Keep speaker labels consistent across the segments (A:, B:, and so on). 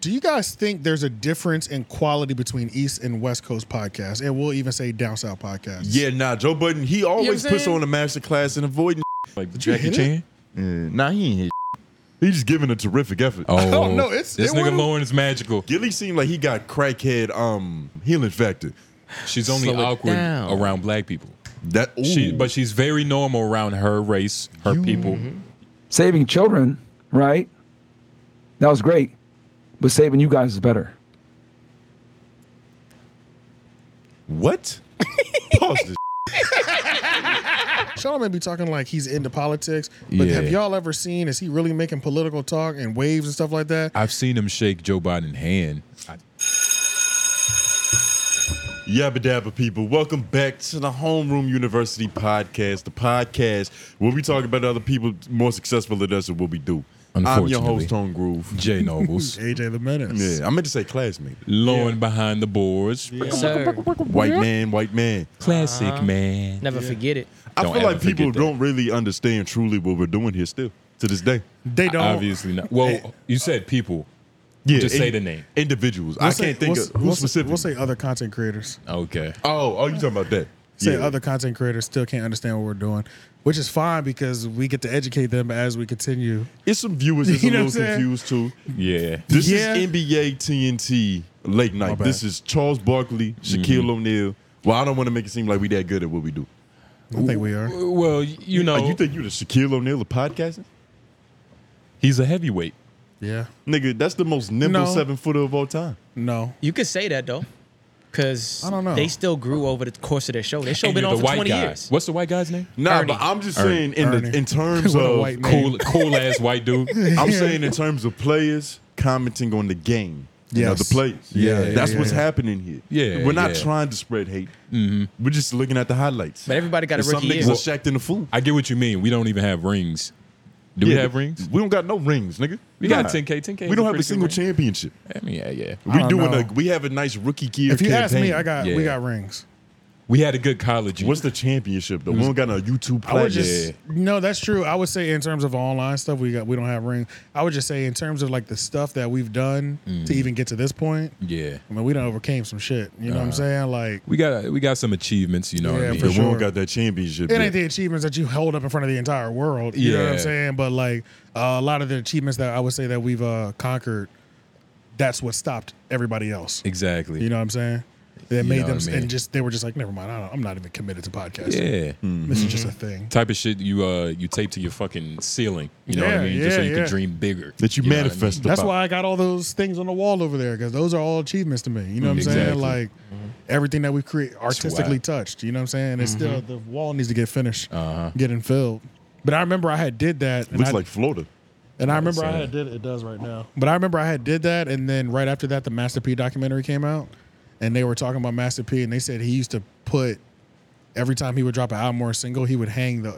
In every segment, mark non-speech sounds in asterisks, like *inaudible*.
A: Do you guys think there's a difference in quality between East and West Coast podcasts? And we'll even say Down South podcasts.
B: Yeah, nah, Joe Budden, he always
C: what I'm
B: puts
C: saying?
B: on a master class in avoiding like Jackie
A: hit
B: Chan. Yeah, nah, he ain't hit. *laughs* He just giving a terrific effort.
C: *laughs* Oh,
A: don't know, it's-
C: this
A: it
C: nigga
A: would've-
C: Lauren is magical.
B: Gilly seemed like he got crackhead um healing factor.
C: She's only
D: Slow it
C: awkward
D: down.
C: around black people.
B: That ooh.
C: She, but she's very normal around her race, her people.
D: Mm-hmm.
E: saving children, right? That was great, but saving you guys is better.
B: what? Pause this.
A: Sean may be talking like he's into politics, but
C: Yeah.
A: have y'all ever seen, is he really making political talk and waves and stuff like that?
C: I've seen him shake Joe Biden's hand. I-
B: Yabba dabba people, welcome back to the Homeroom University podcast, the podcast where we talk about other people more successful than us and what we do. I'm your
C: Unfortunately.
B: host, Tone Groove.
C: Jay
A: *laughs*
B: *laughs*
C: Nobles,
A: AJ the Menace.
B: Yeah, I meant to say classmate.
C: Lauren behind the boards,
D: Sir, Uh-huh.
B: White man, white man.
C: classic man.
D: never forget it.
B: I
C: Don't
B: feel
C: ever
B: like people
C: forget that.
B: don't really understand truly what we're doing here still to this day.
A: They don't.
C: Obviously not. Well, you said people.
B: Yeah,
C: Just say the name.
B: Individuals. I
A: We'll
B: can't
A: say-
B: think
A: we'll-
B: of who
A: we'll say-
B: specific.
A: We'll say other content creators.
C: Okay.
B: oh, oh, you talking about that?
A: Say
B: yeah.
A: other content creators still can't understand what we're doing, which is fine because we get to educate them as we continue.
B: It's some viewers that's
A: *laughs*
B: a
A: You know
B: little
A: what I'm saying?
B: confused too.
C: Yeah.
B: This
A: Yeah.
B: is NBA TNT late night.
A: bad.
B: This is Charles Barkley, Shaquille
C: Mm-hmm.
B: O'Neal. Well, I don't want to make it seem like we that good at what we do.
A: I think we are.
C: Well, you know,
B: Oh, you think you the Shaquille O'Neal of podcasting?
C: he's a heavyweight.
A: Yeah.
B: Nigga, that's the most nimble
A: No.
B: seven footer of all time.
A: No.
D: You could say that though, because
A: I don't know.
D: they still grew over the course of their show. Their show
C: And
D: been
C: you're
D: on
C: the
D: for
C: white
D: twenty
C: guy.
D: years.
C: What's the white guy's name?
B: Nah,
D: Ernie.
B: but I'm just saying in
A: Ernie.
B: the in
A: *laughs*
B: terms
A: What a
B: of
A: white
C: Cool,
A: man.
C: cool ass white dude.
A: *laughs*
B: I'm saying in terms of players commenting on the game. Yeah,
A: Yes.
B: the players.
A: Yeah, yeah,
B: that's
A: yeah,
B: what's
A: yeah.
B: happening here.
C: Yeah,
B: we're not
C: yeah. Mm-hmm.
B: trying to spread hate. We're just looking at the highlights.
D: But everybody got a
B: And some
D: rookie
B: niggas
D: year.
B: are shacked in the fool.
C: I get what you mean. We don't even have rings. Do we have rings?
B: We don't got no rings, nigga.
C: We got 10K. 10K is
B: We don't have
C: pretty
B: a single
C: good ring.
B: championship.
C: I mean, yeah, yeah.
B: We
A: don't
B: doing
A: know.
B: a. We have a nice rookie gear.
A: If you ask me,
B: campaign.
A: I got we
C: Yeah.
A: got rings.
C: We had a good college year.
B: What's the championship though? We don't got no YouTube
A: I would
B: plaque.
A: just no, that's true. I would say in terms of online stuff, we got we don't have ring. I would just say in terms of like the stuff that we've done
C: Mm.
A: to even get to this point.
C: yeah.
A: I mean, we done overcame some shit. You know
C: Uh,
A: what I'm saying? Like
C: We got we got some achievements, you know
A: Yeah,
C: what I mean?
A: for
B: But we
A: sure.
B: don't got that championship.
A: it
B: yet.
A: ain't the achievements that you hold up in front of the entire world. You know what I'm
C: Yeah.
A: saying? But like uh, a lot of the achievements that I would say that we've uh, conquered, that's what stopped everybody else.
C: Exactly.
A: You know what I'm saying? That
C: know
A: made
C: what
A: them
C: I mean.
A: and just they were just like, never mind. I don't, I'm not even committed to podcasting.
C: yeah.
B: Hmm.
C: Mm-hmm.
A: This is just a thing.
C: Type of shit you uh you tape to your fucking ceiling. You know what
A: Yeah,
C: I mean? Just so
A: yeah,
C: you
A: yeah.
C: can dream bigger.
B: that you,
C: know what I
B: manifest.
C: mean?
A: That's
B: about.
A: why I got all those things on the wall over there because those are all achievements to me. You know what I'm saying?
C: Exactly.
A: Like
B: Mm-hmm.
A: everything that we create artistically touched. You know what I'm saying? It's still
B: Mm-hmm.
A: the wall needs to get finished, getting filled. But I remember I had did that. And
B: Uh-huh. Looks
A: I,
B: like Florida.
A: and I remember I
F: uh,
C: saying.
A: had did it does right now. But I remember I had did that, and then right after that, the Master P documentary came out, and they were talking about Master P, and they said he used to put every time he would drop an album or a single, he would hang the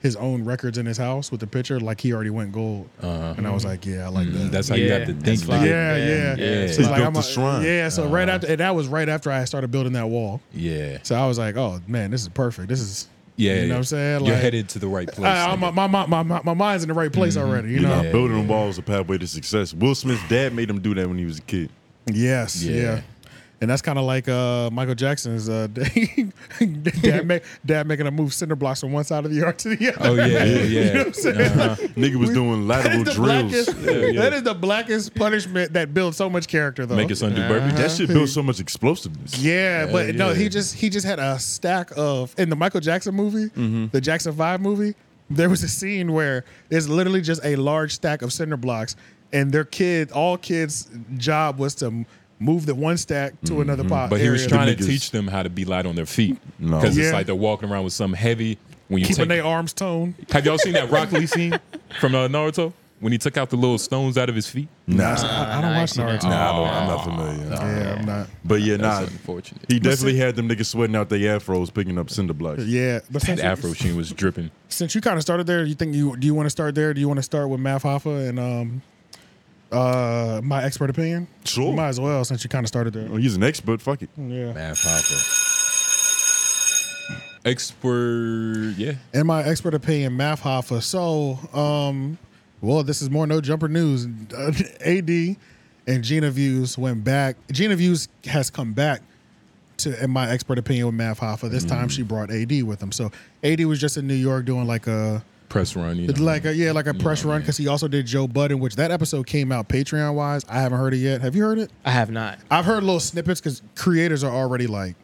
A: his own records in his house with the picture, like he already went gold.
B: Uh-huh.
A: And I was like, yeah, I like that.
C: Uh-huh. Mm-hmm. That's how you
D: Yeah,
C: have to
D: that's
C: think.
D: fly.
C: nigga.
A: Yeah, yeah,
D: Yeah.
A: So
B: He
A: it's like,
B: built
A: I'm
B: the
A: a-
B: shrine.
A: Yeah, so
C: Uh-huh.
A: right after and that was right after I started building that wall.
C: Yeah.
A: So I was like, oh man, this is perfect. This is
C: Yeah.
A: You know what I'm saying?
C: You're
A: Like,
C: headed to the right place.
A: I, I,
C: nigga. Mm-hmm.
A: my, my, my, my, my mind's in the right place already. You
B: Ah, You
A: know?
B: know, building on walls a pathway to success. Will Smith's dad made him do that when he was a kid.
A: Yes. Yeah.
C: Yeah.
A: And that's kind of like uh, Michael Jackson's uh, *laughs* dad, make, dad making a move cinder blocks from one side of the yard to the other.
B: *laughs*
C: Oh yeah, yeah, Uh-huh. yeah.
A: *laughs* You know what I'm saying?
B: Nigga
C: *laughs*
B: was doing
A: That
B: lateral
A: is, the
B: drills.
A: blackest,
C: yeah.
A: that is the blackest punishment that builds so much character, though.
C: Make us undo burpees.
B: That shit built so much explosiveness.
A: Yeah, but no,
C: yeah.
A: he just he just had a stack of in the Michael Jackson movie,
C: Mm-hmm.
A: the Jackson Five movie. There was a scene where there's literally just a large stack of cinder blocks, and their kid, all kids' job was to m- move the one stack to another pot.
C: Mm-hmm. But he was
A: area.
C: trying to
B: Mm-hmm. niggas.
C: teach them how to be light on their feet.
B: No.
C: Because
A: Yeah.
C: it's like they're walking around with something heavy. When you
A: keeping
C: take,
A: their arms toned.
C: have y'all seen that Rock Lee scene from uh, Naruto when he took out the little stones out of his feet?
B: Nah,
A: I don't
D: I
A: watch
D: see that.
A: Naruto.
B: nah, I don't, I'm not familiar.
A: Yeah, I'm not.
B: But yeah,
C: That's
B: nah.
C: unfortunate.
B: He definitely had them niggas sweating out their afros, picking up cinder blocks.
A: Yeah, but
C: That
A: since,
C: Afro sheen was dripping.
A: since you kind of started there, you think you do you want to start there? Do you want to start with Math Hoffa and um, uh, my expert opinion?
B: Sure.
A: You might as well since you kind of started there.
B: *laughs* Well, he's an expert. Fuck it.
A: Yeah.
C: Math Hopper. Expert, yeah.
A: in my expert opinion, Math *laughs* Hoffa. So, um, well, this is more no jumper news. AD and Gina Views went back. Gina Views has come back to, in my expert opinion, with Mav Hoffa. This time she brought AD with him. So AD was just in New York doing like a
C: Press run. You know.
A: like a yeah like a press run because he also did Joe Budden, which that episode came out Patreon wise. I haven't heard it yet. Have you heard it?
D: I have not.
A: I've heard little snippets because creators are already like,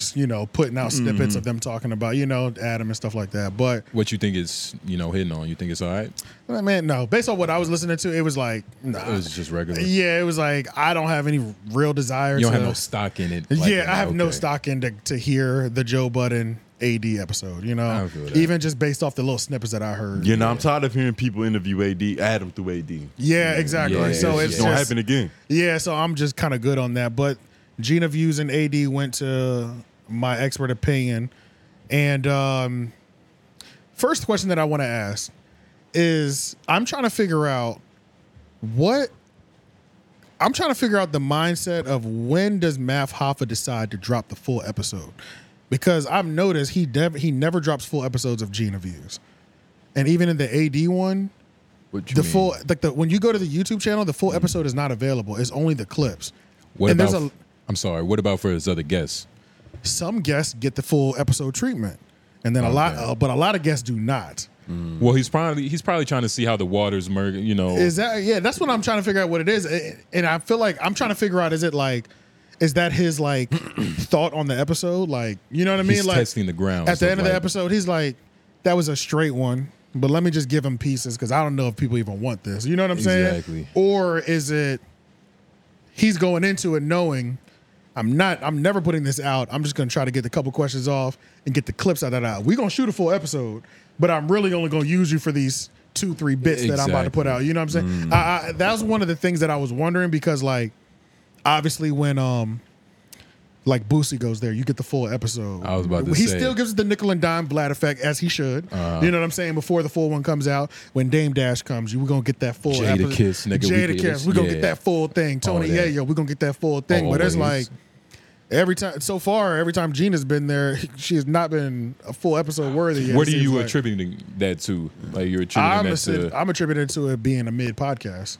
A: s- you know, putting out snippets
C: Mm.
A: of them talking about you know Adam and stuff like that. But
C: what you think is you know hitting on? You think it's all right?
A: uh, man, no, based on what I was listening to, it was like, nah.
C: It was just regular.
A: yeah, it was like I don't have any real desire.
C: You don't
A: to,
C: have no stock in it. like
A: yeah,
C: that.
A: I have no
C: Okay.
A: stock in to, to hear the Joe Budden AD episode. You know,
C: I feel that.
A: even just based off the little snippets that I heard.
B: You know, I'm tired of hearing people interview AD, Adam through AD.
A: Yeah, exactly.
C: Yeah,
A: so
C: it's
A: it's
B: just don't
A: just-
B: happen again.
A: Yeah, so I'm just kind of good on that. But Gina Views and AD went to my expert opinion. And um, first question that I want to ask is I'm trying to figure out what I'm trying to figure out the mindset of when does Math Hoffa decide to drop the full episode? Because I've noticed he dev- he never drops full episodes of Gina Views. And even in the AD one,
C: What you
A: the
C: mean? Mm-hmm.
A: full like the when you go to the YouTube channel, the full episode is not available. It's only the clips.
C: What
A: and
C: about?
A: there's a
C: I'm sorry. What about for his other guests?
A: some guests get the full episode treatment, and
C: Oh,
A: then a lot, uh, but a lot of guests do not.
C: Well, he's probably he's probably trying to see how the waters merge. You know,
A: Is that yeah? That's what I'm trying to figure out what it is, A- and I feel like I'm trying to figure out is it like, is that his like *clears throat* thought on the episode? Like you know what I mean?
C: he's
A: like
C: testing the ground.
A: at the
C: so,
A: end of the
C: like,
A: episode, he's like, "That was a straight one." But let me just give him pieces because I don't know if people even want this. You know what I'm saying?
C: Exactly.
A: Or is it he's going into it knowing I'm not, I'm never putting this out. I'm just gonna try to get the couple questions off and get the clips out of that. We're gonna shoot a full episode, but I'm really only gonna use you for these two, three bits that I'm about to put
C: Exactly.
A: out. You know what I'm
C: Mm.
A: saying? I, I, that was one of the things that I was wondering because, like, obviously when um like Boosie goes there, you get the full episode.
C: I was about to
A: he
C: say.
A: still gives it the nickel and dime blat effect as he should.
C: Uh-huh.
A: you know what I'm saying? Before the full one comes out, when Dame Dash comes, you we're gonna get that full
C: Jada
A: episode.
C: Kiss, nigga, we
A: Jada
C: get
A: Kiss,
C: this.
A: we're gonna
C: Yeah.
A: get that full thing. Tony
C: that.
A: Yayo, we're gonna get that full thing. But it's like
C: Always.
A: every time so far, every time Gina's been there, she has not been a full episode worthy. yet,
C: where
A: it
C: do
A: seems
C: you
A: like.
C: attributing that to? Like you're attributing
A: I'm,
C: that uh,
A: assi-
C: to
A: I'm attributing it to it being a mid podcast.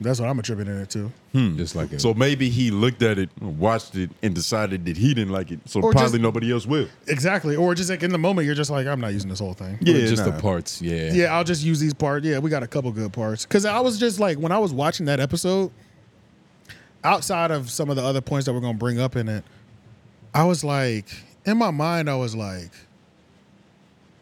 A: That's what I'm attributing it to.
C: just like a,
B: Hmm. So maybe he looked at it, watched it, and decided that he didn't like it. So
A: Or
B: probably
A: just-
B: nobody else will.
A: Exactly. Or just like in the moment, you're just like, I'm not using this whole thing.
B: Yeah,
C: just
B: nah.
C: the parts. Yeah.
A: Yeah, I'll just use these parts. Yeah, we got a couple good parts. Cause I was just like, when I was watching that episode, outside of some of the other points that we're gonna bring up in it, I was like, in my mind, I was like,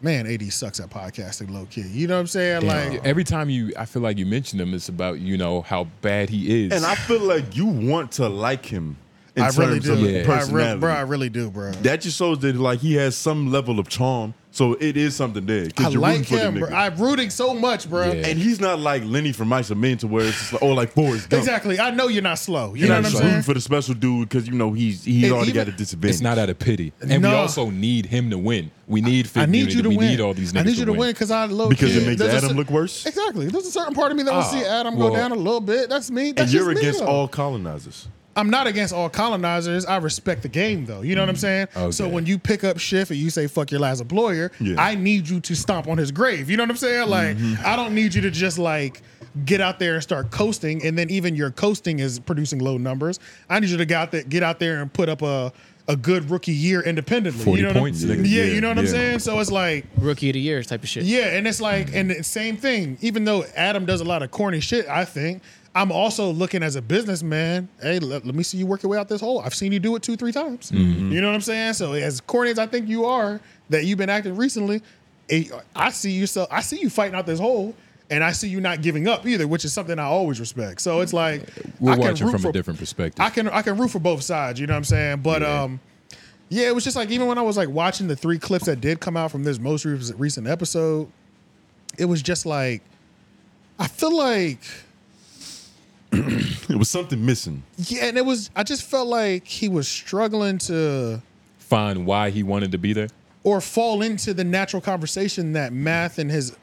A: man, AD sucks at podcasting, low key. You know what I'm saying?
C: Damn.
A: Like,
C: every time you, I feel like you mention him, it's about you know how bad he is.
B: And I feel like you want to like him in
A: I
B: terms
A: really do,
B: of
C: Yeah. I
A: I
B: personality.
A: re- bro. I really do, bro.
B: that just shows that like he has some level of charm. So it is something there. 'cause
A: I
B: you're
A: like
B: rooting for the
A: him, bro.
B: nigga.
A: I'm rooting so much, bro.
C: Yeah.
B: and he's not like Lenny from Ice and Men to where it's just like, oh, like Forrest Gump.
A: Exactly. I know you're not slow. You
B: You're
A: know what
B: not
A: I'm
B: just
A: saying?
B: rooting for the special dude because you know he's he's
A: And
B: already
A: even-
B: got a disadvantage.
C: it's not out of pity, and we
A: No.
C: also need him to win. We need.
A: I
C: Fifth
A: need
C: Unit,
A: you to
C: we
A: win.
C: Need all these.
A: I
C: niggas
A: need you to win because I love
B: because
A: kid.
B: it makes
A: There's a
B: Adam
A: cer-
B: look worse.
A: Exactly. There's a certain part of me that will
C: Ah,
A: see Adam go
C: well-
A: down a little bit. That's me. That's
B: And you're
A: just me,
B: against
A: though. *laughs*
B: all colonizers. *laughs*
A: I'm not against all colonizers. I respect the game though. You know what I'm saying? So
C: Okay.
A: when you pick up shift and you say fuck your last employer,
B: Yeah.
A: I need you to stomp on his grave. You know what I'm saying? Like I don't need you to just like get out there and start coasting and then even your coasting is producing low numbers. I need you to get out there, get out there and put up a a good rookie year independently.
C: 40
A: you know what I'm-
C: points,
A: yeah,
C: nigga.
A: you know what I'm
B: Yeah.
A: saying? So it's like
D: Rookie of the year type of shit.
A: yeah, and it's like, and the same thing. Even though Adam does a lot of corny shit, I think I'm also looking as a businessman. Hey, let, let me see you work your way out this hole. I've seen you do it two, three times.
C: Mm-hmm.
A: You know what I'm saying? So as corny as I think you are, that you've been acting recently, it, I see you. So I see you fighting out this hole. And I see you not giving up either, which is something I always respect. So it's like I
C: We're
A: can
C: watching
A: root
C: from a
A: for-
C: different perspective.
A: I can I can root for both sides, you know what I'm saying? But um yeah, it was just like even when I was like watching the three clips that did come out from this most re- recent episode, it was just like I feel like
B: It was something missing.
A: yeah, and it was I just felt like he was struggling to
C: Find why he wanted to be there.
A: or fall into the natural conversation that math and his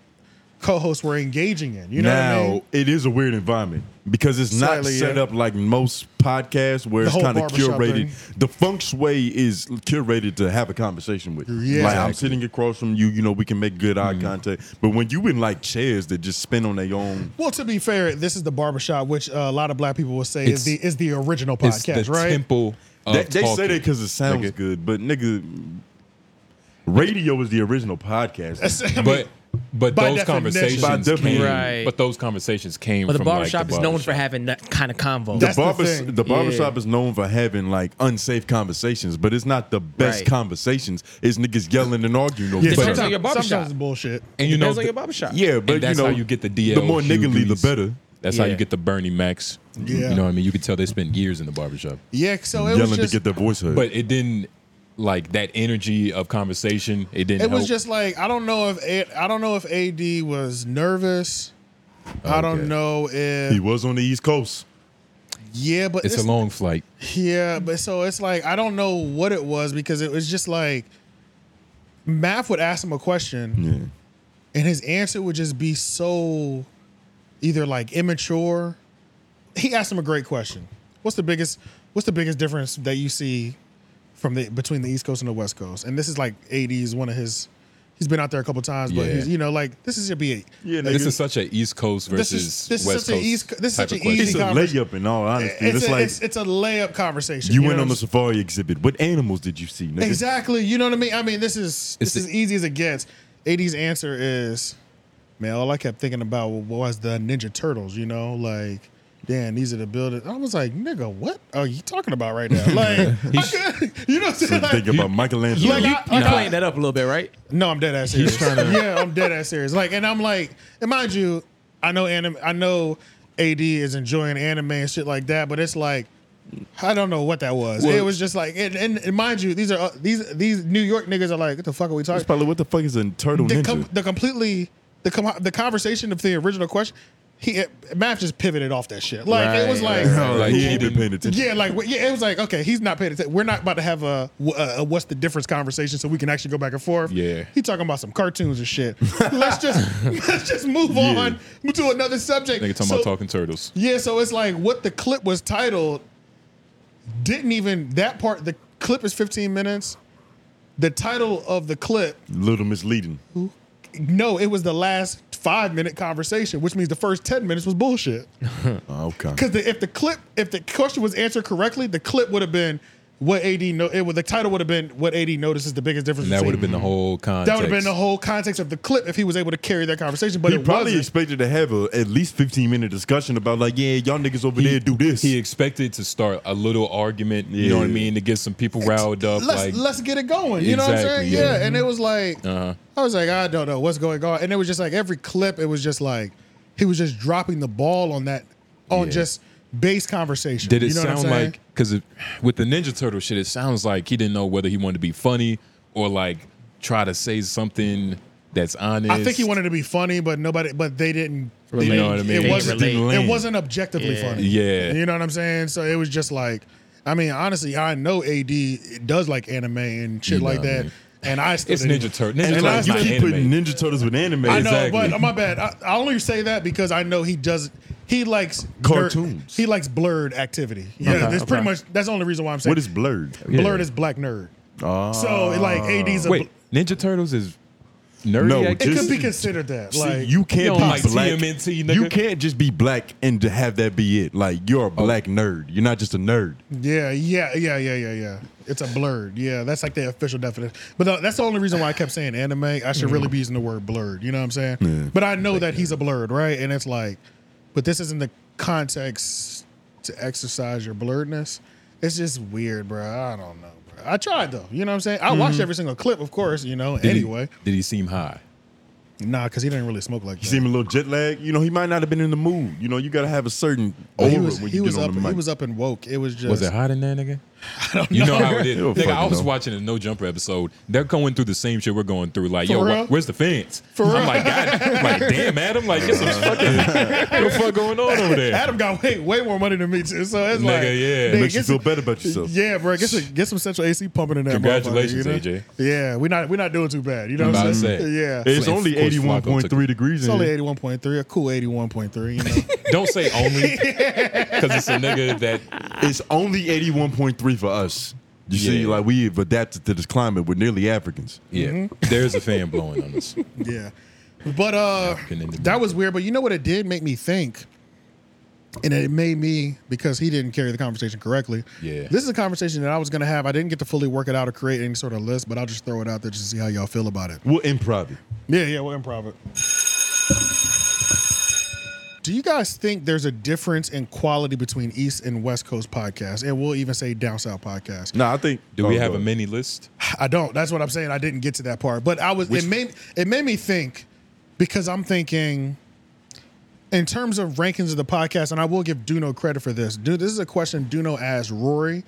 A: co-hosts were engaging in. You know
B: now
A: what I mean?
B: it is a weird environment because it's not
A: Slightly,
B: set
A: yeah.
B: up like most podcasts where
A: The
B: it's
A: whole
B: kind of
A: barbershop
B: curated. The feng shui is curated to have a conversation with.
A: Yeah.
B: Like I'm
A: Exactly.
B: sitting across from you, you know, we can make good eye
C: Mm-hmm.
B: contact. But when you in like chairs that just spin on their own,
A: Well, to be fair, this is the barbershop, which uh, a lot of black people will say
C: It's-
A: is the is the original
C: It's
A: podcast,
C: the
A: right?
C: temple of
B: they, they say
C: talking.
B: that because it sounds
C: Nigga.
B: good. But nigga, radio is the original podcast.
A: I mean,
C: But but
A: By
C: those
A: definition.
B: By
C: conversations came,
B: definition.
D: Right.
C: but those conversations came
D: But the
C: from like,
D: barbershop is known for
C: barbershop.
D: having that kind of convo.
B: The,
A: That's the
B: barber, the,
A: thing.
B: barbershop is known for having like unsafe conversations, but it's not the best
D: Right.
B: conversations. It's niggas yelling and arguing over
A: yeah,
B: each
C: Depends
B: other.
C: on
A: sometimes,
D: your barbershop.
A: sometimes it's bullshit.
C: and you know
D: Depends on your barbershop.
B: Yeah, but
C: and that's
B: you know,
C: how you get the DL.
B: The more niggly, the
C: Hugies.
B: better.
C: That's how
D: Yeah.
C: you get the Bernie Macs.
A: Yeah.
C: You know what I mean? You could tell they spent years in the barbershop.
A: Yeah, so it was
B: Yelling
A: just
B: to get their voice heard.
C: But it didn't like that energy of conversation. It didn't.
A: it was
C: help.
A: just like I don't know if A- I don't know if AD was nervous. I
B: Okay.
A: don't know if
B: he was on the East Coast.
A: yeah, but
C: It's a long flight.
A: Yeah, but so it's like I don't know what it was because it was just like Math would ask him a question
B: Yeah.
A: and his answer would just be so either like immature. He asked him a great question. What's the biggest what's the biggest difference that you see from the between the East Coast and the West Coast? And this is like 80s one of his he's been out there a couple times, but
C: Yeah.
A: he's you know, like this is your B8.
B: Yeah,
C: This is such an East Coast
A: This
C: versus
A: is- this is
C: West
A: such a
C: Coast.
A: East Co- this is
C: type
A: such
C: of
A: a easy
B: it's
C: question.
B: a
A: conversation.
B: layup in all honesty. It's,
A: It's, a,
B: like
A: it's, it's a layup conversation.
B: you
A: know
B: went
A: what
B: on
A: I'm
B: the safari exhibit. What animals did you see, nigga?
A: Exactly. You know what I mean? I mean, this is
C: It's
A: this is
C: the-
A: easy as it gets. 80's answer is, man, all I kept thinking about was the Ninja Turtles, you know? Like, damn, these are the buildings. I was like, nigga, what are you talking about right now? Like, I could- *laughs* you know what I'm saying?
B: Didn't think
A: Like,
B: about Michelangelo.
A: Like,
D: You,
A: I-
D: you
A: like,
D: playing that up a little bit, right?
A: no, I'm dead ass serious. yeah, I'm dead ass serious. Like, and I'm like, and mind you, I know anime, I know AD is enjoying anime and shit like that, but it's like, I don't know what that was.
B: Well-
A: it was just like, and, and, and mind you, these are uh, these these New York niggas are like, what the fuck are we
B: It's
A: talking?
B: probably what the fuck is a turtle
A: The,
B: ninja?
A: com- the completely the com- the conversation of the original question, he Matt just pivoted off that shit. Like it was
D: Right,
A: like.
B: No, like, he
C: Yeah.
B: ain't been paying attention.
A: Yeah, like wh- yeah, it was like okay, he's not paying attention. We're not about to have a, wh- a, a what's the difference conversation, so we can actually go back and forth.
C: Yeah.
A: he talking about some cartoons and shit.
C: *laughs*
A: let's just let's just move
B: Yeah.
A: on to another subject.
C: Nigga talking
A: So-
C: about talking turtles.
A: Yeah, so it's like what the clip was titled didn't even that part. The clip is 15 minutes. The title of the clip,
B: Little misleading.
A: *laughs* no, it was the last five minute conversation, which means the first 10 minutes was bullshit.
B: Oh, okay.
A: Because the, if the clip, if the question was answered correctly, the clip would have been what AD. No, it would the title would have been what AD notices the biggest difference.
C: And that would
A: between-
C: have been the whole context.
A: That would have been the whole context of the clip if he was able to carry that conversation. But
B: He
A: it
B: probably
A: wasn't.
B: expected to have a at least 15 minute discussion about like, yeah, y'all niggas over there do this.
C: He expected to start a little argument. You know what I
B: Yeah.
C: mean? To get some people riled up.
A: let's
C: like uh,
A: let's get it going. You know what I'm saying?
C: Exactly,
A: Yeah.
C: yeah.
A: And it was like I was like, I don't know what's going on. And it was just like every clip, it was just like he was just dropping the ball on that on
C: Yeah.
A: just base conversation.
C: Did it
A: you know what I'm
C: sound
A: saying?
C: like because with the Ninja Turtle shit, it sounds like he didn't know whether he wanted to be funny or like try to say something that's honest.
A: I think he wanted to be funny, but nobody, but they didn't. they
C: Relate. You know
A: didn't-
C: what I mean? They
A: It
C: didn't
A: wasn't.
D: relate.
A: It wasn't objectively
D: Yeah.
A: funny.
C: Yeah.
A: you know what I'm saying. So it was just like, I mean, honestly, I know AD does like anime and shit
C: know
A: like
C: what I
A: that,
C: mean?
A: and I still
C: It's
A: didn't-
C: Ninja Turtle. Ninja
A: and
B: It's
C: Turtle's
A: I
B: like you
A: still-
C: not
B: keep
C: anime.
B: putting Ninja Turtles with anime.
A: I know,
C: Exactly.
A: but oh, my bad. I, I only say that because I know he does. He likes nerd-
B: Cartoons.
A: he likes blurred activity. Yeah,
D: Okay,
A: that's pretty
D: okay.
A: much. That's the only reason why I'm saying
B: What is blurred?
A: blurred is black nerd. So like AD's a
C: Wait, Ninja Turtles is nerdy.
B: No,
C: I
A: It
C: guess?
B: just-
A: could be considered that.
B: See,
A: like
B: you can't
C: don't
B: be
C: like
B: black.
C: TMNT, nigga.
B: You can't just be black and to have that be it. Like you're a black
C: Oh.
B: nerd. You're not just a nerd.
A: Yeah, yeah, yeah, yeah, yeah, yeah. It's a blurred. Yeah, that's like the official definition. But the, that's the only reason why I kept saying anime. I should really be using the word blurred. You know what I'm saying? But I know that he's a blurred, right? And it's like, but this isn't the context to exercise your blurredness. It's just weird, bro. I don't know, bro. I tried though. You know what I'm saying? I watched every single clip, of course. You know.
C: Did he-
A: anyway,
C: did he seem high?
A: nah, because he didn't really smoke like
B: You
A: that.
B: seem a little jet lag. You know, he might not have been in the mood. You know, you gotta have a certain
A: But
B: aura
A: he was,
B: when
A: he
B: you
A: was
B: get
A: up.
B: on the mic.
A: He was up and woke. It was just.
C: Was it hot in there, nigga? You know how it is.
B: You don't
C: Nigga, I
B: fucking
C: was
B: know.
C: watching a No Jumper episode. They're going through the same shit we're going through. Like, yo, wh-
A: real?
C: where's the fence? I'm like, God, I'm like, damn, Adam, like, get some fucking, what the fuck going on over there?
A: Adam got way way more money than me too. So it's
C: Nigga,
A: like,
C: yeah.
A: nigga,
B: Makes you
A: get
B: feel
A: some-
B: better about yourself.
A: Yeah, bro, get some get some central AC pumping in that.
C: Congratulations,
A: motherfucker, you know?
C: AJ.
A: Yeah, we're not we're not doing too bad. You know
C: I'm
A: what I'm
C: about to
A: saying?
C: say.
A: Yeah,
B: It's
C: Of
B: only
C: course, Flacco
B: 81.3
C: took-
B: degrees
A: it's
B: in
A: only
B: here.
A: eighty one point three, a cool eighty one point three. You know,
C: Don't say
A: *laughs*
C: only,
B: *laughs*
C: because it's a nigga that
B: It's only 81.3 for us. You see,
C: Yeah.
B: like we've adapted to this climate. We're nearly Africans.
C: Yeah, *laughs* there's a fan blowing on us.
A: Mm-hmm. *laughs* yeah. But uh,
C: African Indian.
A: that was weird. But you know what? It did make me think, and it made me because he didn't carry the conversation correctly.
C: Yeah.
A: this is a conversation that I was gonna have. I didn't get to fully work it out or create any sort of list, but I'll just throw it out there just to see how y'all feel about it.
B: We'll improv it.
A: Yeah, yeah, we'll improv it. Do you guys think there's a difference in quality between East and West Coast podcasts? And we'll even say Down South podcast.
B: No, I think.
C: Do we have
B: Oh,
C: a mini list?
A: I don't. That's what I'm saying. I didn't get to that part. But I was it made it made me think because I'm thinking in terms of rankings of the podcast, and I will give Duno credit for this. Dude, this is a question Duno asked Rory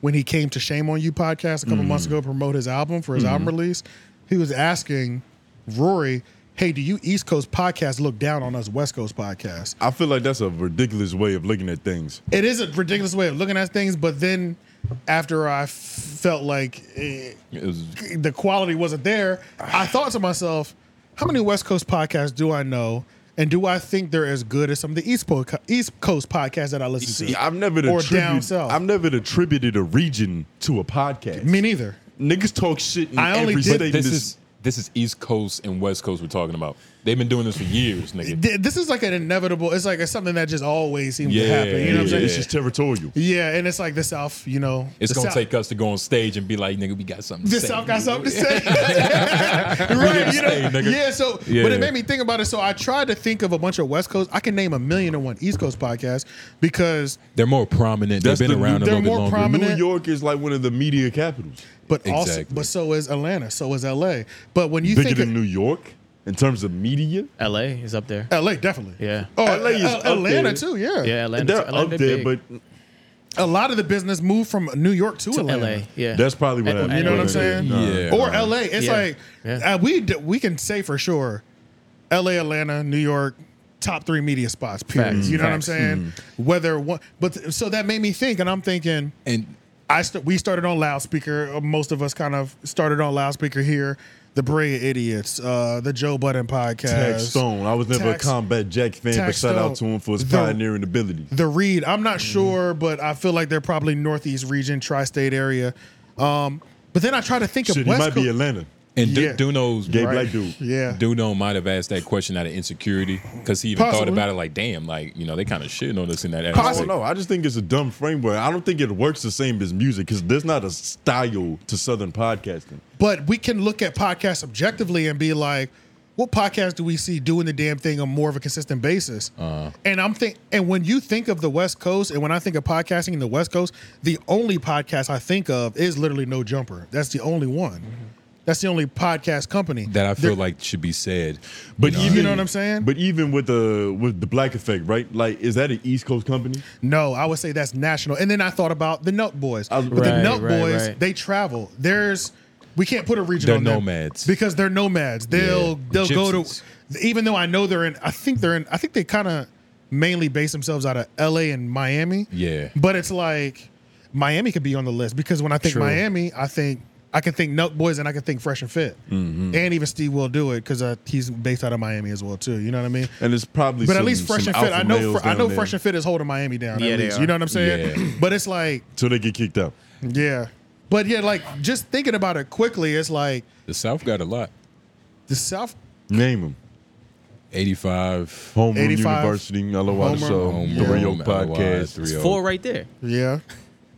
A: when he came to Shame on You podcast a couple months ago to promote his album for his album release. He was asking Rory, hey, do you East Coast podcasts look down on us West Coast podcasts?
B: I feel like that's a ridiculous way of looking at things.
A: it is a ridiculous way of looking at things, but then after I f- felt like eh,
C: It was-
A: the quality wasn't there, I thought to myself, how many West Coast podcasts do I know? And do I think they're as good as some of the East, po- East Coast podcasts that I listen
B: See,
A: to?
B: I've never
A: or
B: attributed,
A: down south.
B: I've never attributed a region to a podcast.
A: Me neither.
B: Niggas talk shit in
A: I only
B: every
A: did-
B: statement.
C: This is this is East Coast and West Coast we're talking about. They've been doing this for years, nigga.
A: Th- This is like an inevitable. It's like it's something that just always seems to
C: Yeah,
A: happen. You know what I'm
C: yeah.
A: saying?
B: It's just territorial.
A: Yeah, and it's like the South. You know,
C: It's
A: the
C: gonna
A: South-
C: take us to go on stage and be like, nigga, we got something.
A: The
C: to say.
A: South got something
C: *laughs*
A: to say. *laughs* right, you
C: say,
A: know.
C: nigga.
A: Yeah, so
C: Yeah.
A: but it made me think about it. So I tried to think of a bunch of West Coast. I can name a million and one East Coast podcasts because
C: They're more prominent. They've
B: That's
C: been
B: the-
C: around a
A: they're
C: little bit
A: more
C: longer.
A: prominent.
B: New
A: Prominent.
B: York is like one of the media capitals.
A: but also
C: Exactly.
A: but so is Atlanta, so is LA. But when you
B: Bigger
A: think
B: than
A: of
B: New York in terms of media.
D: LA is up there.
A: LA definitely.
D: Yeah.
A: Oh,
B: LA is
A: uh,
B: up
A: Atlanta
B: there.
A: too, yeah.
D: Yeah, Atlanta.
B: They're
D: Atlanta
B: up there,
D: big.
B: but
A: A lot of the business moved from New York to,
D: LA.
A: Atlanta.
D: Yeah.
B: that's probably what
D: And-
B: I
A: You know what I'm
B: Yeah.
A: saying?
C: Yeah.
A: Or LA. It's
D: Yeah.
A: like
D: Yeah.
A: uh, we d- we can say for sure LA, Atlanta, New York, top three media spots, period.
D: Facts.
A: You know what I'm
D: Facts.
A: saying? Whether one but th- so that made me think, and I'm thinking
C: And
A: I st- we started on loudspeaker. Uh, Most of us kind of started on loudspeaker here. The Bray Idiots, uh, the Joe Budden podcast,
B: Tag Stone. I was never
A: Tax-
B: a Combat Jack fan, but
A: Tax
B: shout out to
A: Stone.
B: him for his
A: The-
B: pioneering ability.
A: the Reed. I'm not sure, but I feel like they're probably Northeast region, tri-state area. Um, but then I try to think
B: Shit,
A: of
B: he
A: West
B: might be
A: Co-
B: Atlanta.
C: and Du-
A: Yeah.
C: Duno's
B: Gay
C: right.
B: black dude.
A: yeah.
C: Duno might have asked that question out of insecurity because he even thought
A: Possibly.
C: about it like, damn, like you know they kind of shitting on us in that
B: I
C: aspect.
B: don't know. I just think it's a dumb framework. I don't think it works the same as music because there's not a style to Southern podcasting.
A: But we can look at podcasts objectively and be like, what podcast do we see doing the damn thing on more of a consistent basis? And I'm think, and when you think of the West Coast, and when I think of podcasting in the West Coast, the only podcast I think of is literally No Jumper. That's the only one. That's the only podcast company
C: That I feel like should be said.
B: But
A: You know-
B: even
A: You know what I'm saying?
B: But even with the with the Black Effect, right? Like, is that an East Coast company?
A: No, I would say that's national. And then I thought about the Nut Boys.
B: I-
A: but the
D: Uh, Right,
A: Nut
D: right,
A: Boys,
D: right.
A: they travel. There's we can't put a region
C: They're
A: on them
C: nomads.
A: because they're nomads. They'll
C: Yeah.
A: they'll go
C: Gypsies.
A: to even though I know they're in I think they're in I think they kind of mainly base themselves out of LA and Miami.
C: Yeah.
A: But it's like Miami could be on the list because when I think
D: True.
A: Miami, I think I can think Nut Boys and I can think Fresh and Fit.
D: Mm.
A: And even Steve will do it because uh, he's based out of Miami as well too. You know what I mean?
B: And it's probably
A: But
B: some,
A: at least Fresh
B: some
A: and Fit, I
B: alpha
A: know
B: males
A: fr- I
B: down
A: know
B: there
A: Fresh and Fit is holding Miami down.
D: Yeah,
A: at
D: they
A: least.
D: are.
A: You know what I'm saying?
C: Yeah.
A: But it's like,
B: till they get kicked out.
A: *laughs* yeah. But yeah, like just thinking about it quickly, it's like
C: The South got a lot.
A: the South.
B: Name them.
C: 85.
B: Homeroom
A: 85.
B: University, Alawada
A: Homer.
B: Show,
A: Homeroom,
B: the Radio
C: Alawada,
B: Podcast.
C: three-
D: It's four right there.
A: Yeah.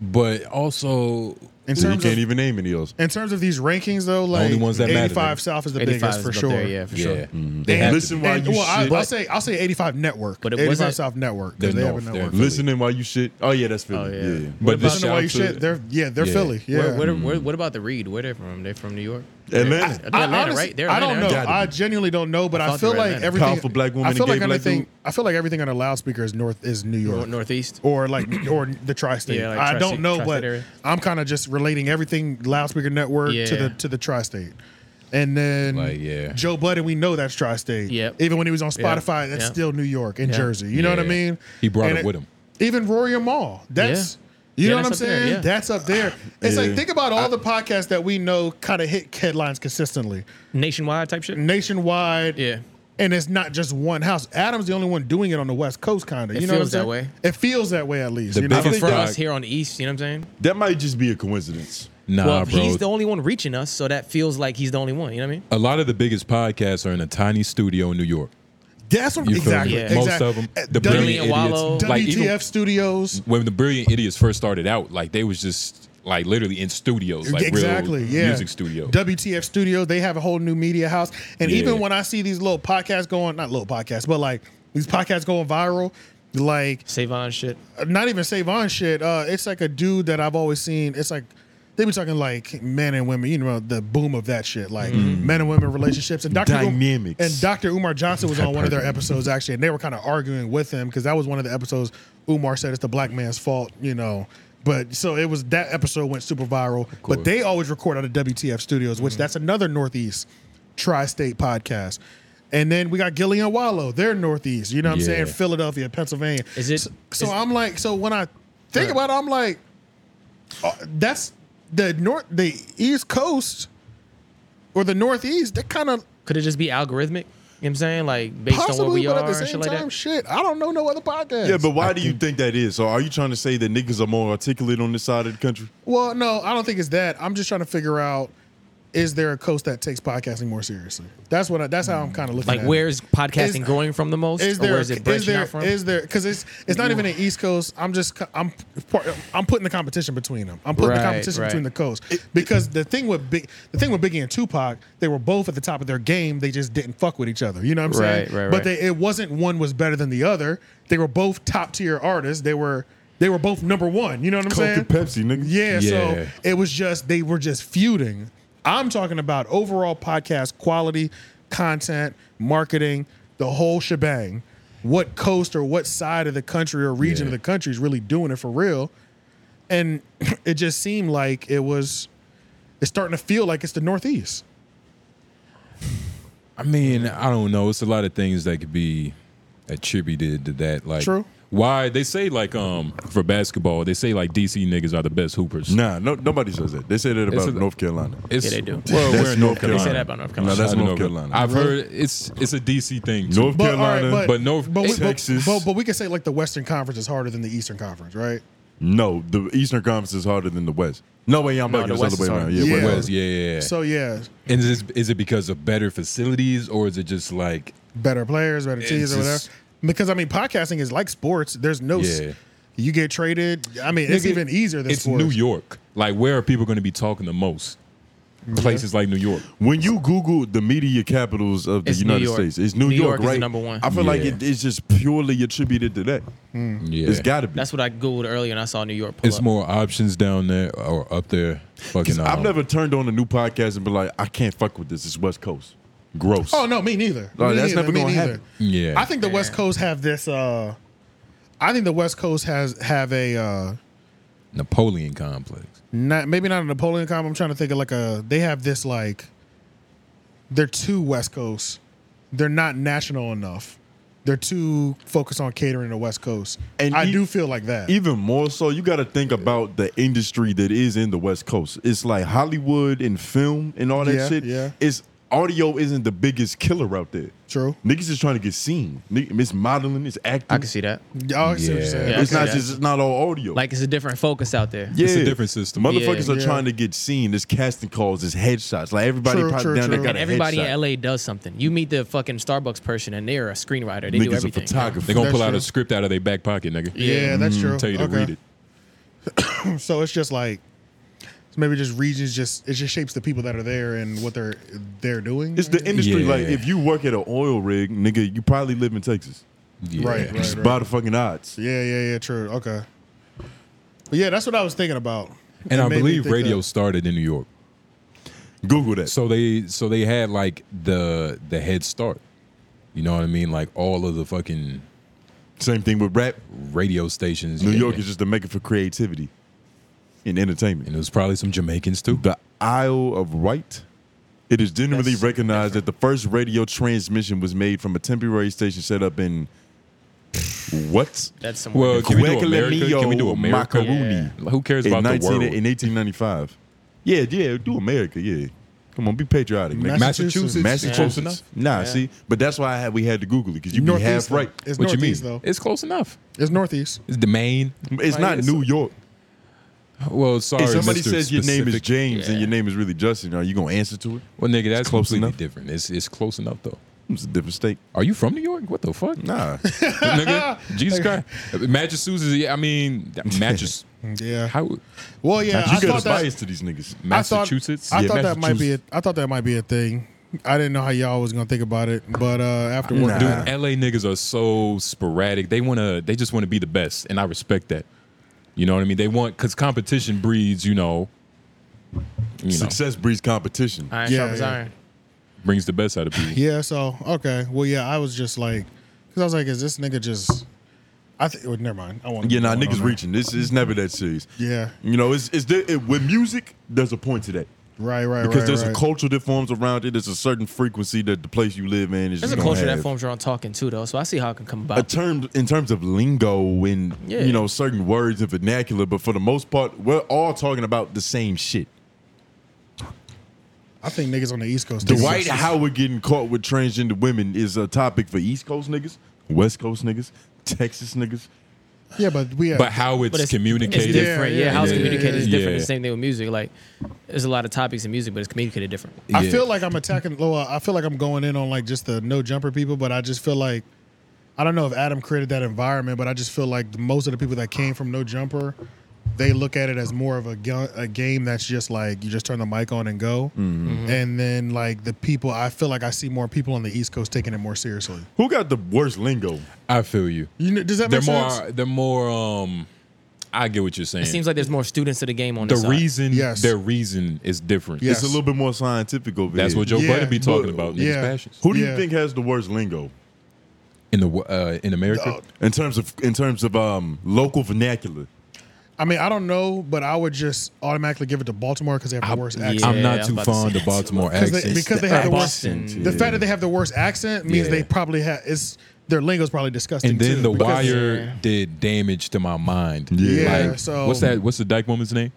C: But also,
A: In
B: So you
A: terms
B: can't
A: of
B: even name any else.
A: in terms of these rankings though, like
C: only ones that matter,
A: 85
C: nigga.
A: South is the
D: 85
A: biggest
D: is
A: for
D: up
A: sure.
D: there. Yeah, for
C: yeah.
D: sure.
C: They
A: And-
C: have
B: Listen
C: to-
B: while
A: and-
B: you
A: well, I,
B: shit.
A: will say I'll say 85 Network,
D: But
A: but
D: it
A: 85
D: wasn't-
A: South Network
C: They're
A: because they
C: north,
A: have a
C: they're-
A: network.
B: Listening while you shit. Oh yeah, that's Philly.
D: Oh, yeah.
B: yeah. yeah.
C: But
A: But
C: the
A: listening
C: shout
A: while you
C: out to-
A: shit, they're yeah they're
C: Yeah. Mm.
A: Philly. Yeah,
D: Where, where, where, what about the Reed? Where they from? They from New York?
B: Atlanta.
D: They're Atlanta,
A: honest-
D: right? They're
A: I don't
D: Atlanta,
A: know.
D: right?
B: Gotta be.
A: I genuinely don't know, but I,
D: thought
A: feel
D: they were
A: like
D: Atlanta.
A: everything.
B: Powerful black woman
A: I feel
B: and
A: like
B: gay black
A: everything.
B: dude.
A: I feel like everything on a loudspeaker is north is New York,
D: Nor- Northeast.
A: or like *clears throat* or the tri-state.
D: Yeah, like
A: I
D: tri-state-
A: don't know,
D: tri-state
A: but
D: area.
A: I'm kind of just relating everything loudspeaker network to
D: Yeah.
A: the to the tri-state. And then
C: Like, yeah.
A: Joe Budden, we know that's tri-state.
D: Yep.
A: Even when he was on Spotify, that's
D: Yep.
A: still New York and
D: Yeah.
A: Jersey. You know what I
C: Yeah.
A: mean?
C: He brought
A: And
C: it with him.
A: Even Rory Amal. That's
D: Yeah.
A: you
D: Yeah,
A: know what I'm
D: that's up there,
A: saying?
D: yeah.
A: That's up there. It's
B: Yeah.
A: like think about all the podcasts that we know kind of hit headlines consistently
D: Nationwide type shit.
A: nationwide.
D: Yeah.
A: And it's not just one house. Adam's the only one doing it on the West Coast, kind of.
D: It
A: You know what I'm
D: feels that
A: saying?
D: way.
A: It feels that way, at least.
C: The
A: you know?
C: biggest-
B: I think
D: For
B: that-
D: us here on the East, you know what I'm saying?
B: That might just be a coincidence.
C: Nah,
D: well,
C: bro.
D: he's the only one reaching us, so that feels like he's the only one. You know what I mean?
C: a lot of the biggest podcasts are in a tiny studio in New York.
A: That's what
C: You feel
A: exactly.
C: me?
D: Yeah.
C: Most
A: exactly.
C: of them,
A: Uh,
C: the
A: W-
C: brilliant
D: Wallow.
C: idiots,
A: WTF
C: like even
A: Studios.
C: when the brilliant idiots first started out, like they was just like literally in studios, like
A: exactly.
C: real
A: yeah.
C: music studio.
A: WTF Studios. They have a whole new media house. And
C: Yeah.
A: even when I see these little podcasts going, not little podcasts, but like these podcasts going viral, like uh,
D: Savon shit.
A: not even save on shit. Uh, it's like a dude that I've always seen. It's like they be talking like men and women, you know, the boom of that shit, like
C: Mm-hmm.
A: men and women relationships and Dr. Um-
B: Dynamics.
A: and Dr. Umar Johnson was on one of their episodes actually, and they were kind of arguing with him because that was one of the episodes Umar said it's the black man's fault, you know. But so it was that episode went super viral. But they always record out of WTF Studios, which that's another Northeast tri-state podcast. And then we got Gillian Wallow, they're Northeast, you know what I'm
C: Yeah.
A: saying? Philadelphia, Pennsylvania.
D: Is it-
A: So, so
D: is-
A: I'm like, so when I think about it, I'm like, uh, that's the north, the East Coast, or the Northeast. That kind of
D: Could it just be algorithmic? You know what I'm saying? Like based on what
A: possibly,
D: we
A: but
D: are
A: at the
D: and
A: same
D: shit like
A: time,
D: that.
A: shit. I don't know no other podcast.
B: Yeah, but why do you think that is? So are you trying to say that niggas are more articulate on this side of the country?
A: well, no, I don't think it's that. I'm just trying to figure out. Is there a coast that takes podcasting more seriously? That's what I, that's how I'm kind of looking.
D: Like
A: at it.
D: where's podcasting
A: Is-
D: growing from the most?
A: Is
D: or
A: there?
D: where
A: Is
D: is it branching
A: there?
D: out from?
A: Is there? Because it's it's not even an East Coast. I'm just co- I'm part- I'm putting the competition between them. I'm putting the
D: Right,
A: competition
D: right.
A: between the coasts because the thing with big the thing with Biggie and Tupac, they were both at the top of their game. They just didn't fuck with each other. You know what I'm saying?
D: Right, right,
A: But
D: right.
A: they, it wasn't one was better than the other. They were both top tier artists. They were they were both number one. You know what I'm
B: Coke
A: saying?
B: and Pepsi, nigga.
A: Yeah,
C: Yeah.
A: so it was just they were just feuding. I'm talking about overall podcast quality, content, marketing, the whole shebang. What coast or what side of the country or region of
C: Yeah.
A: the country is really doing it for real? And *clears throat* it just seemed like it was. It's starting to feel like it's the Northeast.
C: I mean, I don't know. It's a lot of things that could be attributed to that. Like,
A: True.
C: Why they say like um for basketball they say like DC niggas are the best hoopers.
B: Nah, no, nobody says that. They say that about
C: It's a-
B: North Carolina.
C: It's,
D: Yeah, they do.
C: Well,
B: That's
C: we're in North
B: North Carolina.
C: Carolina.
D: They say that about North
B: No,
D: Carolina.
B: that's
C: I don't
B: North
C: know.
B: Carolina.
C: I've heard it's it's a DC thing. Too.
B: North Carolina,
C: but no-
A: but, we- but-
B: Texas.
A: but, but we can say like the Western Conference is harder than the Eastern Conference, right?
B: no, the Eastern Conference is harder than the West. No way, I'm
D: No,
B: bugging.
D: the
B: It's
D: West
B: other way
D: is
B: around.
D: harder.
B: Yeah,
A: Yeah.
B: West.
C: West, yeah, yeah, yeah.
A: So yeah,
C: and is, is it because of better facilities or is it just like
A: better players, better teams, or whatever.
C: just-
A: Because I mean, podcasting is like sports. There's no, s-
C: Yeah.
A: you get traded. I mean, it's
C: Nigga,
A: even easier than
C: it's
A: sports.
C: New York? Like where are people going to be talking the most? Places like New York.
B: When you Google the media capitals of the
D: It's New
B: United
D: York.
B: States, it's New,
D: New
B: York,
D: York is the
B: right?
D: number one.
B: I feel like
C: Yeah.
B: it, it's just purely attributed to that.
C: Yeah,
B: It's got to be.
D: That's what I googled earlier, and I saw New York pull
C: it's
D: up.
C: more options down there or up there. Fucking,
B: I've
C: um,
B: never turned on a new podcast and been like, I can't fuck with this. It's West Coast. Gross.
A: Oh no, me neither.
B: No,
A: Me
B: that's
A: neither,
B: never
A: me
B: gonna
A: neither.
B: happen.
C: Yeah,
A: I think the West Coast have this. uh I think the West Coast has have a uh
C: Napoleon complex.
A: not maybe not a Napoleon comp. I'm trying to think of like a. They have this like. They're too West Coast. They're not national enough. They're too focused on catering to West Coast.
B: And
A: And I
B: e-
A: do feel like that. *clears throat*
B: Even more so, you got to think about the industry that is in the West Coast. It's like Hollywood and film and all that
A: Yeah,
B: shit.
A: yeah.
B: It's audio isn't the biggest killer out there.
A: True.
B: Niggas is trying to get seen. Nigg- It's modeling. It's acting.
D: I can see that.
A: Y'all see what
C: Yeah.
A: you're saying.
D: Yeah, I
B: it's
D: can
B: not
D: see that.
B: just. It's not all audio.
D: Like it's a different focus out there.
B: yeah,
C: It's a different system.
B: Motherfuckers
D: Yeah.
B: are
A: Yeah.
B: trying to get seen. It's casting calls. It's headshots. Like everybody
A: True,
B: probably
A: true,
B: down there
A: true.
B: got
D: And
B: a
D: everybody
B: headshot.
D: in LA does something. You meet the fucking Starbucks person, and they're a screenwriter. They do
B: Niggas a
D: everything.
B: photographer.
C: They're gonna
A: That's
C: pull out
A: true.
C: a script out of their back pocket, nigga.
A: Yeah, that's
C: Mm,
D: Mm-hmm.
A: true.
C: Tell you to
A: Okay.
C: read it.
A: So it's just like it's maybe just regions just it just shapes the people that are there and what they're they're doing.
B: It's the industry.
C: Yeah.
B: Like if you work at an oil rig, nigga, you probably live in Texas.
C: Yeah.
A: right, right,
B: It's
A: right.
B: by the fucking odds.
A: Yeah, yeah, yeah, true. Okay. But yeah, that's what I was thinking about.
C: And
A: It
C: I
A: made me
C: believe
A: think
C: radio
A: that-
C: started in New York.
B: Google that.
C: So they so they had like the the head start. You know what I mean? Like all of the fucking
B: Same thing with rap.
C: radio stations.
B: New
C: yeah.
B: York is just a maker for creativity and entertainment.
C: and it was probably some Jamaicans too.
B: The Isle of Wight. It is generally
D: That's
B: recognized that the first radio transmission was made from a temporary station set up in what?
D: That's some
C: Well,
D: well,
C: can we do America?
B: Guadagnino
C: Can we do America?
B: Macaroni.
C: Who cares
B: in,
C: about
B: 19
C: the world?
B: in 1895. Yeah, yeah, do America, yeah. Come on, be patriotic, man.
A: Massachusetts.
B: Massachusetts.
C: Yeah. Close enough.
B: Nah, see, but that's why I had, we had to Google it because you be half
A: Northeast. though.
B: right.
A: It's
C: what you mean?
A: northeast though.
C: It's close enough.
A: It's northeast.
C: It's the main.
B: It's
C: Like,
B: not New York.
C: Well, sorry.
B: if somebody
C: Mr.
B: says your name is
C: Specific.
B: James and your name is really Justin, are you gonna answer to it?
C: Well, nigga, that's
B: close
C: completely
B: enough.
C: different. It's it's close enough though.
B: It's a different state.
C: Are you from New York? What the fuck, *laughs*
B: Nah,
C: nigga? Jesus Christ, Massachusetts. yeah, I
B: *laughs*
C: mean, Massachusetts.
A: Yeah.
C: How
A: Well, Oh, yeah.
B: you
A: I
B: got
A: thought
B: a
A: that.
B: bias to these niggas.
A: I thought,
C: Massachusetts?
A: I
B: Yeah,
A: thought that might be. A, I thought that might be a thing. I didn't know how y'all was gonna think about it, but uh, after
B: Nah.
A: work,
C: Dude,
B: Uh,
C: LA niggas are so sporadic. They wanna they just wanna be the best, and I respect that. You know what I mean? They want cause competition breeds, you know, you know
B: Success breeds competition.
D: iron
A: Yeah,
D: sharp as
A: yeah.
D: iron.
C: brings the best out of people.
A: Yeah, so okay. Well, yeah, I was just like, because I was like, is this nigga just? I think. Well, never mind. I want.
B: Yeah, nah, niggas reaching. This is never that serious.
A: Yeah.
B: You know, it's it's there, it, with music. There's a point to that
A: Right, right,
B: because
A: right.
B: there's
A: right.
B: a culture that forms around it. There's a certain frequency that the place you live in is.
D: There's
B: just
D: a
B: gonna
D: culture
B: have.
D: that forms around talking too, though. So I see how it can come
B: a
D: about.
B: term in terms of lingo and
D: Yeah.
B: you know certain words and vernacular, but for the most part, we're all talking about the same shit.
A: I think niggas on the East Coast. think
B: Dwight
A: it's-
B: Howard getting caught with transgender women is a topic for East Coast niggas, West Coast niggas, Texas niggas.
A: Yeah, but we. Have,
C: But how it's,
D: But it's-
C: communicated.
D: It's different. Yeah,
A: yeah,
D: how it's
A: yeah,
D: communicated is
C: yeah.
D: different. It's the same thing with music. Like, there's a lot of topics in music, but it's communicated different.
A: I
C: Yeah.
A: feel like I'm attacking. Well, I feel like I'm going in on like just the no jumper people, but I just feel like I don't know if Adam created that environment, but I just feel like most of the people that came from no jumper, they look at it as more of a, gu- a game that's just like you just turn the mic on and go,
C: Mm-hmm.
A: and then like the people. I feel like I see more people on the East Coast taking it more seriously.
B: Who got the worst lingo?
C: I feel you.
A: You know, does that
C: They're
A: make
C: more
A: sense?
C: they're more um I get what you're saying.
D: It seems like there's more students to the game on
C: the
D: this side.
C: reason
A: Yes.
C: their reason is different.
A: Yes.
B: It's a little bit more scientific over
C: That's
B: here.
C: what Joe
A: Yeah.
C: Budden be talking
B: But-
C: about, niggas'
A: yeah.
C: passions.
B: Who do you
A: Yeah.
B: think has the worst lingo
C: In the wo- uh, in America?
B: in terms of in terms of um, local vernacular?
A: I mean, I don't know, but I would just automatically give it to Baltimore because they have the worst
D: yeah.
A: accent.
C: I'm not
D: I'm
C: too
D: about to
C: fond
D: say
C: of
D: that.
C: Baltimore
A: Because
C: accents.
A: they, because they have the worst.
D: Boston.
A: The fact that they have the worst accent means
C: Yeah.
A: they probably have. It's their lingo's probably disgusting.
C: and then
A: too,
C: the
A: because-
C: wire
D: Yeah.
C: did damage to my mind.
A: Yeah,
C: Like,
A: so-
C: what's that? What's the dyke woman's name?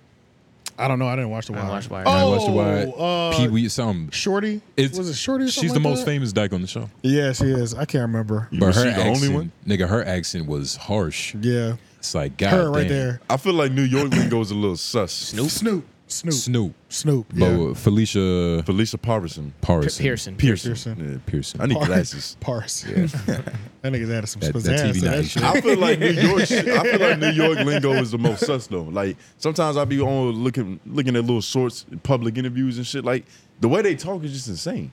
A: I don't know. I didn't watch the wire.
D: didn't watch Wire.
A: Oh,
D: I
C: I watched the wire.
A: Uh,
C: Pee Wee something.
A: Shorty.
C: It's,
A: was it Shorty? Or
C: She's the
A: something like
C: most
A: that?
C: famous dyke on the show.
A: Yeah, she is. I can't remember.
B: You
C: But
B: was
C: her
B: she the
C: accent,
B: only one.
C: nigga, her accent was harsh.
A: Yeah,
C: It's like God,
A: her right
C: damn.
A: there.
B: I feel like New York lingo is a little sus.
A: Snoop. Snoop. Snoop.
C: *coughs* Snoop,
A: Snoop.
C: but
A: Yeah.
C: uh, Felicia
B: Felicia Parson.
C: Parson,
D: Pearson.
A: Pearson.
B: Yeah.
C: Pearson.
B: I need
A: Par-
B: glasses.
A: Parse. *laughs* that nigga's added some
C: That-
A: pizzazz
C: that TV
A: to
C: night.
A: that shit.
B: I feel like
A: *laughs*
B: New York. shit- I feel like New York lingo is the most sus though. Like sometimes I be on looking looking at little shorts, public interviews and shit. Like the way they talk is just insane.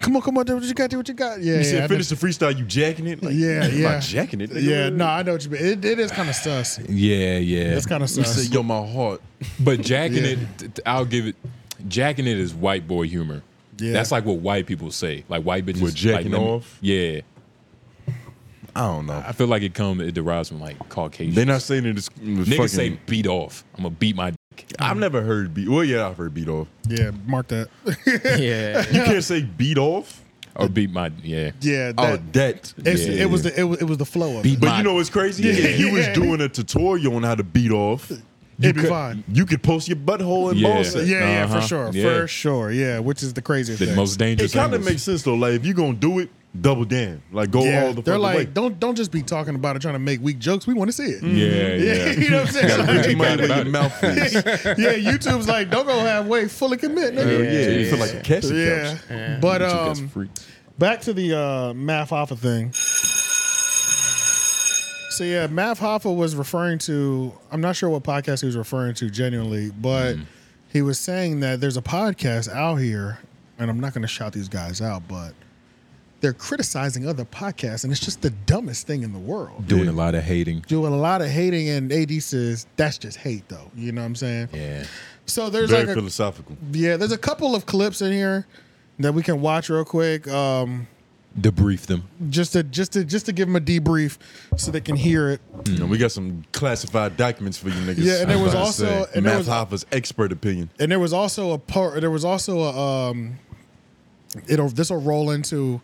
A: Come on, come on. Do what you got. Do what you got. Yeah.
B: You
A: yeah, I
B: said finish
A: know-
B: the freestyle, you jacking it. Like,
A: Yeah,
B: I'm
A: yeah.
B: Not jacking it. nigga.
A: Yeah. No, I know what you mean. It, it is kind of sus.
C: Yeah, yeah.
A: It's kind of
B: You said
A: sus.
B: yo, my heart.
C: But jacking
A: Yeah.
C: it, t- t- I'll give it. Jacking it is white boy humor.
A: Yeah.
C: That's like what white people say. Like white bitches.
B: We're jacking
C: like, let me-
B: off?
C: Yeah,
B: I don't know.
C: I feel like it comes. It derives from like Caucasian.
B: They're not saying it. Is,
C: Niggas say beat off. I'm gonna beat my dick.
B: I've never heard beat. Well, Oh, yeah, I've heard beat off.
A: Yeah. Mark that.
D: Yeah.
B: You can't say beat off.
C: Or beat my yeah.
A: *laughs* yeah. That,
B: Oh, that.
A: it's,
C: yeah.
A: It was the it was, it was the flow of it.
C: Beat
B: But
C: my-
B: you know what's crazy?
A: Yeah.
B: If you was
A: Yeah.
B: doing a tutorial on how to beat off, you
A: It'd be
B: could,
A: fine.
B: You could post your butthole and
C: Yeah.
B: ball set.
A: Yeah, yeah,
C: Uh-huh.
A: for sure,
C: Yeah.
A: for sure. Yeah, which is the craziest
C: the
A: thing.
C: most
B: It
C: dangerous.
B: kind of
C: angles.
B: makes sense though. Like if you gonna do it, double down. Like go
A: yeah,
B: all the
A: they're
B: fucking
A: like,
B: way.
A: don't don't just be talking about it, trying to make weak jokes. We want to see it.
C: Yeah,
A: mm-hmm. *laughs* Yeah,
C: yeah.
A: you know what I'm
B: Gotta put your
A: saying. Like,
B: money where
C: about
B: your
C: it.
B: mouth
A: *laughs*
B: is.
A: yeah, YouTube's like, don't go halfway, fully commit,
B: Hell
A: nigga.
B: yeah, you
C: yeah.
B: feel like a cash
A: Yeah,
B: yeah.
A: but
C: Two guys
A: um,
C: freaks.
A: back to the uh, Math Hoffa thing. So yeah, Math Hoffa was referring to. I'm not sure what podcast he was referring to genuinely, but
B: Mm.
A: he was saying that there's a podcast out here, and I'm not going to shout these guys out, but they're criticizing other podcasts, and it's just the dumbest thing in the world.
C: Doing a lot of hating.
A: Doing a lot of hating, and AD says that's just hate, though. You know what I'm saying?
C: Yeah.
A: So Oh, there's
B: Very
A: like a,
B: philosophical.
A: yeah, there's a couple of clips in here that we can watch real quick. Um,
C: Debrief them.
A: just to just to just to give them a debrief so they can hear it.
B: You know, we got some classified documents for you niggas.
A: Yeah, and there
B: I
A: was
B: about to
A: also-
B: say.
A: and there
B: Math
A: was-
B: Hopper's expert opinion.
A: And there was also a part. There was also a. Um, it'll this will roll into.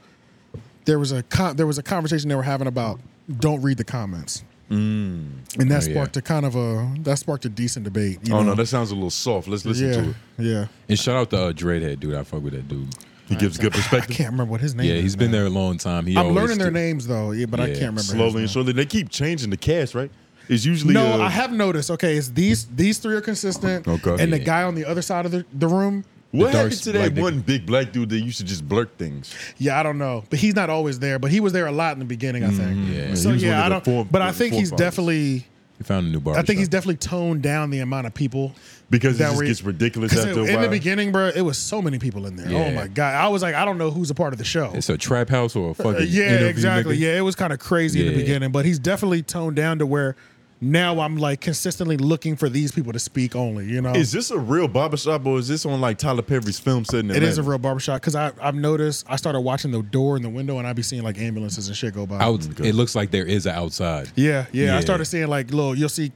A: There was a con- there was a conversation they were having about don't read the comments, mm. and that
C: Oh, yeah.
A: sparked a kind of a that sparked a decent debate. You
B: Oh
A: know?
B: no, that sounds a little soft. Let's listen
A: yeah,
B: to it.
A: yeah.
C: And shout out to uh, Dreadhead, dude. I fuck with that dude.
B: He gives good
A: I
B: perspective.
A: can't remember what his name.
C: Yeah,
A: is,
C: he's been
A: man.
C: there a long time. He
A: I'm
C: always
A: learning their
C: do-
A: names though, yeah, but I
C: Yeah,
A: can't remember. his
B: Slowly
A: name.
B: and surely, they keep changing the cast, right? It's usually
A: No,
B: uh,
A: I have noticed. Okay, it's these these three are consistent,
B: Okay.
A: and the
C: Yeah.
A: guy on the other side of the, the room.
B: What
C: The dark
B: happened to that
C: black nigga.
B: one big black dude that used to just blurt things?
A: Yeah, I don't know, but he's not always there. But he was there a lot in the beginning, I think.
C: yeah.
A: So
B: Mm-hmm. He was one
A: yeah,
B: of
A: I
B: the
A: don't.
B: four-
A: but I
B: the
A: think
B: four
A: he's
B: fathers.
A: definitely.
C: He found a new bar.
A: I think he's definitely toned down the amount of people
B: Because it
A: That
B: just
A: we-
B: gets ridiculous
A: 'Cause it-
B: after a while.
A: in the beginning, bro. It was so many people in there. Oh
C: Yeah.
A: my god, I was like, I don't know who's a part of the show.
C: It's a trap house or a fucking.
A: Uh, yeah,
C: interview,
A: exactly.
C: nigga.
A: Yeah, it was kind of crazy in
C: Yeah.
A: the beginning, but he's definitely toned down to where now I'm like consistently looking for these people to speak only. You know,
B: is this a real barbershop or is this on like Tyler Perry's film set in
A: it is a
B: Atlanta?
A: real barbershop because I I've noticed I started watching the door and the window and I'd be seeing like ambulances and shit go by.
C: Out, it looks like there is an outside.
A: Yeah, yeah,
C: Yeah.
A: I started seeing like little. You'll see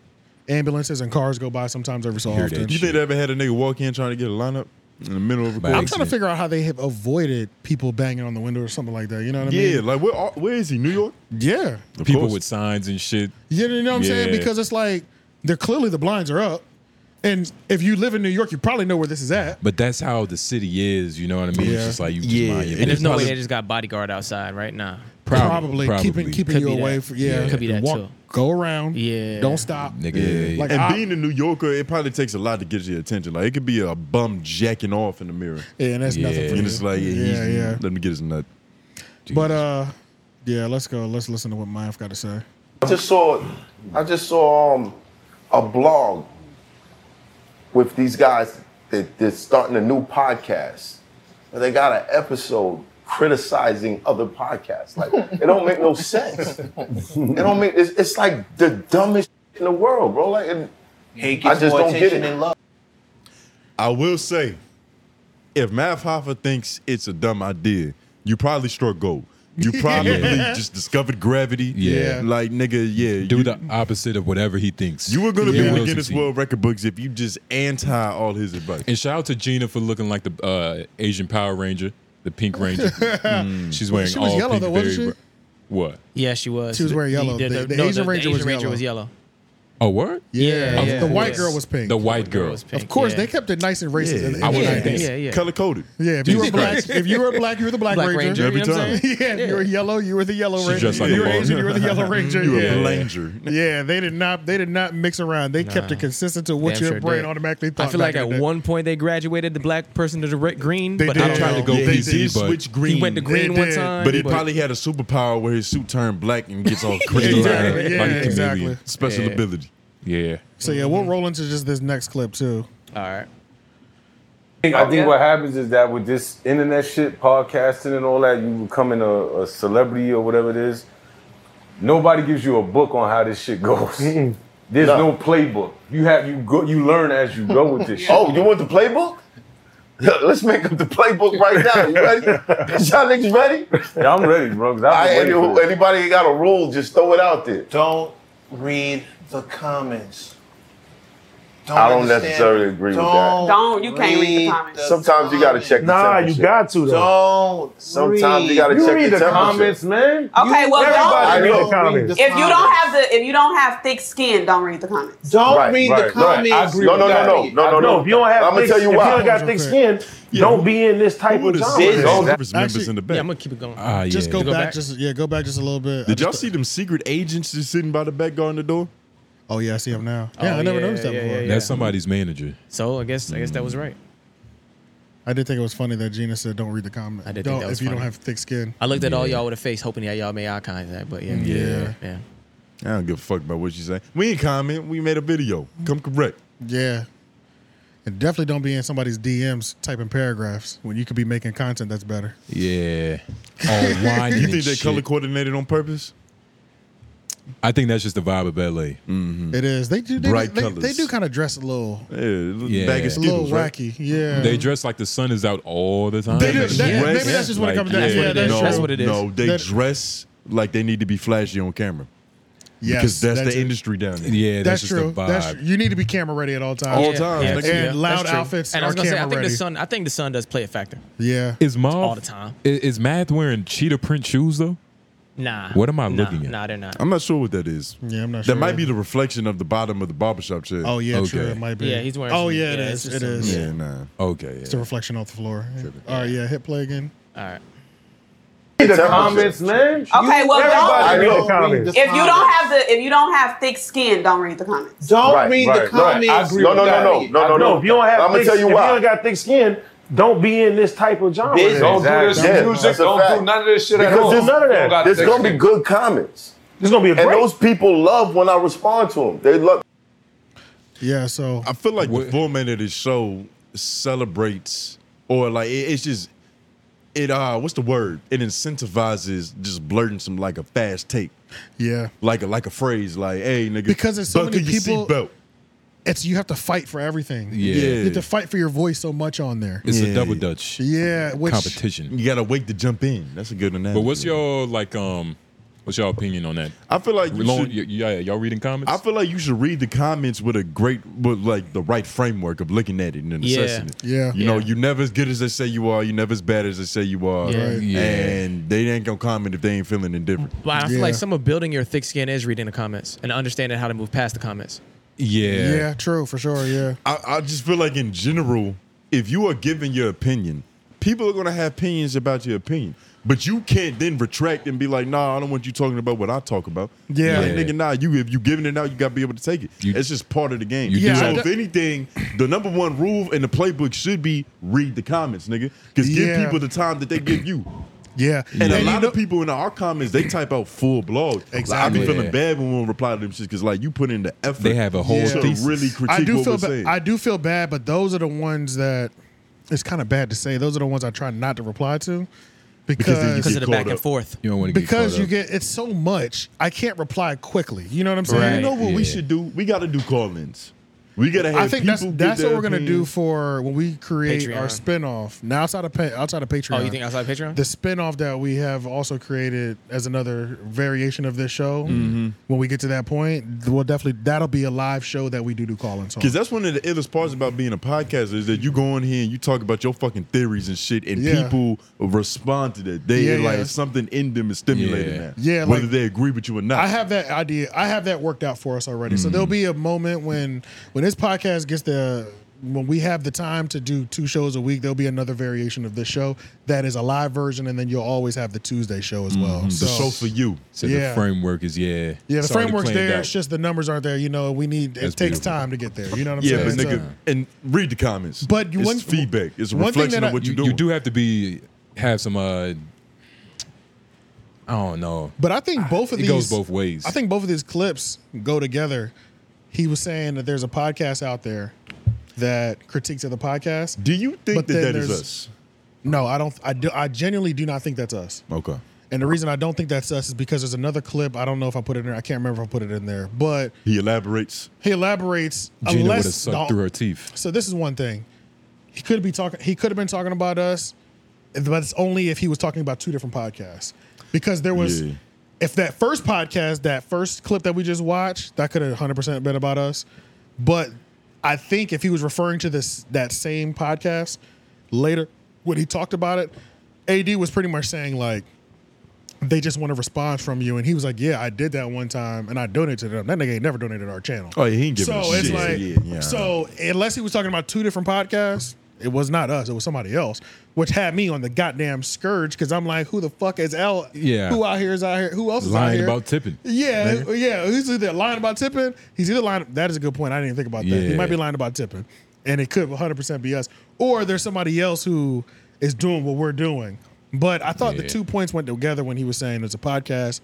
A: ambulances and cars go by sometimes every so
C: Hear
A: often.
C: that
B: You think they ever had a nigga walk in trying to get a lineup in the middle of a
C: Back.
A: I'm
B: course?
A: trying to figure out how they have avoided people banging on the window or something like that. You know what I
B: Yeah,
A: mean?
B: like where, are- where is he? New York?
A: Yeah,
B: Of
C: People
B: course.
C: with signs and shit.
A: You know what I'm saying?
C: Yeah.
A: Because it's like they're clearly the blinds are up, and if you live in New York, you probably know where this is at.
C: But that's how the city is. You know what I mean?
A: Yeah.
C: It's just like you. Just
B: Yeah.
C: mind your
D: And there's no way
C: business.
D: they just got bodyguard outside right now.
A: Probably, keeping keeping
D: Could
A: you
D: be
A: away
D: that.
A: from yeah.
D: Could be that
A: walk,
D: too.
A: Go around.
D: Yeah.
A: Don't stop.
C: nigga.
A: Like
B: and
A: I-
B: being a New Yorker, it probably takes a lot to get your attention. Like it could be a bum jacking off in the mirror,
A: Yeah, and that's nothing
C: Yeah.
A: for
B: and
A: you.
B: it's like, yeah,
A: yeah,
B: he's,
A: yeah.
B: Let me get his nut.
A: But uh, yeah. Let's go. Let's listen to what Myav got to say.
G: I just saw, I just saw um, a blog with these guys that they're starting a new podcast. And they got an episode criticizing other podcasts. Like it don't make no sense. It don't make. It's, it's like the dumbest shit in the world, bro. Like it,
H: Hate
G: I
H: gets
G: just
H: more
G: don't get
H: attention
G: it.
H: than love.
B: *laughs* I will say, if Math Hoffa thinks it's a dumb idea, you probably struck gold. You
D: *laughs*
A: *laughs*
B: probably just discovered gravity.
C: Yeah.
B: Like, nigga, yeah.
C: do
B: you,
C: the opposite of whatever he thinks.
B: you were going to
A: Yeah.
B: be in
C: Will
B: the Guinness
C: succeed.
B: World Record books if you just anti all his advice.
C: And shout out to Gina for looking like the uh, Asian Power Ranger, the Pink
A: *laughs*
C: Ranger. Mm. She's wearing
A: She was
C: all
A: yellow,
C: pink.
A: though, wasn't
C: very
A: she?
C: br- What?
D: Yeah, she was.
A: She was wearing yellow. The- the Asian Ranger was yellow.
C: Oh, what?
D: Yeah,
A: Of-
D: yeah,
A: the
D: of
A: white
D: course.
A: girl was pink.
C: The white girl.
A: Of course, they kept it nice and racist. in- in
B: I
A: the
C: was like
A: 90s.
C: this.
D: Yeah, yeah.
B: Color coded.
A: Yeah, if you were
C: Jesus
A: black,
C: Christ.
A: if you were black, you were the black,
D: Black
A: ranger.
D: Ranger.
B: Every
D: you know what I'm
B: time.
D: saying?
A: *laughs* Yeah, if you were yellow, you were the yellow
C: She
A: ranger.
C: dressed like
A: If
C: a
A: you were
C: ball.
A: Asian, you were the yellow ranger.
B: You
A: yeah.
B: a blanger.
A: Yeah, they did not. They did not mix around. They kept it consistent to what
D: Damn
A: your
D: sure
A: brain
D: did.
A: automatically thought.
D: I feel like
A: back in
D: at
A: the day.
D: one point they graduated the black person to the red, green,
A: They
D: but
A: did.
D: I tried to go.
A: Yeah.
B: They
C: PC,
B: did
C: but-
B: switch green.
D: He went to
A: They
D: green one
A: did.
D: time,
B: But he probably had a superpower where his suit turned black and
D: *laughs*
B: gets all
A: Exactly.
B: crazy.
C: Like a
A: Yeah,
C: chameleon.
A: exactly.
B: Special
D: Yeah.
B: ability.
C: Yeah.
A: So yeah, we'll roll into just this next clip too.
D: all right.
I: think- I think what happens is that with this internet shit, podcasting and all that, you becoming a, a celebrity or whatever it is. Nobody gives you a book on how this shit goes. There's no. playbook. You have you go you learn as you go with this shit.
G: oh, you want the playbook? *laughs* Let's make up the playbook right now. You ready? *laughs* Y'all niggas ready?
I: Yeah, I'm ready, bro. 'cause I've
G: I,
I: been waiting for this.
G: anybody got a rule, just throw it out there.
H: Don't read the comments.
G: I don't
H: understand-
G: necessarily agree with that.
J: Don't, you can't read the comments.
G: Sometimes you gotta check the
I: Nah, you
G: temperature.
I: got to though.
H: Don't.
G: Sometimes you gotta
I: you
G: check
I: read
G: the
I: the,
G: temperature.
I: comments, man.
J: Okay, well,
I: Everybody
G: I
I: read
G: know.
I: the comments.
J: If you don't have the, if you don't have thick skin, don't read the comments.
H: Don't
G: Right,
H: read
I: right,
H: the
I: right.
H: comments.
I: I agree
G: No, no, no, no, no, no, no.
I: If you don't have,
G: I'm gonna
I: thick-
G: tell you
I: If you
G: why.
I: don't got thick skin, don't be in this type
B: Who
I: of
B: the
I: genre.
B: secret
I: dog.
B: service members
A: Actually-
B: in the
D: Yeah,
B: back?
D: I'm gonna keep it going.
C: Ah, yeah.
A: Just go,
D: Go
A: back,
D: back?
A: just yeah, go back just a little bit. I
B: Did y'all
A: just-
B: see them secret agents just sitting by the back guard in the door?
A: Oh yeah, I see him now. Yeah,
D: Oh,
A: I never
D: yeah,
A: noticed that
D: yeah,
A: before.
D: yeah, yeah.
C: That's somebody's manager.
D: so I guess I guess that was right.
A: I did think it was funny that Gina said, "Don't read the comment.
D: I did think
A: don't
D: that was
A: if you don't
D: funny.
A: have thick skin."
D: I looked at all y'all with a face, hoping that y'all made eye contact. But yeah,
A: Yeah.
D: yeah.
B: I don't give a fuck about what you say. We ain't comment. We made a video. Come correct.
A: Yeah. And definitely don't be in somebody's DMs typing paragraphs when you could be making content that's better.
C: *laughs* Yeah. All whining
B: You
C: and
B: think they
C: shit.
B: color coordinated on purpose?
C: I think that's just the vibe of LA.
A: It is. They do. They,
B: Bright
A: they,
B: colors.
A: they do kind of dress a little,
B: Yeah, little
C: Yeah.
B: bag of
A: a little
B: Skittles, right?
A: wacky. Yeah.
C: They dress like the sun is out all the time.
A: They do. That-
C: Yeah.
A: Maybe that's just what
C: Like,
A: it comes down to.
C: yeah.
A: Yeah, that's
B: no,
A: true.
D: That's what it is.
B: No, they
A: That-
B: dress like they need to be flashy on camera
A: Yes,
B: because that's, the
A: it.
B: industry down there.
C: Yeah,
A: That's,
C: that's, just
A: true.
C: the vibe.
A: That's true. You need to be camera ready at all times.
B: All time.
D: Yeah,
B: nigga.
D: that's-
A: And
D: that's
A: loud
D: true.
A: outfits
D: And I was
A: are
D: gonna say, I
A: camera
D: think the
A: ready.
D: sun. I think the sun does play a factor.
A: Yeah.
C: Is Mav
D: all the time.
C: Is, is Math wearing cheetah print shoes though?
D: Nah.
C: What am I
D: nah,
C: looking at?
D: Nah, they're not.
B: I'm not sure what that is.
A: Yeah, I'm not
B: That
A: sure
B: might be
A: either.
B: the reflection of the bottom of the barbershop chair.
A: Oh yeah, true.
C: Okay.
A: It might be.
D: Yeah, he's wearing
A: Oh
D: some-
A: yeah, it
D: yeah,
A: is.
D: it's
A: It
D: just
A: is.
B: yeah, nah.
C: Okay.
A: It's a reflection off the floor. All right, yeah. Hit play again.
D: All right.
I: The
G: Tell me.
I: comments, man.
J: Okay, well,
H: Everybody
J: don't.
H: read
G: know.
H: the comments.
J: If you don't have the, if you don't have thick skin, don't read the comments.
H: Don't
G: Right,
H: read
G: right,
H: the comments.
G: right. I agree No, with no, that. no, no, no,
H: I-
G: no, no.
K: if you don't have,
G: I'ma
K: thick,
G: tell you
K: if
G: why.
K: you don't got thick skin, don't be in this type of genre.
H: Business.
K: Don't
I: Don't do this
G: Exactly. Yeah,
I: music.
G: that's a
I: Don't
G: fact.
I: do none of this shit at all.
G: Because there's
K: none of that.
I: Don't
G: there's
I: got
G: gonna
I: thick
G: be good comments,
K: This is gonna be a
G: and
K: great.
G: those people love when I respond to them. They love.
A: Yeah. So
B: I feel like
C: What-
B: the format of this show celebrates or like it- it's just it uh what's the word? It incentivizes just blurting some like a fast take.
A: yeah,
B: Like a like a phrase like, hey nigga.
A: Because there's so
B: buckle
A: many
B: your
A: people-
B: seatbelt.
A: it's you have to fight for everything.
C: Yeah.
A: You have to fight for your voice so much on there.
C: It's
B: Yeah.
C: a double dutch
A: yeah. Which
C: competition.
B: You gotta wait to jump in. That's a good analogy.
C: But what's your like um what's your opinion on that?
B: I feel like you
C: Long,
B: should,
C: y- yeah, y'all reading comments?
B: I feel like you should read the comments with a great, with like the right framework of looking at it and
D: Yeah.
B: assessing it.
A: Yeah.
B: You know,
D: Yeah.
B: you never as good as they say you are. You never as bad as they say you are.
D: Yeah. Right.
C: Yeah.
B: And they ain't gonna comment if they ain't feeling indifferent.
D: But I feel
A: Yeah.
D: like some of building your thick skin is reading the comments and understanding how to move past the comments. Oh,
C: yeah.
A: Yeah. True. For sure. Yeah.
B: I, I just feel like in general, if you are giving your opinion, people are gonna have opinions about your opinion. But you can't then retract and be like, nah, I don't want you talking about what I talk about.
A: Yeah.
B: Like,
C: Yeah.
B: nigga, nah, you if you giving it out, you gotta be able to take it.
C: You-
B: it's just part of the game.
C: You
A: Yeah, do
B: so
A: have
B: if
A: to-
B: anything, the number one rule in the playbook should be read the comments, nigga. Because give
A: Yeah.
B: people the time that they give you.
A: Yeah.
B: And a
A: you
B: lot
A: know-
B: of people in our comments, they type out full blog.
A: Exactly.
B: I be feeling
C: Yeah.
B: bad when we don't reply to them shit because like you put in the effort.
C: They have a whole
B: to
C: thesis.
B: really critique
A: I do
B: what
A: feel
B: we're
A: bad.
B: saying.
A: I do feel bad, but those are the ones that it's kind of bad to say. Those are the ones I try not to reply to
B: Because
A: because
B: then you
D: Because
B: get
D: of the
B: caught
D: back
B: up.
D: and forth.
C: You don't want to
A: because
C: get
A: you
C: caught up.
A: get it's so much. I can't reply quickly. You know what I'm
B: So
A: saying?
B: You know what we
C: yeah.
B: should do? We got to do call-ins. We got to have
A: I think that's
B: people give
A: that's what
B: their
A: we're gonna do
B: opinions.
A: for when we create our
D: Patreon.
A: spinoff. Now outside of pa- outside of Patreon.
D: Oh, you think outside Patreon?
A: the spinoff that we have also created as another variation of this show.
B: Mm-hmm.
A: When we get to that point, we'll definitely that'll be a live show that we do do call-ins on.
B: Cause that's one of the illest parts about being a podcaster is that you go in here and you talk about your fucking theories and shit, and
A: Yeah.
B: people respond to that. They
A: Yeah,
B: like
A: yeah.
B: something in them is stimulating
C: Yeah.
B: that,
A: Yeah, like-
B: whether they agree with you or not. Mm-hmm.
A: I have that idea. I have that worked out for us already. So there'll be a moment when when this podcast gets the when we have the time to do two shows a week, there'll be another variation of this show that is a live version, and then you'll always have the Tuesday show as well.
B: Mm-hmm. the
A: So,
B: show for you.
C: So
A: yeah.
C: the framework is yeah.
A: yeah, the
C: it's already
A: framework's
C: planned
A: there.
C: out.
A: It's just the numbers aren't there. You know, we need.
C: That's
A: it takes
C: beautiful.
A: time to get there. You know what I'm
B: Yeah,
A: saying?
B: but nigga,
A: So-
B: and read the comments.
A: But you-
B: it's
A: one-
B: feedback. It's a
A: one thing
B: reflection
A: that
B: of
A: I-
B: what
C: you,
B: you, do.
C: you do have to be have some uh I don't know.
A: But I think both of
C: It
A: these
C: goes both ways.
A: I think both of these clips go together. He was saying that there's a podcast out there that critiques of the podcast.
B: Do you think
A: But
B: that
A: then
B: that is
A: there's-
B: us?
A: No, I don't. I do. I genuinely do not think that's us.
B: Okay.
A: And the reason I don't think that's us is because there's another clip. I don't know if I put it in there. I can't remember if I put it in there. But
B: He elaborates.
A: he elaborates.
C: Gina would
A: unless
C: have sucked
A: no,
C: through her teeth.
A: so this is one thing. He could be talking. He could have been talking about us, but it's only if he was talking about two different podcasts. Because there was,
B: Yeah.
A: if that first podcast, that first clip that we just watched, that could have 100 percent been about us. But I think if he was referring to this that same podcast later when he talked about it, AD was pretty much saying like. They just want a response from you, and he was like, "Yeah, I did that one time, and I donated to them. That nigga ain't never donated to our channel."
B: Oh, yeah, he ain't giving
A: so
B: a
A: it's
B: shit.
A: like
B: Yeah, yeah.
A: so unless he was talking about two different podcasts it was not us it was somebody else which had me on the goddamn scourge because i'm like who the fuck is out
C: Yeah.
A: who out here is out here who else is out
C: Lying
A: here?
C: about tipping.
A: yeah who- yeah he's either lying about tipping he's either lying that is a good point i didn't think about that he
C: Yeah.
A: might be lying about tipping and it could 100% be us or there's somebody else who is doing what we're doing but i thought the
C: Yeah.
A: two points went together when he was saying there's a podcast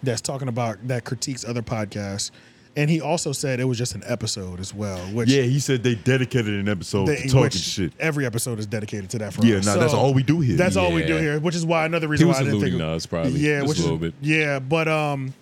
A: that's talking about that critiques other podcasts. And he also said it was just an episode as well, which
B: yeah, he said they dedicated an episode
A: they-
B: to talking
A: which
B: shit.
A: Every episode is dedicated to that. For
B: Yeah,
A: us.
B: nah, that's all we do here.
A: That's all we do
B: Yeah.
A: here, which is why another reason
C: He was
A: why I didn't think
C: alluding to us, probably,
A: Yeah,
C: just
A: which
C: a
A: is-
C: little bit.
A: Yeah, but um,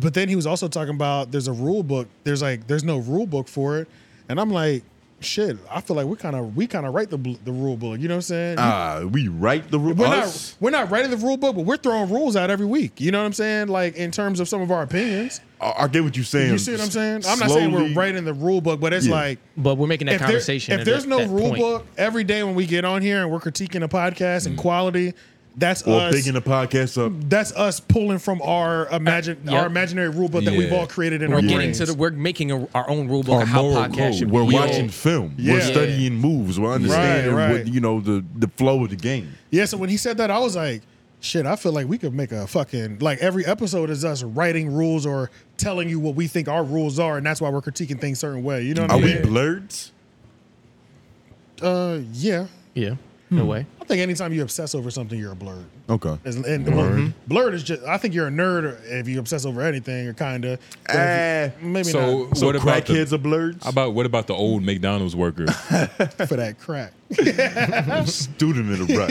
A: but then he was also talking about there's a rule book. There's like there's no rule book for it, and I'm like, shit. I feel like we kind of we kind of write the bl- the rule book. You know what I'm saying?
B: Ah, we write the rule.
A: we're
B: Us?
A: not we're not writing the rule book, but we're throwing rules out every week. You know what I'm saying? Like in terms of some of our opinions.
B: I, I get what you're saying.
A: You see what I'm saying? I'm not saying we're
B: Slowly-
A: writing the rule book, but it's
B: Yeah.
A: like
D: But we're making that
A: if there-
D: conversation.
A: if
D: and
A: there's
D: that-
A: no
D: that
A: rule
D: point.
A: book, every day when we get on here and we're critiquing a podcast and quality, that's
B: Mm. or
A: us.
B: bigging the podcast up.
A: that's us pulling from our imagine
D: Uh, yep.
A: our imaginary rule book that we've
B: Yeah.
A: all created in
D: we're
A: our
D: getting
A: brains.
D: to the, we're making a, our own rule book of how
B: moral
D: podcast
B: code.
D: should
B: We're
D: be.
B: watching film. We're
A: Yeah.
B: studying moves. We're understanding
A: Right, right.
B: what you know the the flow of the game.
A: yeah, so when he said that, I was like, shit, I feel like we could make a fucking like every episode is us writing rules or telling you what we think our rules are, and that's why we're critiquing things certain way. You know what
B: Are
A: I
B: we
A: mean?
B: blurred?
A: uh yeah.
D: Yeah. No way.
A: I think anytime you obsess over something, you're a blurred.
B: Hmm. Okay.
A: As- And
B: Word.
A: blurred is just. I think you're a nerd if you obsess over anything or kinda. But
B: Eh,
A: if you- maybe
C: so
A: not
B: So
C: what about
B: crackheads
C: the,
B: are blurred.
C: how about what about the old McDonald's worker?
A: for that crack.
B: *laughs* Student
C: *laughs*
B: in the rut.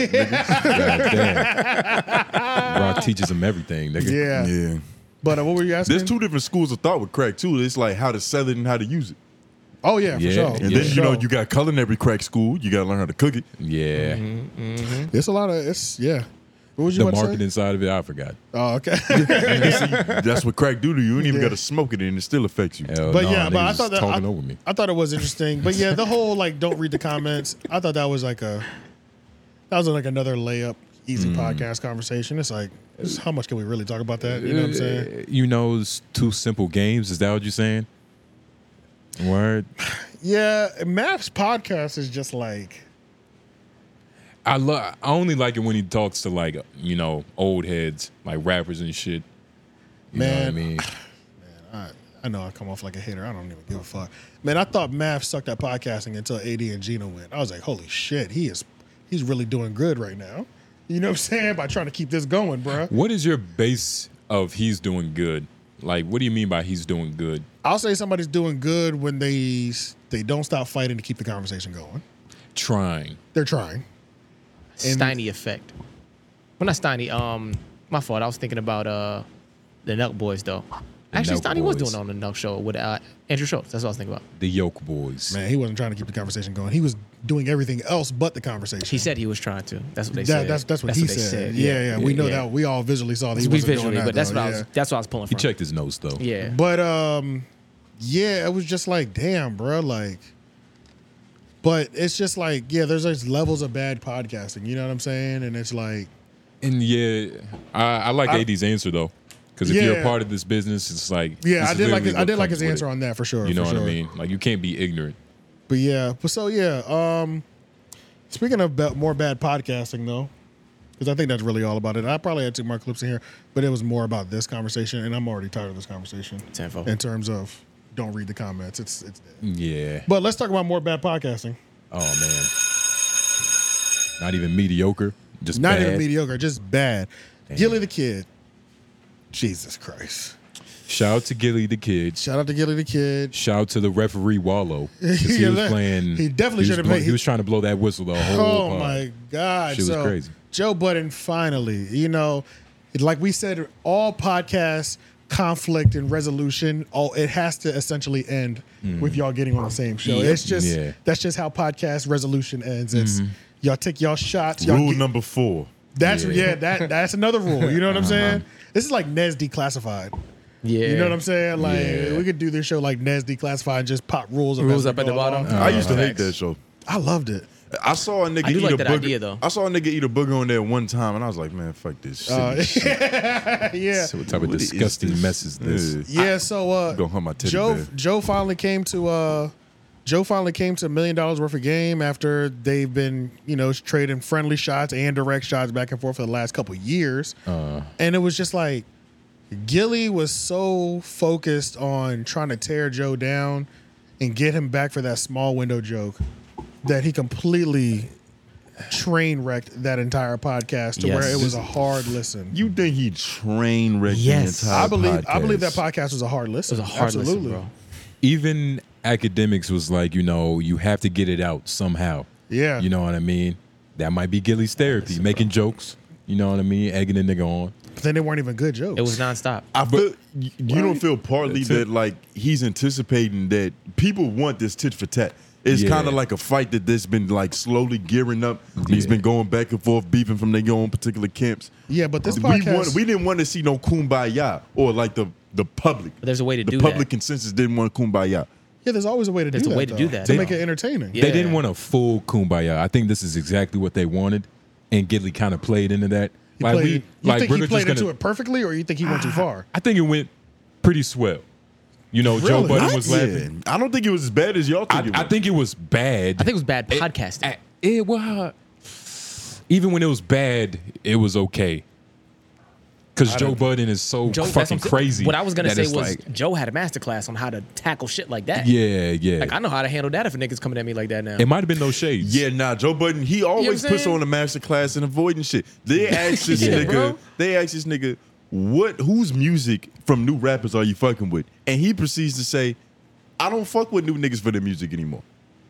A: *laughs*
B: nigga.
C: Rock teaches him everything. Nigga.
A: Ah. Yeah.
B: yeah.
A: But uh, what were you asking?
B: There's two different schools of thought with crack too. It's like how to sell it and how to use it.
A: Oh yeah, for
C: Yeah.
A: sure.
B: And
C: Yeah.
B: then you know you got culinary crack school. You got to learn how to cook it.
C: Yeah.
A: Mm-hmm.
C: Mm-hmm.
A: It's a lot of it's yeah. What was you
C: The
A: about
C: marketing side of it, I
A: *laughs*
C: forgot.
A: to say? Oh okay.
B: That's what crack do to you. You ain't even
A: Yeah.
B: got to smoke it and it still affects you.
C: Hell
A: but
C: no,
A: yeah,
C: they
A: but I
C: was
A: thought that I,
C: talking over me.
A: I thought it was interesting. But yeah, the whole like don't read the comments. I thought that was like a that was like another layup easy
C: Mm.
A: podcast conversation. It's like it's- how much can we really talk about that? You know what I'm saying?
C: Uh, You know, it's two simple games. Is that what you're saying? Word.
A: Yeah, Matt's podcast is just like
C: I love. I only like it when he talks to like you know old heads, like rappers and shit. You know what I
A: Man.
C: mean?
A: I, I know I come off like a hater. I don't even give a fuck. Man, I thought Math sucked at podcasting until AD and Gina went. I was like, holy shit, he is he's really doing good right now. You know what I'm saying? By trying to keep this going, bruh.
C: What is your base of he's doing good? Like, what do you mean by he's doing good?
A: I'll say somebody's doing good when they they don't stop fighting to keep the conversation going.
C: Trying.
A: They're trying.
D: Steiny effect. Well, not Steiny. Um, my fault. I was thinking about uh, the Nelk Boys though. Actually,
C: Nelk
D: Steiny was
C: Boys.
D: doing it on the Nelk Show with uh, Andrew Schultz. That's what I was thinking about.
C: The Yoke Boys.
A: Man, he wasn't trying to keep the conversation going. He was doing everything else but the conversation.
D: He said he was trying to. That's what they
A: that,
D: said.
A: that's that's what he
D: they
A: said. Yeah, yeah, We know
D: yeah.
A: that. We all visually saw that he
D: we
A: wasn't
D: visually,
A: doing that.
D: but that's
A: though,
D: what I
A: yeah.
D: was. That's what I was pulling
C: He
D: from.
C: checked his nose though.
D: Yeah.
A: But um, yeah, it was just like, damn, bro, like. But it's just like, yeah, there's like levels of bad podcasting. You know what I'm saying? And it's like,
C: And yeah, I, I like AD's answer though, because if you're
A: Yeah.
C: a part of this business, it's like
A: yeah,
C: this
A: I
C: is
A: did like
C: literally
A: his, I
C: what
A: did like
C: comes
A: his
C: with
A: answer
C: it.
A: on that for sure.
C: You know
A: for
C: what I
A: sure.
C: mean? Like, you can't be ignorant.
A: But yeah, but so yeah. Um, speaking of ba- more bad podcasting though, because I think that's really all about it. I probably had two more clips in here, but it was more about this conversation, and I'm already tired of this conversation.
D: Tenfold.
A: In terms of don't read the comments, it's it's.
C: Yeah.
A: But let's talk about more bad podcasting.
C: Oh man. Not even mediocre. Just
A: Not
C: bad.
A: even mediocre, just bad. Gilly the Kid. Jesus Christ.
C: Shout out to Gilly the kid.
A: Shout out to Gilly the Kid.
C: Shout out to the referee Wallow. 'cause He
A: *laughs* Yeah,
C: was
A: that-
C: playing.
A: he definitely
C: was
A: should've
C: blow-
A: played-
C: He was trying to blow that whistle the whole.
A: Oh
C: pod.
A: my God.
C: She was
A: so
C: crazy.
A: Joe Budden finally, you know, it- like we said, all podcasts, conflict and resolution, all it has to essentially end
B: Mm.
A: with y'all getting on the same show. It's just
C: Yeah.
A: that's just how podcast resolution ends. It's y'all take y'all shots, y'all
B: Mm-hmm. Rule
A: get-
B: number four. Uh-huh.
A: That's
C: Yeah.
A: yeah. that that's another rule. You know what I'm saying? This is like Nez declassified.
D: yeah.
A: You know what I'm saying? Like
C: Yeah.
A: we could do this show like Nes declassified and just pop rules up
D: Rules
A: as we
D: up at
A: go
D: the bottom.
A: along.
B: I used to hate
D: facts.
B: that show.
A: I loved it.
B: I saw a nigga
D: I do
B: eat
D: like
B: a
D: that
B: booger.
D: idea, though.
B: I saw a nigga eat a booger on there one time, and I was like, man, fuck this.
A: Uh,
B: *laughs* shit.
A: *laughs* yeah.
C: So what type of
B: What is
C: disgusting
B: this?
C: mess is this?
B: Yeah.
A: Yeah, so uh
B: Go hunt my teddy
A: Joe
B: bear.
A: Joe finally came to uh Joe finally came to a million dollars worth of game after they've been, you know, trading friendly shots and direct shots back and forth for the last couple of years.
B: Uh.
A: and it was just like Gilly was so focused on trying to tear Joe down and get him back for that small window joke that he completely train wrecked that entire podcast to
B: Yes.
A: where it was a hard listen.
B: You think he train wrecked
C: Yes.
B: the entire
A: I believe I
B: podcast?
A: believe that podcast was a hard listen. Absolutely.
C: Even academics was like, you know, you have to get it out somehow.
A: Yeah.
C: You know what I mean? That might be Gilly's therapy, making jokes. You know what I mean? Egging the nigga on.
A: But then they weren't even good jokes.
D: It was nonstop.
B: I feel you you don't feel partly
C: That's it.
B: that like he's anticipating that people want this tit for tat. It's
C: Yeah.
B: kind of like a fight that that's been like slowly gearing up. He's been going back and forth, beefing from their own particular camps.
A: Yeah, but this
B: we,
A: podcast
B: want, we didn't want to see no kumbaya or like the the public. But
D: there's a way to
B: the
D: do
B: The public
D: that.
B: consensus didn't want kumbaya.
A: Yeah, there's always a way to
D: There's a
A: do that.
D: way to do
A: though,
D: that,
A: To
D: though.
A: make it entertaining.
C: They didn't want a full kumbaya. I think this is exactly what they wanted, and Gidley kind of played into that.
A: He played, you think
C: we're
A: he
C: just
A: played
C: gonna-
A: into it perfectly or you think he
C: *laughs*
A: went too
D: Ah.
A: far?
C: I think it went pretty swell. You know, Joe
A: Really?
C: Budden was
B: What?
C: laughing.
B: I don't think it was as bad as y'all think it was.
C: I think it was bad.
D: I think it was bad podcasting.
C: It was. Even when it was bad, it was okay. Because Joe Budden is so
D: Joe, that's what
C: fucking
D: I'm saying.
C: crazy.
D: What I was gonna
C: that
D: say
C: it's
D: was
C: like,
D: Joe had a masterclass on how to tackle shit like that.
C: yeah, yeah.
D: Like I know how to handle that if a nigga's coming at me like that now.
C: it might have been those shades.
B: Yeah, nah, Joe Budden, he
D: You know
B: always
D: what I'm
B: puts
D: saying?
B: on a master class and avoiding shit. They asked this
D: *laughs* Yeah,
B: nigga,
D: bro.
B: they asked this nigga, what whose music from new rappers are you fucking with? And he proceeds to say, I don't fuck with new niggas for their music anymore.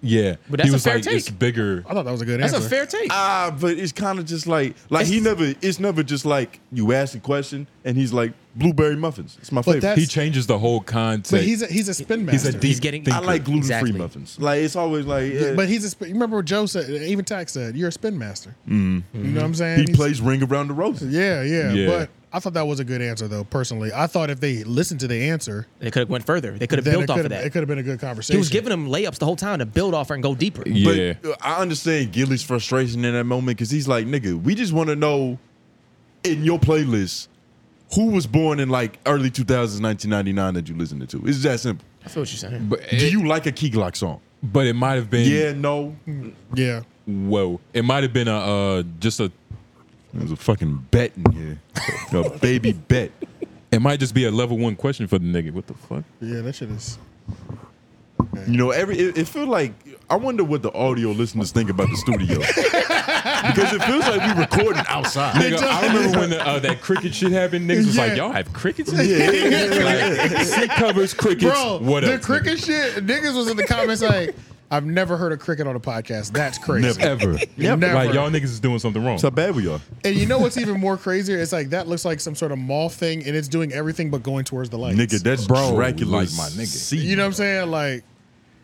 C: yeah.
D: But that's
C: he
D: a
C: was
D: fair
C: like, it's
D: take.
C: bigger.
A: I thought that was a good
D: That's a
A: answer.
D: fair take.
B: Ah, but it's kind of just like like he
D: It's-
B: never it's never just like you ask a question and he's like, blueberry muffins. It's my
A: But
B: favorite.
A: that's-
C: He changes the whole context.
A: but he's a, he's a spin
C: He's
A: master.
C: a deep
D: He's getting-
B: I
C: thinker.
B: like gluten free
D: Exactly.
B: muffins. Like it's always like yeah.
A: but he's a spin, you remember what Joe said, even Tax said, you're a spin master. You know what I'm saying?
B: he
A: He's-
B: plays ring around the roses.
A: Yeah, yeah,
C: Yeah.
A: But I thought that was a good answer though, personally. I thought if they listened to the answer,
D: They could have went further. They could have
A: then it
D: built off
A: could
D: of
A: have
D: that.
A: it could have been a good conversation.
D: He was giving them layups the whole time to build off her and go deeper.
B: But
C: yeah.
B: uh, I understand Gilly's frustration in that moment because he's like, nigga, we just want to know in your playlist who was born in like early 2000s, 1999 that you listening to. It's that simple.
D: I feel what you're saying.
C: but,
B: Do
C: it,
B: you like a Key Glock song?
C: but it might have been.
B: Yeah, no.
A: Yeah.
C: Whoa. It might have been a uh, just a.
B: There's a fucking bet in
C: *laughs*
B: here. a baby bet.
C: It might just be a level one question for the nigga. What the fuck?
A: Yeah, that shit is
B: You know, every it, it feels like I wonder what the audio listeners think about the studio. because it feels like we recording
A: *laughs*
B: outside.
C: Nigga, I remember when the, uh, that cricket shit happened. Niggas was like,
A: Ah. Yeah.
C: "Y'all have crickets
A: *laughs*
C: in here? Like, seat covers, crickets.
A: Bro,
C: what
A: the
C: else?
A: cricket shit, niggas was in the comments like, I've never heard a cricket on a podcast. That's crazy.
C: Never,
A: *laughs*
C: ever.
A: Never.
C: Like y'all niggas is doing something wrong.
B: That's how bad we are.
A: And you know what's even more crazier? It's like that looks like some sort of mall thing, and it's doing everything but going towards the lights.
B: Nigga, that's
C: Bro,
B: Dracula's
C: like my nigga.
B: seed.
A: you know what I'm saying? Like,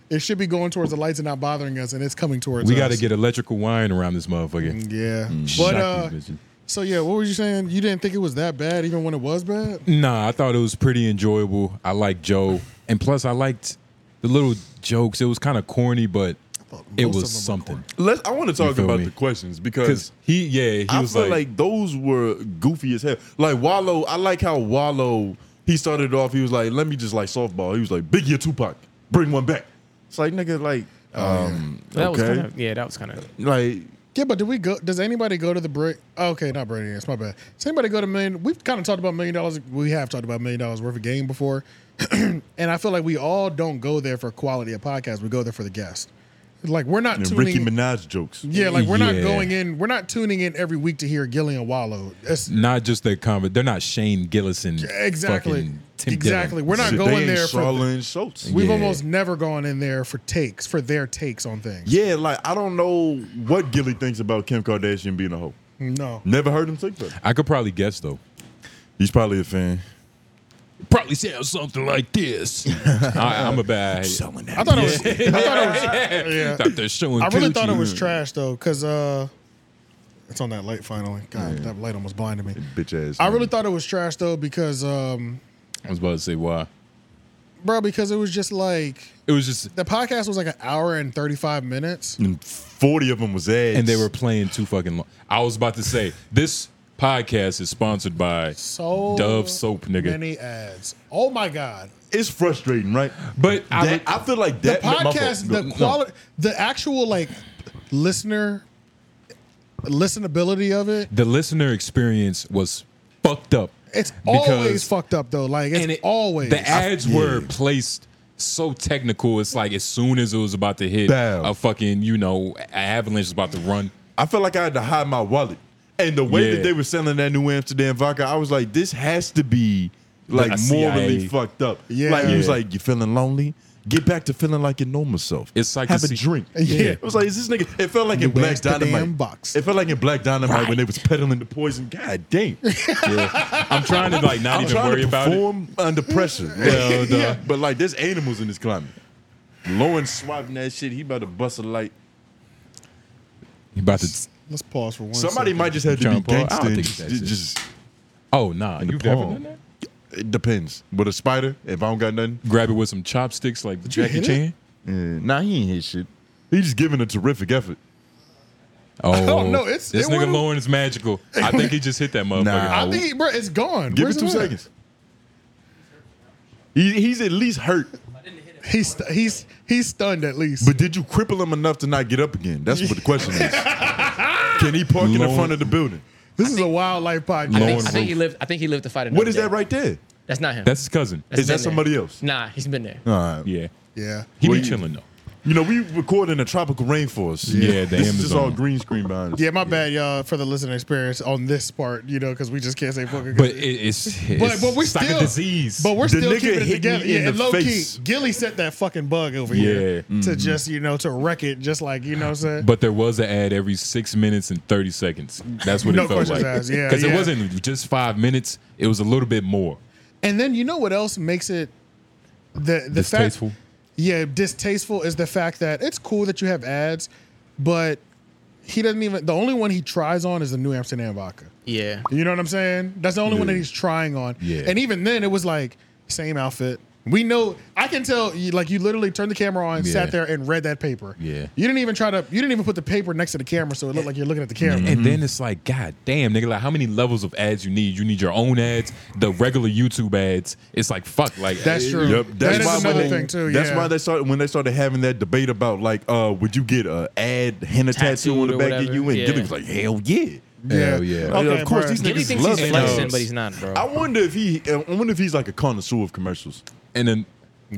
A: it should be going towards the lights and not bothering us, and it's coming towards.
C: we
A: us.
C: got to get electrical wiring around this motherfucker.
A: Mm,
C: Mm.
A: Yeah,
C: Shock
A: but uh,
C: these bitches.
A: so yeah, what were you saying? You didn't think it was that bad, even when it was bad.
C: Nah, I thought it was pretty enjoyable. I liked Joe, and plus I liked the little jokes. It was kind of corny, but it
A: most of them were
C: was something.
B: Let's I want to talk
C: feel
B: about
C: me?
B: the questions because
C: Because he, yeah, he
B: I
C: was
B: feel
C: like,
B: like, those were goofy as hell. Like Wallow, I like how Wallow he started off. He was like, "Let me just like softball." He was like, "Biggie or Tupac, bring one back." It's like nigga, like, um,
D: Oh, That was
B: okay,
D: kind of yeah. That was kind of
B: like
A: Yeah, but do we go? Does anybody go to the break? Oh, okay, not Brady. It's my bad. Does anybody go to million? We've kind of talked about million dollars. We have talked about million dollars worth of game before, *clears throat* and I feel like we all don't go there for quality of podcast. We go there for the guest. Like we're not
B: and
A: tuning.
B: Nicki Minaj jokes.
A: yeah, like we're not
C: Yeah.
A: going in. We're not tuning in every week to hear Gillian Wallow. That's
C: not just that comment. They're not Shane Gillis and
A: exactly,
C: fucking Tim Dillon.
A: exactly. We're not
B: Shit, they
A: going
B: ain't
A: there for.
B: Charlene Schultz.
A: We've
C: Yeah.
A: almost never gone in there for takes for their takes on things.
B: Yeah, like I don't know what Gilly thinks about Kim Kardashian being a hoe.
A: No,
B: Never heard him think that.
C: I could probably guess though.
B: He's probably a fan.
C: Probably sounds something like
A: *laughs*
C: this. I, I'm a bad. Someone
A: I thought it was. I thought it was. *laughs* yeah.
C: Thought they're showing
A: I really thought it
C: coochie.
B: Mm.
A: was trash though, because uh, it's on that light finally. God, that light almost blinded me.
B: Bitch ass.
A: I really
B: nigga.
A: thought it was trash though, because um,
C: I was about to say why.
A: bro, because it was just like
C: It was just,
A: the podcast was like an hour and thirty five minutes.
B: And forty of them was ads,
C: and they were playing too fucking long. I was about to say this podcast is sponsored by
A: So
C: Dove soap, nigga.
A: Many ads. Oh my god.
B: It's frustrating, right?
C: But I
B: That- I,
C: would-
B: feel like
A: The
B: that my fault.
A: podcast,
B: Go-
A: the
B: no.
A: quality, the actual like listener listenability of it.
C: the listener experience was fucked up.
A: It's
C: Because-
A: always fucked up though. Like it's
C: and it,
A: always
C: the ads were placed so technical. It's like as soon as it was about to hit
B: Bam.
C: a fucking you know a- avalanche is about to run.
B: I felt like I had to hide my wallet. And the way
C: Yeah.
B: that they were selling that New Amsterdam vodka, I was like, this has to be like
C: Like a
B: morally
C: CIA.
B: fucked up.
A: Yeah.
B: Like he was
C: Yeah.
B: like, you feeling lonely? Get back to feeling like your normal self.
C: It's like
B: have
C: the C-
B: a drink.
A: *laughs* Yeah.
B: It was like, is this nigga? It felt like in
A: New
B: Black
A: Amsterdam
B: Dynamite.
A: box.
B: It felt like in Black Dynamite when they was peddling the poison. God dang.
C: I'm trying to like not
B: I'm
C: even
B: trying
C: worry
B: to
C: about it.
B: perform under
C: *laughs*
B: pressure. *laughs* Well, duh. But like, there's animals in this climate. Lauren swiping that shit. He about to bust a light.
C: You about to?
A: Let's pause for one.
B: Somebody
A: second.
B: might just have to be
C: John Paul, I don't
B: gangster. and
C: think
B: Just,
C: that's it.
B: just-
C: Oh nah, you
B: palm.
C: ever
B: *laughs*
C: done that?
B: it depends. But a spider, if I don't got nothing,
C: Grab it with some chopsticks like
A: you
C: Jackie
A: hit it?
C: Chan.
B: eh, nah, he ain't hit shit. He just giving a terrific effort. *laughs*
C: Oh
A: no, it's-
C: this
A: it
C: nigga
A: would've-
C: Lauren is magical. I think he just hit that motherfucker.
B: Nah.
A: I think, he, bro, it's gone.
B: Give
A: Where's
B: it two
A: it at?
B: seconds. He, he's at least hurt.
A: He's stu- he's he's stunned at least.
B: But did you cripple him enough to not get up again? That's what the question *laughs* is. Can he park in the
C: Lauren-
B: front of the building?
A: this is a wildlife podcast.
D: I
C: Lord
D: think, I think he lived. I think he lived to fight another
B: What is
D: day.
B: that right there?
D: That's not him.
C: That's his cousin.
D: been
B: Is that
D: there.
B: somebody else?
D: Nah, he's been there.
B: All right.
C: Yeah,
A: Yeah.
C: he
B: Well,
C: be
B: you-
C: chilling though.
B: You know, we record in a tropical rainforest.
C: Yeah, the
B: this is just
C: Amazon.
B: all green screen behind us.
A: Yeah, my bad, y'all, for the listener experience on this part, you know, because we just can't say fucking.
C: But it, it's, it's
A: but, but we
C: it's
A: still
C: like a disease.
A: But we're
B: The
A: still
B: nigga
A: keeping
B: hit
A: it
B: me
A: together.
B: in
A: Yeah, and
B: the
A: low
B: face. Mm-hmm.
A: key, Gilly set that fucking bug over here
C: Yeah.
A: to just you know to wreck it, just like you know what I'm saying.
C: But there was an ad every six minutes and thirty seconds. That's what
A: No
C: it felt
A: questions
C: like.
A: asked. Yeah,
C: it
A: yeah.
C: wasn't just five minutes. It was a little bit more
A: and then you know what else makes it the the
C: distasteful.
A: fact yeah distasteful is the fact that it's cool that you have ads, but he doesn't even. The only one he tries on is the New Amsterdam vodka.
D: Yeah.
A: You know what I'm saying? That's the only one that he's trying on.
C: Yeah.
A: And even then, it was like same outfit. We know. I can tell. You, like you literally turned the camera on, sat
C: Yeah.
A: there, and read that paper.
C: Yeah.
A: You didn't even try to. You didn't even put the paper next to the camera, so it looked like you're looking at the camera.
C: And then it's like, God damn, nigga, like how many levels of ads you need? You need your own ads, the regular YouTube ads. It's like fuck, like
A: That's
C: eh,
A: true.
B: Yep,
A: That
B: that's
A: is
B: why
A: another
B: when they,
A: thing too.
B: That's
A: yeah.
B: why they started when they started having that debate about like, uh, would you get a ad henna tattoo,
D: Tattooed
B: on the
D: or
B: back
D: whatever,
B: of you? And
D: yeah.
B: Gilly was like, hell yeah.
C: Hell yeah.
B: Like,
A: Okay,
B: of course,
A: bruh.
B: these
D: Gilly
B: niggas
D: thinks
B: love
D: he's
B: it.
D: flexing,
C: ads.
D: but he's not, bro.
B: I wonder if he. I wonder if he's like a connoisseur of commercials.
C: And then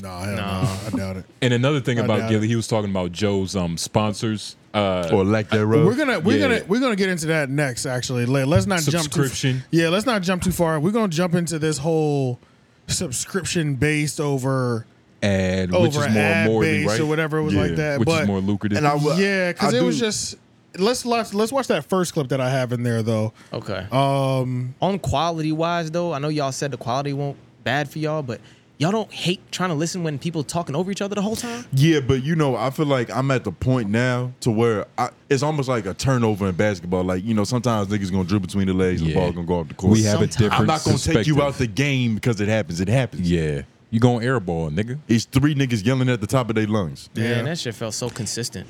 A: Nah, hell no, I doubt it.
C: and another thing
A: I
C: about
A: doubt
C: Gilly,
A: it.
C: he was talking about Joe's um sponsors. Uh
B: or lack thereof.
A: We're gonna we're
C: yeah.
A: gonna we're gonna get into that next. Actually, Let, us not jump
C: Subscription.
A: too, Yeah, let's not jump too far. We're gonna jump into this whole subscription based over
C: ad, which
A: over
C: is more
A: ad
C: morally
A: based
C: right.
A: or whatever it was
B: Yeah.
A: like that.
C: Which
A: but
C: is more lucrative.
B: and I will-
A: yeah, because
B: I
A: it was
B: do-
A: just let's watch let's watch that first clip that I have in there though.
D: Okay. Um, on quality wise though, I know y'all said the quality won't bad for y'all, but y'all don't hate trying to listen when people talking over each other the whole time.
B: Yeah, but you know, I feel like I'm at the point now to where I, it's almost like a turnover in basketball. Like you know, sometimes niggas gonna dribble between the legs, and the
C: Yeah.
B: ball gonna go off the court.
C: We have a
D: Sometimes-
C: different
B: I'm not gonna take
C: perspective.
B: you out the game because it happens. It happens.
C: Yeah. You going airball, nigga.
B: It's three niggas yelling at the top of their lungs.
D: Man, that shit felt so consistent.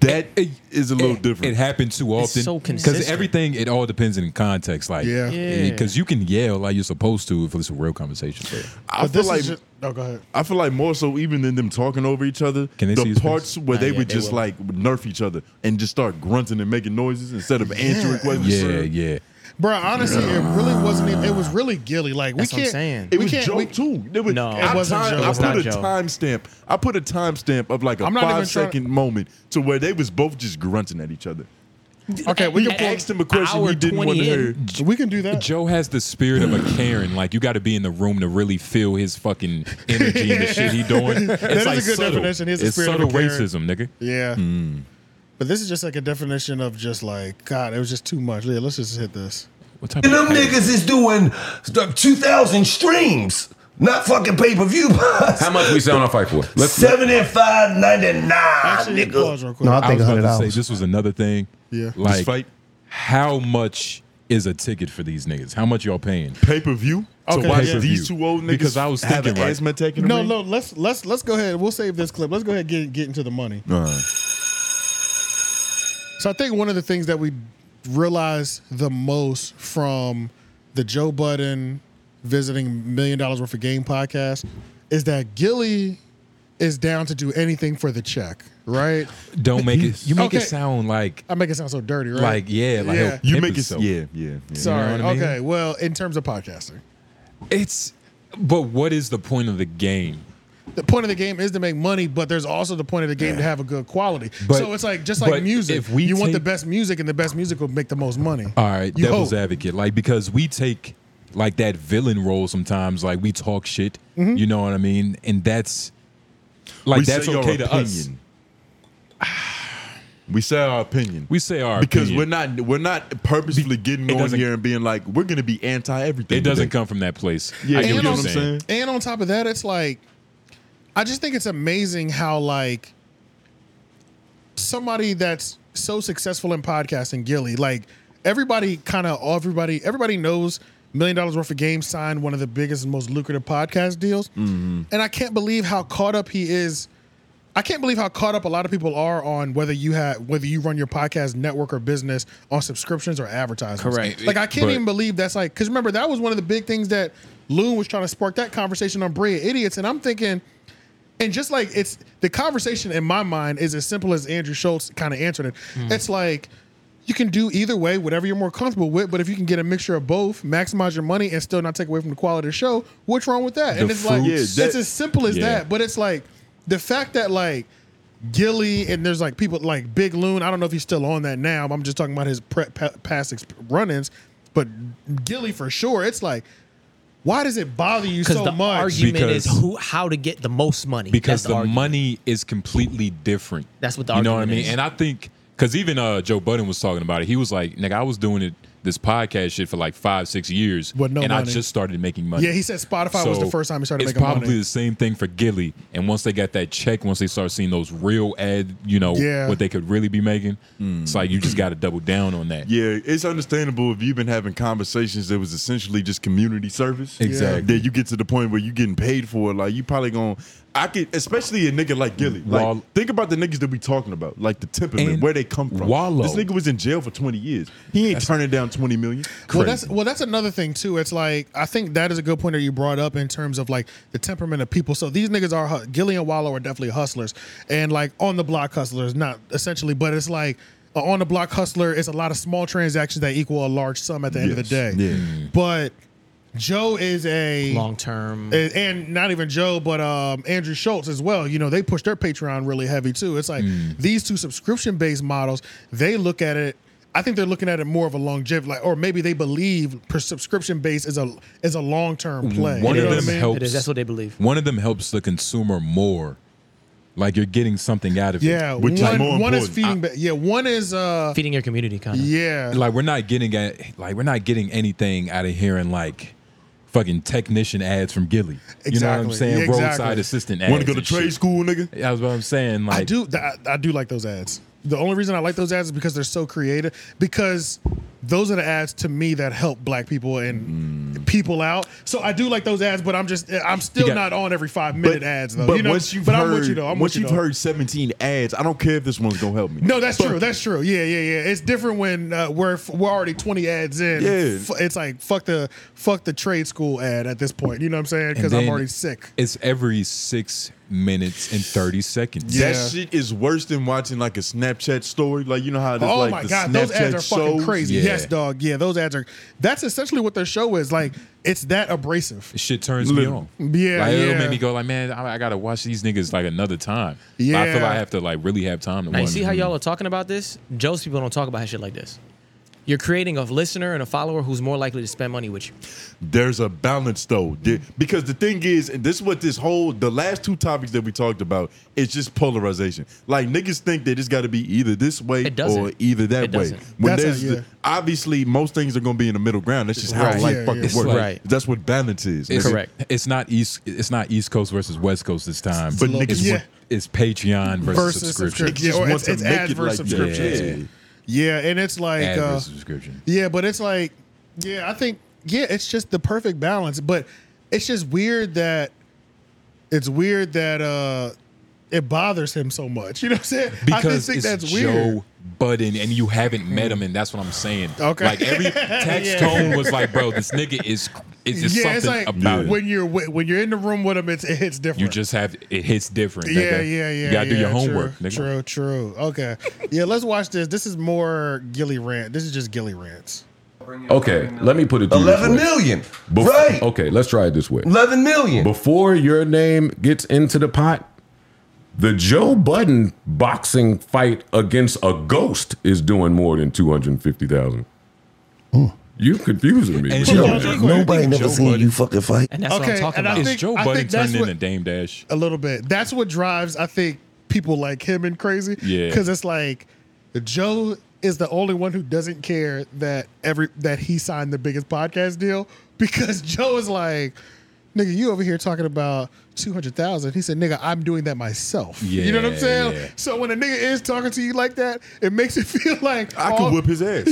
B: That is a little
C: it,
B: different.
C: It happened too often.
D: so
C: Because
D: consistent.
C: everything, it all depends in context. Like,
A: Yeah.
D: Yeah.
C: Because you can yell like you're supposed to if it's a real conversation. But
B: I
A: But
B: feel
A: this
B: like
A: is just, no, go ahead.
B: I feel like more so even than them talking over each other.
C: Can they see
B: the
C: his
B: parts where
D: Nah,
B: they
D: yeah,
B: would
D: they
B: just
D: will.
B: like nerf each other and just start grunting and making noises instead of answering questions.
C: yeah, yeah.
A: Bro, honestly, it really wasn't even it was really gilly. Like we
D: That's what
A: can't
D: I'm saying.
B: It
A: we
B: was
A: can't
B: Joe
A: we-
B: too. There was-
D: No.
B: I
D: It
A: wasn't
B: time-
A: Joe.
B: I
A: It's
D: not
B: put a
D: Joe.
B: timestamp. I put a timestamp of like a
A: I'm not even
B: five second
A: trying-
B: moment to where they was both just grunting at each other.
A: Okay, we
B: You
A: can
B: asked him a question
D: hour
B: he didn't want to
D: 20 in.
B: hear.
A: pull, we can do that.
C: Joe has the spirit of a Karen. Like, you got to be in the room to really feel his fucking energy and the shit he
A: *laughs*
C: doing. It's
A: is
C: like
A: a good
C: subtle.
A: definition. He has the
C: It's
A: spirit of
C: subtle
A: a Karen.
C: racism,
A: *laughs*
C: nigga. Mm.
A: Yeah. But this is just like a definition of just like God. It was just too much. Yeah, let's just hit this.
C: What type
L: And
C: of
L: them niggas is doing st- 2,000 streams, not fucking pay per *laughs* view.
M: How much we selling our fight for? Let's
L: Seventy-five ninety-nine,
A: Actually,
L: nigga.
A: pause real quick.
H: No, I
C: I
H: think
C: was
H: hundred
C: about to say
H: dollars.
C: this was another thing.
A: Yeah. This
C: Like,
B: fight?
C: how much is a ticket for these niggas? How much y'all paying?
B: Pay per view to
A: Okay,
B: watch
A: yeah.
B: these two old niggas
C: Because I was
B: have
C: thinking,
B: an
C: right?
B: asthma attack in the
A: no,
B: ring?
A: no. Let's let's let's go ahead. We'll save this clip. Let's go ahead and get get into the money.
B: Uh,
A: So I think one of the things that we realize the most from the Joe Budden visiting million dollars worth of game podcast is that Gilly is down to do anything for the check, right?
C: Don't make it. You make it
A: Okay.
C: sound like,
A: I make it sound so dirty, right?
C: like yeah, like
A: Yeah.
C: he'll
B: you
C: pimp
B: make it.
C: himself.
B: Yeah, yeah, yeah.
A: Sorry.
C: what I mean?
A: Okay. Well, in terms of podcasting,
C: It's, but what is the point of the game?
A: the point of the game is to make money, but there's also the point of the game to have a good quality.
C: But-
A: so it's like just like
C: but
A: music.
C: if we
A: you want the
C: take-
A: best music, and the best music will make the most money.
C: All right,
A: You
C: devil's
A: hope.
C: advocate, like because we take like that villain role sometimes. Like we talk shit,
A: Mm-hmm.
C: you know what I mean, and that's like
B: We say
C: that's
B: your
C: okay to us.
B: opinion. We say our opinion.
C: We say our
B: because
C: opinion.
B: we're not we're not purposefully getting
C: It
B: on
C: doesn't-
B: here and being like we're going to be anti everything.
C: It doesn't come from that place.
B: Yeah,
C: I get
B: you
C: what
B: know
C: you're
B: what I'm
C: saying.
B: saying?
A: And on top of that, it's like I just think it's amazing how like somebody that's so successful in podcasting, Gilly, like everybody kind of everybody everybody knows million dollars worth of games signed one of the biggest and most lucrative podcast deals.
B: Mm-hmm.
A: And I can't believe how caught up he is. I can't believe how caught up a lot of people are on whether you have whether you run your podcast network or business on subscriptions or advertisements.
D: Correct.
A: Like I can't
D: But-
A: even believe that's like because remember that was one of the big things that Loon was trying to spark that conversation on Bria Idiots, and I'm thinking, and just like it's the conversation in my mind is as simple as Andrew Schultz kind of answered it. It's like you can do either way, whatever you're more comfortable with, but if you can get a mixture of both, maximize your money and still not take away from the quality of the show, what's wrong with that?
B: The
A: and it's like
B: fruits. Yeah,
A: it's
B: that-
A: as simple as
B: Yeah.
A: that. But it's like the fact that like Gilly and there's like people like Big Loon. I don't know if he's still on that now. But I'm just talking about his pre- pa- past exp- run-ins. But Gilly for sure. It's like, why does it bother you
D: Because
A: so
D: the
A: much?
D: argument
C: Because-
D: is who, how to get the most money.
C: because
D: That's
C: the
D: argument.
C: money is completely different.
D: That's what the
C: you know what I
D: argument
C: mean.
D: is.
C: And I think because even uh, Joe Budden was talking about it. He was like, "Nigga, I was doing it this podcast shit for like five, six years,
A: With no
C: and
A: money.
C: I just started making money."
A: Yeah, he said Spotify was the first time he started
C: it's
A: making money.
C: probably the same thing for Gilly. And once they got that check, once they start seeing those real ad, you know,
A: Yeah.
C: what they could really be making,
D: Hmm.
C: it's like you just got to double down on that.
B: Yeah, it's understandable if you've been having conversations that was essentially just community service.
C: Exactly.
B: That you get to the point where you getting paid for it. Like you probably going to I could especially a nigga like Gilly. Like
C: Wall-
B: think about the niggas that we talking about, like the temperament,
C: And
B: where they come from.
C: Wallow.
B: This nigga was in jail for 20 years. He ain't turning down 20 million.
A: Well, that's well, that's another thing too. It's like I think that is a good point that you brought up in terms of like the temperament of people. So these niggas are hu- Gilly and Wallow are definitely hustlers and like on the block hustlers, not essentially, but it's like a on the block hustler is a lot of small transactions that equal a large sum at the end of the day.
B: Yes. Yeah.
A: But Joe is a
D: long term.
A: and- and not even Joe, but um, Andrew Schultz as well. You know, they push their Patreon really heavy too. It's like
C: Mm.
A: these two subscription based models, they look at it. I think they're looking at it more of a longevity, like, or maybe they believe per subscription based is a is a long term play.
C: Mm, One
A: You
C: of
A: know
C: them
A: what I mean?
C: helps.
D: It is. That's what they believe.
C: One of them helps the consumer more. Like you're getting something out of it.
A: Yeah, one, one is feeding.
C: I-
A: ba- yeah, one is uh,
D: feeding your community kind of.
A: Yeah,
C: like we're not getting at like we're not getting anything out of hearing like fucking technician ads from Gilly. You know what I'm
A: Exactly.
C: saying?
A: Yeah, exactly.
C: Roadside assistant ads.
B: Want to go to
C: and
B: trade
C: shit.
B: school, nigga?
C: That's what I'm saying. Like
A: I do. th- I- I do like those ads. The only reason I like those ads is because they're so creative. Because those are the ads to me that help black people and
C: Mm.
A: people out. So I do like those ads, but I'm just I'm still
B: got-
A: not on every five minute ads though.
B: But
A: you know?
B: once you've
A: but
B: heard,
A: I'm with you though. I'm
B: once
A: with you,
B: you've
A: though.
B: heard 17 ads, I don't care if this one's gonna help me.
A: No, that's true. That's true. Yeah, yeah, yeah. It's different when uh, we're we're already twenty ads in.
B: Yeah.
A: F- it's like fuck the fuck the trade school ad at this point. You know what I'm saying?
C: and
A: Because I'm
C: then
A: already sick.
C: It's every six minutes and thirty seconds.
B: That shit is worse than watching like a Snapchat story. Like you know how there's
A: Oh
B: like
A: my
B: the
A: god,
B: Snapchat
A: those ads are fucking
B: shows?
A: crazy.
B: Yeah.
A: Yes, dog. Yeah, those ads are. That's essentially what their show is. Like, it's that abrasive.
C: This shit turns
A: Literally.
C: me off.
A: Yeah,
C: like,
A: yeah.
C: It'll make me go like, man, I, I gotta watch these niggas like another time. Like, I feel
A: Yeah.
C: I have to like really have time to
D: Now you
C: watch.
D: see how y'all are talking about this? Joe's people don't talk about shit like this. You're creating a listener and a follower who's more likely to spend money with you.
B: There's a balance though, There- because the thing is, and this is what this whole the last two topics that we talked about, it's just polarization. Like niggas think that it's got to be either this way
D: doesn't.
B: or either that
D: It
B: way.
D: doesn't.
B: When
A: That's
B: there's
A: how- yeah.
B: the- obviously most things are gonna be in the middle ground. That's just how
C: Right.
B: life
C: Yeah,
B: fucking
C: yeah.
B: works.
C: Right.
B: That's what balance is.
C: It's,
B: nigga.
C: It's not east. It's not East Coast versus West Coast this time.
B: But niggas
C: it's,
B: Yeah.
C: want- it's Patreon versus,
A: Versus
C: subscription.
A: subscription. Yeah, or it's- it's ads versus subscriptions. Yeah, and it's like
C: Ad
A: uh,
C: versus subscription.
A: Yeah, but it's like, yeah, I think, yeah, it's just the perfect balance. But it's just weird that it's weird that uh it bothers him so much. *laughs* You know what I'm saying? I
C: Because
A: just think
C: it's
A: that's
C: Joe
A: weird.
C: Budden, and you haven't met him, and that's what I'm saying.
A: Okay.
C: Like every text
A: *laughs* Yeah.
C: tone was like, "Bro, this nigga is it's just
A: yeah,
C: something
A: it's like
C: about him.
A: when you're when you're in the room with him, it's it hits different.
C: You just have it hits different.
A: Yeah,
C: nigga.
A: yeah, yeah.
C: You gotta do your
A: yeah,
C: homework.
A: True,
C: nigga.
A: true, true. Okay. yeah, let's watch this. This is more Gilly rant. This is just Gilly rants.
M: Okay, let me put it. to you this
L: 11
M: way.
L: million.
M: Bef-
L: Right.
M: Okay, let's try it this way.
L: 11 million.
M: Before your name gets into the pot, the Joe Budden boxing fight against a ghost is doing more than two hundred fifty thousand. You confusing me. with
L: Joe,
M: that.
L: Hmm. nobody never seen you fucking fight.
D: And that's what I'm talking
A: and
D: about.
A: I
C: Is
A: think-
C: Joe
A: I
C: Budden
A: think that's
C: turned
A: what-
C: into Dame Dash?
A: a little bit. That's what drives, I think, people like him and crazy.
C: Yeah.
A: because it's like Joe is the only one who doesn't care that every that he signed the biggest podcast deal because *laughs* Joe is like, nigga, you over here talking about two hundred thousand. He said, nigga, I'm doing that myself. you know what I'm
C: Yeah,
A: saying.
C: yeah.
A: So when a nigga is talking to you like that, it makes it *laughs* feel like
B: I
A: all-
B: could whip
A: *laughs*
B: his ass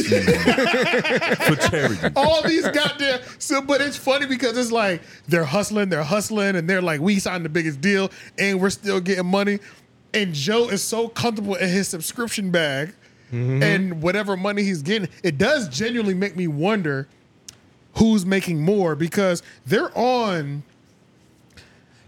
B: for charity.
A: all these goddamn. So, but it's funny because it's like they're hustling, they're hustling, and they're like, we signed the biggest deal, and we're still getting money. And Joe is so comfortable in his subscription bag,
D: Mm-hmm.
A: and whatever money he's getting, it does genuinely make me wonder who's making more because they're on.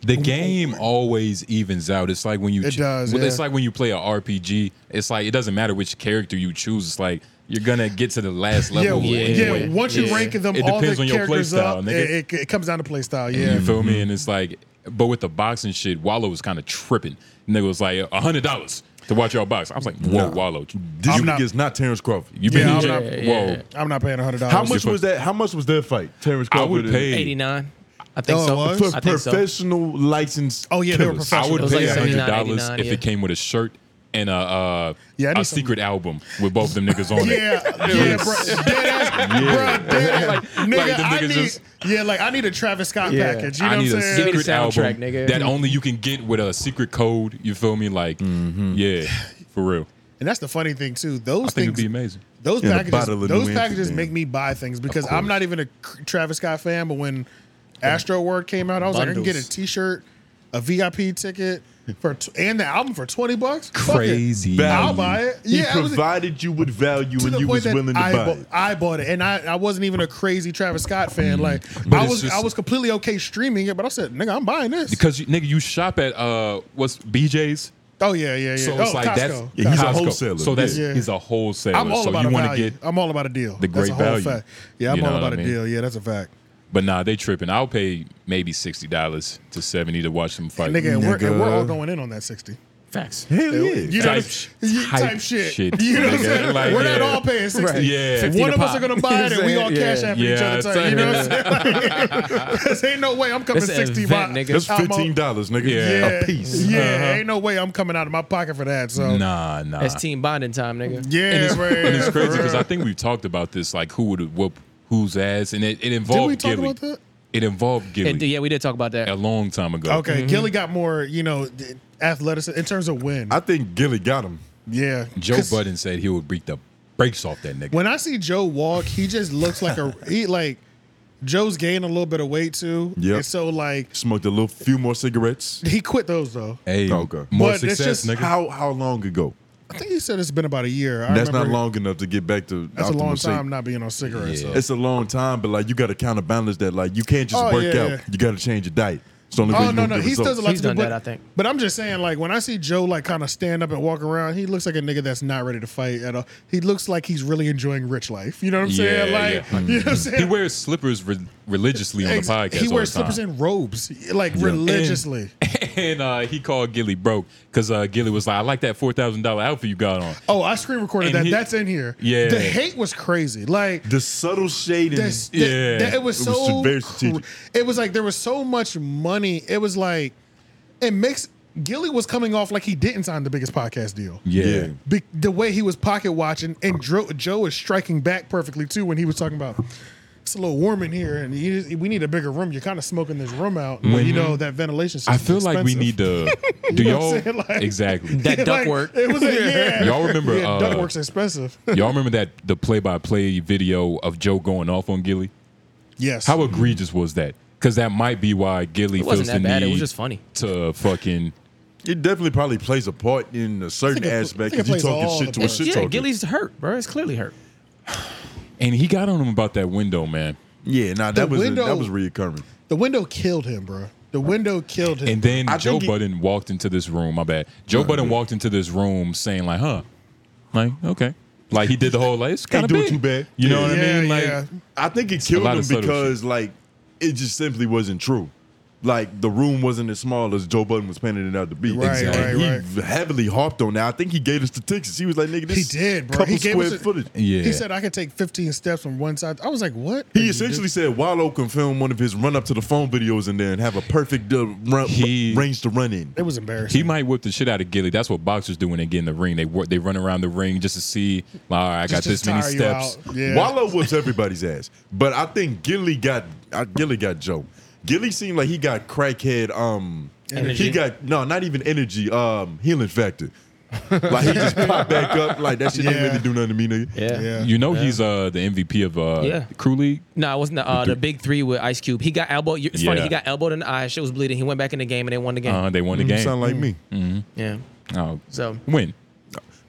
C: The game always evens out. It's like when you
A: It does,
C: well, It's
A: yeah.
C: like when you play a RPG. It's like it doesn't matter which character you choose. It's like you're gonna get to the last
A: Yeah,
C: level.
A: yeah.
C: anyway.
A: Once you
C: Yeah.
A: rank them,
C: it
A: all the
C: depends on your play
A: characters
C: style.
A: up.
C: nigga.
A: It, it, it comes down to play style. Yeah, Mm-hmm.
C: You feel me? And it's like, but with the boxing shit, Wallow was kind of tripping. Nigga was like, a hundred dollars to watch y'all box. I was like, whoa, Wallow,
B: This
A: not-
B: nigga's not Terrence Crawford.
C: you been
A: yeah, I'm
C: here?
A: not,
C: whoa.
A: I'm not paying hundred dollars.
B: How much was that? How much was their fight? Terrence
C: I
B: Crawford.
C: would
B: and-
C: pay.
D: 89. I think
A: Oh, it
D: so.
A: was?
B: for
D: I think so.
B: professional licensed.
A: Oh yeah, they were
B: killers.
A: professional.
C: I would
D: It was
C: pay
D: like
C: a hundred
D: 79,
C: dollars if
D: yeah.
C: it came with a shirt and a uh,
A: Yeah, I need
C: a
A: some-
C: secret album with both them niggas
A: *laughs*
C: on it. *laughs*
A: Yeah, yeah, bro. Dead ass, bro. Dead ass. nigga,
C: like them
A: I
C: niggas
A: need,
C: just-
A: yeah, like I need a Travis Scott
D: Yeah.
A: package. You know
C: I need
A: what
C: a
A: I'm saying?
C: secret
D: soundtrack,
C: album
D: nigga.
C: that only you can get with a secret code. You feel me? Like,
D: Mm-hmm.
C: yeah, for real.
A: and that's the funny thing too. Those
C: I think it'd
A: things,
C: be amazing.
A: those
B: Yeah, the bottle
A: packages,
B: of
A: those
B: New
A: packages
B: Amsterdam.
A: make me buy things because I'm not even a c- Travis Scott fan. But when Astro World came out, I was like, I can get
D: Bundles.
A: a T-shirt, a VIP ticket for, t- and the album for twenty bucks. Fuck it.
C: Crazy.
A: I'll buy it.
B: He
A: Yeah, I was-
B: provided you with value
A: to
B: and
A: the
B: you
A: point
B: was
A: that
B: willing to
A: I,
B: buy
A: bu-
B: it.
A: I bought it, and I, I wasn't even a crazy Travis Scott fan. Like
C: Mm. But
A: I
C: it's
A: was,
C: just-
A: I was completely okay streaming it, but I said, "Nigga, I'm buying this."
C: Because you, nigga, you shop at uh, what's BJ's?
A: Oh yeah, yeah, yeah.
C: So
A: oh,
C: it's like
A: Costco.
C: that's
B: Yeah, he's a
C: Costco.
B: wholesaler.
C: So that's
A: Yeah.
C: he's a wholesaler.
A: I'm all
C: so
A: about
C: you
A: a
C: want to
A: value.
C: get,
A: I'm all about a deal.
C: the
A: that's
C: great
A: a whole
C: value.
A: Fact. Yeah, I'm
C: You know
A: all
C: what
A: about
C: I
A: a
C: mean?
A: deal. Yeah, that's a fact.
C: but nah, they tripping. I'll pay maybe sixty dollars to seventy to watch them fight.
A: Nigga, and we're, and we're all
B: nigga.
A: going in on that sixty.
D: Facts.
B: Hell
A: You
B: yeah.
A: know,
C: Type-
A: what I'm- you- type,
C: type
A: shit.
C: shit,
A: You know what I'm
C: nigga.
A: saying?
C: Like,
A: we're not
C: yeah.
A: all paying sixty.
D: Right.
C: Yeah.
D: 50
A: One
D: to
A: of us
D: pop.
A: are gonna buy
C: *laughs*
A: it, and we all
D: Yeah.
A: cash after each
C: Yeah,
A: other.
C: it's
A: type, you know what I'm
C: like-
A: saying? *laughs* Because ain't no way I'm coming
D: That's an
A: sixty.
D: event,
A: by-
D: nigga.
B: That's
A: I'm all-
B: fifteen dollars, nigga.
C: Yeah.
B: a piece.
A: Yeah,
C: Uh-huh.
A: ain't no way I'm coming out of my pocket for that. So
C: Nah, nah.
D: That's team bonding time, nigga.
A: yeah,
C: and it's,
A: man,
C: and it's
A: for
C: crazy because
A: real.
C: I think we've talked about this, like who would whoop whose ass, and it, it
A: did we
C: involved
A: talk
C: Gilly.
A: about that?
C: It involved Gilly
D: And, yeah, we did talk about
C: a
D: that. Mm-hmm.
C: long time ago.
A: Okay, Gilly got more, you know, d- athleticism in terms of win.
B: I think Gilly got him.
A: yeah,
C: Joe
A: 'Cause
C: Budden said he would break the brakes off that nigga.
A: When I see Joe walk, he just looks like
B: *laughs*
A: a he like Joe's gained a little bit of weight too.
B: Yep.
A: and so like
B: Smoked a little few more cigarettes.
A: he quit those though.
C: hey,
B: Okay.
C: more
A: But it's
C: success,
A: just
C: nigga.
B: How how long ago?
A: I think he said it's been about a year. I
B: That's not
A: remember-
B: long enough to get back to.
A: That's a
B: optimal
A: long
B: shape.
A: time not being on cigarettes.
C: Yeah.
A: so.
B: It's a long time, but like you got to counterbalance that. Like you can't just
A: Oh,
B: work
A: yeah,
B: out.
A: yeah.
B: You got to change your diet. It's the only way
A: Oh
B: you
A: no
B: gonna
A: no,
B: get
A: he still does a
B: results.
A: lot
D: He's
A: to do.
D: done
A: But,
D: that, I think.
A: but I'm just saying, like when I see Joe like kind of stand up and walk around, he looks like a nigga that's not ready to fight at all. He looks like he's really enjoying rich life. You know what I'm saying?
C: Yeah,
A: Like
C: yeah.
A: you know what
B: Hmm.
A: I'm
B: *laughs*
A: saying?
C: he wears slippers re- religiously on the
A: Ex-
C: podcast.
A: He
C: all
A: wears
C: the time.
A: slippers and robes, like religiously.
C: *laughs* and uh, he called Gilly broke because uh, Gilly was like, "I like that four thousand dollar outfit you got on."
A: Oh, I screen recorded
C: And
A: that.
C: he-
A: That's in here.
C: Yeah.
A: the hate was crazy. Like
B: The subtle shading.
A: this,
C: Yeah.
A: that- that- it was
B: It was
A: so
B: very
A: cr-
B: strategic.
A: it was like there was so much money. It was like it makes Gilly was coming off like he didn't sign the biggest podcast deal.
C: Yeah,
B: Yeah.
A: Be, the way he was pocket watching, and Dro- Joe was striking back perfectly too when he was talking about it's a little warm in here, and you just- we need a bigger room. You're kind of smoking this room out, when you know that ventilation.
C: Mm-hmm. I
A: system's
C: feel like we need
A: expensive.
C: to. Do
A: *laughs* You know what
C: y'all
A: I'm saying?
C: *laughs*
A: Like- *laughs*
C: exactly?
D: That duck work.
A: It
D: *laughs*
A: was a, yeah.
C: Y'all remember,
A: Yeah,
C: uh,
A: duck work's expensive.
C: y'all remember that the play by play video of Joe going off on Gilly?
A: yes.
C: How egregious was that? Because that might be why Gilly
D: It
C: feels
D: wasn't
C: the
D: that bad. It
C: need
D: was just funny.
C: to fucking.
B: It definitely probably plays a part in a certain
A: I think it- I
B: aspect
A: think it
B: because you
A: plays all
B: talking
A: the
B: shit to a
A: parts.
D: It's,
B: shit
D: yeah,
B: talker.
D: Gilly's hurt, bro. It's clearly hurt.
C: And he got on him about that window, man.
B: yeah, nah,
A: The
B: that was a-
A: window-
B: that was reoccurring.
A: The window killed him, bro. The window killed him.
C: And then
B: I
C: Joe
B: think he-
C: Budden walked into this room. My bad. Joe Budden walked into this room saying like, "Huh, like okay, Like he did the whole like it's kind
B: Can't
C: of
B: do
C: big.
B: it too bad.
C: You know what I
B: Yeah,
C: mean? Like
B: yeah. I think it
C: it's a
B: killed
C: lot
B: him
C: of subtle
B: because like it just simply wasn't true. Like the room wasn't as small as Joe Budden was painting it out to be.
A: Right, Exactly. right,
B: And he heavily harped on that. I think he gave us the Texas. He was like, "Nigga, this
A: he did, bro.
B: couple
A: He gave
B: square
A: us a-
B: footage."
A: He said I could take 15 steps from one side. I was like, what?
B: He essentially said Wallow can film one of his run up to the phone videos in there and have a perfect uh, run, range to run in.
A: It was embarrassing.
C: He might whip the shit out of Gilly. That's what boxers do when they get in the ring. They work, they run around the ring just to see. Like, all right, I got
B: Just
C: this
B: to
C: many
B: tire you
C: steps.
B: out. Wallow whoops everybody's ass, but I think Gilly got uh, Gilly got Joe. Gilly seemed like he got crackhead. Um,
M: Energy.
B: he got no, not even energy. Um, healing factor. like he just popped back up. Like that shit
C: Yeah.
B: didn't really do nothing to me, nigga.
D: Yeah. Yeah.
C: You know
D: Yeah.
C: he's uh the MVP of uh
D: Yeah.
C: crew league.
D: No, it wasn't the, uh, the big three with Ice Cube. He got elbowed. It's funny.
C: Yeah.
D: He got elbowed in the eye. Shit was bleeding. He went back in the game and they won the game.
B: Uh-huh,
D: Mm-hmm.
C: Uh, they won the game. Mm-hmm.
D: Yeah.
C: Oh,
D: so
C: when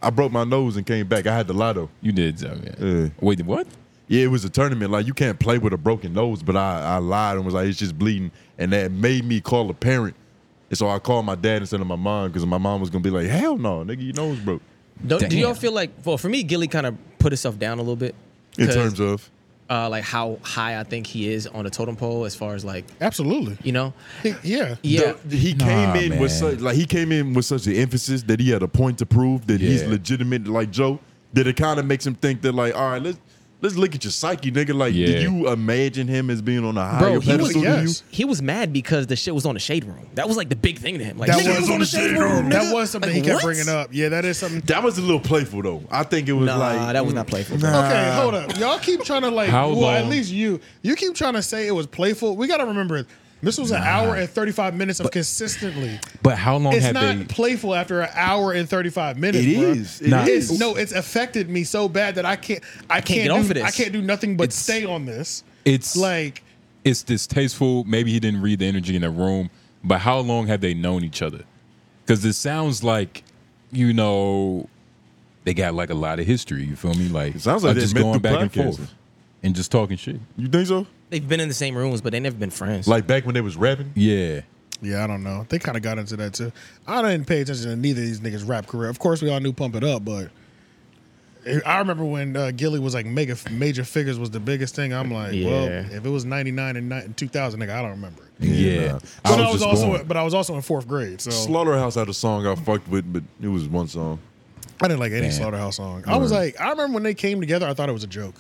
B: I broke my nose and came back, I had the lotto.
C: You did, so,
B: yeah.
C: Wait, what?
B: Yeah, it was a tournament. Like you can't play with a broken nose, but I, I lied and was like, it's just bleeding, and that made me call a parent. And so I called my dad instead of my mom because my mom was gonna be like, hell no, nigga, your nose broke.
D: Do, do y'all feel like? Well, for me, Gilly kind of put himself down a little bit
B: in
D: 'cause,
B: terms of
D: uh, like how high I think he is on the totem pole as far as like
A: absolutely.
D: You know,
A: yeah,
D: yeah.
B: The- he came in with such like he came in with such an emphasis that he had a point to prove that he's
C: Yeah.
B: legitimate, like Joe. That it kind of makes him think that like, all right, let's let's look at your psyche, nigga. Like,
C: Yeah.
B: do you imagine him as being on a higher
D: Bro, he
B: pedestal
D: was,
B: than you?
D: he was mad because the shit was on the shade room. That was like the big thing to him. Like
A: That
D: nigga, it
A: was on the shade room. That
D: nigga.
A: was something
D: Like,
A: he
D: what?
A: kept bringing up. Yeah, that is something.
B: That was a little playful though. I think it was
D: Nah,
B: like
D: that was not playful.
A: Okay, hold up. Y'all keep trying to like.
B: How
A: well, at
B: long-
A: least you. You keep trying to say it was playful. We got to remember it. This was an hour and 35 minutes of consistently.
C: But how long
A: it's
C: have
A: not
C: they?
A: playful after an hour and 35 minutes.
C: It
A: bruh.
C: is. It Nah.
A: It's-
C: is.
A: No, it's affected me so bad that I can't. I, can't,
C: get
A: do,
C: off of this.
A: I can't do nothing but stay on this.
C: It's
A: like
C: it's distasteful. Maybe he didn't read the energy in the room. But how long have they known each other? Because it sounds like you know they got like a lot of history. You feel me? Like
B: sounds like
C: of
B: they
C: just
B: met
C: going
B: through
C: back and
B: podcasting.
C: forth and just talking shit.
B: You think so?
D: They've been in the same rooms, but they never been friends.
B: Like back when they was rapping.
C: Yeah.
A: Yeah, I don't know. They kind of got into that too. I didn't pay attention to neither of these niggas' rap career. Of course, we all knew Pump It Up, but I remember when uh, Gilly was like mega major figures was the biggest thing. I'm like, well,
C: Yeah.
A: if it was '99 and ni- and 2000, nigga, I don't remember. it.
C: Yeah.
A: But I was,
B: just
A: also,
B: born.
A: but I was also in fourth grade, so
B: Slaughterhouse had a song I fucked with, but it was one song.
A: I didn't like any Slaughterhouse song. I was like, I remember when they came together, I thought it was a joke.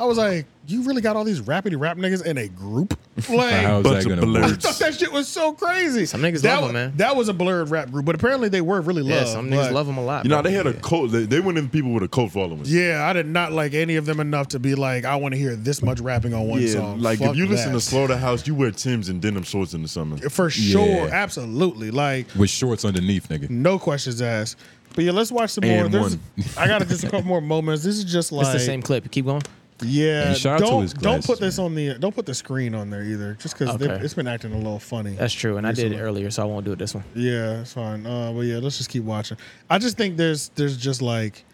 A: I was like, you really got all these rappity rap niggas in
C: *laughs*
A: a group? Like,
C: How's that
A: bunch of
C: gonna work?
A: I thought that shit was so crazy. Some
D: niggas
A: that
D: love 'em,
A: wa-
D: man.
A: That was a blurred rap group, but apparently they were really
D: Yeah,
A: loved.
D: some niggas
A: but-
D: love 'em a lot.
B: You know, they had a cult. They, they went in people with a cult following.
A: Yeah, I did not like any of them enough to be like, I want to hear this much rapping on one
B: yeah,
A: song.
B: like
A: Fuck
B: if you listen to
A: that.
B: Slaughterhouse, you wear Tim's and denim shorts in the summer.
A: for sure, absolutely, like
C: With shorts underneath, nigga.
A: no questions asked. But yeah, let's watch some
C: And
A: more. There's,
C: one.
A: *laughs* I got just a couple more moments. This is just like
D: it's the same clip. Keep going.
A: Yeah,
D: And shout out to
A: don't,
D: his
A: don't put
D: glasses,
A: this on the don't put the screen on there either, just because
D: Okay.
A: it's been acting a little funny.
D: That's true. And I did it
A: recently.
D: earlier, so I won't do it this one.
A: Yeah, that's fine. Uh, but yeah, let's just keep watching. I just think there's there's just like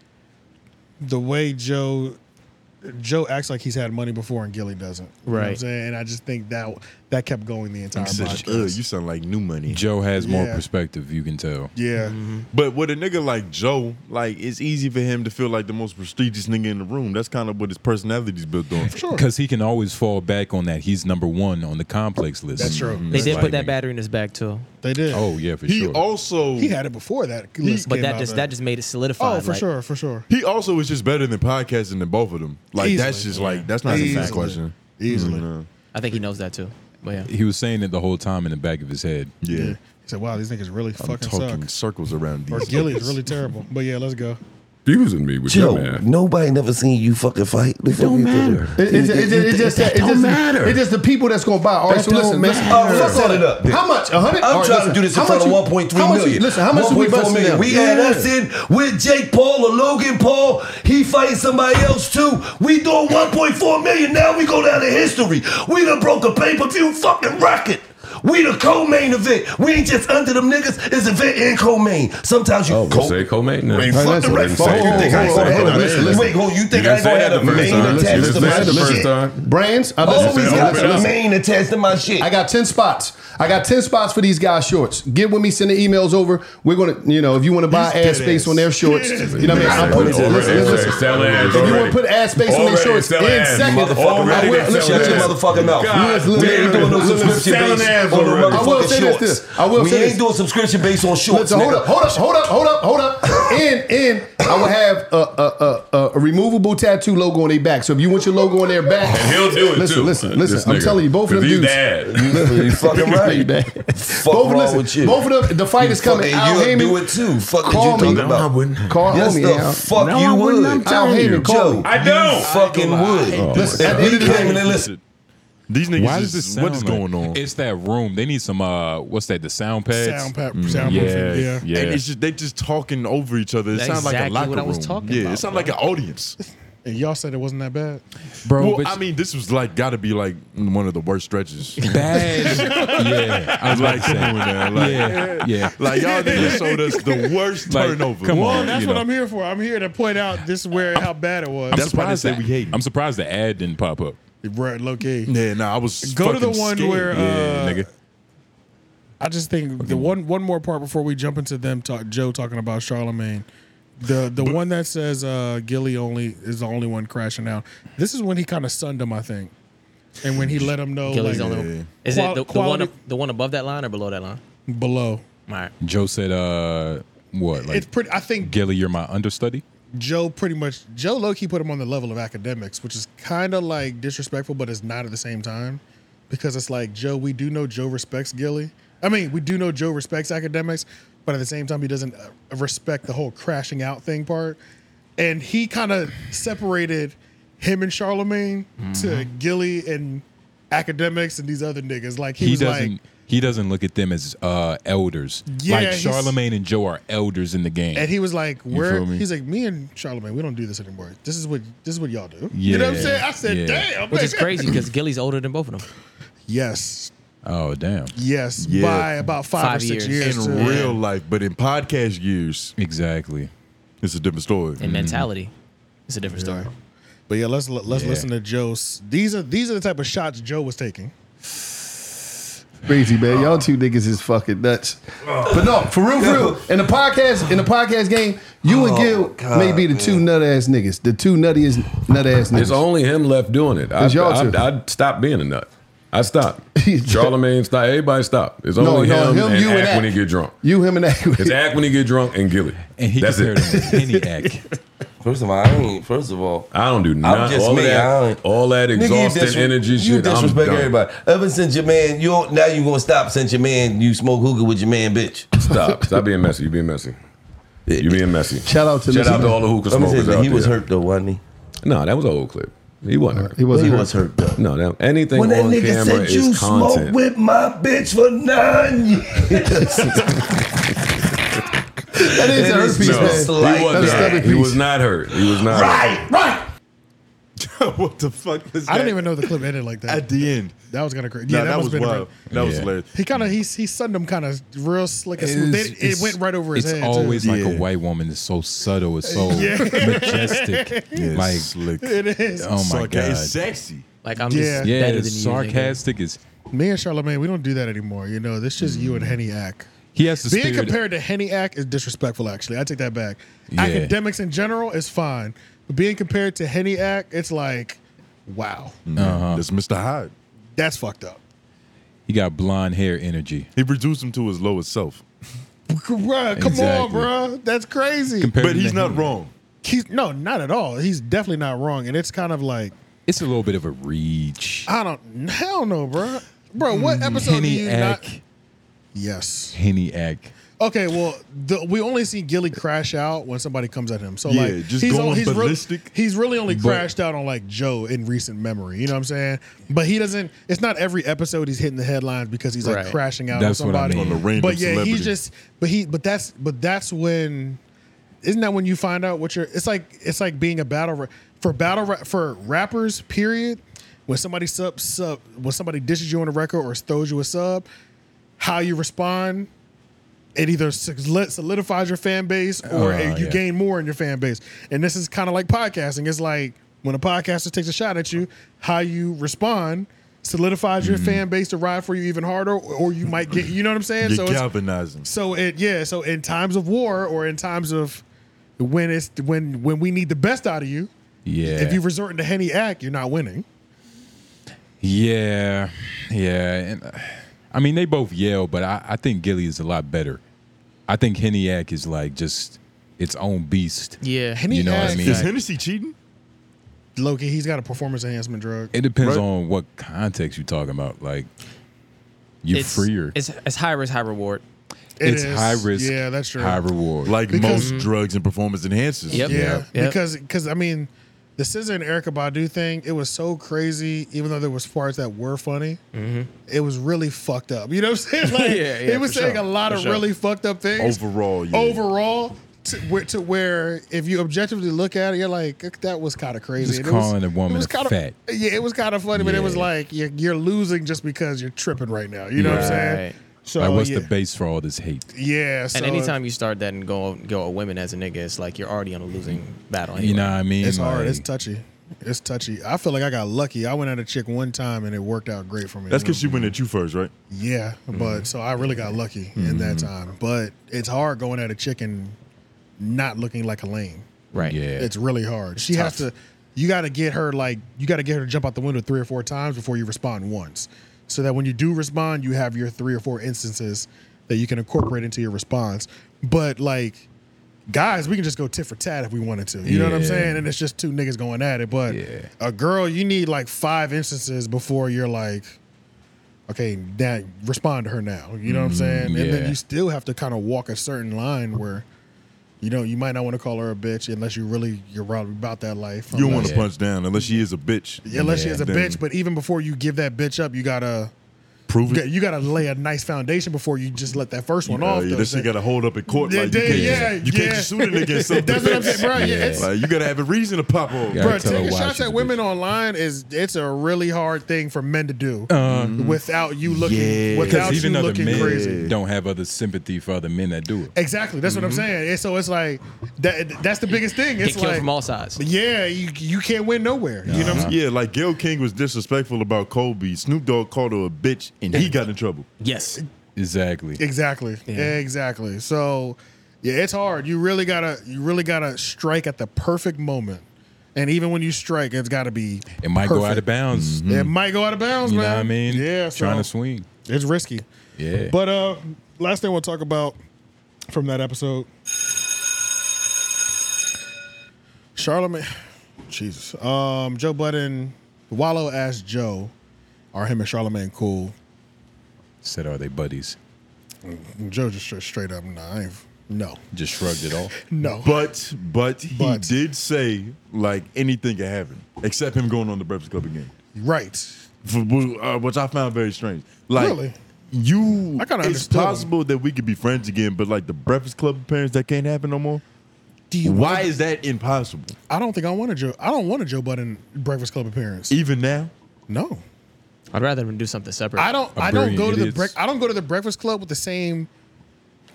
A: the way Joe Joe acts like he's had money before and Gilly doesn't. You know what I'm
C: Right.
A: saying? and I just think that that kept going the entire
B: You said,
A: podcast.
B: "Ugh, you sound like new money. Mm-hmm.
C: Joe has more
A: Yeah.
C: perspective. You can tell.
A: Yeah.
B: But with a nigga like Joe, like it's easy for him to feel like the most prestigious nigga in the room. That's kind of what his personality's built on.
C: Because he can always fall back on that. He's number one on the complex list.
A: That's true. Mhm.
D: They
C: It's
D: did
C: Mm-hmm. like-
D: put that battery in his back too.
A: They did.
C: Oh yeah, for
B: he
C: sure.
B: also
A: *laughs* he had it before that. list
D: but
A: came
D: that
A: out
D: just
A: then.
D: that just made it solidify.
A: Oh, for
D: like,
A: sure, for sure.
B: He also is just better than podcasting than both of them. Like that's
D: Easily.
B: just
D: Yeah.
B: like that's not even a
D: Easily.
B: question. Mm-hmm.
A: Easily.
D: I think he knows that too. But yeah.
C: He was saying it the whole time in the back of his head.
B: Yeah.
A: He said, "Wow, these niggas really
B: I'm
A: fucking
B: talking
A: suck."
B: circles around
A: Or
B: these.
A: Gilly is really terrible. But yeah, let's go.
M: Using me with
L: Joe,
M: your man.
L: nobody never seen you fucking fight. It
M: don't
L: matter.
N: It, it, it, it, it just it
L: don't
N: just
L: matter.
N: It's just the people that's gonna buy. All right,
L: That
N: so
L: don't
N: listen,
L: matter.
N: listen,
L: All right,
N: let's
L: set
N: set
L: it
N: it
L: up
N: up.
L: then.
N: How much? A
L: I'm
N: hundred. All right,
L: trying to
N: listen,
L: do this in
N: how
L: front
N: much
L: of
N: you-
L: 1.3
N: how much you-
L: million.
N: Listen, how much are we
L: 1.4
N: busting
L: million.
N: down?
L: We had us in with Jake Paul or Logan Paul. He fighting somebody else too. We doing 1.4 million now. We go down in history. We done broke a pay per view fucking record. We the co-main event. We ain't just under them niggas. It's event and co-main. Sometimes you
M: Oh,
L: co-
M: we say co-main now.
L: Man,
M: Right,
L: fuck the
M: listen,
L: rest.
M: listen,
L: Fuck you
M: listen,
L: think I ain't
M: listen,
L: gonna have
M: listen,
L: a
M: listen.
L: oh, Wait, who you
M: You
L: think I
M: didn't
L: ain't
M: say
L: gonna
M: that
L: have a
M: the first
L: main
M: time. Listen, you
L: attached
M: just
L: to
M: said
L: my
M: it the first
L: shit?
M: time.
N: Brands, I listen
L: Always
N: to you.
L: got
N: Open it
L: a
N: up.
L: main attached to my shit.
N: I got 10 spots. I got 10 spots for these guys' shorts. Get with me, send the emails over. We're going to, you know, if you want to buy
L: These
N: ad space
L: deadass.
N: on their shorts,
L: Yeah.
N: you know what I mean? I'm putting
M: Already,
N: listen,
M: already,
N: listen.
M: selling
N: If
M: ads
N: you want to
M: already.
N: put ad space on their
M: Already
N: shorts
M: selling
N: in
M: ads,
N: second,
M: motherfucker. Already
N: I will-
M: they're
N: listen,
M: selling
L: Shut your
N: listen.
M: ads.
L: motherfucking mouth.
M: God,
L: we ain't doing no
M: listen,
L: subscription
M: selling ads
L: based on the
M: already.
N: I will
L: motherfucking
N: say
L: shorts.
N: this, this. I will
L: we
N: say
L: ain't
N: this.
L: doing subscription based on shorts.
N: Listen, hold
L: nigga.
N: up, hold up, hold up, hold up, hold up. And and I will have a a, a, a, a removable tattoo logo on their back. So if you want your logo on their back,
M: And he'll do it
N: listen,
M: too. Uh,
N: Listen,
M: this
N: listen, I'm
M: nigga.
N: telling you, both of
M: 'Cause
N: them
M: he's
N: dudes. *laughs*
M: Dad.
L: You fucking
N: Hey,
L: right.
N: man.
L: Fuck
N: Both of
L: wrong
N: listen,
L: with you.
N: both of them. The fight
L: You
N: is coming.
L: fucking-
N: Al
L: You'll do
N: Heyman,
L: it too. Fuck did you
N: call me.
L: talking about?
N: Call
L: yes,
N: me.
L: the
N: Al.
L: fuck
N: No,
L: you
N: I wouldn't.
L: would.
N: I'm telling you.
L: Joe.
M: I don't.
B: Oh,
L: You fucking
D: Oh,
L: would.
N: Listen,
L: Listen,
N: at the end
L: he
N: of the
L: came in
N: day,
L: and listened.
B: These niggas,
C: Why does
B: is-
C: this sound
B: what is
C: like-
B: going on?
C: It's that room. They need some. uh What's that? The sound pads.
A: Sound pa- sound
C: yeah,
A: proofing, yeah.
C: yeah.
B: Mm-hmm. And it's just they just talking over each other. It
D: That's
B: sounds like a
D: exactly
B: locker
D: what I was
B: room.
D: talking
B: yeah, it
D: about,
B: sounds
D: bro.
B: like an audience.
A: *laughs* And y'all said it wasn't that bad.
C: bro.
B: well, *laughs*
C: but
B: I mean, this was like got to be like one of the worst stretches. *laughs*
C: bad. yeah, I was
B: like,
C: like,
B: come on
C: saying,
B: now, like,
C: yeah, yeah.
B: like y'all niggas showed us the worst
C: Like,
B: turnover.
C: come
A: Well,
C: on,
A: that's
C: you
A: what
C: know.
A: I'm here for. I'm here to point out this is where how bad it was.
C: I'm
B: That's why they
C: surprised
B: say
C: that
B: we hating.
C: I'm surprised the ad didn't pop up.
A: Right, low key.
B: Yeah, nah, I was
A: Go to the
B: fucking
A: one
B: scared.
A: where uh,
C: yeah, nigga.
A: I just think the one one more part before we jump into them talk Joe talking about Charlemagne. The the one that says uh, Gilly only is the only one crashing out. This is when he kind of sunned him, I think, and when he let him know
D: Gilly's
A: like
D: on
B: yeah.
D: the. Is
A: Qual-
D: it the, the one
A: quality-
D: up, the one above that line or below that line?
A: below.
D: All right.
C: Joe said, uh, what? Like,
A: it's pretty. I think
C: Gilly, you're my understudy.
A: Joe pretty much Joe Loki put him on the level of academics, which is kind of like disrespectful, but it's not at the same time because it's like Joe. We do know Joe respects Gilly. I mean, we do know Joe respects academics, but at the same time, he doesn't uh, respect the whole crashing out thing part. And he kind of separated him and Charlemagne to
C: Mm-hmm.
A: Gilly and academics and these other niggas. Like he,
C: He
A: was
C: doesn't.
A: like,
C: he doesn't look at them as uh, elders.
A: Yeah,
C: like
A: he's-
C: Charlemagne and Joe are elders in the game.
A: and he was like, "Where?"
C: feel me?
A: He's like, "Me and Charlemagne, we don't do this anymore. This is what this is what y'all do." You know what I'm
C: Yeah,
A: saying? I said,
C: yeah.
A: "Damn,"
D: Which is
A: man."
D: crazy
A: *laughs*
D: because Gilly's older than both of them.
A: Yes.
C: oh damn!
A: Yes.
B: Yeah.
A: By about five, or
D: Five
A: six
D: years.
A: years.
B: in
A: too.
B: real life, but in podcast years,
C: Exactly.
B: it's a different story.
D: And mentality, it's a different story.
A: But yeah, let's let's
C: Yeah.
A: listen to Joe's. These are these are the type of shots Joe was taking.
N: crazy man. Y'all two niggas is fucking nuts.
L: Oh.
N: But no, for real, for
L: *laughs*
N: real. In the podcast, in the podcast game, you
L: Oh,
N: and Gil may be the two nut ass niggas, the two nuttiest nut ass niggas.
M: It's only him left doing it. I,
N: It's y'all
M: I,
N: two.
M: I, stopped being a nut. I stopped.
N: *laughs*
M: Charlemagne stopped. Everybody stopped. It's only him, and act when he get drunk.
N: You, him, and *laughs*
M: It's
N: that.
M: act when he get drunk and Gilly.
C: And he
M: That's
C: compared
M: it.
C: him to any
M: *laughs*
C: act.
L: First of all, I ain't. First of all,
M: I don't do nothing.
L: just
M: All, of
L: me. I
M: that,
L: don't-
M: all that
L: Nigga, you
M: exhausting
L: disres-
M: energy
L: you
M: shit. I'm
L: disrespect
M: done.
L: everybody. Ever since your man, you don't, now you gonna stop since your man you smoke hookah with your man, bitch. *laughs*
M: Stop. Stop being messy. You being messy. You being messy.
N: Shout out to
M: Shout out
N: Lizzie.
M: to all the hookah
L: Let me say
M: smokers
L: that
M: out
L: he was
M: there.
L: hurt though, wasn't he?
M: No, that was an old clip. He wasn't hurt.
N: Uh, He wasn't.
L: He
N: hurt.
L: was hurt though.
M: No, that, anything
L: When that
M: on
L: nigga
M: camera
L: said you
M: is
L: smoked
M: content.
L: with my bitch for nine years.
N: That is a
L: That
N: hurt
L: is
N: piece,
L: just
N: man.
L: like-
M: he
N: That's
M: wasn't
N: a stomach
M: hurt. He
N: piece.
M: was not hurt. He was not hurt.
L: right, right.
B: *laughs* what the fuck was that?
A: I didn't even know the clip ended like that.
B: At the end,
A: that was kind of crazy.
B: yeah,
A: Yeah,
B: that, was
A: must've been a-
B: wild. That was
C: Yeah.
B: hilarious.
A: He kind of he he sunned him kind of real slick and smooth.
C: It's-
A: They- it
C: it's-
A: went right over his
C: it's
A: head. too.
C: always like
B: Yeah.
C: a white woman. It's so subtle. It's so
A: Yeah. *laughs*
C: majestic.
B: Yeah,
C: Like,
B: slick.
A: It is.
C: oh my
B: Sarca-
C: god.
B: it's sexy.
D: Like I'm
A: Yeah.
D: just
C: yeah,
D: better
C: it's
D: than you. nigga.
C: sarcastic is.
A: Me and Charlemagne, we don't do that anymore. You know, this just you and Henny Ack.
C: He has to
A: Being
C: spirit.
A: compared to Henny Ack is disrespectful, actually. I take that back.
C: Yeah.
A: Academics in general is fine. But being compared to Henny Ack, it's like, wow,
B: uh That's Mr. Hyde.
A: that's fucked up.
C: uh-huh. he got blonde hair energy.
B: He reduced him to his lowest self,
A: Bruh, come on,
C: Exactly.
A: bruh. That's crazy.
C: Compared
B: but
C: to
B: he's
C: him,
B: not wrong.
A: He's, no, not at all. He's definitely not wrong. And it's kind of like,
C: It's a little bit of a reach. Hmm,
A: I don't, hell no, bruh. Bro, what episode do
C: Henny
A: you
C: act.
A: not? Yes.
C: Henny act.
A: Okay, well, the, we only see Gilly crash out when somebody comes at him. So
B: Yeah,
A: like,
B: just
A: he's,
B: going
A: he's, really-
B: ballistic.
A: he's really only
C: But-
A: crashed out on like Joe in recent memory. You know what I'm saying? But he doesn't. It's not every episode he's hitting the headlines because he's like
D: Right.
A: crashing out
C: That's
A: on
C: what I
A: somebody.
C: mean.
B: On a random
A: but yeah,
B: celebrity.
A: he's just. But he. But that's. But that's when. Isn't that when you find out what you're? It's like it's like being a battle ra- for battle ra- for rappers. Period. When somebody sub sub when somebody dishes you on a record or throws you a sub, how you respond, it either sol- solidifies your fan base or
C: Oh,
A: it- you
C: yeah.
A: gain more in your fan base. And this is kind of like podcasting. It's like when a podcaster takes a shot at you, how you respond solidifies your fan base to ride for you even harder, or you might get, you know what I'm saying?
B: You're
A: so it's-
B: galvanizing.
A: so it yeah. So in times of war or in times of when it's when when we need the best out of you,
C: Yeah.
A: if you resort to Henny Act, you're not winning.
C: Yeah, yeah. And uh, I mean, they both yell, but I, I think Gilly is a lot better. I think Heniak is like just its own beast.
D: Yeah.
C: you know what I mean.
A: Is
B: Hennessy cheating?
A: Loki, he's got a performance enhancement drug.
C: it depends on what context you're talking about. Like, you're
D: it's,
C: freer.
D: It's, it's high risk, high reward.
A: It
C: it's
A: is.
C: high risk,
A: Yeah, that's true.
C: high reward.
B: Like
A: Because-
B: most drugs and performance enhancers.
A: Yeah, because because I mean, the Scissor and Erica Badu thing, it was so crazy. Even though there was parts that were funny, it was really fucked up. You know what I'm
B: *laughs*
A: saying? Like,
B: Mm-hmm. Yeah, yeah,
A: it was
B: for
A: saying
B: sure,
A: a lot
B: for
A: of
B: sure.
A: really fucked up things.
B: Overall, yeah.
A: overall. To where, to where, if you objectively look at it, you're like, that was kind of crazy.
C: Just
A: And
C: calling a
A: it was,
C: woman
A: it was
C: a
A: kinda,
C: fat.
A: Yeah, it was kind of funny, but it was
C: Yeah.
A: like you're, you're losing just because you're tripping right now. You know what I'm saying? So
C: like, what's
A: yeah.
C: the base for all this hate?
A: Yeah. So
D: and anytime you start that and go go a women as a nigga, it's like you're already on a losing battle.
C: You know what I mean?
A: It's hard. It's
C: Like-
A: touchy. It's touchy. I feel like I got lucky. I went at a chick one time and it worked out great for me.
B: That's because she went at you first, right?
A: Yeah, but so I really got lucky in that time. But it's hard going at a chick and not looking like a lame.
D: Right.
C: Yeah.
A: It's really hard. She has
C: tough.
A: to. You got to get her like you got to get her to jump out the window three or four times before you respond once, so that when you do respond, you have your three or four instances that you can incorporate into your response. But like, guys, we can just go tit for tat if we wanted to. You know what I'm
C: Yeah.
A: saying? And it's just two niggas going at it. But a girl, you need like five instances before you're like, okay, now respond to her now. You know what I'm
C: Mm,
A: saying? And then
C: yeah.
A: you still have to kind of walk a certain line where, you know, you might not want to call her a bitch unless you really you're about about that life.
B: You don't want to
A: Unless-
B: punch down unless she is a bitch.
A: Oh, Yeah, unless she is a
B: Then
A: bitch, but even before you give that bitch up, you gotta
B: prove
A: you gotta- You gotta lay a nice foundation before you just let that first one
B: Yeah,
A: off.
B: yeah,
A: though.
B: this shit got to hold up in court.
A: Yeah,
B: like, you
A: yeah,
B: can't,
A: yeah,
B: just, you can't
A: yeah.
B: just shoot a nigga.
A: *laughs*
B: or something.
A: That's what I'm saying, bro. Yeah, it's-
B: Like, you got to have a reason to pop off.
A: Bro, taking shots at women online is it's a really hard thing for men to do
C: Uh,
A: without you looking
C: Yeah.
A: without
C: Because even
A: you
C: other
A: looking
C: men
A: crazy.
C: don't have other sympathy for other men that do it.
A: Exactly. That's what I'm
C: Mhm.
A: saying. And so it's like that. That's the biggest thing.
D: Get
A: It's
D: killed
A: like
D: from all sides.
A: Yeah, you you can't win nowhere. You know what I'm saying?
B: Yeah, like Gail King was disrespectful about Kobe. Snoop Dogg called her a bitch, and he got in trouble.
D: Yes,
C: exactly.
A: Exactly.
B: Yeah.
A: Exactly. So yeah, it's hard. You really gotta you really gotta strike at the perfect moment. And even when you strike, it's gotta be
C: It might go out of
A: perfect. Mm-hmm.
C: bounds.
A: It might go out of bounds,
C: You know
A: man.
C: what I mean?
A: Yeah, so
C: Trying to swing.
A: It's risky.
C: Yeah.
A: But uh last thing we'll talk about from that episode. Charlemagne Jesus. Um Joe Budden Wallow asked Joe, are him and Charlemagne cool?
C: Said, are they buddies?
A: Joe just straight, straight up, nah, I ain't, no.
C: Just shrugged it off.
A: *laughs* No.
B: But but he did say like anything can happen except him going on the Breakfast Club again,
A: Right.
B: For- uh, which I found very strange. Like
A: Really?
B: you,
A: I kinda
B: it's
A: understood him.
B: possible that we could be friends again, but like the Breakfast Club appearance that can't happen no more. Why is that impossible?
A: I don't think I want a Joe. I don't want a Joe Budden Breakfast Club appearance.
B: Even now,
A: no.
D: I'd rather them do something separate.
A: I don't. I don't go to the break. I don't go to the Breakfast Club with the same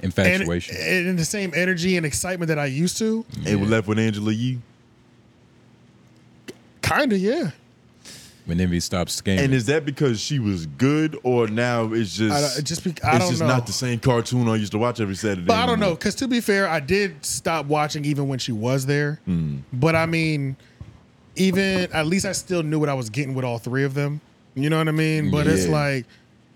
A: and,
C: Infatuation.
A: and the same energy and excitement that I used to.
B: And we left with Angela Yee.
A: Kinda, yeah.
C: when Envy stops scamming.
B: And is that because she was good, or now it's just
A: I don't- it just be- I
B: it's
A: don't
B: just
A: know.
B: not the same cartoon I used to watch every Saturday.
A: But I don't know, because to be fair, I did stop watching even when she was there.
B: Hmm.
A: But I mean, even at least I still knew what I was getting with all three of them. You know what I mean? But it's
B: Yeah.
A: like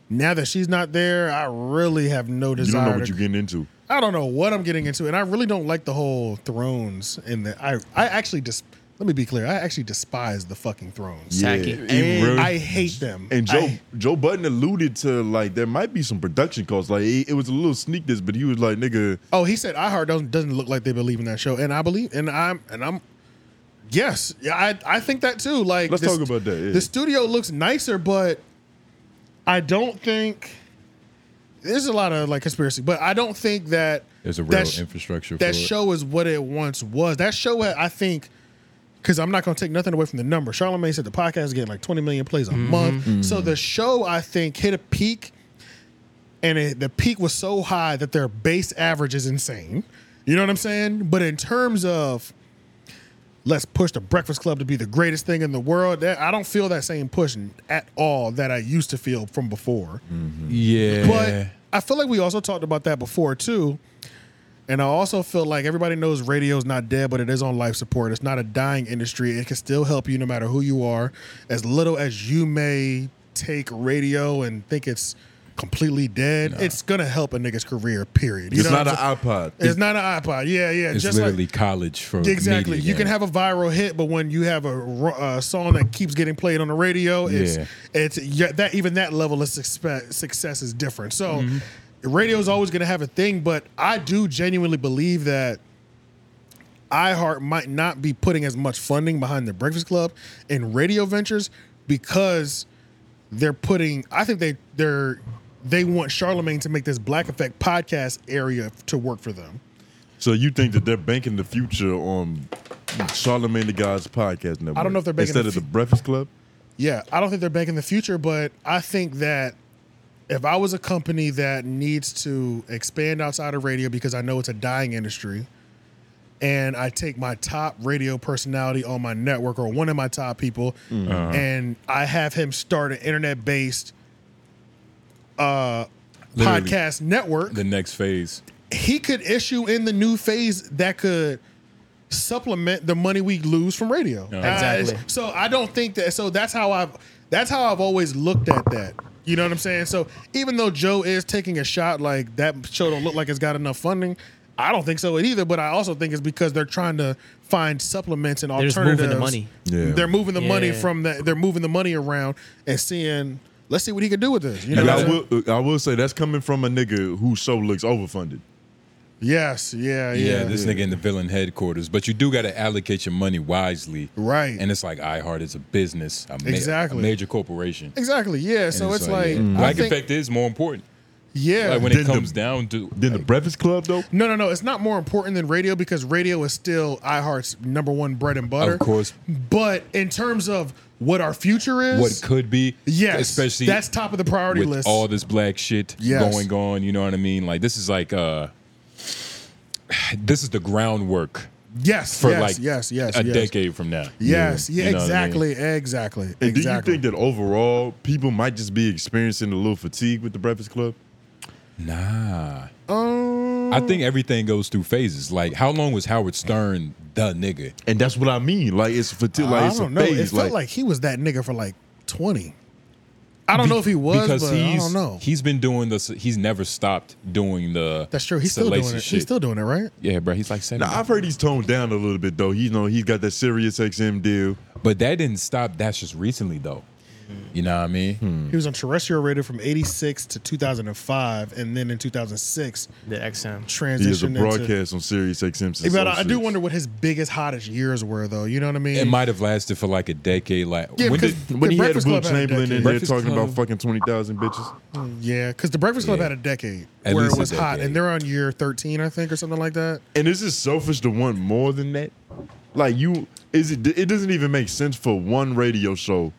A: now that she's not there, I really have no
B: You
A: desire.
B: don't know
A: to
B: what you're getting into.
A: I don't know what I'm getting into, and I really don't like the whole thrones. In the I, I actually just let me be clear. I actually despise the fucking thrones.
B: And-
A: And I hate them.
B: And Joe
A: I-
B: Joe Button alluded to like there might be some production costs. Like it, it was a little sneak this, but he was like, "Nigga,
A: oh, he said I heart doesn't doesn't look like they believe in that show, and I believe, and I'm and I'm. Yes, yeah, I I think that too. Like
B: Let's
A: this-
B: talk about that, yeah.
A: The studio looks nicer, but I don't think there's a lot of like conspiracy, but I don't think that
C: There's a real
A: that sh-
C: infrastructure
A: That
C: for it.
A: show is what it once was. That show, had- I think, because I'm not going to take nothing away from the number. Charlamagne said the podcast is getting like 20 million plays a month, so the show I think hit a peak and it, the peak was so high that their base average is insane. You know what I'm saying? But in terms of let's push the Breakfast Club to be the greatest thing in the world, that, I don't feel that same push at all that I used to feel from before.
C: Mm-hmm. Yeah.
A: But I feel like we also talked about that before too. And I also feel like everybody knows radio's not dead, but it is on life support. It's not a dying industry. It can still help you no matter who you are. As little as you may take radio and think it's completely dead, it's gonna help a nigga's career, period. You
B: it's
A: know
B: not an
A: what I'm saying?
B: iPod.
A: It's not an iPod. Yeah, yeah.
C: it's
A: just like
C: literally college for
A: Exactly.
C: media
A: You can
C: game.
A: have a viral hit, but when you have a, ro- a song that keeps getting played on the radio, it's
C: Yeah.
A: it's yeah, that even that level of suspe- success is different. So,
C: Mm-hmm.
A: radio is always going to have a thing, but I do genuinely believe that iHeart might not be putting as much funding behind the Breakfast Club and radio ventures because they're putting. I think they they're they want Charlemagne to make this Black Effect podcast area to work for them.
B: So you think that they're banking the future on Charlemagne the God's podcast network?
A: I don't know if they're banking
B: instead
A: the
B: of
A: fu-
B: the Breakfast Club.
A: Yeah, I don't think they're banking the future, but I think that if I was a company that needs to expand outside of radio because I know it's a dying industry, and I take my top radio personality on my network or one of my top people,
B: Mm. Uh-huh.
A: and I have him start an internet based uh,
C: Literally.
A: podcast network,
C: the next phase.
A: he could issue in the new phase that could supplement the money we lose from radio.
C: Yeah.
A: Uh,
C: Exactly.
A: so I don't think that. So that's how I've that's how I've always looked at that. You know what I'm saying? So even though Joe is taking a shot, like that show don't look like it's got enough funding. I don't think so either. But I also think it's because they're trying to find supplements and
D: They're just
A: alternatives.
D: moving the money. Yeah.
A: They're moving the money
D: Yeah.
A: from that. They're moving the money around and seeing. Let's see what he can do with this. You know.
B: and
A: what I'm
B: I
A: saying?
B: will, uh, I will say that's coming from a nigga whose show looks overfunded.
A: Yes.
C: Yeah,
A: Yeah. Yeah.
C: this nigga in the villain headquarters. But you do got to allocate your money wisely.
A: Right.
C: And it's like iHeart is a business, a, ma-
A: Exactly.
C: a major corporation.
A: Exactly. Yeah.
C: And mm.
A: So it's, like,
C: yeah.
A: I
C: Black
A: think,
C: Effect is more important.
A: yeah.
C: Like when it
B: Then the-
C: comes down to
B: Then the Breakfast Club though.
A: No, no, no. It's not more important than radio because radio is still iHeart's number one bread and butter.
C: Of course.
A: But in terms of what our future is,
C: what could be,
A: yes,
C: especially
A: that's top of the priority
C: with
A: list.
C: all this black shit
A: Yes.
C: going on. You know what I mean? Like this is like uh, this is the groundwork.
A: Yes,
C: for
A: yes,
C: like
A: yes, yes,
C: a
A: yes.
C: decade from now.
A: yes,
C: You
A: yeah,
C: know what I mean?
A: exactly, exactly,
B: And
A: exactly.
B: do you think that overall people might just be experiencing a little fatigue with the Breakfast Club?
C: Nah.
A: Um,
C: I think everything goes through phases. Like, how long was Howard Stern the nigga?
B: And that's what I mean. Like, it's fatigue. Like,
A: I
B: it's
A: don't
B: a
A: know.
B: phase.
A: It felt like, he was that nigga for like twenty. I don't know if he was, but I don't know.
C: He's been doing this. He's never stopped doing the.
A: That's true. He's still doing it.
C: salacious
A: He's
C: shit.
A: still doing it, right?
C: yeah, bro. He's like seven.
B: now I've heard he's toned down a little bit though. He, you know, he's got that Sirius XM deal.
C: But that didn't stop. That's just recently though. You know what I mean?
B: Hmm.
A: He was on terrestrial radio from '86 to 2005, and then in 2006,
D: the XM
B: He has a
A: transitioned into
B: broadcast on Sirius XM.
A: Yeah,
B: Since
A: But I, I
B: 06.
A: do wonder what his biggest, hottest years were, though. You know what I mean?
C: It might have lasted for like a decade. Like
A: Yeah,
C: when
A: because-
C: did
B: when he had
A: Breakfast
B: Will
A: Club had a
B: Chamberlain in
A: decade.
B: there
C: Breakfast
B: talking
C: Club.
B: about fucking twenty thousand bitches.
A: Yeah, because the Breakfast Club had a decade
B: At
A: where it
B: least a
A: was hot,
B: decade.
A: and they're on year 13, I think, or something like that.
B: And is it selfish to want more than that? Like you, is it? It doesn't even make sense for one radio show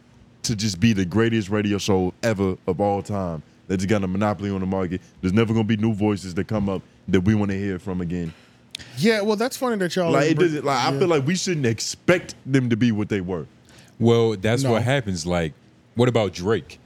B: to just be the greatest radio show ever of all time. That just got a monopoly on the market. There's never gonna be new voices that come up that we want to hear from again.
A: Yeah, well, that's funny that y'all
B: Like it
A: bring-
B: doesn't. Like I
A: yeah.
B: feel like we shouldn't expect them to be what they were.
C: Well, that's
B: No.
C: what happens. Like, what about Drake?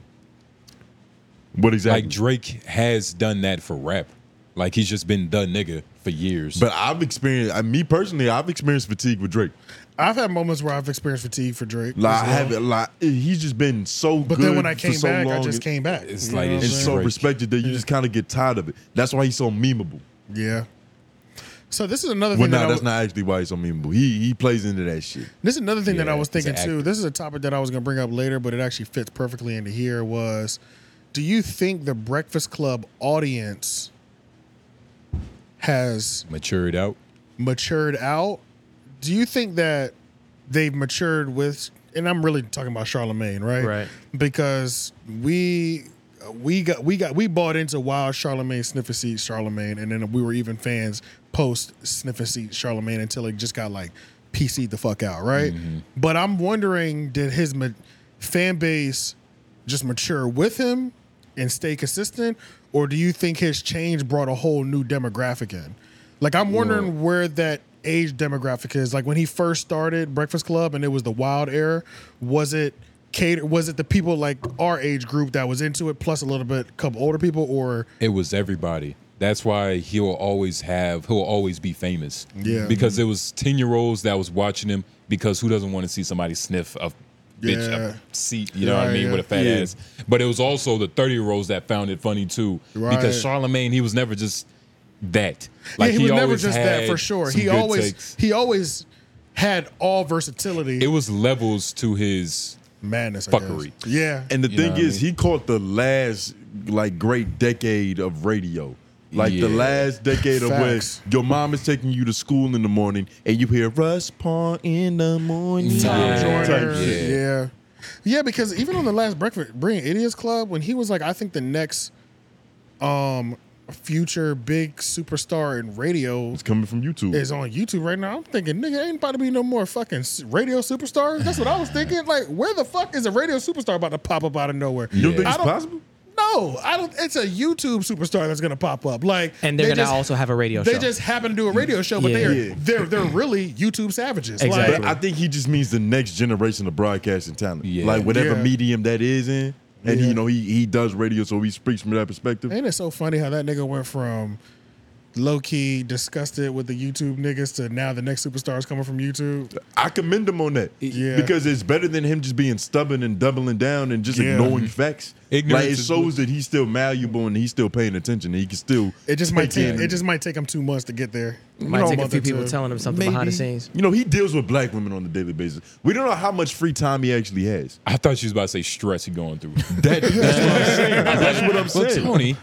B: What exactly?
C: Like Drake has done that for rap. Like he's just been the nigga for years.
B: But I've experienced. I, me personally, I've experienced fatigue with Drake.
A: I've had moments where I've experienced fatigue for Drake.
B: Like
A: as
B: I
A: well.
B: haven't. Like eh, he's just been so
A: But
B: good.
A: then when I
B: for
A: came
B: so
A: back, I
B: long,
A: just
B: it-
A: came back.
C: It's
A: You
C: like
A: know what
B: and
A: I'm
B: so
A: saying?
B: respected that you just kind of get tired of it. That's why he's so memeable.
A: Yeah. So this is another
B: Well,
A: thing.
B: no,
A: that I
B: that's
A: w-
B: not actually why he's so memeable. He he plays into that shit.
A: This is another thing that I was
B: he's an
A: thinking too. This is a topic that I was going to bring up later, but it actually fits perfectly into here. Was do you think the Breakfast Club audience has
C: matured out.
A: matured out? Do you think that they've matured with? And I'm really talking about Charlemagne, right? Right. Because we we got we got we bought into wild Charlemagne sniffing seat Charlemagne, and then we were even fans post sniffing seat Charlemagne until it just got like PC'd the fuck out, right? But I'm wondering, did his ma- fan base just mature with him and stay consistent, or do you think his change brought a whole new demographic in? Like I'm wondering where that age demographic is. Like when he first started Breakfast Club and it was the Wild era, was it cater? Was it the people like our age group that was into it, plus a little bit couple older people, or
C: It was everybody. That's why he'll always have he'll always be famous.
A: Yeah.
C: Because there was ten year olds that was watching him because who doesn't want to see somebody sniff a bitch a
A: Yeah.
C: seat, you know what I
A: Right,
C: mean,
A: yeah.
C: with a fat
A: Yeah.
C: ass. But it was also the thirty year olds that found it funny too.
A: Right.
C: Because Charlemagne, he was never just that.
A: yeah, he, was never
C: always
A: just that
C: had
A: for sure.
C: some
A: He
C: good
A: always
C: takes.
A: he always had all versatility.
C: it was levels to his
A: madness I guess.
C: fuckery.
A: Yeah.
B: And the
A: You know
B: thing
A: what I
B: is,
A: mean?
B: he caught the last like great decade of radio. Like the
C: Yeah.
B: last decade of where
C: Facts.
B: your mom is taking you to school in the morning and you hear Russ Paul in the morning.
A: Tom
B: Type
A: Joyner.
B: shit.
A: Yeah. Yeah, because even on the last Breakfast Brilliant Idiots Club, when he was like, I think the next um future big superstar in radio
B: It's coming from YouTube.
A: is on YouTube right now. I'm thinking, nigga, ain't about to be no more fucking s- radio superstars. That's what I was thinking. Like, where the fuck is a radio superstar about to pop up out of nowhere?
B: You don't think
A: I
B: it's possible?
A: No, I don't. It's a YouTube superstar that's gonna pop up. Like,
D: And they're
A: they
D: gonna
A: just-
D: also have a radio
A: They
D: show.
A: just happen to do a radio show, but
D: Yeah.
A: they're
D: Yeah.
A: they're they're really YouTube savages.
B: But
A: Like,
B: I think he just means the next generation of broadcasting talent. Like whatever
A: Yeah.
B: medium that is in. And he,
A: Yeah.
B: you know, he he does radio, so he speaks from that perspective.
A: Ain't it so funny how that nigga went from low key disgusted with the YouTube niggas to now the next superstar is coming from YouTube?
B: I commend him on that.
A: Yeah.
B: Because it's better than him just being stubborn and doubling down and just
A: Yeah. Mm-hmm.
B: ignoring facts.
C: Ignorance
B: like it
C: is
B: shows that he's still malleable and he's still paying attention. And he can still
A: It just might
B: take
A: take
B: in-
A: it just might take him two months to get there.
D: Might
A: You know,
D: take a
A: month
D: few
A: or
D: people
A: two.
D: telling him something behind the scenes.
B: You know, he deals with black women on a daily basis. We don't know how much free time he actually has.
C: I thought she was about to say stress he going
B: *laughs*
C: through.
B: That, that's what I'm
C: *laughs*
B: saying. That's what I'm
C: Well, *laughs*
B: saying.
C: Tony.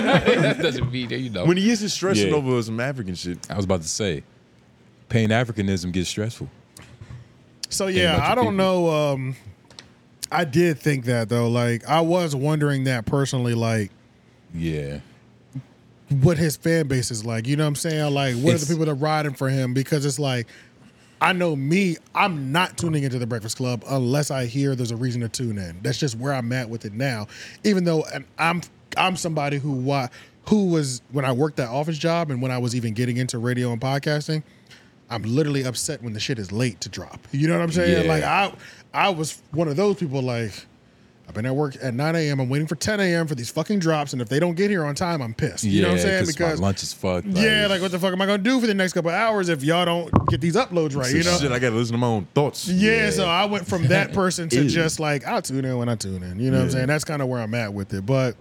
C: doesn't mean that, you know.
B: When he isn't stressing
C: Yeah.
B: over some African shit.
C: I was about to say, pain Africanism gets stressful.
A: So
C: Thinking
A: yeah,
C: about
A: I
C: your
A: don't
C: people.
A: know. Um, I did think that though. Like I was wondering that personally. Like
C: Yeah.
A: what his fan base is like. You know what I'm saying? Like, what are
C: It's-
A: the people that riding for him? Because it's like, I know me, I'm not tuning into the Breakfast Club unless I hear there's a reason to tune in. That's just where I'm at with it now. Even though and I'm I'm somebody who why who was when I worked that office job and when I was even getting into radio and podcasting, I'm literally upset when the shit is late to drop. You know what I'm saying?
C: Yeah.
A: Like I I was one of those people like I've been at work at 9 a.m. I'm waiting for 10 a.m. for these fucking drops, and if they don't get here on time, I'm pissed. You know what I'm
C: Yeah,
A: saying?
C: 'cause my lunch is fucked.
A: yeah, like what the fuck am I gonna do for the next couple hours if y'all don't get these uploads right?
B: So
A: You know?
B: Shit, I got to listen to my own thoughts.
A: yeah, so I went from that person
C: *laughs*
A: to
B: Ew.
A: just like I'll tune in when I tune in. You know what I'm
B: Yeah.
A: saying? That's kind of where I'm at with it. But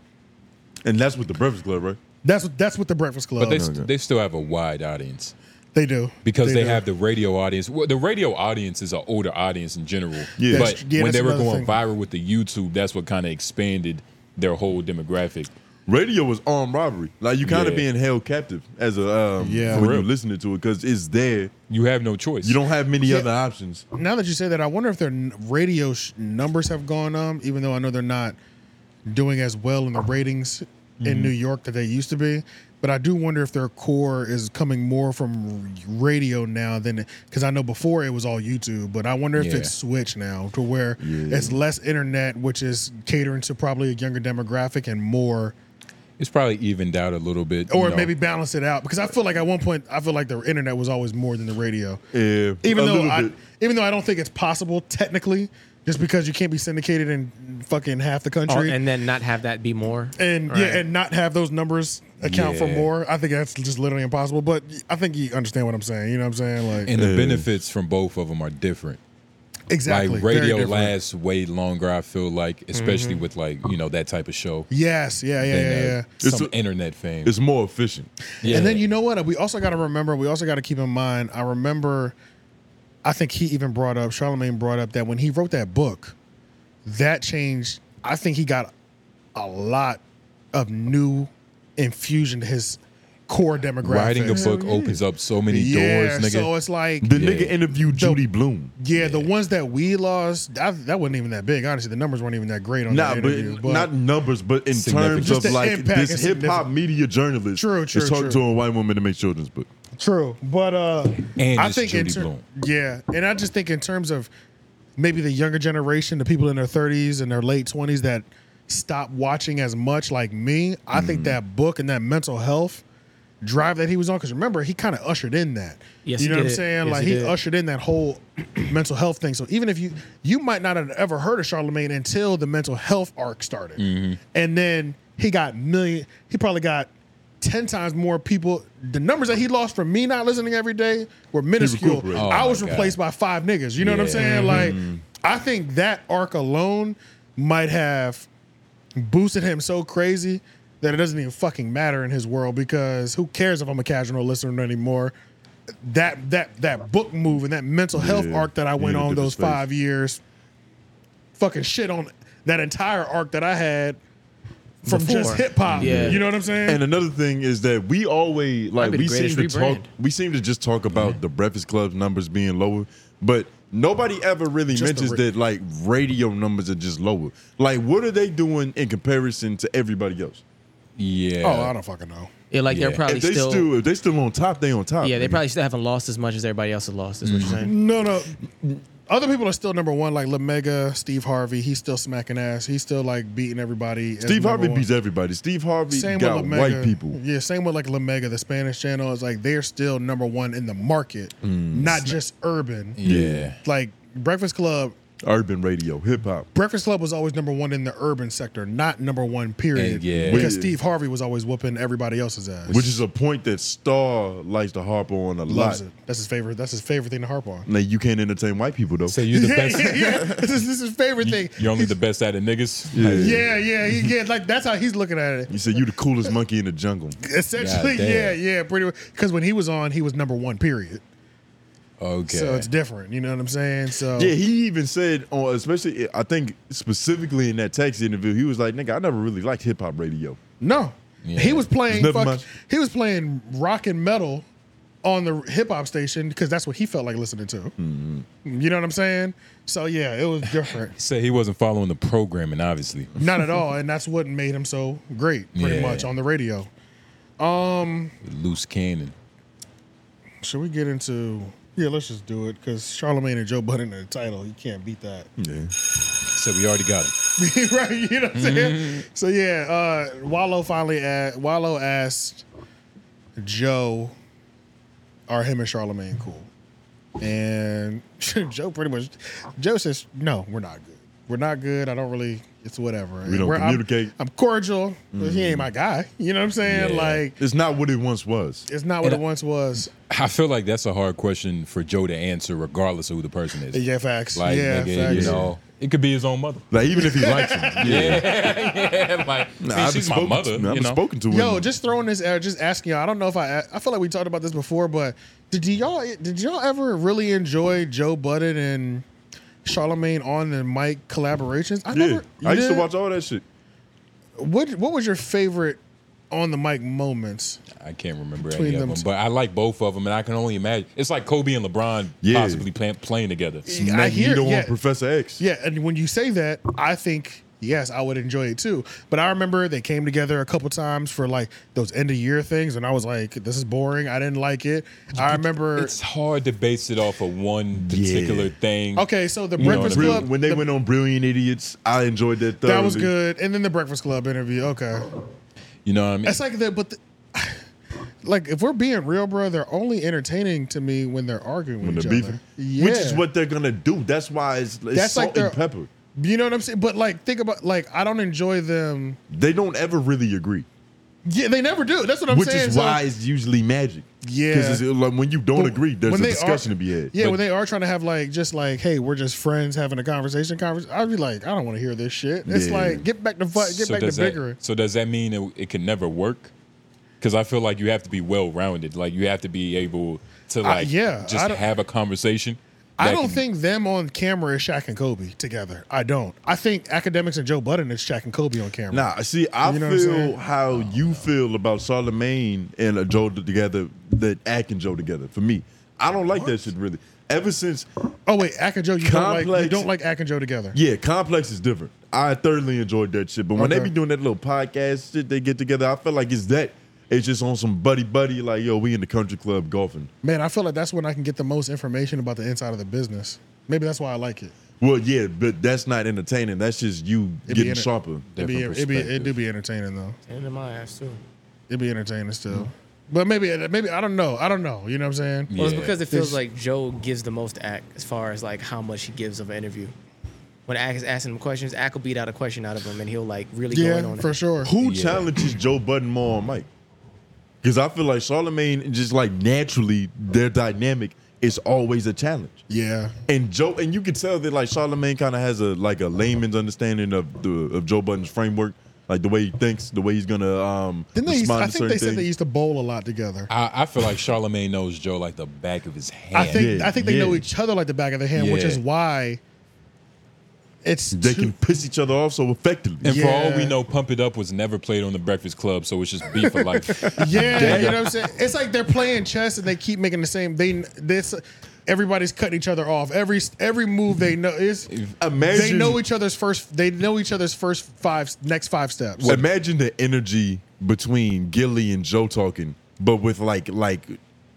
B: And that's with the Breakfast Club, right?
A: that's that's what the Breakfast Club.
C: but they, st- they still have a wide audience
A: They do
C: because they,
A: do.
C: have the radio audience. Well, the radio audience is an older audience in general.
A: Yeah. That's-
C: But
A: yeah,
C: when
A: that's
C: they were
A: another
C: going
A: thing.
C: viral with the YouTube, that's what kind of expanded their whole demographic.
B: Radio was armed robbery. Like you kind of
C: Yeah.
B: being held captive as a um,
A: Yeah.
B: when
C: For
B: you
C: real.
B: listening to it because it's there.
C: You have no choice.
B: You don't have many
A: Yeah.
B: other options.
A: Now that you say that, I wonder if their n- radio sh- numbers have gone up, even though I know they're not doing as well in the ratings in
C: Mhm.
A: New York that they used to be. But I do wonder if their core is coming more from r- radio now than because I know before it was all YouTube, but I wonder if
C: Yeah.
A: it's switched now to where it's less internet, which is catering to probably a younger demographic and more
C: It's probably evened out a little bit.
A: or
C: you know.
A: maybe balance it out because I feel like at one point I feel like the internet was always more than the radio.
B: Yeah,
A: Even
B: a
A: though
B: little
A: I,
B: bit.
A: even though I don't think it's possible technically, just because you can't be syndicated in fucking half the country
D: Oh, and then not have that be more.
A: and
D: Right.
A: yeah, and not have those numbers account for
C: Yeah.
A: more, I think that's just literally impossible. But I think you understand what I'm saying. You know what I'm saying? Like
C: and the benefits from both of them are different.
A: exactly
C: Like
A: Very
C: radio
A: different.
C: lasts way longer. I feel like, especially
B: Mm-hmm.
A: Mhm.
C: with like you know that type of show.
A: Yes, yeah, yeah,
C: than,
A: yeah,
C: uh,
A: yeah.
C: Some internet fame.
B: It's more efficient.
C: Yeah.
A: And then you know what? We also got to remember. We also got to keep in mind. I remember. I think he even brought up. Charlemagne brought up that when he wrote that book, that changed. I think he got a lot of new infusion to his core demographic.
C: Writing a book opens up so many
A: Yeah,
C: doors, nigga.
A: so it's like-
B: Mm-hmm. The
C: Yeah.
B: nigga interviewed Judy Bloom.
A: Yeah, the ones that we lost, that, that wasn't even that big. Honestly, the numbers weren't even that great on
B: Nah,
A: that
B: but,
A: interview. But
B: not numbers, but in
A: Significant.
B: terms
A: Just
B: of
A: the
B: like
A: impact
B: this
A: is
B: hip hop
A: significant.
B: media journalist
A: True, true,
B: is talking
A: true.
B: to a white woman to make children's book.
A: True, but uh,
B: And
A: I
B: it's
A: think in
B: Judy
A: ter-
B: Blunt.
A: yeah, and I just think in terms of maybe the younger generation, the people in their 30s and their late 20s that stop watching as much like me, I
B: Mm-hmm.
A: think that book and that mental health drive that he was on, because remember, he kind of ushered in that.
O: Yes,
A: you
O: he
A: know what I'm
O: did.
A: saying?
O: Yes,
A: like
O: he
A: he,
O: did.
A: ushered in that whole *clears throat* mental health thing. So even if you you might not have ever heard of Charlemagne until the mental health arc started.
M: Mm-hmm.
A: And then he got million. He probably got ten times more people. The numbers that he lost from me not listening every day were minuscule.
B: recuperated. Oh
A: I was
B: my God.
A: replaced by five niggas. You know what I'm
B: Yeah.
A: saying?
B: Mhm.
A: Like, I think that arc alone might have boosted him so crazy that it doesn't even fucking matter in his world because who cares if I'm a casual listener anymore? That that that book move and that mental health
B: Yeah.
A: arc that I
B: You
A: went
B: need a
A: on
B: different
A: those
B: space.
A: five years, fucking shit on that entire arc that I had from just hip hop. You know what I'm saying?
B: And another thing is that we always like
A: That'd be
B: we
A: the
B: seem to
A: greatest
B: talk
A: rebrand.
B: we seem to just talk about the Breakfast Club numbers being lower, but nobody ever really
A: Just the
B: mentions
A: ra-
B: that like radio numbers are just lower. Like what are they doing in comparison to everybody else?
C: Yeah.
A: Oh, I don't fucking know.
D: Yeah, like they're probably
B: if they
D: still-
B: if they still on top, they on top. Mm-hmm.
D: yeah, they
B: nigga.
D: probably still haven't lost as much as everybody else has lost. Is what you're saying?
A: No, no. Other people are still number one, like Lamega, Steve Harvey. He's still smacking ass. He's still like beating everybody. as
B: Steve
A: number
B: Harvey
A: one.
B: beats everybody. Steve Harvey
A: Same
B: got
A: with Lamega.
B: white people.
A: Yeah, same with like Lamega, the Spanish channel is like they're still number one in the market, not just urban.
B: Mm. Yeah.
A: Like Breakfast Club,
B: Urban radio, hip hop.
A: Breakfast Club was always number one in the urban sector, not number one period.
B: And yeah.
A: Because
B: Yeah.
A: Steve Harvey was always whooping everybody else's ass.
B: Which is a point that Star likes to harp on a
A: loves
B: lot.
A: it. That's his favorite. That's his favorite thing to harp on.
B: Like you can't entertain white people though. So
C: you're the
A: *laughs*
B: *laughs*
A: yeah, yeah, yeah. This is, this is his favorite thing.
C: *laughs* You're only the best at it, niggas.
A: Yeah, yeah, he, yeah. Like that's how he's looking at it.
B: You said you the coolest monkey in the jungle.
A: Essentially, yeah, yeah, pretty. Because when he was on, he was number one. Period.
C: Okay.
A: So it's different. You know what I'm saying? So
B: Yeah, he even said on especially I think specifically in that taxi interview, he was like, nigga, I never really liked hip hop radio.
A: No. He was playing
B: Never
A: fuck-
B: mind.
A: he was playing rock and metal on the hip hop station because that's what he felt like listening to.
B: Mm-hmm.
A: You know what I'm saying? So yeah, it was different.
C: He said he wasn't following the programming, obviously.
A: Not at all, and that's what made him so great, pretty
C: Yeah.
A: much on the radio. Um,
C: *laughs* Loose cannon.
A: should we get into? Yeah, let's just do it because Charlemagne and Joe Budden are the title. You can't beat that. *laughs*
B: Yeah.
C: Said we already got him.
A: right? You know what I'm saying?
B: Mm-hmm.
A: So yeah, uh, Wallow finally asked, Wallow asked Joe, "Are him and Charlemagne cool?" And *laughs* Joe pretty much Joe says, "No, we're not good. We're not good. I don't really. It's whatever.
B: We don't
A: We're- I'm-
B: communicate. Mm-hmm.
A: I'm, cordial, but he ain't my guy. You know what I'm saying? Like
B: it's not what it once was.
A: it's not what
C: And
A: it once was.
C: I feel like that's a hard question for Joe to answer, regardless of who the person is.
A: Yeah, facts.
C: Like,
A: yeah,
C: nigga,
A: facts.
C: you know, it could be his own mother.
B: Like even if he
C: *laughs*
B: likes him.
C: yeah, like see,
B: I've
C: she's
B: spoken
C: my mother.
B: to- I've
C: you know?
B: spoken to him.
A: Yo, just throwing this out, just asking y'all. I don't know if I. I feel like we talked about this before, but did y'all did y'all ever really enjoy Joe Budden and Charlemagne on the mic collaborations? I
B: yeah.
A: never.
B: I used to
A: Yeah.
B: watch all that shit.
A: What What was your favorite on the mic moments?
C: I can't remember
A: Between
C: any of
A: them
C: them,
A: two.
C: but I like both of them, and I can only imagine. It's like Kobe and LeBron
B: Yeah.
C: possibly play, playing together.
A: I hear-
B: Magneto
A: yeah.
B: on Professor X.
A: Yeah, and when you say that, I think yes, I would enjoy it too. But I remember they came together a couple times for like those end of year things, and I was like, "This is boring. I didn't like it." I remember
C: It's hard to base it off of one particular thing.
A: Okay, so the
C: You know what
A: Breakfast
C: I mean?
A: Club.
B: When they
A: the-
B: went on Brilliant Idiots, I enjoyed that thoroughly.
A: that was good, and then the Breakfast Club interview. Okay,
C: You know what I mean?
A: it's like that, but the, *sighs* like if we're being real, bro, they're only entertaining to me when they're arguing
B: When
A: with
B: they're
A: each
B: beefing.
A: other. Yeah,
B: Which is what they're gonna do. That's why it's, it's
A: That's like
B: salt
A: their-
B: and pepper.
A: you know what I'm saying. But like, think about like I don't enjoy them.
B: They don't ever really agree.
A: Yeah, they never do. That's what I'm
B: which
A: saying.
B: is
A: So-
B: why it's usually magic.
A: Yeah.
B: because like when you don't
A: But
B: agree, there's
A: when
B: a
A: they
B: discussion
A: are-
B: to be had.
A: Yeah,
B: But
A: when they are trying to have like just like, hey, we're just friends having a conversation. Convers- I'd be like, I don't want to hear this shit. It's
B: Yeah.
A: like get back to fu- get back to
C: does
A: bickering.
C: That, so does that mean it, it can never work? Because I feel like you have to be well rounded. Like you have to be able to
A: I-
C: like
A: yeah,
C: just
A: I don't-
C: have a conversation.
A: I
C: that
A: don't
C: can-
A: think them on camera is Shaq and Kobe together. I don't. I think academics and Joe Budden is Shaq and Kobe on camera.
B: Nah, see, I
A: You know what I'm
B: feel
A: saying?
B: how you feel about Charlemagne and a Joe together, that Ack and Joe together. For me, I don't like that shit really. Ever since,
A: Oh wait, Ack and Joe, you don't like
B: Complex-
A: you don't like Ack and Joe together.
B: yeah, Complex is different. I thoroughly enjoyed that shit. But when they
A: Okay.
B: be doing that little podcast shit, they get together. I feel like it's that. It's just on some buddy buddy. Like yo, we in the country club golfing.
A: Man, I feel like that's when I can get the most information about the inside of the business. Maybe that's why I like it.
B: Well, yeah, but that's not entertaining. That's just you
A: It'd be
B: getting
A: enter-
B: sharper.
A: It'd be, it'd be, it do be entertaining though.
O: And in my ass too.
A: It'd be entertaining still.
B: Mm-hmm.
A: But maybe, maybe I don't know. I don't know. You know what I'm saying?
O: Well, it's because it feels
A: It's-
O: like Joe gives the most act as far as like how much he gives of an interview. When Ack is asking him questions, Ack will beat out a question out of him, and he'll like really go in on it.
B: Who
O: Yeah.
B: challenges Joe Budden more on Mike? Because I feel like Charlemagne just like naturally their dynamic is always a challenge.
A: Yeah.
B: And Joe and you can tell that like Charlemagne kind of has a like a layman's understanding of the of Joe Budden's framework, like the way he thinks, the way he's gonna um
A: Didn't they used,
B: respond
A: I
B: to
A: think
B: certain
A: they said
B: things.
A: they used to bowl a lot together.
C: I, I feel like Charlemagne knows Joe like the back of his hand.
A: I think I think they know each other like the back of their hand, which
C: Yeah.
A: is why it's
B: they
A: too-
B: can piss each other off so effectively.
C: And for all
A: Yeah.
C: we know, Pump It Up was never played on the Breakfast Club, so it's just beef for life.
A: *laughs* yeah, you know what I'm saying. It's like they're playing chess and they keep making the same. They this everybody's cutting each other off. Every every move they know is they
B: Imagine-
A: know each other's first. They know each other's first five next five steps.
B: Imagine the energy between Gilly and Joe talking, but with like like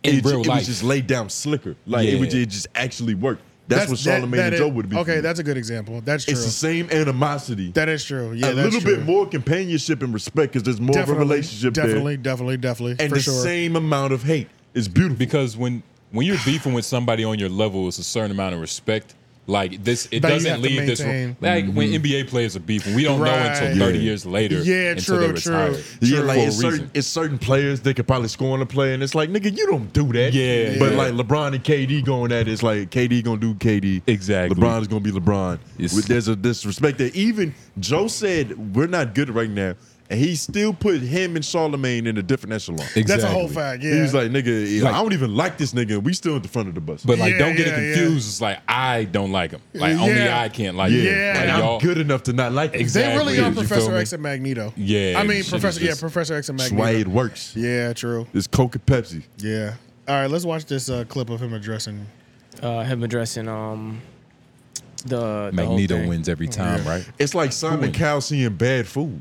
C: In
B: it,
C: real
B: it
C: life.
B: was just laid down slicker. Like it, would,
C: Yeah.
B: it just actually worked. That's, what
A: that-
B: Charlamagne
A: that
B: and
A: is-
B: Joe would be.
A: Okay, that's a good example. That's true.
B: it's the same animosity.
A: that is true. Yeah,
B: a
A: that's
B: little
A: true.
B: bit more companionship and respect because there's more
A: definitely,
B: of a relationship
A: Definitely,
B: there.
A: definitely, definitely.
B: And
A: for
B: the
A: sure.
B: same amount of hate. It's beautiful
C: because when when you're beefing with somebody on your level, it's a certain amount of respect. Like this, it
A: That you have
C: doesn't
A: to
C: leave this.
A: maintain.
C: Like when NBA players are beefing, we don't know
A: Right.
C: until 30
B: Mm-hmm. Yeah.
C: years later.
A: Yeah,
C: until they
A: true,
C: retire.
A: true.
B: Yeah, like
C: For a
B: it's certain,
C: reason.
B: it's certain players that could probably score on a play, and it's like, nigga, you don't do that.
C: Yeah.
B: But
C: Yeah.
B: like LeBron and KD going at it, it's like KD gonna do KD.
C: Exactly.
B: LeBron is gonna be LeBron. With- There's a disrespect there. Even Joe said we're not good right now, and he still put him and Charlemagne in a different echelon.
C: Exactly. That's a whole
A: fact,
B: He
A: yeah.
B: was like, nigga,
C: Like-
B: I don't even like this nigga. and We still at the front of the bus.
C: But like, don't get it confused. It's like I don't like him. Like only
A: Yeah.
C: I can't like
B: yeah.
C: him.
A: Yeah.
C: Like,
B: I'm
C: y'all-
B: good enough to not like it.
A: They really are
C: You feel
A: Professor
C: me?
A: X and Magneto.
C: Yeah,
A: I mean
C: shit is
A: Professor. Yeah,
C: just-
A: Professor X and
B: That's
A: Magneto.
B: why it works.
A: Yeah, true.
B: It's Coke and Pepsi.
A: Yeah. All right, let's watch this uh, clip of him addressing.
O: Uh, him addressing um
B: Uh,
O: the, the whole
C: Magneto
O: thing.
C: wins every time, right?
B: It's like Simon Cowell seeing bad food.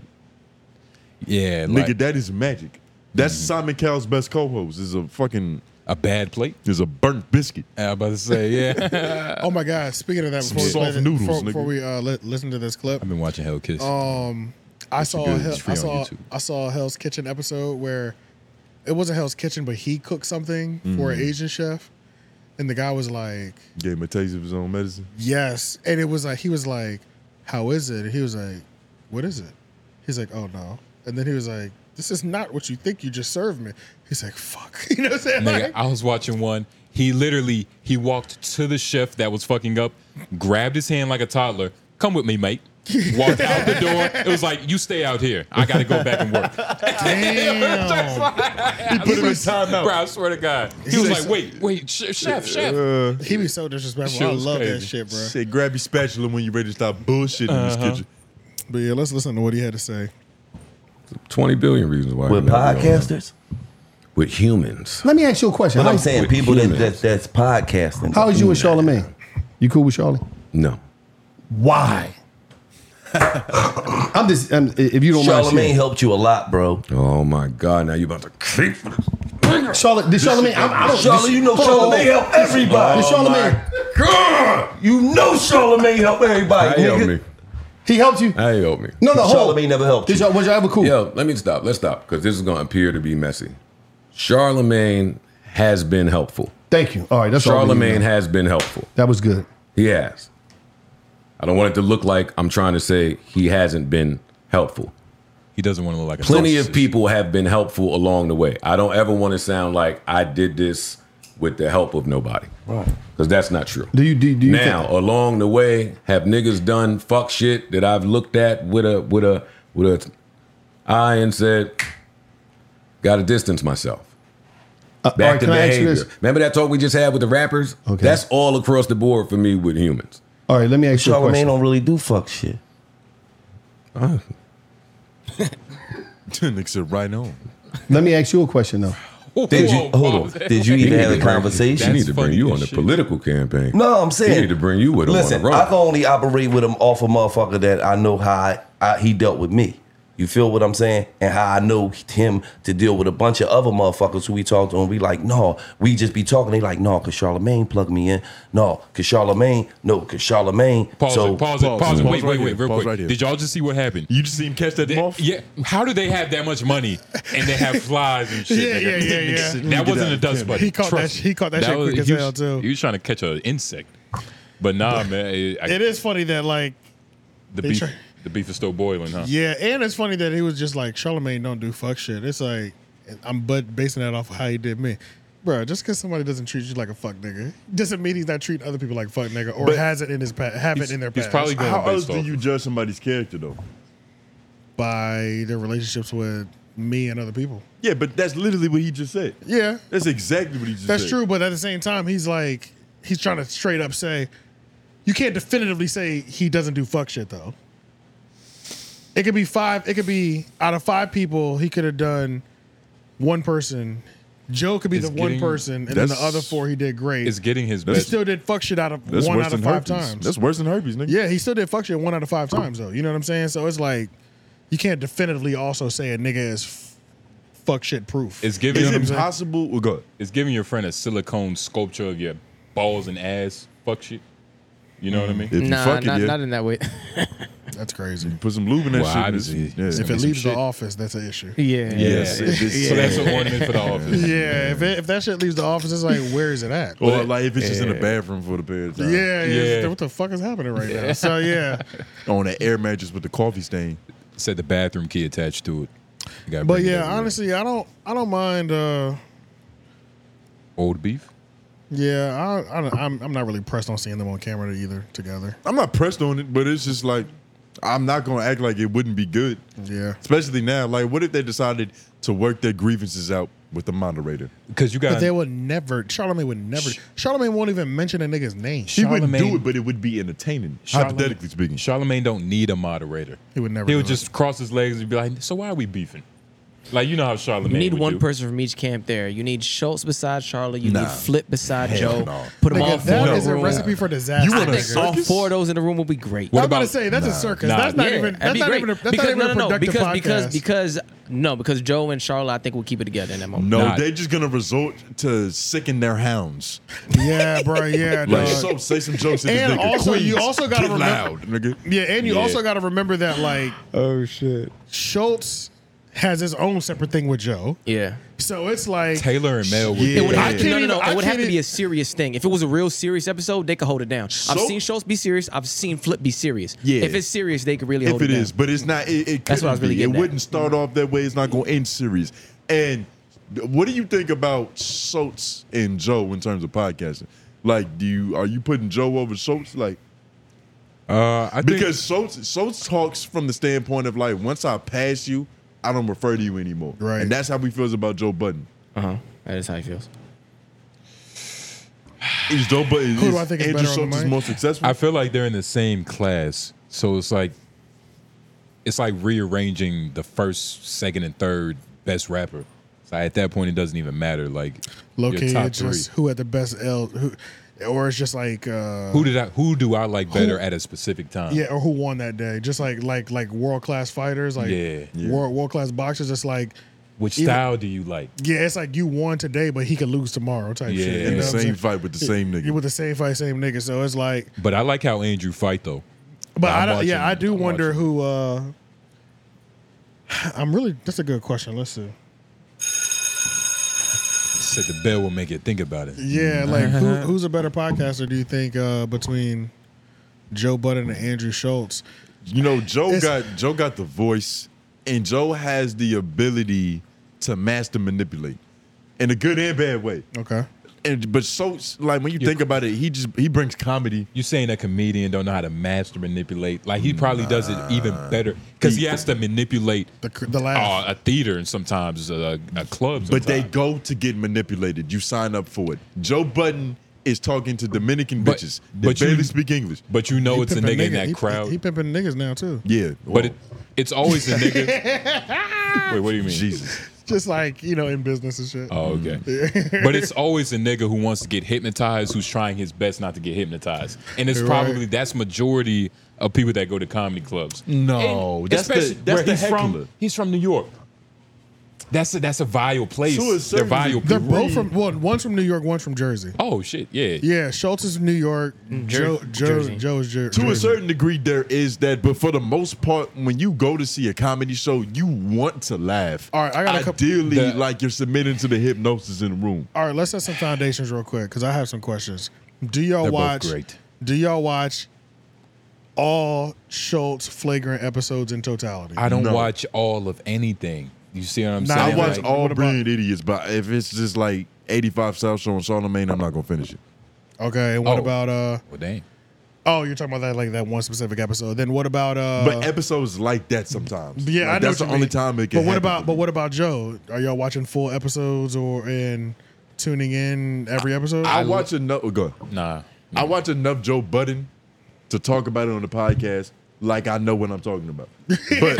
C: Yeah,
B: Nigga,
C: like Mm-hmm.
B: that is magic. That's Simon Cowell's best co-host. Is a fucking
C: a bad plate.
B: Is a burnt biscuit.
C: I was about to say, yeah.
A: *laughs* oh my God! Speaking of that,
C: Some
A: before we, play
C: soft
A: the-
C: noodles,
A: before,
C: nigga.
A: before we uh, li- listen to this clip,
C: I've been watching Hell Kiss.
A: Um, I
C: It's
A: saw
C: good.
A: a Hell,
C: It's free
A: I
C: on
A: saw
C: YouTube.
A: I saw a Hell's Kitchen episode where it wasn't Hell's Kitchen, but he cooked something for an
C: Mm.
B: Mhm.
A: Asian chef, and the guy was like,
B: *laughs* Gave him a taste of his own medicine.
A: "Yes," and it was like he was like, "How is it?" And he was like, "What is it?" He's like, "Oh no," and then he was like, "This is not what you think you just served me." He's like, "Fuck," you know what I'm saying?
C: Nigga, I was watching one. He literally he walked to the chef that was fucking up, grabbed his hand like a toddler. Come with me, mate. Walked out the door. It was like you stay out here. I gotta go back and work. *laughs* he
A: put him in
B: timeout.
C: Bro, I swear to God, he was like, wait, wait, sh- chef, chef.
B: Uh,
A: he be so disrespectful. I love that shit, bro.
B: Say, grab your spatula when you're ready to stop bullshitting in
A: Uh-huh.
B: this kitchen.
A: But yeah, let's listen to what he had to say.
M: 20 billion reasons why.
L: With
M: we love y'all.
L: podcasters?
M: With humans.
N: Let me ask you a question.
L: But
N: How-
L: I'm saying
M: With
L: people that,
M: humans.
L: that that's podcasting. Mm.
N: How is you and Charlemagne? You cool with Charlie?
M: No.
N: Why? I'm just. I'm, if you don't mind,
L: Charlemagne
N: sharing.
L: helped you a lot, bro.
M: Oh my God. Now you about to creep.
N: Charlotte, did Charlemagne? I'm, I don't.
L: Charlotte, you know
N: Hold on, hold on.
L: Charlemagne help everybody.
N: Did Charlemagne?
L: God, you know Charlemagne help everybody.
M: Hey, help
L: Nigga.
M: me.
N: He helped you.
M: Hey, help me.
N: No, no, hold.
L: Charlemagne never helped.
N: Did y'all, was y'all ever cool?
M: Yo, let me stop. Let's stop because this is going to appear to be messy. Charlemagne has been helpful.
N: Thank you. All right, that's all we need
M: Charlemagne
N: to know.
M: has been helpful.
N: That was good.
M: He has. I don't want it to look like I'm trying to say he hasn't been helpful.
C: He doesn't want to look like a
M: Plenty
C: sausage.
M: of people have been helpful along the way. I don't ever want to sound like I did this with the help of nobody. Right. Because that's not true.
N: Do you do, do you
M: now, along the way, have niggas done fuck shit that I've looked at with a with a with a eye and said, gotta distance myself.
N: Think, Uh, all
M: Back
N: right,
M: to
N: can I ask you
M: behavior.
N: this?
M: Remember that talk we just had with the rappers?
N: Okay.
M: That's all across the board for me with humans.
N: All right, let me ask you a
L: Charlemagne
N: question.
L: don't really do fuck shit.
B: *laughs* Nigga said, right on.
N: Let me ask you a question though.
L: Did you hold on? Did you even have a
M: She
L: conversation?
M: need to bring you on the political campaign.
L: No, I'm saying.
M: He need to bring you with him on
L: Listen,
M: the road.
L: I can only operate with him off a motherfucker that I know how I, I, he dealt with me. You feel what I'm saying? And how I know him to deal with a bunch of other motherfuckers who we talk to and we like, no, we just be talking. They like, no, cause Charlemagne plugged me in. No, cause Charlemagne, no, cause Charlemagne.
C: Pause
L: so,
C: it, pause, it, pause it. Wait, wait, wait, real quick.
L: Right here.
C: Did y'all just see what happened? You just see him catch that moth? Yeah. How do they have that much money and they have flies and shit?
A: Yeah,
C: nigga?
A: yeah, yeah, yeah. Look
C: That
A: at
C: wasn't
A: that.
C: a dust bunny.
A: He caught
C: Trust
A: that-
C: me.
A: he caught that shit quick as
C: he
A: hell,
C: was, too. He was trying to catch an insect, but nah, man. It, I,
A: it is funny that like
C: the
A: they
C: beef.
A: try-
C: the beef is still boiling, huh?
A: Yeah, and it's funny that he was just like Charlemagne don't do fuck shit. It's like I'm but basing that off of how he did me. Bro, just because somebody doesn't treat you like a fuck nigga doesn't mean he's not treating other people like fuck nigga or
B: But
A: has it in his past, have it in their past.
B: How else do you judge somebody's character though?
A: by their relationships with me and other people.
B: Yeah, but that's literally what he just said.
A: Yeah,
B: that's exactly what he just
A: That's
B: said.
A: true, but at the same time, he's like he's trying to straight up say you can't definitively say he doesn't do fuck shit though. It could be five. It could be out of five people, he could have done one person. Joe could be
C: It's
A: the one
C: getting-
A: person, and then the
C: that's-
A: other four he did great.
C: It's getting his
A: He
C: best.
A: still did fuck shit out of
C: That's
A: one
C: worse
A: out of
C: than
A: five
C: herpes.
A: times.
C: That's worse than herpes, nigga.
A: Yeah, he still did fuck shit one out of five times though. You know what I'm saying? So it's like you can't definitively also say a nigga is f- fuck
C: *laughs*
A: shit proof.
C: It's giving.
A: You know what I'm saying?
C: Well, go. It's giving your friend a silicone sculpture of your balls and ass. Fuck shit. You know what I mean?
O: nah, not, not in that way. *laughs*
A: That's crazy.
B: Put some lube in that
C: Well,
B: shit.
C: obviously,
B: it's- yeah,
C: it's
A: If
B: some
A: it leaves the
B: shit.
A: office, that's an issue.
O: Yeah.
B: Yeah,
A: *laughs*
B: so it's- So that's an ornament for the office.
A: Yeah, if, it, if that shit leaves the office, it's like, where is it at?
B: Or like if it's just in the bathroom for the period of
A: Yeah,
B: time.
A: yeah. it's- What the fuck is happening right *laughs* now? So yeah,
B: On the air mattress with the coffee stain.
C: Said the bathroom key attached to it. You gotta
A: but
C: bring it
A: yeah,
C: over.
A: honestly, I don't, I don't mind. uh
C: old beef.
A: Yeah, I, I don't, I'm, I'm not really pressed on seeing them on camera either together.
B: I'm not pressed on it, but it's just like I'm not gonna act like it wouldn't be good.
A: Yeah.
B: Especially now. Like what if they decided to work their grievances out with the moderator?
C: Because you
A: but they would never. Charlemagne would never. Charlemagne won't even mention a nigga's name.
B: He wouldn't do it, but it would be entertaining. hypothetically speaking.
C: Charlemagne don't need a moderator.
A: He would never
C: He would
A: do it.
C: just cross his legs and be like, "So why are we beefing?" Like you know how Charlemagne.
O: You need
C: would
O: one
C: do.
O: person from each camp there. You need Schultz beside Charlotte. You
C: Nah.
O: need Flip beside
C: Hell
O: Joe.
C: no.
O: Put them
A: Nigga,
O: all four
A: that
O: in
A: is a
O: the room.
A: recipe for disaster,
O: I
A: nigga.
O: think all
A: Circus?
O: four of those in the room would be great.
A: What I was about about- to say, that's a circus. That's not even-
O: that'd
A: that's
O: be
A: not
O: great.
A: even a- that's not
O: because,
A: even a
O: no, no, no,
A: productive
O: because, because
A: podcast.
O: because no because Joe and Charlotte I think will keep it together in that moment.
B: No, they're just gonna resort to sicking their hounds.
A: Yeah, bro. Yeah,
B: *laughs*
A: dog.
B: like, so, say some jokes. at this
A: And
B: nigga.
A: also,
B: Queens,
A: you also gotta
B: get
A: remember-
B: loud, nigga.
A: Yeah, and you also got to remember that like
B: Oh shit.
A: Schultz has his own separate thing with Joe.
O: Yeah.
A: So it's like
C: Taylor and Mel would do
A: Yeah.
O: It would
C: that.
O: have, to, no, no, no.
A: I
O: It would have to
A: can't e-
O: be a serious thing. If it was a real serious episode, they could hold it down. I've
B: So-
O: seen Schultz be serious. I've seen Flip be serious.
B: Yeah.
O: If it's serious, they could really
B: if
O: hold it,
B: it
O: down.
B: is, but it's not. It, it
O: That's what I was
B: couldn't
O: really
B: be. It
O: getting at.
B: wouldn't start off that way. It's not going to end series. And what do you think about Schultz and Joe in terms of podcasting? Like, do you are you putting Joe over Schultz? Like,
C: uh, I think-
B: because Schultz Schultz talks from the standpoint of like, once I pass you, I don't refer to you anymore.
A: Right.
B: and that's how he feels about Joe Button.
O: Uh huh. That is how he feels.
B: Is Joe Button?
A: Who do
B: is
A: I think is
B: Andrew
A: better on the
B: Schultz is
A: mic?
B: more successful?
C: I feel like they're in the same class, so it's like it's like rearranging the first, second, and third best rapper. So at that point, it doesn't even matter. Like your
A: Locate
C: top
A: it's just
C: three.
A: who had the best L, who, or it's just like uh,
C: Who did I? Who do I like
A: who-
C: better at a specific time?
A: yeah, or who won that day? Just like like like world class fighters, like
C: Yeah. Yeah.
A: world world class boxers. It's like
C: Which
A: even-
C: style do you like?
A: Yeah, it's like you won today, but he could lose tomorrow. Type
C: Yeah.
A: shit. you
C: In the
A: know what I'm
C: same
A: saying?
B: fight with the same nigga.
A: Yeah, With the same fight, same nigga. So it's like
C: But I like how Andrew fight though.
A: But
C: I'm
A: I don't,
C: watching-
A: yeah, I do
C: I'm
A: wonder who. uh *sighs* I'm really. That's a good question. Let's see.
C: Said the bell will make you think about it.
A: Yeah, like
C: *laughs*
A: who,
C: Uh-huh.
A: who's a better podcaster? Do you think uh between Joe Budden and Andrew Schultz?
B: You know, Joe
A: It's-
B: got Joe got the voice, and Joe has the ability to master manipulate in a good and bad way.
A: Okay.
B: And but so like when you think about it, he just he brings comedy.
C: You saying that comedian don't know how to master manipulate? Like he probably does it even better because he has to manipulate
A: the, the laugh.
C: uh, a theater and sometimes a, a club.
B: But they
C: sometimes.
B: go to get manipulated. You sign up for it. Joe Button is talking to Dominican bitches
C: but
B: that
C: you-
B: barely speak English.
C: But you know
A: He
C: it's a
A: pimping
C: nigga in that
A: he-
C: crowd.
A: He, pimping niggas now too.
B: yeah,
A: *laughs*
C: but it, it's always a nigga. Wait, what do you mean?
B: Jesus.
A: just like you know in business and shit.
C: Oh, okay.
A: Yeah.
C: *laughs* but
A: *laughs*
C: it's always a nigga who wants to get hypnotized who's trying his best not to get hypnotized. And it's
A: Right.
C: probably that's majority of people that go to comedy clubs.
B: No,
C: And
B: that's the-
C: especially-
B: that's the
C: he's
B: heckler.
C: from. He's from New York. That's a that's a vile place. They're vile people.
A: They're both from well, one's from New York, one's from Jersey.
C: Oh shit, Mm, yeah.
A: Yeah, Schultz is from New York. Joe, Joe, Joe is Jer-
B: To a
A: Jersey.
B: certain degree, there is that, but for the most part, when you go to see a comedy show, you want to laugh.
A: All right, I got a couple-
B: ideally
A: The-
B: like you're submitting to the hypnosis in the room.
A: All right, let's set some foundations real quick because I have some questions. Do y'all
B: They're both
A: watch?
B: great.
A: Do y'all watch all Schultz flagrant episodes in totality?
C: I don't
B: No.
C: watch all of anything. You see what I'm
A: Nah,
C: saying?
B: I watch
C: Like-
B: all brilliant idiots, but if it's just like 85 South Show and Charlemagne, I'm not gonna finish it.
A: Okay, and what
B: Oh.
A: about uh?
C: Well, damn.
A: Oh, you're talking about that like that one specific episode. Then what about uh?
B: but episodes like that sometimes.
A: yeah,
B: Like,
A: I know what
B: that's the
A: you
B: only
A: mean.
B: time it
A: But
B: can.
A: what about but what about Joe? Are y'all watching full episodes or in tuning in every episode?
B: I watch enough. Go.
C: Nah.
B: I watch enough Joe Budden to talk about it on the podcast. Like I know what I'm talking about. But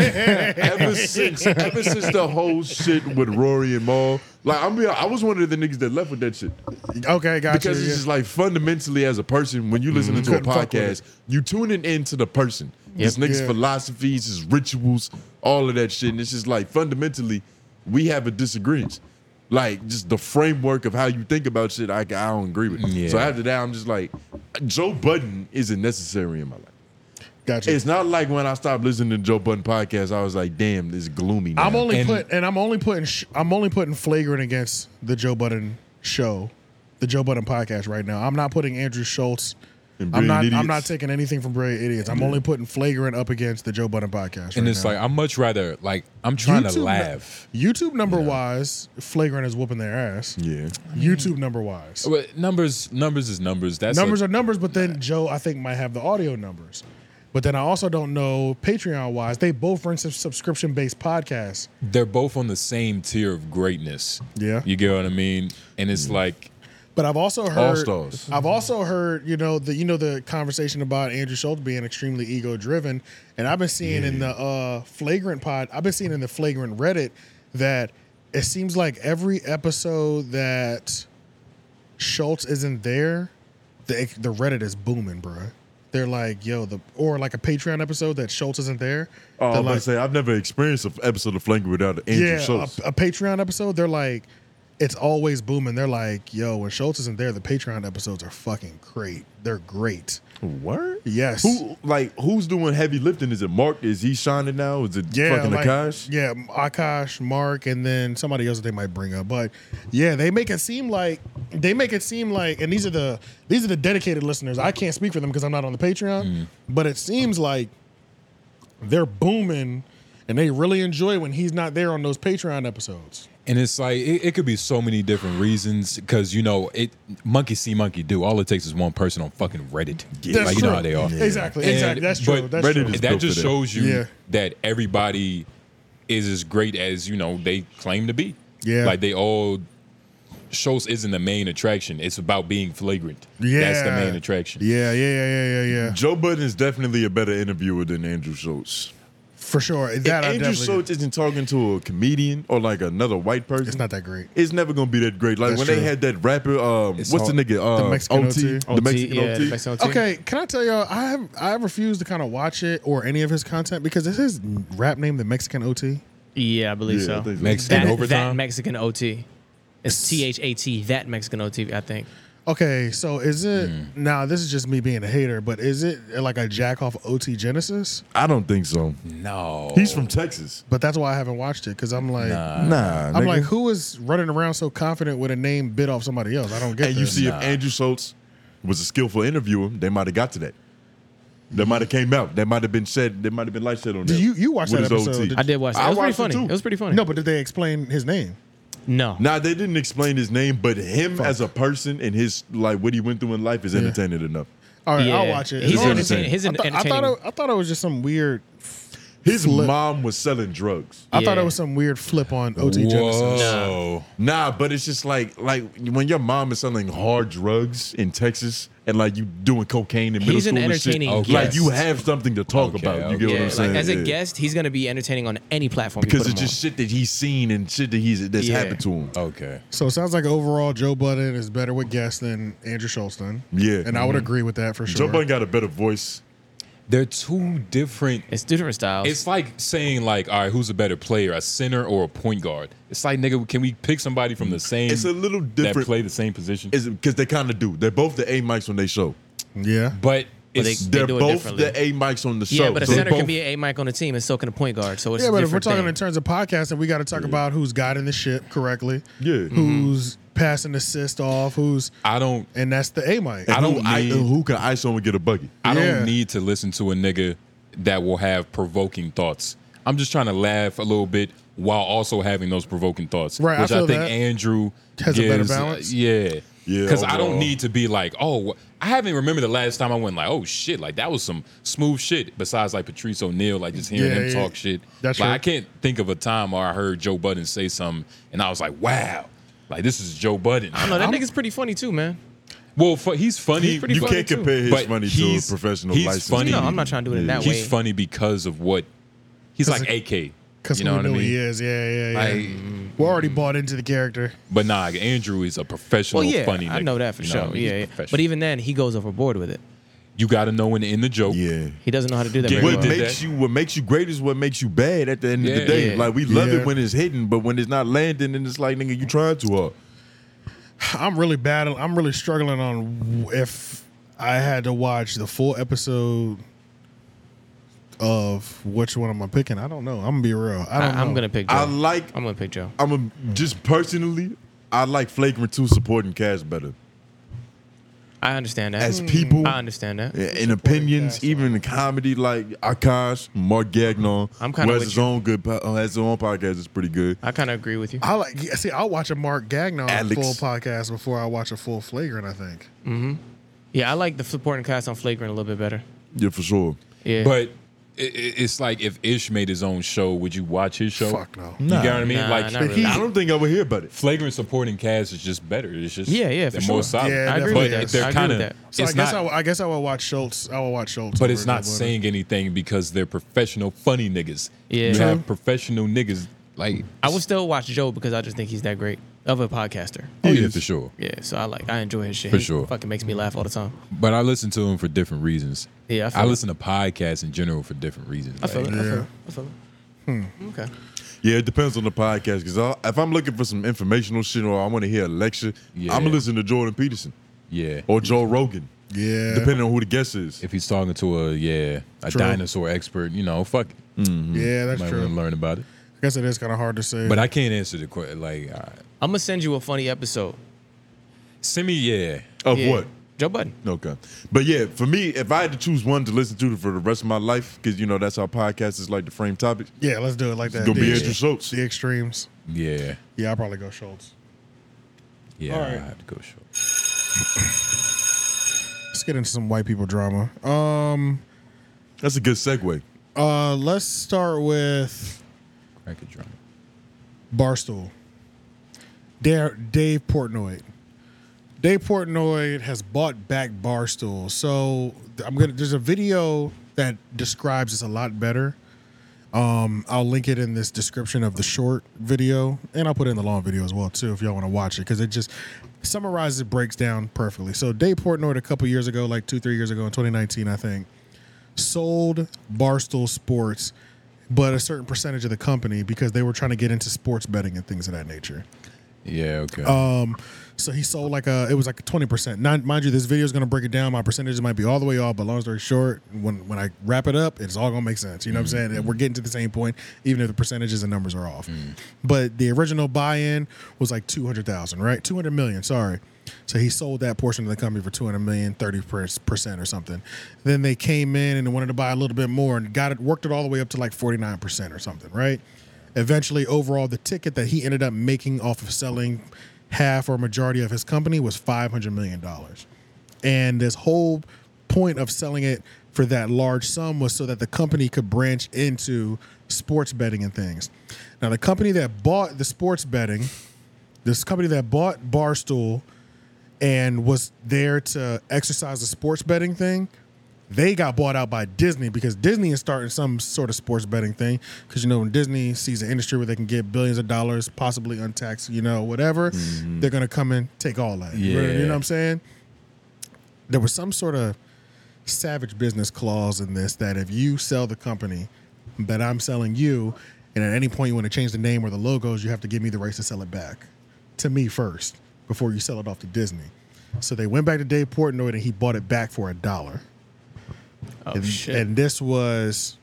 A: *laughs*
B: ever since ever since the whole shit with Rory and Maul, like I'm, be- I was one of the niggas that left with that shit.
A: Okay, got
B: because
A: you,
B: it's
A: yeah.
B: just like fundamentally as a person, when you listen
A: Mhm.
B: to a
A: Couldn't fuck with
B: podcast, you tuning in to the person. This
A: Yep.
B: nigga's
A: Yeah.
B: philosophies, his rituals, all of that shit. And it's just like fundamentally, we have a disagreement. Like just the framework of how you think about shit, I, I don't agree with.
C: Yeah.
B: So after that, I'm just like, Joe Budden isn't necessary in my life.
A: Gotcha.
B: It's not like when I stopped listening to Joe Budden podcast, I was like, damn, this is gloomy.
A: I'm
B: now.
A: only
B: And-
A: put and I'm only putting sh- I'm only putting flagrant against the Joe Budden show, the Joe Budden podcast right now. I'm not putting Andrew Schultz.
B: And
A: I'm
B: Brilliant
A: not. I'm
B: Idiots.
A: not taking anything from Brilliant Idiots. I'm
C: Yeah.
A: only putting flagrant up against the Joe Budden podcast.
C: and
A: right
C: it's
A: now.
C: like I'm much rather like I'm trying to
A: nu-
C: laugh.
A: YouTube number wise, flagrant is whooping their ass.
B: Yeah.
A: YouTube number wise.
C: Well, numbers numbers is numbers. That's
A: numbers
C: a,
A: are numbers, but then Joe, I think, might have the audio numbers. But then I also don't know Patreon wise. They both run some subscription based podcasts.
C: they're both on the same tier of greatness.
A: Yeah.
C: You get what I mean? And it's like
A: But I've also heard
C: All-Stars.
A: I've also heard, you know, the you know the conversation about Andrew Schultz being extremely ego driven. And I've been seeing in the uh flagrant pod, I've been seeing in the flagrant Reddit that it seems like every episode that Schultz isn't there, the the Reddit is booming, bruh. They're like, yo, the or like a Patreon episode that Schultz isn't there.
B: Oh, I
A: They're
B: was about
A: like,
B: to say I've never experienced an episode of Flanker without Andrew
A: yeah,
B: Schultz.
A: A, a Patreon episode. They're like, it's always booming. They're like, yo, when Schultz isn't there, the Patreon episodes are fucking great. They're great.
B: Word?
A: Yes.
B: Who like who's doing heavy lifting? Is it Mark? Is he shining now? Is it
A: Yeah,
B: fucking
A: like-
B: Akash?
A: Yeah, Akash, Mark, and then somebody else that they might bring up. But yeah, they make it seem like they make it seem like, and these are the these are the dedicated listeners. I can't speak for them because I'm not on the Patreon,
B: Mm.
A: but it seems like they're booming, and they really enjoy when he's not there on those Patreon episodes.
C: and it's like it, it could be so many different reasons because you know it monkey see monkey do all it takes is one person on fucking reddit
A: That's
C: like you know
A: true.
C: how they are
A: Yeah. Exactly, exactly. That's true.
C: but
A: That's Reddit true. is
C: that
A: built
C: just
A: for that.
C: shows you
A: Yeah.
C: that everybody is as great as you know they claim to be
A: Yeah.
C: like they all shows isn't the main attraction it's about being flagrant that's the
A: Yeah.
C: main attraction
A: Yeah, yeah, yeah, yeah, yeah, yeah.
B: Joe Budden is definitely a better interviewer than Andrew Schultz.
A: For sure. That
B: If
A: I
B: Andrew
A: definitely-
B: Schultz isn't talking to a comedian or like another white person. It's
A: not that great.
B: It's never gonna be that great. Like
A: That's
B: when they
A: true.
B: had that rapper, um,
A: It's
B: what's
A: hard.
B: the nigga? Uh,
A: The Mexican OT.
B: The Mexican
A: yeah,
B: OT.
A: the Mexican Okay, can I tell y'all? I have I have refused to kind of watch it or any of his content because is his rap name the Mexican OT?
O: Yeah, I believe
A: Yeah, I
O: so.
A: think so. Mexican
O: that, That
A: overtime?
O: Mexican OT. It's T H A T. That Mexican OT. I think.
A: Okay, so is it now? This is just me being a hater, but is it like a jack off OT Genesis?
B: I don't think
A: Oh.
B: so.
C: No,
B: he's from Texas.
A: But that's why I haven't watched it because I'm like,
B: Nah. Nah,
A: I'm
B: nigga.
A: like, who is running around so confident with a name bit off somebody else? I don't get.
B: And
A: that.
B: you see, if Andrew Schultz was a skillful interviewer, they might have got to that. They might have came out. They might have been said. They might have been light said on
A: Do
B: that.
A: you you watch
B: With
A: that
B: his
A: episode?
B: OT.
A: you-
B: I watched too.
A: pretty funny. No, but did they explain his name?
O: No.
B: Nah, they didn't explain his name, but him as a person and his like what he went through in life is entertaining enough.
A: All right, I'll watch it.
B: He's
A: As long as-
B: entertaining.
A: I, thought, I thought it, I thought it was just some weird.
B: His mom was selling drugs.
A: I thought it was some weird flip on OT Genesis.
B: Nah, but it's just like like when your mom is selling hard drugs in Texas and like you doing cocaine in middle
O: He's an
B: school and shit,
O: entertaining
B: Like
O: guest.
B: you have something to talk about. You get what
O: Yeah,
B: I'm saying?
O: Like, as a
B: Yeah.
O: guest, he's gonna be entertaining on any platform. you
B: because
O: put
B: it's
O: him
B: just shit that he's seen and shit that he's that's
O: Yeah.
B: happened to him. Okay.
A: So it sounds like overall Joe Budden is better with guests than Andrew Schulston.
B: Yeah.
A: And I would agree with that for sure.
B: Joe Budden got a better voice.
C: Mm-hmm. They're two different.
O: It's different styles.
C: It's like saying like, all right, who's a better player, a center or a point guard? It's like, nigga, can we pick somebody from the same?
B: It's a little
C: That
B: different.
C: play the same position.
B: Because they kind of do. They're both the A mics when they show.
A: Yeah.
C: But
B: it's, they, are both the A mics on the show.
O: Yeah, but a
B: So
O: center
B: both-
O: can be an A mic on the team, and so can a point guard. So it's
A: yeah,
O: a
A: but if we're
O: different
A: talking
O: thing.
A: in terms of podcasting, we got to talk about who's guiding the ship correctly.
B: Yeah.
A: Who's passing assist off? Who's
C: Mm-hmm. I don't.
A: And that's the A mic.
C: I don't.
A: Who-
C: I,
B: who can ISO and get a buggy?
C: I
A: Yeah.
C: don't need to listen to a nigga that will have provoking thoughts. I'm just trying to laugh a little bit while also having those provoking thoughts,
A: Right, I
C: which I,
A: feel
C: think
A: that.
C: Andrew
A: Has a better
C: gives, uh,
A: balance.
C: yeah,
B: yeah.
C: Because I
B: overall.
C: don't need to be like, oh, wh- I haven't remembered the last time I went like, oh shit, like that was some smooth shit. Besides like Patrice O'Neal, like just hearing
A: Yeah,
C: him
A: yeah.
C: talk shit.
A: That's
C: like
A: true.
C: I can't think of a time where I heard Joe Budden say something and I was like, wow, like this is Joe Budden.
O: I don't know. That nigga's pretty funny too, man.
C: Well, fu- he's funny.
O: He's pretty You funny, can't too. compare his funny to a
C: he's-
B: professional
C: He's
B: licensed
C: funny.
O: No, I'm not trying to do it in that way.
C: He's funny because of what he's
A: 'Cause
C: like. AK.
A: Because
C: you know
A: we
C: what I
A: know
C: mean?
A: he is. Yeah, yeah, yeah.
C: Like-
A: We're already bought into the character.
C: But nah, Andrew is a professional.
O: Well, yeah,
C: funny.
O: I
C: nigga.
O: know that for
C: You
O: sure.
C: what I mean? He's
O: yeah, yeah.
C: professional.
O: but even then, he goes overboard with it.
C: you got to know when to end the joke.
B: Yeah.
O: He doesn't know how to do that.
B: Yeah,
O: very
B: what
O: well.
B: makes you what makes you great is what makes you bad at the end of
O: Yeah.
B: the day.
O: Yeah.
B: Like we love
A: Yeah.
B: it when it's hitting, but when it's not landing, then it's like nigga, you trying too hard.
A: I'm really battling. I'm really struggling on w- if I had to watch the full episode of which one am I picking? I don't know. I'm gonna be real. I don't.
O: I- I'm
A: know.
O: gonna pick Joe.
B: I like.
O: I'm gonna pick Joe.
B: I'm a, just personally, I like Flagrant Two supporting Cash better.
O: I understand that.
B: As people-
O: I understand that.
B: Yeah, In opinions, even in comedy, like Akash, Mark Gagnon,
O: I'm
B: who
O: kinda
B: has
O: with
B: his
O: you.
B: own good, po- uh, has his own podcast. It's pretty good.
O: I kind of agree with you.
A: I like. yeah, See, I'll watch a Mark Gagnon
B: Alex.
A: full podcast before I watch a full flagrant. I think.
O: hmm Yeah, I like the supporting cast on Flagrant a little bit better.
B: Yeah, for sure.
O: Yeah.
C: But i- i- it's like if Ish made his own show, would you watch his show?
A: Fuck no.
C: You
A: Nah.
C: get what I mean?
O: Nah,
C: like
O: not But really. he-
B: I don't think I would hear about it.
C: Flagrant supporting cast is just better. It's just
O: Yeah, yeah, for
C: they're more
O: sure.
C: solid.
A: Yeah, I agree
C: but
A: with that.
C: they're
O: I agree with
C: kind of
O: that.
A: So I
C: it's
A: guess
C: not
A: I, w- I guess I will watch Schultz. I will watch Schultz.
C: But
A: over
C: it's not
A: Joe Budden.
C: saying anything because they're professional funny niggas.
O: Yeah.
C: You
O: True.
C: have professional niggas like
O: I would still watch Joe because I just think he's that great of a podcaster.
C: Oh, yeah, for sure.
O: Yeah, so I like I enjoy his shit.
C: For
O: He
C: sure.
O: fucking makes me laugh all the time.
C: But I listen to him for different reasons.
O: Yeah, I feel
C: I,
O: it.
C: listen to podcasts in general for different reasons.
O: I feel
C: Like,
O: it. I feel
A: yeah.
O: it. I feel it.
B: Hmm.
O: Okay.
B: Yeah, it depends on the podcast. Because if I'm looking for some informational shit or I want to hear a lecture,
C: Yeah.
B: I'm gonna listen to Jordan Peterson
C: Yeah.
B: or Joe Rogan,
A: Yeah.
B: depending on who the guest is.
C: If he's talking to a yeah a
A: True.
C: dinosaur expert, you know, fuck. it. Mm-hmm.
A: Mm-hmm. Yeah, that's
C: Might
A: true.
C: wanna learn about it.
A: I guess it is kind of hard to say.
C: But I can't answer the question. Like, I,
O: I'm gonna send you a funny episode.
C: send me yeah.
B: Of
O: Yeah.
B: what?
O: Joe Budden.
B: Okay. But yeah, for me, if I had to choose one to listen to for the rest of my life, because you know that's how podcasts is like the frame topic.
A: yeah, let's do it like that.
B: gonna
A: the,
B: be Andrew Schultz.
A: the extremes.
C: Yeah.
A: Yeah, I'll probably go Schultz.
C: Yeah.
A: All
C: I
A: right.
C: have to go short.
A: Let's get into some white people drama. Um,
B: That's a good segue.
A: uh, let's start with
C: Crack a drum.
A: Barstool. Da- Dave Portnoy. Dave Portnoy has bought back Barstool. So th- I'm gonna. There's a video that describes this a lot better. Um, I'll link it in this description of the short video, and I'll put it in the long video as well too if y'all want to watch it because it just summarizes, it breaks down perfectly. So Dave Portnoy, a couple years ago, like two, three years ago in 2019, I think, sold Barstool Sports, but a certain percentage of the company because they were trying to get into sports betting and things of that nature.
C: Yeah. Okay.
A: Um, so he sold like a it was like twenty percent. Mind you, this video is gonna break it down. My percentages might be all the way off, but long story short, when when I wrap it up, it's all gonna make sense. You know what I'm saying? We're getting to the same point, even if the percentages and numbers are off. But the original buy-in was like two hundred thousand, right? Two hundred million, sorry. So he sold that portion of the company for 200 million, 30 percent or something. Then they came in and wanted to buy a little bit more and got it, worked it all the way up to like 49 percent or something, right? Eventually, overall, the ticket that he ended up making off of selling half or majority of his company was 500 million dollars. And this whole point of selling it for that large sum was so that the company could branch into sports betting and things. Now, the company that bought the sports betting, this company that bought Barstool and was there to exercise the sports betting thing, they got bought out by Disney because Disney is starting some sort of sports betting thing. Because you know, when Disney sees an industry where they can get billions of dollars, possibly untaxed, you know, whatever, they're gonna come and take all that. You know- You
C: Yeah.
A: know what I'm saying? There was some sort of savage business clause in this that if you sell the company that I'm selling you, and at any point you want to change the name or the logos, you have to give me the rights to sell it back to me first before you sell it off to Disney. So they went back to Dave Portnoy and he bought it back for a dollar and, and this was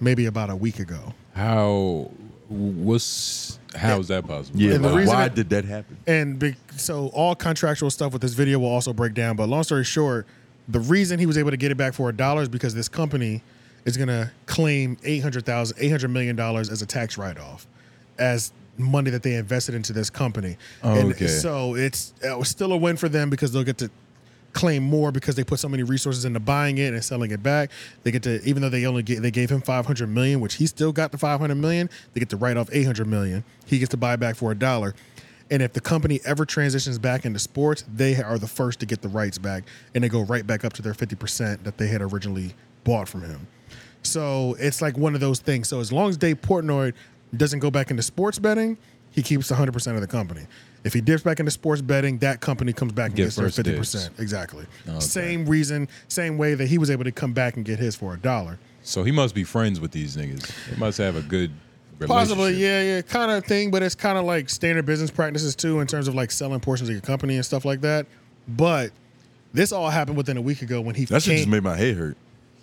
A: maybe about a week ago.
C: How? What's? How is that possible?
A: Yeah, And the
C: Like,
A: reason
C: why
A: it-
C: did that happen?
A: And be, so all contractual stuff with this video will also break down. But long story short, the reason he was able to get it back for a dollar is because this company is going to claim 800,000 $800 million as a tax write off as money that they invested into this company.
C: Okay.
A: And so it's it was still a win for them because they'll get to claim more because they put so many resources into buying it and selling it back. They get to even though they only get, they gave him 500 million, which he still got the 500 million, they get to write off 800 million. He gets to buy back for a dollar. And if the company ever transitions back into sports, they are the first to get the rights back and they go right back up to their 50% that they had originally bought from him. So it's like one of those things. So as long as Dave Portnoy doesn't go back into sports betting, he keeps 100% of the company. If he dips back into sports betting, that company comes back and
C: Get
A: gets their
C: first
A: 50%.
C: dibs.
A: Exactly.
C: Okay.
A: Same reason, same way that he was able to come back and get his for a dollar.
C: So he must be friends with these niggas. They must have a good relationship.
A: Possibly, yeah, yeah, kind of thing, but it's kind of like standard business practices too in terms of like selling portions of your company and stuff like that. But this all happened within a week ago when he
B: That shit just
A: came-
B: made my head hurt.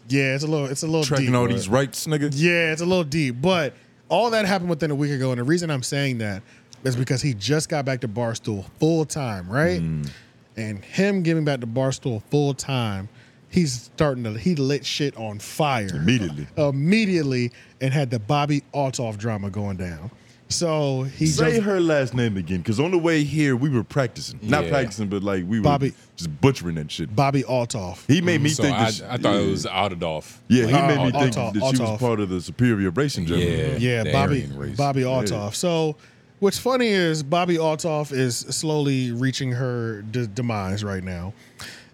A: Yeah, it's a little, it's a little
B: Tracking
A: deep,
B: all
A: bro.
B: these rights, nigga.
A: Yeah, it's a little deep, but all that happened within a week ago, and the reason I'm saying that is because he just got back to Barstool full time, right?
B: Mm.
A: And him giving back to Barstool full time, he's starting to he lit shit on fire
B: Immediately.
A: immediately, and had the Bobby Altoff drama going down. So he
B: Say
A: just,
B: her last name again, because on the way here we were practicing, not
A: Yeah.
B: practicing, but like we were
A: Bobby-
B: just butchering that shit.
A: Bobby Altoff.
B: He made me
C: So
B: think.
C: I,
B: that
C: I thought
B: yeah.
C: it was Autodoff.
B: Yeah, he
C: Like,
B: made me
C: Autodoff.
B: think
A: Altoff,
B: that she
A: Altoff.
B: was part of the superior racing gentleman.
A: Yeah, Bobby Bobby Altoff. So what's funny is Bobby Altoff is slowly reaching her de- demise right now.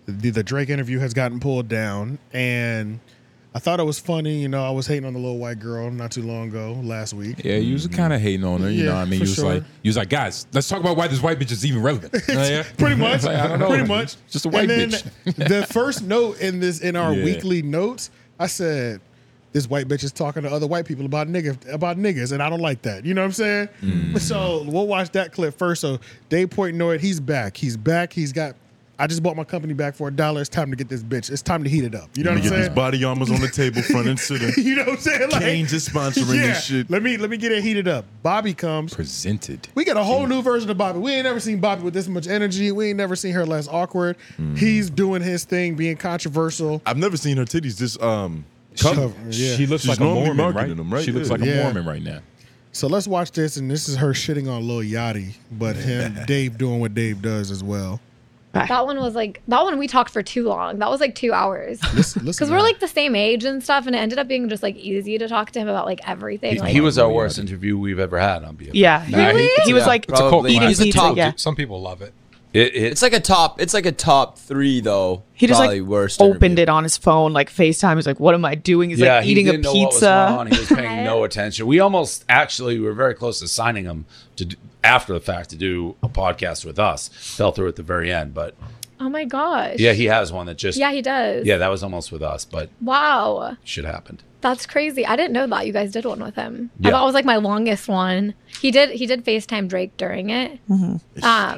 A: The, the Drake interview has gotten pulled down, and I thought it was funny. You know, I was hating on the little white girl not too long ago last week.
C: Yeah, you was kind of hating on her. You
A: Mm-hmm. Yeah,
C: know what I mean?
A: for
C: You was
A: sure.
C: like, you was like, guys, let's talk about why this white bitch is even
A: *laughs*
C: relevant. Oh, Yeah. *laughs*
A: Pretty much,
C: Like, I don't know.
A: pretty much,
C: Just a white
A: And then
C: bitch.
A: the first note in this in our
C: Yeah.
A: weekly notes, I said, "This white bitch is talking to other white people about nigga about niggas," and I don't like that. You know what I'm saying?
C: Mm.
A: So we'll watch that clip first. So Dave Portnoy, he's back. He's back. He's got. I just bought my company back for a dollar. It's time to get this bitch. It's time to heat it up. You know
B: Let
A: what
B: me
A: I'm
B: get
A: saying?
B: these body armors on
A: *laughs*
B: the table, front and center.
A: you know what I'm saying? Like,
B: Kane just sponsoring
A: yeah,
B: this
A: *laughs*
B: shit.
A: Let me let me get it heated up. Bobby comes.
C: Presented.
A: We got a whole new version of Bobby. We ain't never seen Bobby with this much energy. We ain't never seen her less awkward.
C: Mm.
A: He's doing his thing, being controversial.
B: I've never seen her titties this um.
A: She-
B: covered.
A: yeah. she looks
B: She's
A: like a
B: normally
A: Mormon,
B: marketing
A: right?
B: them, right?
C: She looks
B: Yeah.
C: like a
A: Yeah.
C: Mormon right now.
A: So let's watch this, and this is her shitting on Lil Yachty,
C: *laughs*
A: but him, Dave, doing what Dave does as well.
P: That one was like that one we talked for too long. That was like two hours.
A: *laughs* Listen, listen
P: Because
A: to
P: we're
A: that.
P: like the same age and stuff, and it ended up being just like easy to talk to him about like everything.
Q: He,
P: like,
Q: he was our worst interview we've ever had on BFF.
P: Yeah. Really? He was, like,
Q: Probably
P: Probably eating
Q: not.
P: He's a pizza, top- yeah.
Q: Some people love it.
R: It, it's like a top. It's like a top three though.
S: He just
R: probably
S: like
R: worst.
S: opened it on his phone, like FaceTime. He's like, "What am I doing?" He's like
Q: he
S: eating a
Q: didn't know what was going on.
S: pizza.
Q: He was
P: *laughs*
Q: paying no attention. We almost actually we were very close to signing him to do, after the fact to do a podcast with us. Fell through at the very end, but
P: oh my gosh.
Q: yeah, he has one that just
P: yeah, he does.
Q: yeah that was almost with us, but
P: Wow,
Q: shit happened.
P: that's crazy. I didn't know that you guys did one with him.
Q: Yeah.
P: I thought it was like my longest one. He did. He did Facetime Drake during it. Um,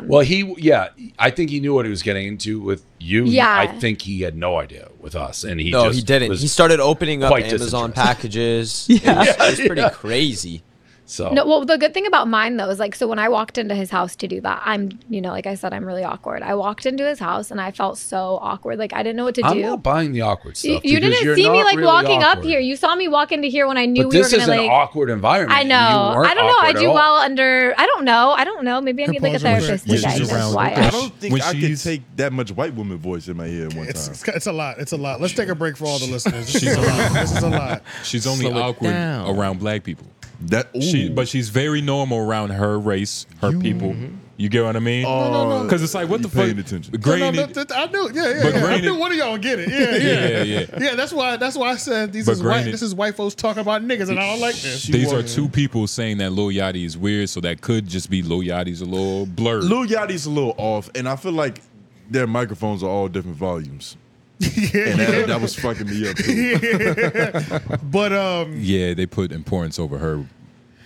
Q: Well, he yeah, I think he knew what he was getting into with you.
P: Yeah.
Q: I think he had no idea with us, and he
R: no,
Q: just
R: he didn't.
Q: was
R: He started opening up
Q: quite
R: Amazon
P: *laughs*
Q: disinterested.
R: packages. yeah, it was, it was pretty
Q: Yeah.
R: crazy.
Q: So
P: No, well, the good thing about mine though is like, so when I walked into his house to do that, I'm, you know, like I said, I'm really awkward. I walked into his house and I felt so awkward. Like I didn't know what to
Q: I'm
P: do.
Q: not buying the awkward
P: You,
Q: stuff.
P: you
Q: because
P: didn't
Q: you're
P: see me
Q: not
P: like
Q: really
P: walking up
Q: awkward.
P: here. You saw me walk into here when I knew
Q: But
P: we were
Q: this
P: gonna
Q: is
P: like.
Q: an awkward environment.
P: I
Q: and
P: know.
Q: You weren't
P: I don't know.
Q: awkward
P: I
Q: at
P: do
Q: all.
P: well under. I don't know. I don't know. Maybe I need like a therapist to diagnose why.
B: I don't think
A: When
B: I could
A: she's-
B: take that much white woman voice in my ear at one
A: It's,
B: time.
A: it's, it's a lot. It's a lot. Let's take a break for all the
C: *laughs*
A: listeners. This is a lot. This is a lot.
C: She's only
A: Slow it
C: awkward
A: down.
C: around black people.
B: That
C: she,
A: ooh.
C: but she's very normal around her race, her people.
A: Mm-hmm.
C: You get what I mean?
A: No, no, no.
C: Because it's like what the fuck?
B: paying attention.
C: Granny-
A: No, no, that- that- I knew. Yeah, yeah.
C: But
A: yeah. I
C: granted-
A: knew one of y'all would get it. Yeah,
C: *laughs*
A: yeah,
C: Yeah, yeah, yeah.
A: that's why. That's why I said these
C: But
A: is white.
C: granted-
A: This is white folks talking about niggas, and I don't like this.
C: These are two people saying that Lil Yachty is weird, so that could just be Lil Yachty's a little blurred.
B: Lil Yachty's a little off, and I feel like their microphones are all
A: *laughs*
B: different volumes. and that, that was fucking me up. too.
A: *laughs* but um,
C: Yeah, they put importance over her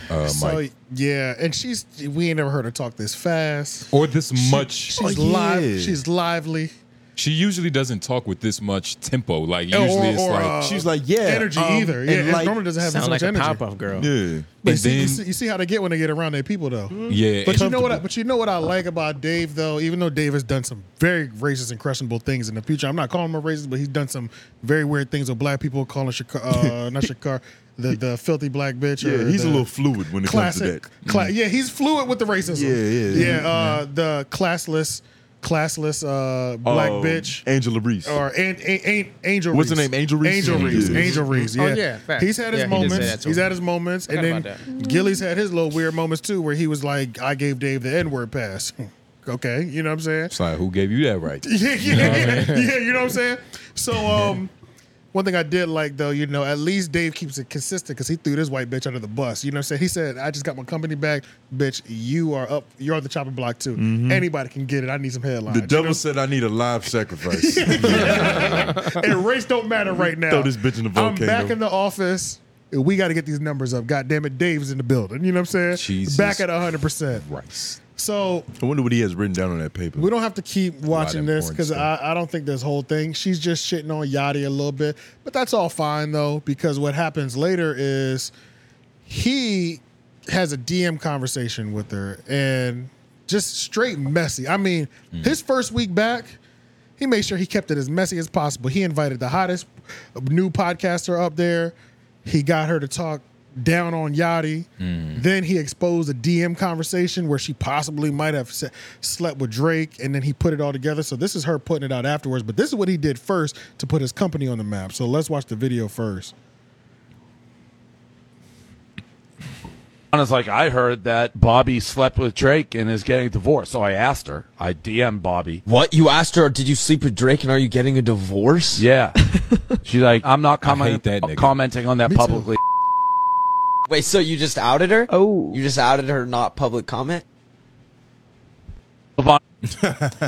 C: uh,
A: so
C: mic.
A: yeah, and she's we ain't never heard her talk this fast.
C: Or this
A: She-
C: much.
B: Oh,
C: Oh,
A: She's live. She's lively.
C: She usually doesn't talk with this much tempo. Like
A: Or-
C: usually it's
A: or,
C: like
A: uh,
B: She's like, yeah,
A: energy
B: um,
A: either.
B: and
A: Yeah, it
B: like-
A: normally doesn't have
B: Sound
A: so much
B: like a
A: energy.
B: pop-up girl. Yeah.
C: And
A: but you see, you
C: then- Mm-hmm.
A: see, you see how they get when they get around their people, though.
C: Yeah,
A: but
C: and-
A: you know what? I, but you know what I like about Dave, though. Even though Dave has done some very racist and questionable things in the future, I'm not calling him a racist, but he's done some very weird things with black people, calling
C: *laughs*
A: Shakar, uh, not Shakar, the the filthy black bitch.
B: Yeah,
A: or
B: he's a
A: the-
B: little fluid when it
A: classic.
B: comes to that. Mm-hmm.
A: cla- yeah, he's fluent with the racism.
B: Yeah, yeah,
A: yeah. uh, the classless, classless uh, black
C: Oh,
B: Um,
A: bitch
B: Angela Reese.
A: or an, an, an, Angel.
B: What's her
A: Reese.
B: name? Angel Reese?
A: Angel
B: Yeah.
A: Reese.
B: Yeah.
A: Angel Reese. Yeah.
B: Oh, yeah, facts.
A: He's had his
B: Yeah, he did say that
A: moments.
B: to
A: He's
B: her.
A: had his moments, and
B: Forgot
A: then
B: about that.
A: Gilly's had his little weird moments too, where he was like, "I gave Dave the N word pass." *laughs* okay, you know what I'm
B: *laughs*
A: saying?
C: It's like who gave you that right?
A: *laughs* yeah, yeah,
C: You know what I mean?
A: yeah, yeah, you know what I'm saying? So, um, one thing I did like though, you know, at least Dave keeps it consistent because he threw this white bitch under the bus. You know what I'm saying? He said, I just got my company back. Bitch, you are up, you're on the chopping block too.
B: Mhm.
A: Anybody can get it. I need some headlines.
B: The devil said I need a live
A: *laughs*
B: sacrifice.
A: and race don't matter right now.
B: Throw this bitch in the volcano.
A: I'm back in the office. We got to get these numbers up. God damn it, Dave's in the building. You know what I'm saying?
B: Jesus
A: Back at 100%.
C: Rice.
A: So
B: I wonder what he has written down on that paper.
A: we don't have to keep watching
B: of
A: this
B: porn
A: because I, I don't think this whole thing. She's just shitting on Yachty a little bit, but that's all fine though because what happens later is he has a DM conversation with her and just straight messy. I mean,
B: Mm.
A: his first week back, he made sure he kept it as messy as possible. He invited the hottest new podcaster up there. He got her to talk down on Yachty. Then he exposed a DM conversation where she possibly might have se- slept with Drake, and then he put it all together. So this is her putting it out afterwards. But this is what he did first to put his company on the map. So let's watch the video first.
Q: Honest, like I heard that Bobby slept with Drake and is getting divorced, so I asked her. I DM Bobby.
R: What? You asked her, did you sleep with Drake and are you getting a divorce? *laughs*
Q: Yeah. She's like, I'm not
R: comment-
Q: commenting on that publicly.
R: Wait, so you just outed her? Oh. You just outed her not public comment?
A: *laughs*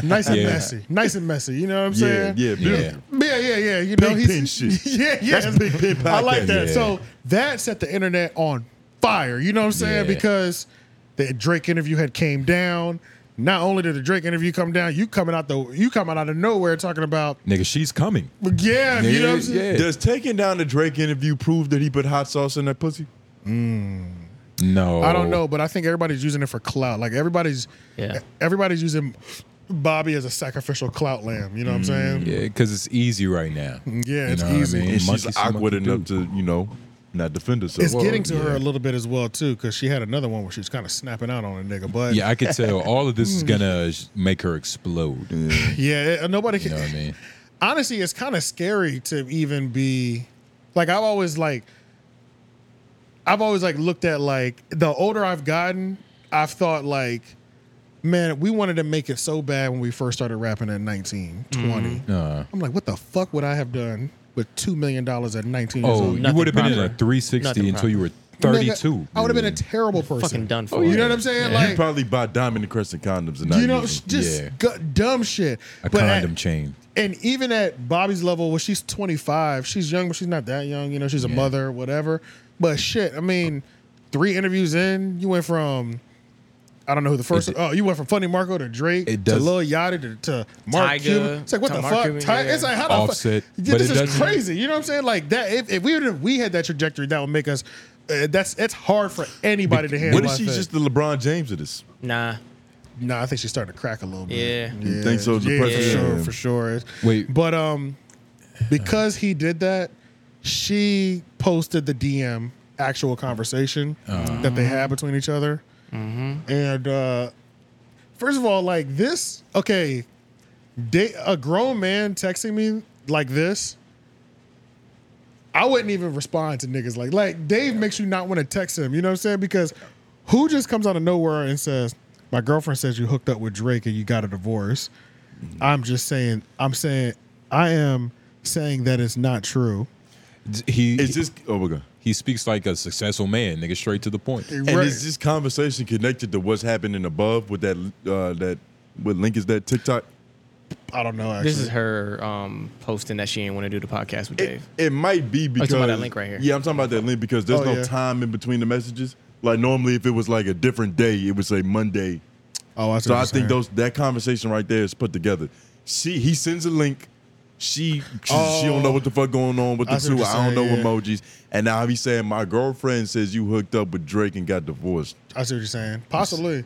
A: Nice and
R: Yeah.
A: messy. Nice and messy. You know what I'm
R: Yeah,
A: saying?
R: yeah,
A: yeah.
R: beautiful.
A: Yeah, yeah, yeah. You know, he's *laughs* yeah, yeah.
B: That's big pin
A: I like
B: podcast.
A: that.
B: Yeah.
A: So that set the internet on fire. You know what I'm saying?
B: Yeah.
A: Because the Drake interview had came down. Not only did the Drake interview come down, you coming out the you coming out of nowhere talking about
C: Nigga, she's coming.
A: yeah, you know what I'm saying?
B: Does taking down the Drake interview prove that he put hot sauce in that pussy?
A: Mm.
C: No,
A: I don't know, but I think everybody's using it for clout. Like everybody's yeah. everybody's using Bobby as a sacrificial clout lamb. You know what I'm saying?
C: Mm,
A: Mm,
C: Yeah, because it's easy right now.
A: Yeah,
C: You
A: it's
C: know what I
A: easy.
C: mean?
B: And she's
C: Monkey see,
B: awkward
C: monkey do.
B: enough to, you know, not defend herself.
A: it's getting to her a little bit as well too, because she had another one where she was kind of snapping out on a nigga. But Mm. Hmm.
C: Yeah, I could
A: *laughs*
C: tell all of this is gonna sh- make her explode.
A: yeah, *laughs* it- uh, nobody
C: You
A: can.
C: know what I mean?
A: Honestly, it's kind of scary to even be like. I've always like, I've always like looked at like the older I've gotten, I've thought like, man, we wanted to make it so bad when we first started rapping at 19, 20.
C: Uh,
A: I'm like, what the fuck would I have done with two million dollars at 19 years
C: oh,
A: old?
C: you would have been in a 360
A: Nothing
C: until you were
A: Nigga,
C: 32.
A: I would have been a terrible person.
B: Oh,
A: You know what I'm saying? Like,
B: you probably buy diamond encrusted condoms and not
A: you know,
B: use them.
A: just gu- dumb shit.
C: a
A: But at-
C: condom chain.
A: and even at Bobby's level, well, she's 25. She's young, but she's not that young. You know, she's a mother, whatever. But shit, I mean, three interviews in, you went from, I don't know who the first, oh, you went from Funny Marco to Drake
C: It
A: to
C: does-
A: Lil Yachty to, to Mark
C: Tyga,
A: Cuban. It's like, what
C: to
A: the
C: Mark
A: fuck?
C: Cuban,
A: Ty-
C: yeah.
A: It's like, how the fuck?
C: Offset,
A: Yeah,
C: but
A: this
C: it
A: is
C: doesn't-
A: crazy. You know what I'm saying? Like that, if, if we, would've- we had that trajectory, that would make us Uh, that's it's hard for anybody to handle.
B: What if
A: I
B: she's
A: think.
B: just the LeBron James of this?
D: Nah.
A: Nah, I think she's starting to crack a little bit.
D: Yeah.
B: You think so? The
A: Yeah, for
B: president?
A: sure,
B: Yeah.
A: for sure.
C: Wait.
A: But um, because he did that, she posted the DM actual conversation
B: Uh-huh.
A: that they had between each other. And uh, first of all, like this, okay, they, a grown man texting me like this, I wouldn't even respond to niggas like like Dave makes you not want to text him. You know what I'm saying? Because who just comes out of nowhere and says, "My girlfriend says you hooked up with Drake and you got a divorce."
B: Mm-hmm.
A: I'm just saying. I'm saying. I am saying that it's not true.
C: He
B: Is this? Oh my god.
C: He speaks like a successful man, nigga, straight to the point.
B: And is this conversation connected to what's happening above with that uh, that what link is that TikTok?
A: I don't know.
D: This is her um, posting that she didn't want to do the podcast with Dave.
B: It might be
D: Oh, talking
B: because
D: about that link right here.
B: Yeah, I'm talking about that link because there's
D: Oh,
B: no
D: yeah.
B: time in between the messages. Like normally, if it was like a different day, it would say Monday.
A: Oh, I see
B: so
A: what
B: I
A: you're
B: think
A: saying.
B: those that conversation right there is put together. She he sends a link. She she,
A: Oh.
B: she don't know what the fuck going on with the
A: I see what
B: two.
A: you're
B: I don't know
A: saying, yeah.
B: emojis. And now he's saying my girlfriend says you hooked up with Drake and got divorced.
A: I see what you're saying. Possibly.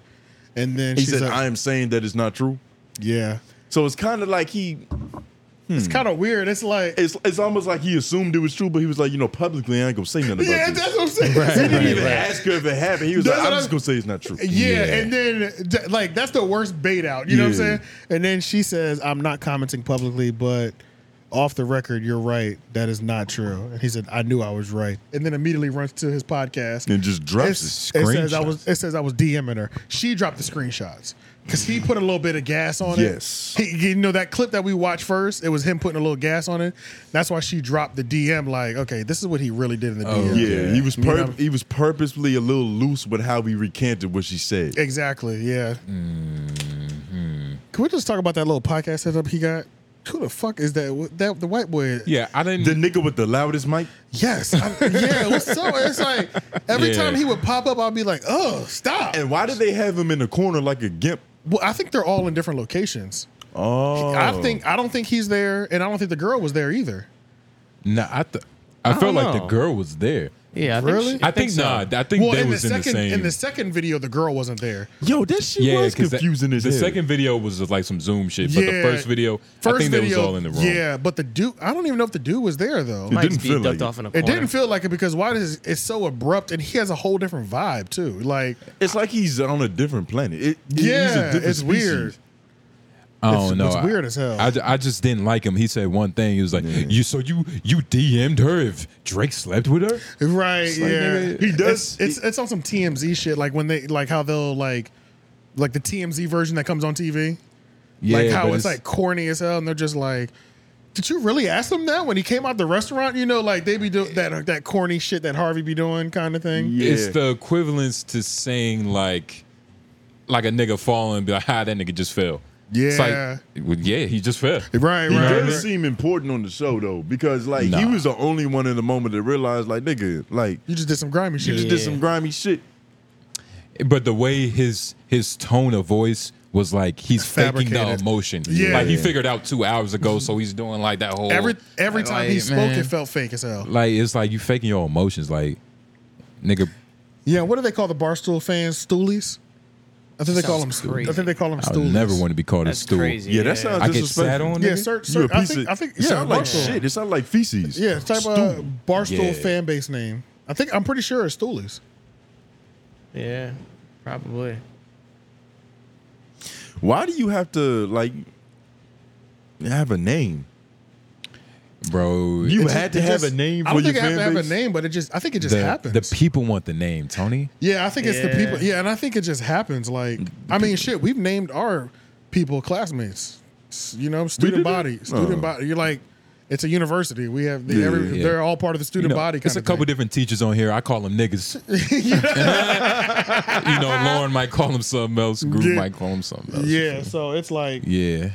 A: And then
B: he
A: she's
B: said
A: like,
B: I am saying that it's not true.
A: Yeah.
B: So it's kind of like he. hmm.
A: It's kind of weird. It's like
B: it's it's almost like he assumed it was true, but he was like, you know, publicly I ain't gonna say nothing about
A: *laughs* Yeah,
B: this.
A: that's what I'm saying.
B: he
A: *laughs*
B: didn't
A: Right,
B: even
A: right.
B: ask her if it happened. He was
A: That's
B: like, I'm
A: what
B: just
A: I'm-
B: gonna say it's not true.
A: Yeah, and then th- like that's the worst bait out. You know what I'm
B: Yeah.
A: saying? And then she says, "I'm not commenting publicly, but off the record, you're right. That is not true." And he said, "I knew I was right." And then immediately runs to his podcast
B: And just drops
A: It's-
B: the
A: It says I
B: screenshots.
A: was. It says I was DMing her. She dropped the screenshots because he put a little bit of gas on it.
B: Yes.
A: He, you know that clip that we watched first. It was him putting a little gas on it. That's why she dropped the DM. Like, okay, this is what he really did in the DM.
B: Oh, yeah, he was
A: You know
B: pur-
A: what I'm
B: he was purposely a little loose with how he recanted what she said.
A: Exactly. Yeah.
C: Mm-hmm.
A: Can we just talk about that little podcast setup he got? Who the fuck is that? What- That the white boy?
C: Yeah, I didn't.
B: The nigga with the loudest mic.
A: Yes. I- yeah. What's up? It's like
C: *laughs*
A: every
B: Yeah.
A: time he would pop up, I'd be like, "Oh, stop!"
B: And why did they have him in the corner like a gimp?
A: Well, I think they're all in different locations.
B: Oh,
A: I think I don't think he's there, and I don't think the girl was there either.
C: Nah, I th- I,
A: I
C: felt
A: don't
C: like the
A: know.
C: girl was there.
A: Yeah, I think
C: really.
A: she-
C: I think
A: so.
C: nah. I think
A: well,
C: they
A: in
C: was
A: the
C: in
A: second
C: the same.
A: in the second video, the girl wasn't there.
B: Yo, that shit was
C: 'cause that-
B: confusing as
C: The
B: hell.
C: second video was just like some Zoom shit, but the first video, I think they was all in the room.
A: Yeah, but the dude, I don't even know if the dude was there though.
C: It Might didn't just be feel ducked like it. off in a
A: It
C: corner.
A: didn't feel like it because why does it's so abrupt and he has a whole different vibe too. Like
B: it's like he's on a different planet. It, he's a
A: yeah,
B: different
A: it's
B: species.
A: weird.
C: I
A: It's-
C: don't know.
A: it's
C: I-
A: weird as hell.
C: I, ju- I just didn't like him. He said one thing. He was like, "You so you you DM'd her if Drake slept with her,
A: Right?
C: It's
A: yeah,
C: like, nigga,
A: he does. It's, it's it's on some TMZ shit. Like when they like how they'll like like the TMZ version that comes on TV. like
C: Yeah,
A: how
C: but it's-
A: it's, like corny as hell, and they're just like. Did you really ask him that when he came out the restaurant? You know, like they be doing that that corny shit that Harvey be doing, kind of thing.
C: It's the equivalence to saying like, like a nigga falling and be like, "Ha, that nigga just fell." It's
A: Yeah.
C: like, well, yeah, he just fell.
A: Right,
B: He does seem important on the show though, because like he
C: Nah.
B: was the only one in the moment that realized, like, nigga, like
A: you just did some grimy
B: You just did some grimy shit.
C: But the way his his tone of voice was like he's faking the
A: Fabricated.
C: emotion.
A: Yeah.
C: like he
A: Yeah.
C: figured out two hours ago, so he's doing like that whole
A: Every every
C: like,
A: time he
C: like,
A: spoke,
C: man.
A: it felt fake as hell.
C: Like it's like you faking your emotions, like nigga.
A: Yeah, what do they call the barstool fans? Stoolies. I think they call them.
C: Sounds
A: Stoolies. I
C: crazy.
A: think they call them
C: I would
A: stoolies.
C: never want to be called a stool.
B: crazy, Yeah, that yeah. sounds
C: I get
B: disrespectful.
C: sat on.
A: Yeah,
C: nigga?
A: sir.
B: You a
A: sir I
B: piece
A: think.
B: of-
A: I think.
B: it
A: Yeah,
B: sound like
A: barstool.
B: shit. It sound like feces.
A: Yeah, type of uh,
B: Stool.
A: barstool
B: Yeah.
A: fan base name. I think I'm pretty sure it's stoolies.
D: Yeah, probably.
B: Why do you have to like have a name?
C: Bro,
B: You
A: It's-
B: had to
A: it
B: have
A: just-
B: a name
A: I
B: for
A: don't
B: your
A: think I have
B: fan
A: to have a
B: base?
A: name, but it just. I think it just
C: the,
A: happens.
C: The people want the name Tony.
A: Yeah, I think it's the
C: Yeah.
A: people. Yeah, and I think it just happens. Like, I mean, shit, we've named our people classmates. S- You know, student
C: did
A: body,
C: it?
A: student
C: Oh.
A: body. You're like, it's a university. We have the,
C: Yeah,
A: every,
C: yeah, yeah.
A: they're all part of the student
C: You know,
A: body.
C: It's
A: Kind
C: a
A: of
C: couple different teachers on here. I call them
B: *laughs*
C: niggas. you know, Lauren might call him something else. Groove
A: Yeah.
C: might call him something else.
A: yeah, so it's like
C: Yeah.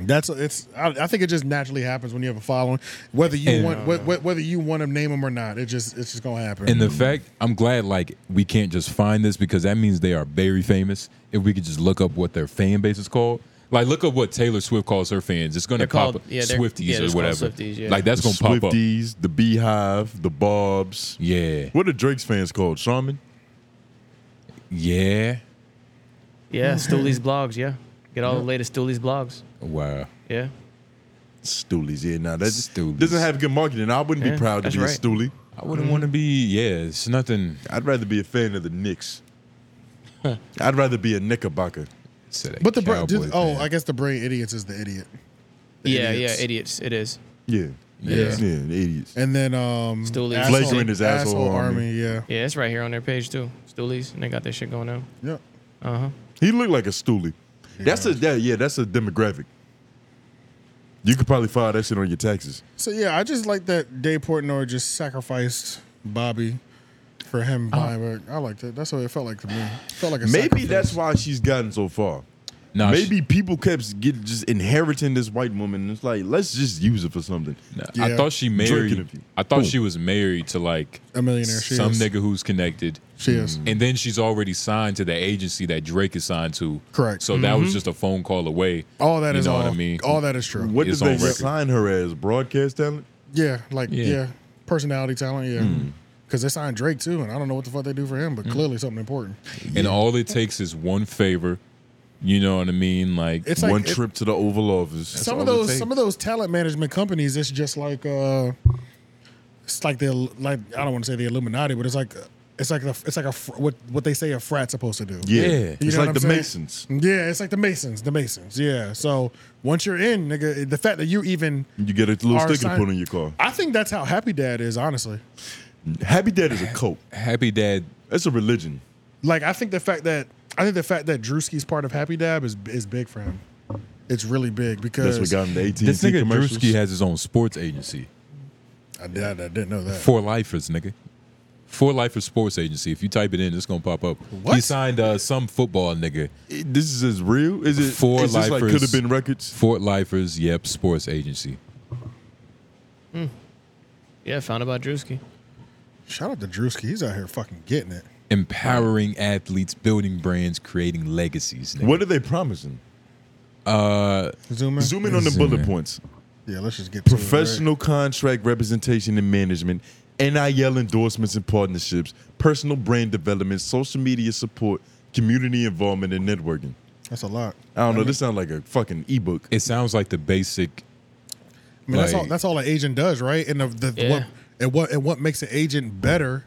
A: that's it's. I, I think it just naturally happens when you have a following, whether you
C: And- uh,
A: want wh- wh- whether you want to name them or not. It just it's just gonna happen.
C: And the fact I'm glad like we can't just find this because that means they are very famous. If we could just look up what their fan base is called. Like, look up what Taylor Swift calls her fans. It's going to
B: They're
C: pop
B: called-
C: up
B: yeah, they're-
C: Swifties
B: yeah,
C: or
B: it's called
C: whatever.
B: Swifties, yeah.
C: Like, that's
B: The
C: going to pop up.
B: Swifties, the Beehive, the Bobs.
C: Yeah.
B: What are Drake's fans called? Shaman?
C: Yeah.
B: *laughs*
D: Yeah, Stooley's blogs. Yeah, get all the latest Stooley's blogs.
C: Wow.
D: Yeah.
B: Stoolies, yeah. Now that doesn't have good marketing. I wouldn't
C: Yeah,
B: be proud to
C: that's
B: be a
C: right.
B: Stoolie.
C: I wouldn't Mhm. wanna
B: Mm-hmm.
C: be. Yeah, it's nothing.
B: I'd rather be a fan of the *laughs* Knicks. I'd rather be a Knickerbocker.
A: But the bra- did- oh, I guess the brain idiots is the idiot. The
D: yeah,
A: idiots.
D: yeah, idiots. It is.
B: yeah,
A: Yeah.
B: yeah, yeah, the idiots.
A: And then um,
D: Stoolies.
A: asshole-
B: Flagrant is asshole army.
A: Yeah.
D: Yeah, it's right here on their page too. Stoolies, and they got that shit going on.
A: Yep.
D: Uh huh.
B: He looked like a Stoolie. That's a yeah, yeah. That's a demographic. You could probably file that shit on your taxes.
A: So yeah, I just like that Dave Portnoy just sacrificed Bobby for him buying back. I liked it. That's what it felt like to me. It felt like a
B: Maybe
A: sacrifice.
B: that's why she's gotten so far.
C: Nah,
B: Maybe people kept get just inheriting this white woman. and It's like let's just use it for something.
C: I thought she
B: Drinking
C: married.
B: it.
C: I thought
B: Who?
C: she was married to like
A: A millionaire, she
C: some
A: is.
C: nigga who's connected.
A: She is.
C: and then she's already signed to the agency that Drake is signed to.
A: Correct.
C: So that was
B: Mm-hmm.
A: Mhm.
C: just a phone call away.
A: All that
C: that is
A: is
C: you know
A: all.
C: what I mean.
A: All that is true.
B: What did
C: It's
B: they
C: on record.
B: sign her as? Broadcast talent?
A: Yeah, like
C: Yeah.
A: yeah, personality talent. Yeah,
B: Hmm.
A: because they signed Drake too, and I don't know what the fuck they do for him, but clearly something important.
C: And all it takes is one favor. You know what I mean? Like,
A: It's like- One it- trip
B: to the Oval Office.
A: some of those, some of those talent management companies, it's just like, uh it's like the like I don't want to say the Illuminati, but it's like. It's like the, it's like a fr- what what they say a frat's supposed to do.
B: Yeah.
A: You
B: It's
A: know
B: like
A: what I'm
B: the
A: saying?
B: Masons.
A: Yeah, it's like the Masons, the Masons. Yeah. So once you're in, nigga, the fact that you even
B: You get a little
A: are
B: sticker
A: sign-
B: to put on your car.
A: I think that's how Happy Dad is, honestly.
B: Happy Dad is a cult.
C: Happy Dad.
B: That's a religion.
A: Like I think the fact that I think the fact that Drewski's part of Happy Dab is is big for him. It's really big because
B: That's what got him to AT&T
C: this nigga
B: commercials.
C: Drewski has his own sports agency.
A: I, did, I didn't know that.
C: Four Lifers, nigga. Four Lifers Sports Agency. If you type it in, it's gonna pop up. He
B: What?
C: signed uh, some football nigga.
B: This is as real? Is it
C: Four
B: is this
C: Lifers?
B: like could have been records.
C: Fort Lifers. Yep, sports agency.
D: Yeah, found about Drewski.
A: Shout out to Drewski. He's out here fucking getting it.
C: Empowering athletes, building brands, creating legacies. Nigga.
B: What are they promising?
C: Uh,
A: zoom in.
B: Zoom in on the bullet points.
A: Yeah, let's just get to it, right?
B: Professional contract representation and management, NIL endorsements and partnerships, personal brand development, social media support, community involvement, and networking.
A: That's a lot.
B: I don't know.
A: mean-
B: this sounds like a fucking ebook.
C: It sounds like the basic.
A: I mean, that's all
C: Like-
A: that's all an agent does, right? And the, the what
C: Yeah.
A: and what and what makes an agent better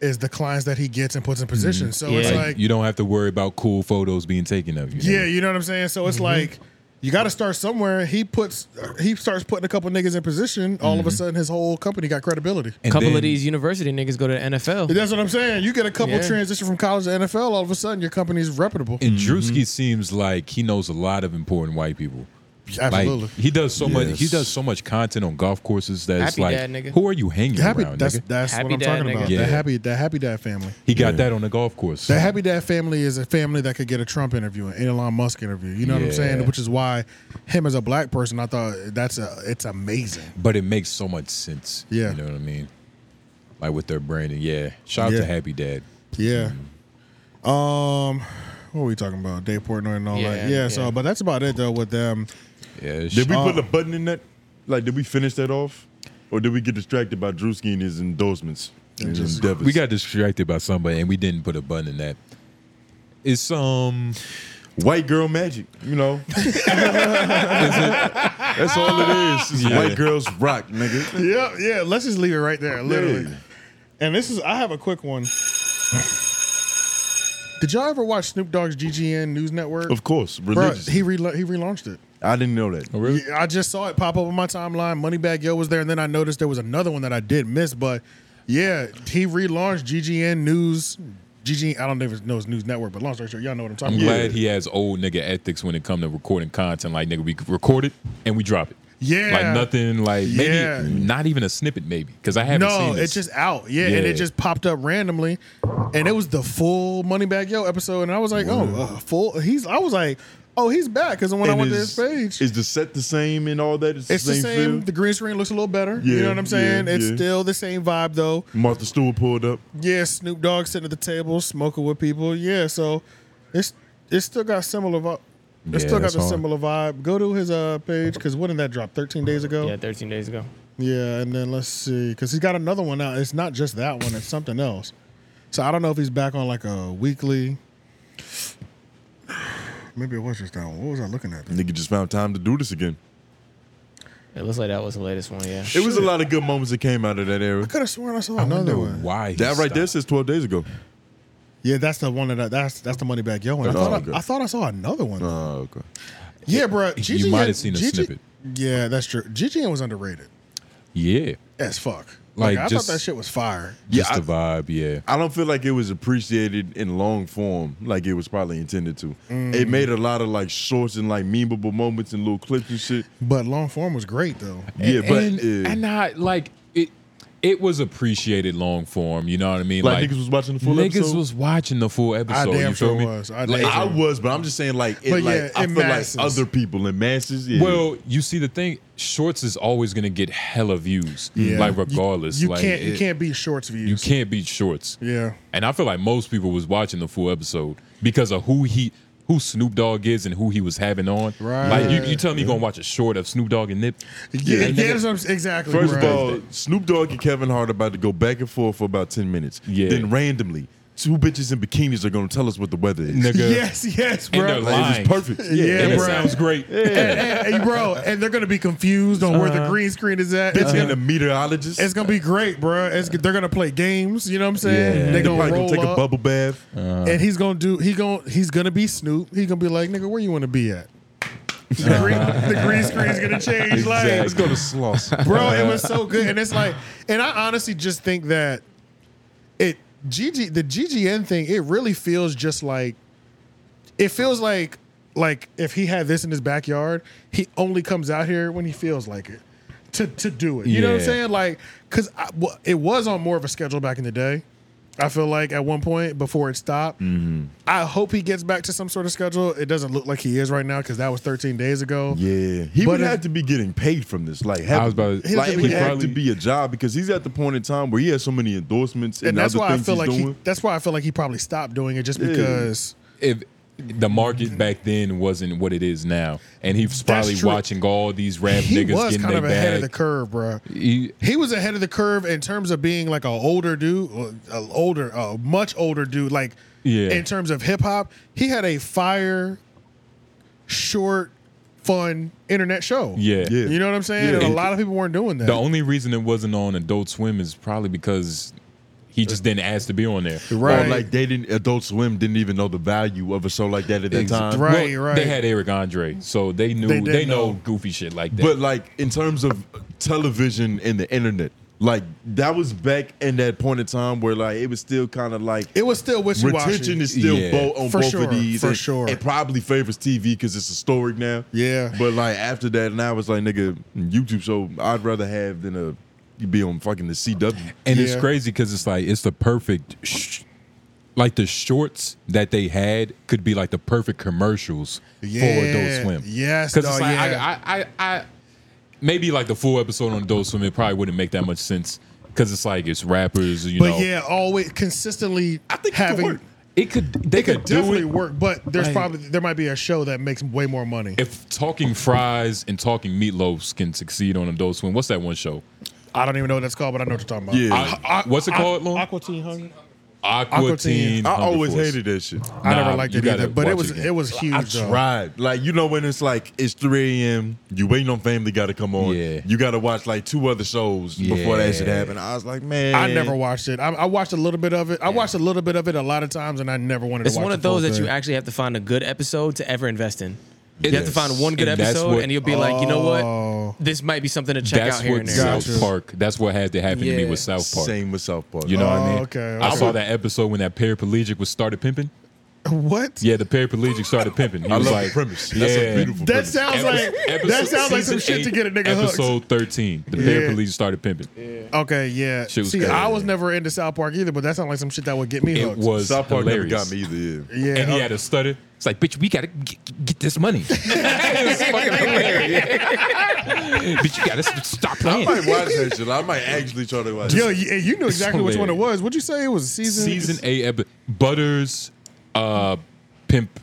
A: is the clients that he gets and puts in
C: Mm-hmm.
A: position. So it's like
C: you don't have to worry about cool photos being taken of you. nigga.
A: Yeah, you know what I'm saying? So
C: Mm-hmm.
A: it's like you got to start somewhere. He puts he starts putting a couple niggas in position, all
C: Mm-hmm.
A: of a sudden his whole company got credibility.
D: A couple of these university niggas go to the NFL.
A: That's what I'm saying. You get a couple
D: Yeah.
A: transition from college to NFL, all of a sudden your company's reputable.
C: And
B: Mm-hmm.
C: Drewski seems like he knows a lot of important white people.
A: Absolutely.
C: Like, he does so much. He
A: Yes.
C: does so much content on golf courses that it's
A: Happy
C: like,
A: dad, nigga.
C: who are you hanging
A: Happy,
C: around?
A: that's
C: nigga?
A: that's what I'm talking about.
C: Yeah.
A: The happy the happy dad family.
C: He got that on the golf course.
A: The Happy Dad family is a family that could get a Trump interview, an Elon Musk interview. You know what I'm
C: Yeah.
A: saying? Which is why him as a black person, I thought that's a it's amazing.
C: but it makes so much sense.
A: Yeah.
C: you know what I mean. Like with their branding, yeah. Shout out
A: Yeah.
C: to Happy Dad.
A: Yeah. Um, what were we talking about? Dave Portnoy and all that.
C: Yeah,
A: Yeah, So,
C: yeah.
A: but that's about it though with them.
C: Yeah.
B: Did we
A: Uh,
B: put a button in that? Like, did we finish that off, or did we get distracted by Drewski and his endorsements? and his endeavors?
C: we got distracted by somebody and we didn't put a button in that. It's um
B: white girl magic,
C: *laughs*
B: you know. That's all it is. is
C: Yeah.
B: White girls rock, nigga.
A: Yeah, yeah. Let's just leave it right there, literally. And this is I have a quick one. Did y'all ever watch Snoop Dogg's GGN News Network?
B: Of course,
A: Bruh,
B: religious.
A: he rela- he relaunched it.
B: I didn't know
C: Oh,
B: that.
A: Yeah, I just saw it pop up on my timeline. Moneybag Yo was there, and then I noticed there was another one that I did miss. But yeah, he relaunched GGN News. GGN, I don't even know his news network, but long story short, y'all know what I'm talking
C: I'm
A: about.
C: glad he has old nigga ethics when it come to recording content. Like nigga, we record it and we drop it.
A: Yeah.
C: like nothing. Like maybe
A: Yeah.
C: not even a snippet, maybe because I haven't
A: no,
C: seen.
A: it's
C: this.
A: just out. Yeah, and
C: Yeah.
A: it just popped up randomly, and it was the full Moneybag Yo episode, and I was like, oh, uh, full. He's. I was like, oh, he's back because when I
B: And
A: went to
B: is-
A: his page,
B: Is the set the same and all that? It's,
A: it's the same.
B: feel?
A: the green screen looks a little better. you
B: Yeah,
A: know what I'm saying?
B: yeah,
A: it's
B: yeah.
A: still the same vibe though.
B: Martha Stewart pulled up.
A: Yeah, Snoop Dogg sitting at the table smoking with people. Yeah, so it's it's still got similar. Vi- It still got the similar vibe. Go to his uh, page because when did that drop? Thirteen days ago.
D: Yeah, 13 days ago.
A: Yeah, and then let's see, because he's got another one now. It's not just that one; it's something else. So I don't know if he's back on like a weekly. *sighs* Maybe it was just that one. What was I looking at?
B: Nigga just found time to do this again.
D: It looks like that was the latest one. Yeah.
B: It was a lot of good moments that came out of that era.
A: I could have sworn I saw another one.
B: Why? That right there says twelve days ago.
A: Yeah, that's the one that I, that's that's the money back yo one. I
B: Oh,
A: thought
B: okay.
A: I, I thought I saw another one.
B: Oh, okay.
A: Yeah, bro.
C: You
A: Gigi
C: might
A: had-
C: have seen a
A: Gigi-
C: snippet.
A: Yeah, that's true. GGN was underrated
C: Yeah.
A: as fuck. Like,
C: Like,
A: I
C: just-
A: thought that shit was fire.
C: Just
B: Yeah,
C: the vibe, yeah.
B: I don't feel like it was appreciated in long form like it was probably intended to.
A: Mm.
B: It made a lot of like shorts and like memeable moments and little clips and shit.
A: But long form was great though.
B: Yeah, but
C: and,
B: yeah.
C: and not like it. It was appreciated long form. You know what I mean?
B: Like, niggas was watching the full
C: niggas
B: episode?
C: was watching the full episode.
B: damn
C: you feel
B: sure
C: me?
B: was. I damn sure was, but I'm just saying like it,
C: But
B: like
C: yeah,
B: I
C: in
B: feel
C: masses.
B: like other people in masses. Yeah.
C: Well, you see the thing, shorts is always gonna get hella views.
A: Yeah.
C: Mm, Like regardless,
A: You
C: like
A: can't you
C: it-
A: can't beat shorts views.
C: you can't beat shorts.
A: Yeah.
C: And I feel like most people was watching the full episode because of who he who Snoop Dogg is and who he was having on.
A: Right.
C: Like you, you tell me you gonna watch a short of Snoop Dogg and Nip.
A: Yeah,
C: And
A: yeah,
C: nigga-
A: that's what I'm- exactly.
B: First of
A: bro.
B: all, Snoop Dogg and Kevin Hart about to go back and forth for about ten minutes. Yeah. Then randomly, two bitches in bikinis are gonna tell us what the weather is.
C: Nigga.
A: *laughs* yes, yes,
B: And
A: bro.
B: they're lying. It's perfect.
A: Yeah,
B: Yeah,
A: bro.
B: it sounds
C: great.
A: Yeah. And, and- and, bro, and they're gonna be confused on where the
B: Uh-huh.
A: green screen is at.
B: Bitch
A: It's
B: and
A: gonna,
B: a meteorologist.
A: it's gonna be great, bro. It's, they're gonna play games. You know what I'm saying? They
B: They're
A: gonna
B: probably
A: roll
B: gonna
A: up.
B: take
A: Uh-huh.
B: a bubble bath.
A: and he's gonna do. He gonna he's gonna be Snoop. He's gonna be like, nigga, where you want to be at? The green, the green screen's gonna change. Like,
B: Let's go to Sloss.
A: bro, it was so good, and it's like, and I honestly just think that it GG the GGN thing. It really feels just like it feels like like if he had this in his backyard, he only comes out here when he feels like it to to do it. You know what I'm
C: Yeah.
A: saying? Like, cause I, well, it was on more of a schedule back in the day. I feel like at one point before it stopped,
B: Mhm.
A: I hope he gets back to some sort of schedule. It doesn't look like he is right now because that was 13 days ago.
B: Yeah, he
A: But
B: would
A: if-
B: have to be getting paid from this. Like,
C: I was
B: have,
C: about to-
B: like
A: He
B: it would have
A: probably-
B: to be a job because he's at the point in time where he has so many endorsements and,
A: and that's
B: other
A: why I
B: things
A: feel
B: he's
A: like he,
B: doing.
A: that's why I feel like he probably stopped doing it just
B: Yeah.
A: because
C: if the market back then wasn't what it is now, and he's probably
A: true.
C: watching all these rap
A: he
C: niggas
A: was
C: getting
A: kind
C: their
A: of ahead
C: bag.
A: of the curve, bro.
C: He-
A: He was ahead of the curve in terms of being like an older dude, an older, a much older dude. Like,
C: Yeah.
A: in terms of hip hop, he had a fire, short, fun internet show.
C: Yeah. Yeah.
A: you know what I'm saying.
C: Yeah.
A: And a lot of people weren't doing that.
C: The only reason it wasn't on Adult Swim is probably because he just didn't ask to be on there.
B: Or like they didn't. Adult Swim didn't even know the value of a show like that at that
C: Ex-
B: time.
C: Well, They had Eric Andre, so they knew
B: They
C: they,
B: did
C: know.
B: know.
C: goofy shit like that.
B: But like in terms of television and the internet, like that was back in that point in time where like it was still kind of like
A: it was still wishy-washy.
B: Retention is still
A: Yeah.
B: both on
A: For
B: both
A: sure,
B: of these
A: for
B: and
A: sure.
B: It probably favors TV because it's historic now.
A: Yeah,
B: but like after that, now it's like nigga YouTube show I'd rather have than a you be on fucking the CW.
C: and it's crazy because it's like it's the perfect, sh- like the shorts that they had could be like the perfect commercials for
A: Yeah.
C: Adult Swim.
A: Yes,
C: because
A: dog,
C: it's like
A: yeah.
C: I, I, I, I, maybe like the full episode on Adult Swim, it probably wouldn't make that much sense because it's like it's rappers, you
A: but
C: know.
A: yeah, always consistently having.
C: It could they
A: it could,
C: could do
A: definitely
C: it.
A: work, but there's
C: Like-
A: probably there might be a show that makes way more money.
C: If talking fries and talking meatloafs can succeed on Adult Swim, what's that one show?
A: I don't even know what that's called, but I know what you're talking about.
C: Yeah. I- what's it called,
A: Lon? Aqua Teen Hungry.
C: Aqua,
A: Aqua Teen.
C: Teen.
B: I
C: Hunger
B: always
C: Force.
B: hated that shit.
A: I never liked
B: you
A: it either,
B: gotta
A: but it
B: watch
A: was-
B: again.
A: it was huge,
B: I
A: though.
B: tried. Like you know when it's like it's 3 a.m. You waiting on Family got to come on. Yeah. You got to watch like two other shows before that should
A: Yeah.
B: happen. I was like, man,
A: I
B: *laughs*
A: never watched it. I, I watched a little bit of it. I watched a little bit of it a lot of times, and I never wanted
D: It's
A: to watch
D: one of
A: the full
D: those that
A: thing.
D: you actually have to find a good episode to ever invest in. You have to
C: Yes.
D: find one good
C: And that's
D: episode,
C: what-
D: and you'll be like, you know what? This might be something to check
C: that's
D: out here
C: what
D: and there.
C: South Park. That's what had to happen to me
D: Yeah.
C: with South Park.
B: Same with South Park.
C: You know what
B: Oh,
C: I mean?
B: okay,
C: I
B: okay.
C: saw that episode when that paraplegic was started pimping.
A: What?
C: Yeah, the paraplegic started pimping. He
B: I
C: was
B: love
C: like,
B: the premise.
C: Yeah.
B: That's a beautiful
A: That premise. sounds like- that sounds like
C: season
A: some shit to get a nigga hooked.
C: Episode thirteen, the
A: Yeah.
C: paraplegic started pimping.
A: Okay, yeah.
C: Shit was
A: See,
C: crazy.
A: I was never into South Park either, but that sounded like some shit that would get me
C: It
A: hooked.
C: was
B: South Park never
C: hilarious.
B: got me either.
A: Yeah. uh,
C: and he had a stutter. It's like, bitch, we gotta get, get this money. *laughs* bitch, you gotta s- stop
B: I
C: playing.
B: might watch that shit. I might actually try to watch.
A: Yo,
B: it.
A: you, and you knew
C: It's
A: exactly which one it was. Would you say it was a season?
C: season eight epi- Butters, uh, pimp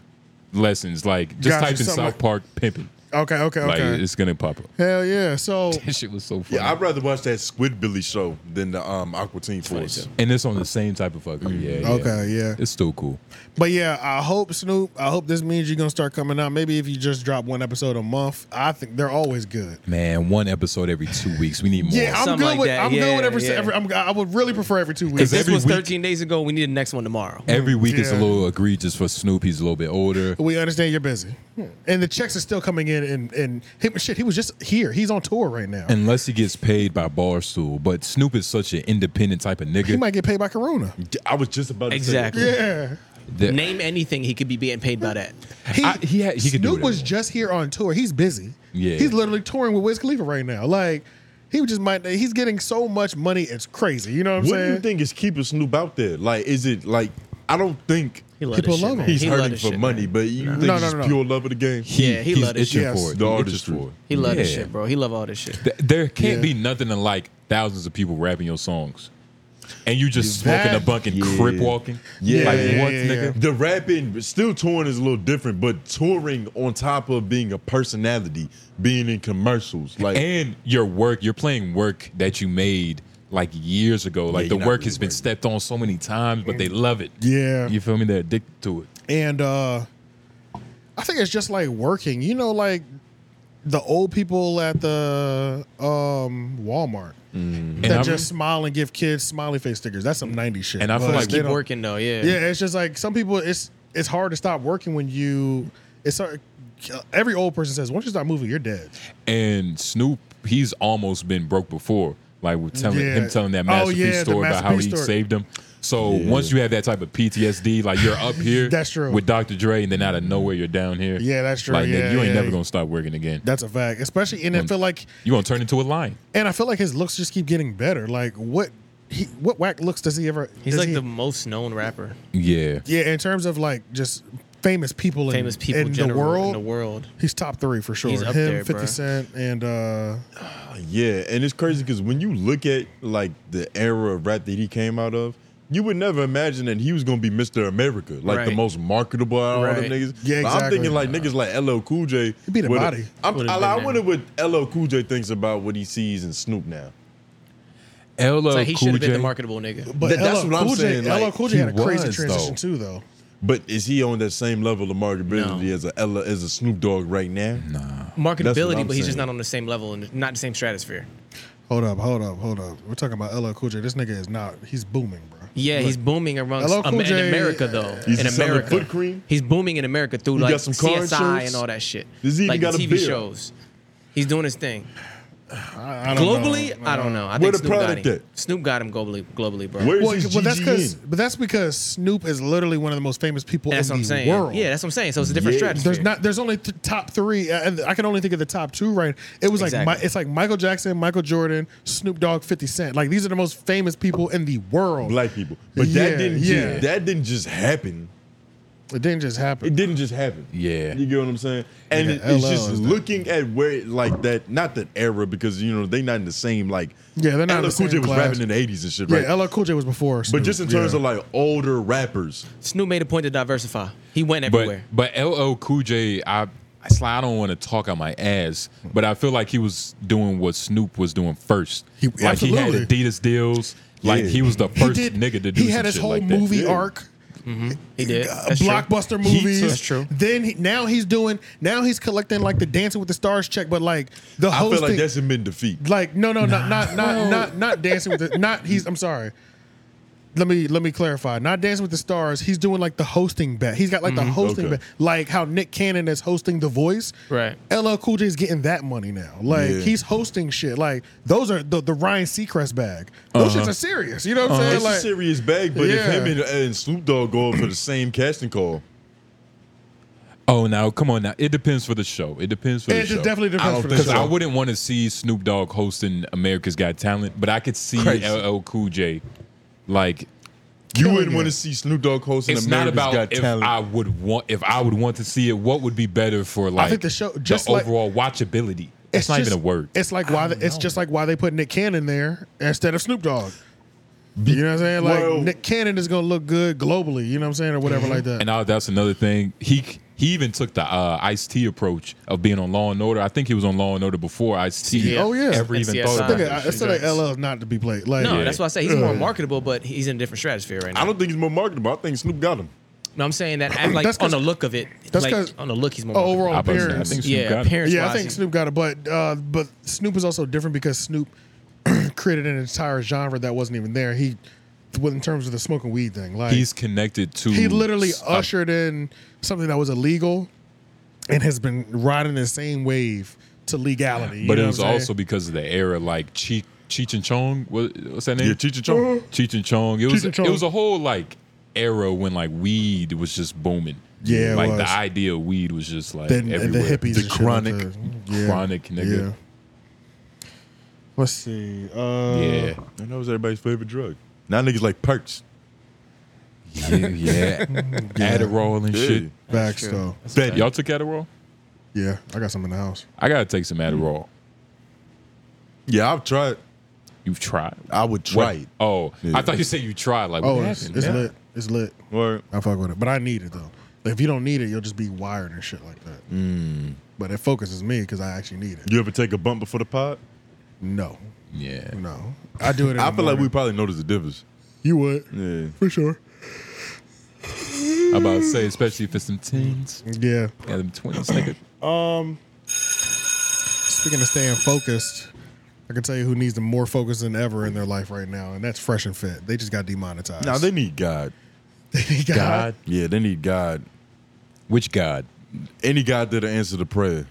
C: lessons. Like just
A: Gotcha,
C: type in
A: something
C: South
A: like-
C: Park pimping.
A: Okay, okay,
C: Like
A: okay.
C: it's gonna pop up.
A: Hell yeah. So
C: that shit was so funny.
B: Yeah, I'd rather watch that Squidbilly show than the um, Aqua Teen Force.
C: And it's on the same type of fucking. Yeah, yeah.
A: Okay, yeah.
C: It's still cool.
A: But yeah, I hope Snoop. I hope this means you're gonna start coming out. Maybe if you just drop one episode a month, I think they're always good.
C: Man, one episode every two weeks. We need more.
A: Yeah, I'm good with. I'm good with every.
D: yeah.
A: every I'm, I would really prefer every two
D: Because
A: weeks.
D: this was 13 days ago. We need the next one tomorrow.
C: Every week is a
A: Yeah.
C: little egregious for Snoop. He's a little bit older.
A: We understand you're busy, and the checks are still coming in. And and he, shit, he was just here. He's on tour right now.
C: Unless he gets paid by Barstool, but Snoop is such an independent type of
A: He
C: nigga.
A: might get paid by Corona.
B: I was just about
D: Exactly.
A: Yeah.
C: The-
D: Name anything he could be getting paid by that.
A: He,
C: he, had,
D: he could do
A: Snoop
D: whatever
A: was just here on tour. He's busy.
C: Yeah.
A: He's literally touring with Wiz Khalifa right now. Like, he just might. He's getting so much money. It's crazy. You know what I'm
B: what
A: saying?
B: do you think is keeping Snoop out there? Like, is it like I don't think
A: He love People this shit, love him. man.
B: He's
A: He love
B: hurting
A: this
B: for
A: shit,
B: money, but you think
A: No,
B: it's
A: no,
B: just
A: no, no.
B: pure love of the game?
D: Yeah, he
C: he's
D: love this
C: itching
D: shit.
C: for it.
B: The
C: He itches
B: artistry.
C: for it.
D: He love this
C: Yeah.
D: shit, bro. He love all this shit.
C: Th- there can't
D: Yeah.
C: be nothing to like thousands of people rapping your songs, and you just smoking
B: That-
C: a bunk and
B: Yeah.
C: crip walking.
B: Yeah,
C: like
B: yeah,
C: what,
B: yeah,
C: nigga?
B: yeah. The rapping, but still touring is a little different, but touring on top of being a personality, being in commercials, like
C: and your work, you're playing work that you made like years ago. Like
B: Yeah,
C: the
B: you're not
C: work
B: really
C: has been stepped on so many times, but they love it.
A: Yeah.
C: You feel me? They're addicted to it.
A: And uh I think it's just like working. You know, like the old people at the um Walmart that
C: And I-
A: just smile and give kids smiley face stickers. That's some 90s shit.
C: And I feel
A: But
C: like-
A: they
D: Keep
A: don't-
D: working though. Yeah.
A: Yeah, it's just like some people it's it's hard to stop working when you it's uh, every old person says, once you start moving, you're dead.
C: And Snoop, he's almost been broke before. Like with telling
A: Yeah.
C: him telling that
A: Oh,
C: masterpiece
A: yeah, the
C: story about how
A: Masterpiece
C: he
A: story.
C: saved him. So
A: Yeah.
C: once you have that type of PTSD, like you're
A: *laughs*
C: up here
A: That's true.
C: with Dr. Dre, and then out of nowhere you're down here.
A: Yeah, that's true.
C: Like nigga,
A: Yeah,
C: you ain't
A: yeah.
C: never gonna stop working again.
A: That's a fact. Especially and I
C: Mm.
A: feel like
C: You gonna turn into a lion.
A: and I feel like his looks just keep getting better. Like what he, what whack looks does he ever
D: He's
A: does
D: like
A: he-
D: the most known rapper.
C: Yeah.
A: Yeah, in terms of like just famous people, in-
D: Famous people
A: in the
D: general,
A: world,
D: in the world.
A: he's top three for sure.
D: He's up
A: Him,
D: there,
A: Fifty
D: bruh.
A: Cent, and uh,
B: Yeah, and it's crazy because when you look at like the era of rap that he came out of, you would never imagine that he was gonna be Mr. America, like the
A: Right.
B: most marketable out of all the
A: Right.
B: niggas.
A: Yeah,
B: But I'm
A: exactly.
B: thinking like niggas like LL Cool J.
A: He beat a
B: would-
A: body.
B: I'm,
A: Would've
B: I,
A: been
B: I
A: there.
B: wonder what LL Cool J thinks about what he sees in Snoop now.
C: LL
D: It's like he should
C: Cool
D: have been
C: J.
D: the marketable nigga.
A: but
B: Th- that's
A: LL
B: what I'm
A: Cool J,
B: saying, like,
A: LL Cool J
B: he
A: had a crazy
B: was,
A: transition
B: though.
A: too, though.
B: But is he on that same level of marketability as a LL, as a Snoop Dogg right now? Nah.
D: Marketability, but he's just not on the same level and not the same stratosphere.
A: Hold up, hold up, hold up. We're talking about LL Cool J. This nigga is not. He's booming, bro.
D: Yeah,
A: Look,
D: he's booming amongst
A: LL Cool
D: um, in
A: J, uh,
D: America though.
A: he's
D: in
A: selling
D: America,
A: foot
D: he's booming in America through
A: He
D: like
A: got some car
D: CSI
A: insurance?
D: and all that shit.
A: Does he even
D: like
A: got a
D: TV
A: beard?
D: shows. He's doing his thing.
A: I, I don't
D: globally,
A: know.
D: I don't know. I think
A: Where the
D: Snoop got
A: product
D: him.
A: at?
D: Snoop got him globally, globally, bro.
A: well, well, that's because, but that's because Snoop is literally one of the most famous people
D: That's
A: in
D: what I'm
A: the
D: saying.
A: world.
D: Yeah, that's what I'm saying. So it's a different strategy.
A: There's not. There's only th- top three. Uh, and I can only think of the top two. Right. It was
D: Exactly.
A: like Mi- it's like Michael Jackson, Michael Jordan, Snoop Dogg, Fifty Cent. Like these are the most famous people in the world.
B: black people. But that
A: Yeah,
B: didn't
A: yeah.
B: just, that didn't just happen.
A: It didn't just happen.
B: It didn't just happen.
C: Yeah.
B: You get what I'm saying? And
A: Yeah,
B: it- it's
A: LL
B: just
A: is that.
B: looking at where like that, not that era because you know they not in the same like.
A: Yeah, they're not in
B: LL
A: the
B: Cool J
A: same
B: was
A: class.
B: rapping in the 80s and shit, right?
A: Yeah, LL Cool J was before. Snoop.
B: but just in terms
A: Yeah.
B: of like older rappers,
D: Snoop made a point to diversify. He went everywhere.
C: But but LL Cool J, I I sly, I don't want to talk on my ass, but I feel like he was doing what Snoop was doing first.
A: He-
C: like he
A: absolutely.
C: had Adidas deals. Like
A: Yeah.
C: he was the
A: He
C: first
A: did-
C: nigga to do.
A: He had
C: some
A: his
C: shit
A: whole
C: like that.
A: movie
C: Yeah.
A: arc.
D: He did.
A: uh,
D: That's true.
A: blockbuster
D: He took-
A: movies.
D: That's true.
A: Then he, now he's doing. Now he's collecting like the Dancing with the Stars check, but like the
B: I feel
A: hosting.
B: like that's a been defeat.
A: Like no, no, not not not not not dancing with the not he's. I'm sorry. Let me let me clarify. Not Dancing with the Stars. He's doing like the hosting bet. He's got like
B: Mm-hmm.
D: Mhm.
A: the hosting
D: Okay.
A: bet, like how Nick Cannon is hosting The Voice.
D: Right.
A: LL Cool J is getting that money now. Like
D: Yeah.
A: he's hosting shit. Like those are the, the Ryan Seacrest bag. Those
B: Uh-huh.
A: shits are serious. You know what I'm
B: Uh-huh.
A: saying?
B: It's
A: like
B: a serious bag, but
A: Yeah.
B: if him and, and Snoop Dogg go up for the same casting call,
C: Oh, now come on, now it depends for the show. It depends for
A: It
C: the
A: just
C: show.
A: definitely depends
C: I don't
A: for the
C: think-
A: show.
C: I wouldn't want to see Snoop Dogg hosting America's Got Talent, but I could see
B: Crazy.
C: LL Cool J, like
B: you wouldn't want to see Snoop Dogg hosting
C: it's
B: America's
C: not
B: Got
C: about if
B: Talent.
C: I would want if I would want to see it. What would be better for like
A: the show- just like-
C: overall watchability? It's, not
A: just-
C: even a word.
A: It's like why the, it's just like why they put Nick Cannon there instead of Snoop Dogg. You know what I'm saying? Like
B: Well-
C: Mm-hmm.
A: Nick Cannon is gonna look good globally. You know what I'm saying or whatever like that.
C: And now that's another thing. He He even took the uh, Ice T approach of being on Law and Order. I think he was on Law and Order before Ice T.
A: Oh yeah,
C: ever even thought
A: I
C: about
A: think
C: that
A: I, I
C: shit.
A: said like uh, LL is not to be played. Like,
D: no, that's why I say he's more marketable, but he's in a different stratosphere right now.
B: I don't think he's more marketable. I think Snoop got him.
D: No, I'm saying
A: *clears throat*
D: that act like
A: That's 'cause-
D: on the look of it.
A: that's
D: like,
A: 'cause-
D: on the look, he's more.
A: Oh,
D: marketable.
A: overall appearance.
D: yeah, appearance.
A: Yeah, I think Snoop got it, but uh, but Snoop is also different because Snoop *clears throat* created an entire genre that wasn't even there. He, in terms of the smoking weed thing, like
C: He's connected to.
A: he literally
C: s- a
A: ushered in something that was illegal and has been riding the same wave to legality. you
C: But
A: know
C: it
A: what
C: was
A: I'm saying?
C: also because of the era, like Cheech, Cheech and Chong. What, what's that name? Uh-huh.
B: Yeah, Cheech and Chong. Mhm.
C: Cheech and Chong. It was
B: Cheech and Chong.
C: it was a whole like era when like weed was just booming.
A: Yeah, it
C: like
A: was.
C: the idea of weed was just like
A: Then- and the
C: everywhere.
A: hippies The and shit like
C: chronic,
A: chronic. Yeah.
C: chronic nigga.
A: Yeah. Let's see. Uh,
B: Um,
C: Yeah.
B: And that was everybody's favorite drug. Now niggas like perks.
C: Yeah,
A: *laughs*
C: yeah. Adderall and shit.
A: Facts, though.
C: Bet y'all took Adderall.
A: Yeah, I got some in the house.
C: I gotta take some Adderall.
B: Yeah, I've tried.
C: You've tried.
B: I would try it.
C: Oh,
B: Yeah.
C: I thought you said you tried. Like,
A: oh,
C: what
A: it's,
C: happened?
A: it's
C: Yeah.
A: lit. It's lit.
B: Word.
A: I fuck with it, but I need it though. Like, if you don't need it, you'll just be wired and shit like that.
B: Mm.
A: But it focuses me because I actually need it.
B: You ever take a bump before the pod?
A: No,
C: Yeah.
A: no, I do it. In
B: I
A: the
B: feel like we
A: morning.
B: probably notice the difference.
A: You would
B: Yeah.
A: for sure.
C: I'm about to say, especially if it's some teens.
A: Yeah.
C: Got them twenties,
A: *laughs*
C: nigga.
A: Um, speaking of staying focused, I can tell you who needs the more focus than ever in their life right now, and that's Fresh and Fit. They just got demonetized.
B: Now they need God.
A: *laughs* They need God.
B: Yeah, they need God.
C: Which God?
B: Any God that'll answer the prayer.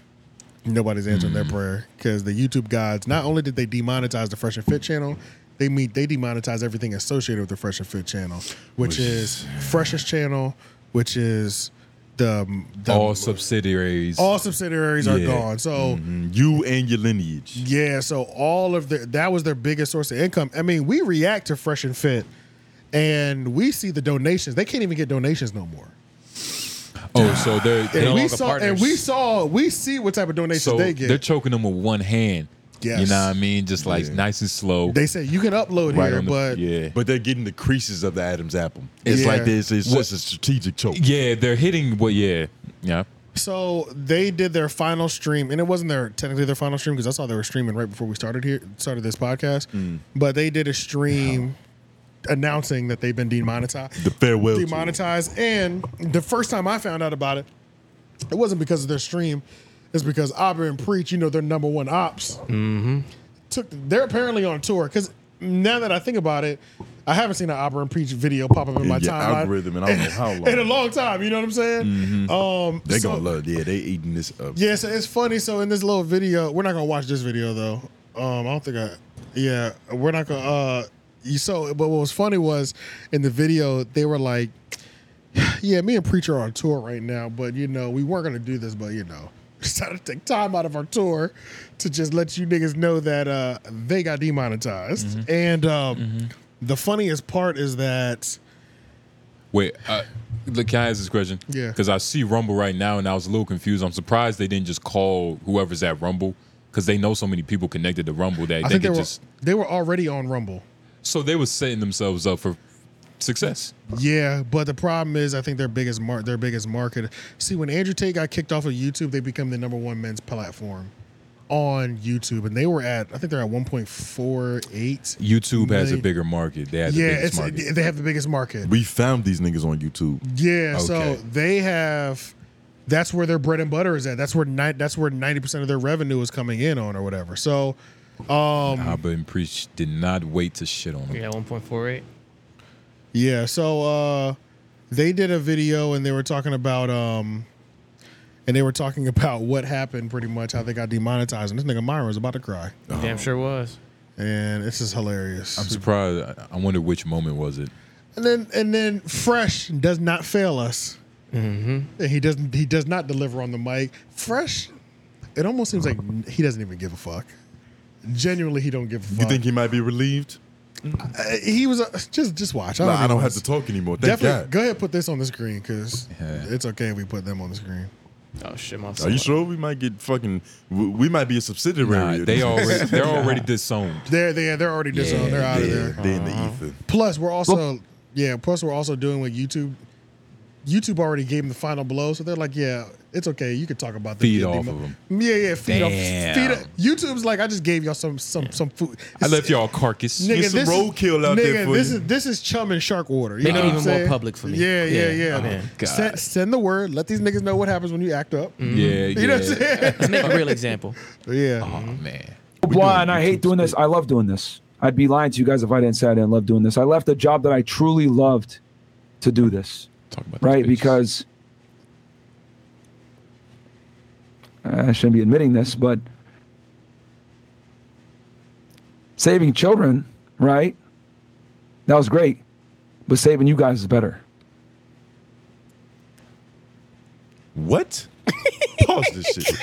A: Nobody's answering their prayer because the YouTube gods. Not only did they demonetize the Fresh and Fit channel, they meet they demonetize everything associated with the Fresh and Fit channel, which,
C: Which-
A: is Freshest channel, which is the the
C: all subsidiaries.
A: all subsidiaries are
C: Yeah.
A: gone. So.
B: Mhm. You and your lineage.
A: Yeah, so all of their that was their biggest source of income. I mean, we react to Fresh and Fit, and we see the donations. They can't even get donations no more.
C: Oh, so they're,
A: And
C: they're no
A: we
C: longer
A: saw,
C: partners.
A: and we saw, we see what type of donations
C: so
A: they
C: are
A: get.
C: choking them with one hand.
A: Yes.
C: You know what I mean? Just like nice and slow.
A: They say you can upload
C: Right
A: here,
C: on the-
A: but
C: yeah.
B: But they're getting the creases of the Adam's apple. It's like
A: Yeah.
B: this. It's
C: What-
B: just a strategic choke.
C: Yeah, they're hitting what yeah. Yeah.
A: So they did their final stream, and it wasn't their technically their final stream because I saw they were streaming right before we started here, started this podcast. But they did a stream announcing that they've been demonetized,
B: The farewell. tour.
A: demonetized, and the first time I found out about it, it wasn't because of their stream, it's because Abba and Preach, you know, their number one ops,
O: Mm-hmm.
A: took they're apparently on tour because now that I think about it, I haven't seen an Abba and Preach video pop up in my
B: Yeah,
A: timeline
B: algorithm, and I don't know how
A: *laughs*
B: long.
A: in a long time. You know what I'm saying?
C: Mm-hmm.
A: Um,
B: they
A: so-
B: gonna love. Yeah, they eating this up.
A: yeah, so it's funny. So in this little video, we're not gonna watch this video though. Um, I don't think I. Yeah, we're not gonna. Uh, you so, but what was funny was in the video they were like, *sighs* "Yeah, me and Preacher are on tour right now, but you know we weren't gonna do this, but you know." *laughs* Decided to take time out of our tour to just let you niggas know that uh, they got demonetized.
C: Mm-hmm.
A: And um, the funniest part is that
C: Wait, uh, look, can I ask this question?
A: Yeah.
C: Because I see Rumble right now, and I was a little confused. I'm surprised they didn't just call whoever's at Rumble because they know so many people connected to Rumble that they
A: I, think they
C: could
A: were
C: just.
A: they were already on Rumble.
C: So they were setting themselves up for success.
A: Yeah, but the problem is, I think their biggest mar- their biggest market. See, when Andrew Tate got kicked off of YouTube, they become the number one men's platform on YouTube, and they were at I think they're at one point four eight.
C: YouTube has a
A: Million.
C: bigger market. They have the
A: yeah,
C: biggest
A: it's,
C: market.
A: they have the biggest market.
B: We found these niggas on YouTube.
A: Yeah, so
B: Okay.
A: they have. That's where their bread and butter is at. That's where ni- that's where ninety percent of their revenue is coming in on, or whatever. So, um,
C: Abba and Preach did not wait to shit on them.
O: Yeah, 1.48.
A: Yeah, so uh they did a video and they were talking about um and they were talking *laughs* about what happened pretty much, how they got demonetized. And this nigga Myron was about to cry.
O: Damn sure was.
A: And this is hilarious.
C: I'm surprised. I- I wonder which moment was it.
A: And then and then Fresh does not fail us.
O: Mm-hmm.
A: And he doesn't he does not deliver on the mic. Fresh, it almost seems like he doesn't even give a fuck. Genuinely, he don't give a fuck.
B: You think he might be relieved?
A: Uh, he was a, just just watch.
B: Nah, I
A: even
B: don't
A: wanna
B: have to talk anymore. Thank
A: Definitely,
B: God.
A: go ahead put this on the screen because it's okay if we put them on the screen.
O: Oh shit, my.
B: Are you sure we might get fucking? We we might be a subsidiary.
C: Nah,
B: of
C: they
B: this. *laughs*
C: already they're already disowned. Uh-huh.
A: They're they they're already disowned. they're out
B: they,
A: of there.
B: They in the ether.
A: Plus, we're also yeah. Plus, we're also doing what YouTube YouTube already gave him the final blow, so they're like, "Yeah, it's okay. You can talk about the
C: Feed
A: Disney
C: off
A: mo-
C: of 'em.
A: Yeah, yeah, feed
C: Damn.
A: off. Feed YouTube's like, I just gave y'all some some some food.
C: I left y'all a carcass.
A: Nigga,
C: There's
A: this is- nigga, this
C: you.
A: is this is chum and shark water. You
C: Make
A: know
C: it
A: what I'm
C: even more
A: saying?
C: public for me.
A: Yeah, yeah,
C: Yeah.
A: yeah.
C: Oh, man. God.
A: Send, send the word. Let these niggas know what happens when you act up.
C: Mm.
A: Mm-hmm. *laughs*
C: Yeah,
A: you know what I'm
C: yeah.
A: saying.
D: Let's make a real example.
A: *laughs* Yeah.
C: Oh man.
E: Why? And I hate doing this. I love doing this. I'd be lying to you guys if I didn't say I didn't love doing this. I left a job that I truly loved to do this. right? Because I shouldn't be admitting this, but saving children, right? That was great, but saving you guys is better.
B: What? Pause
A: *laughs*
B: this shit.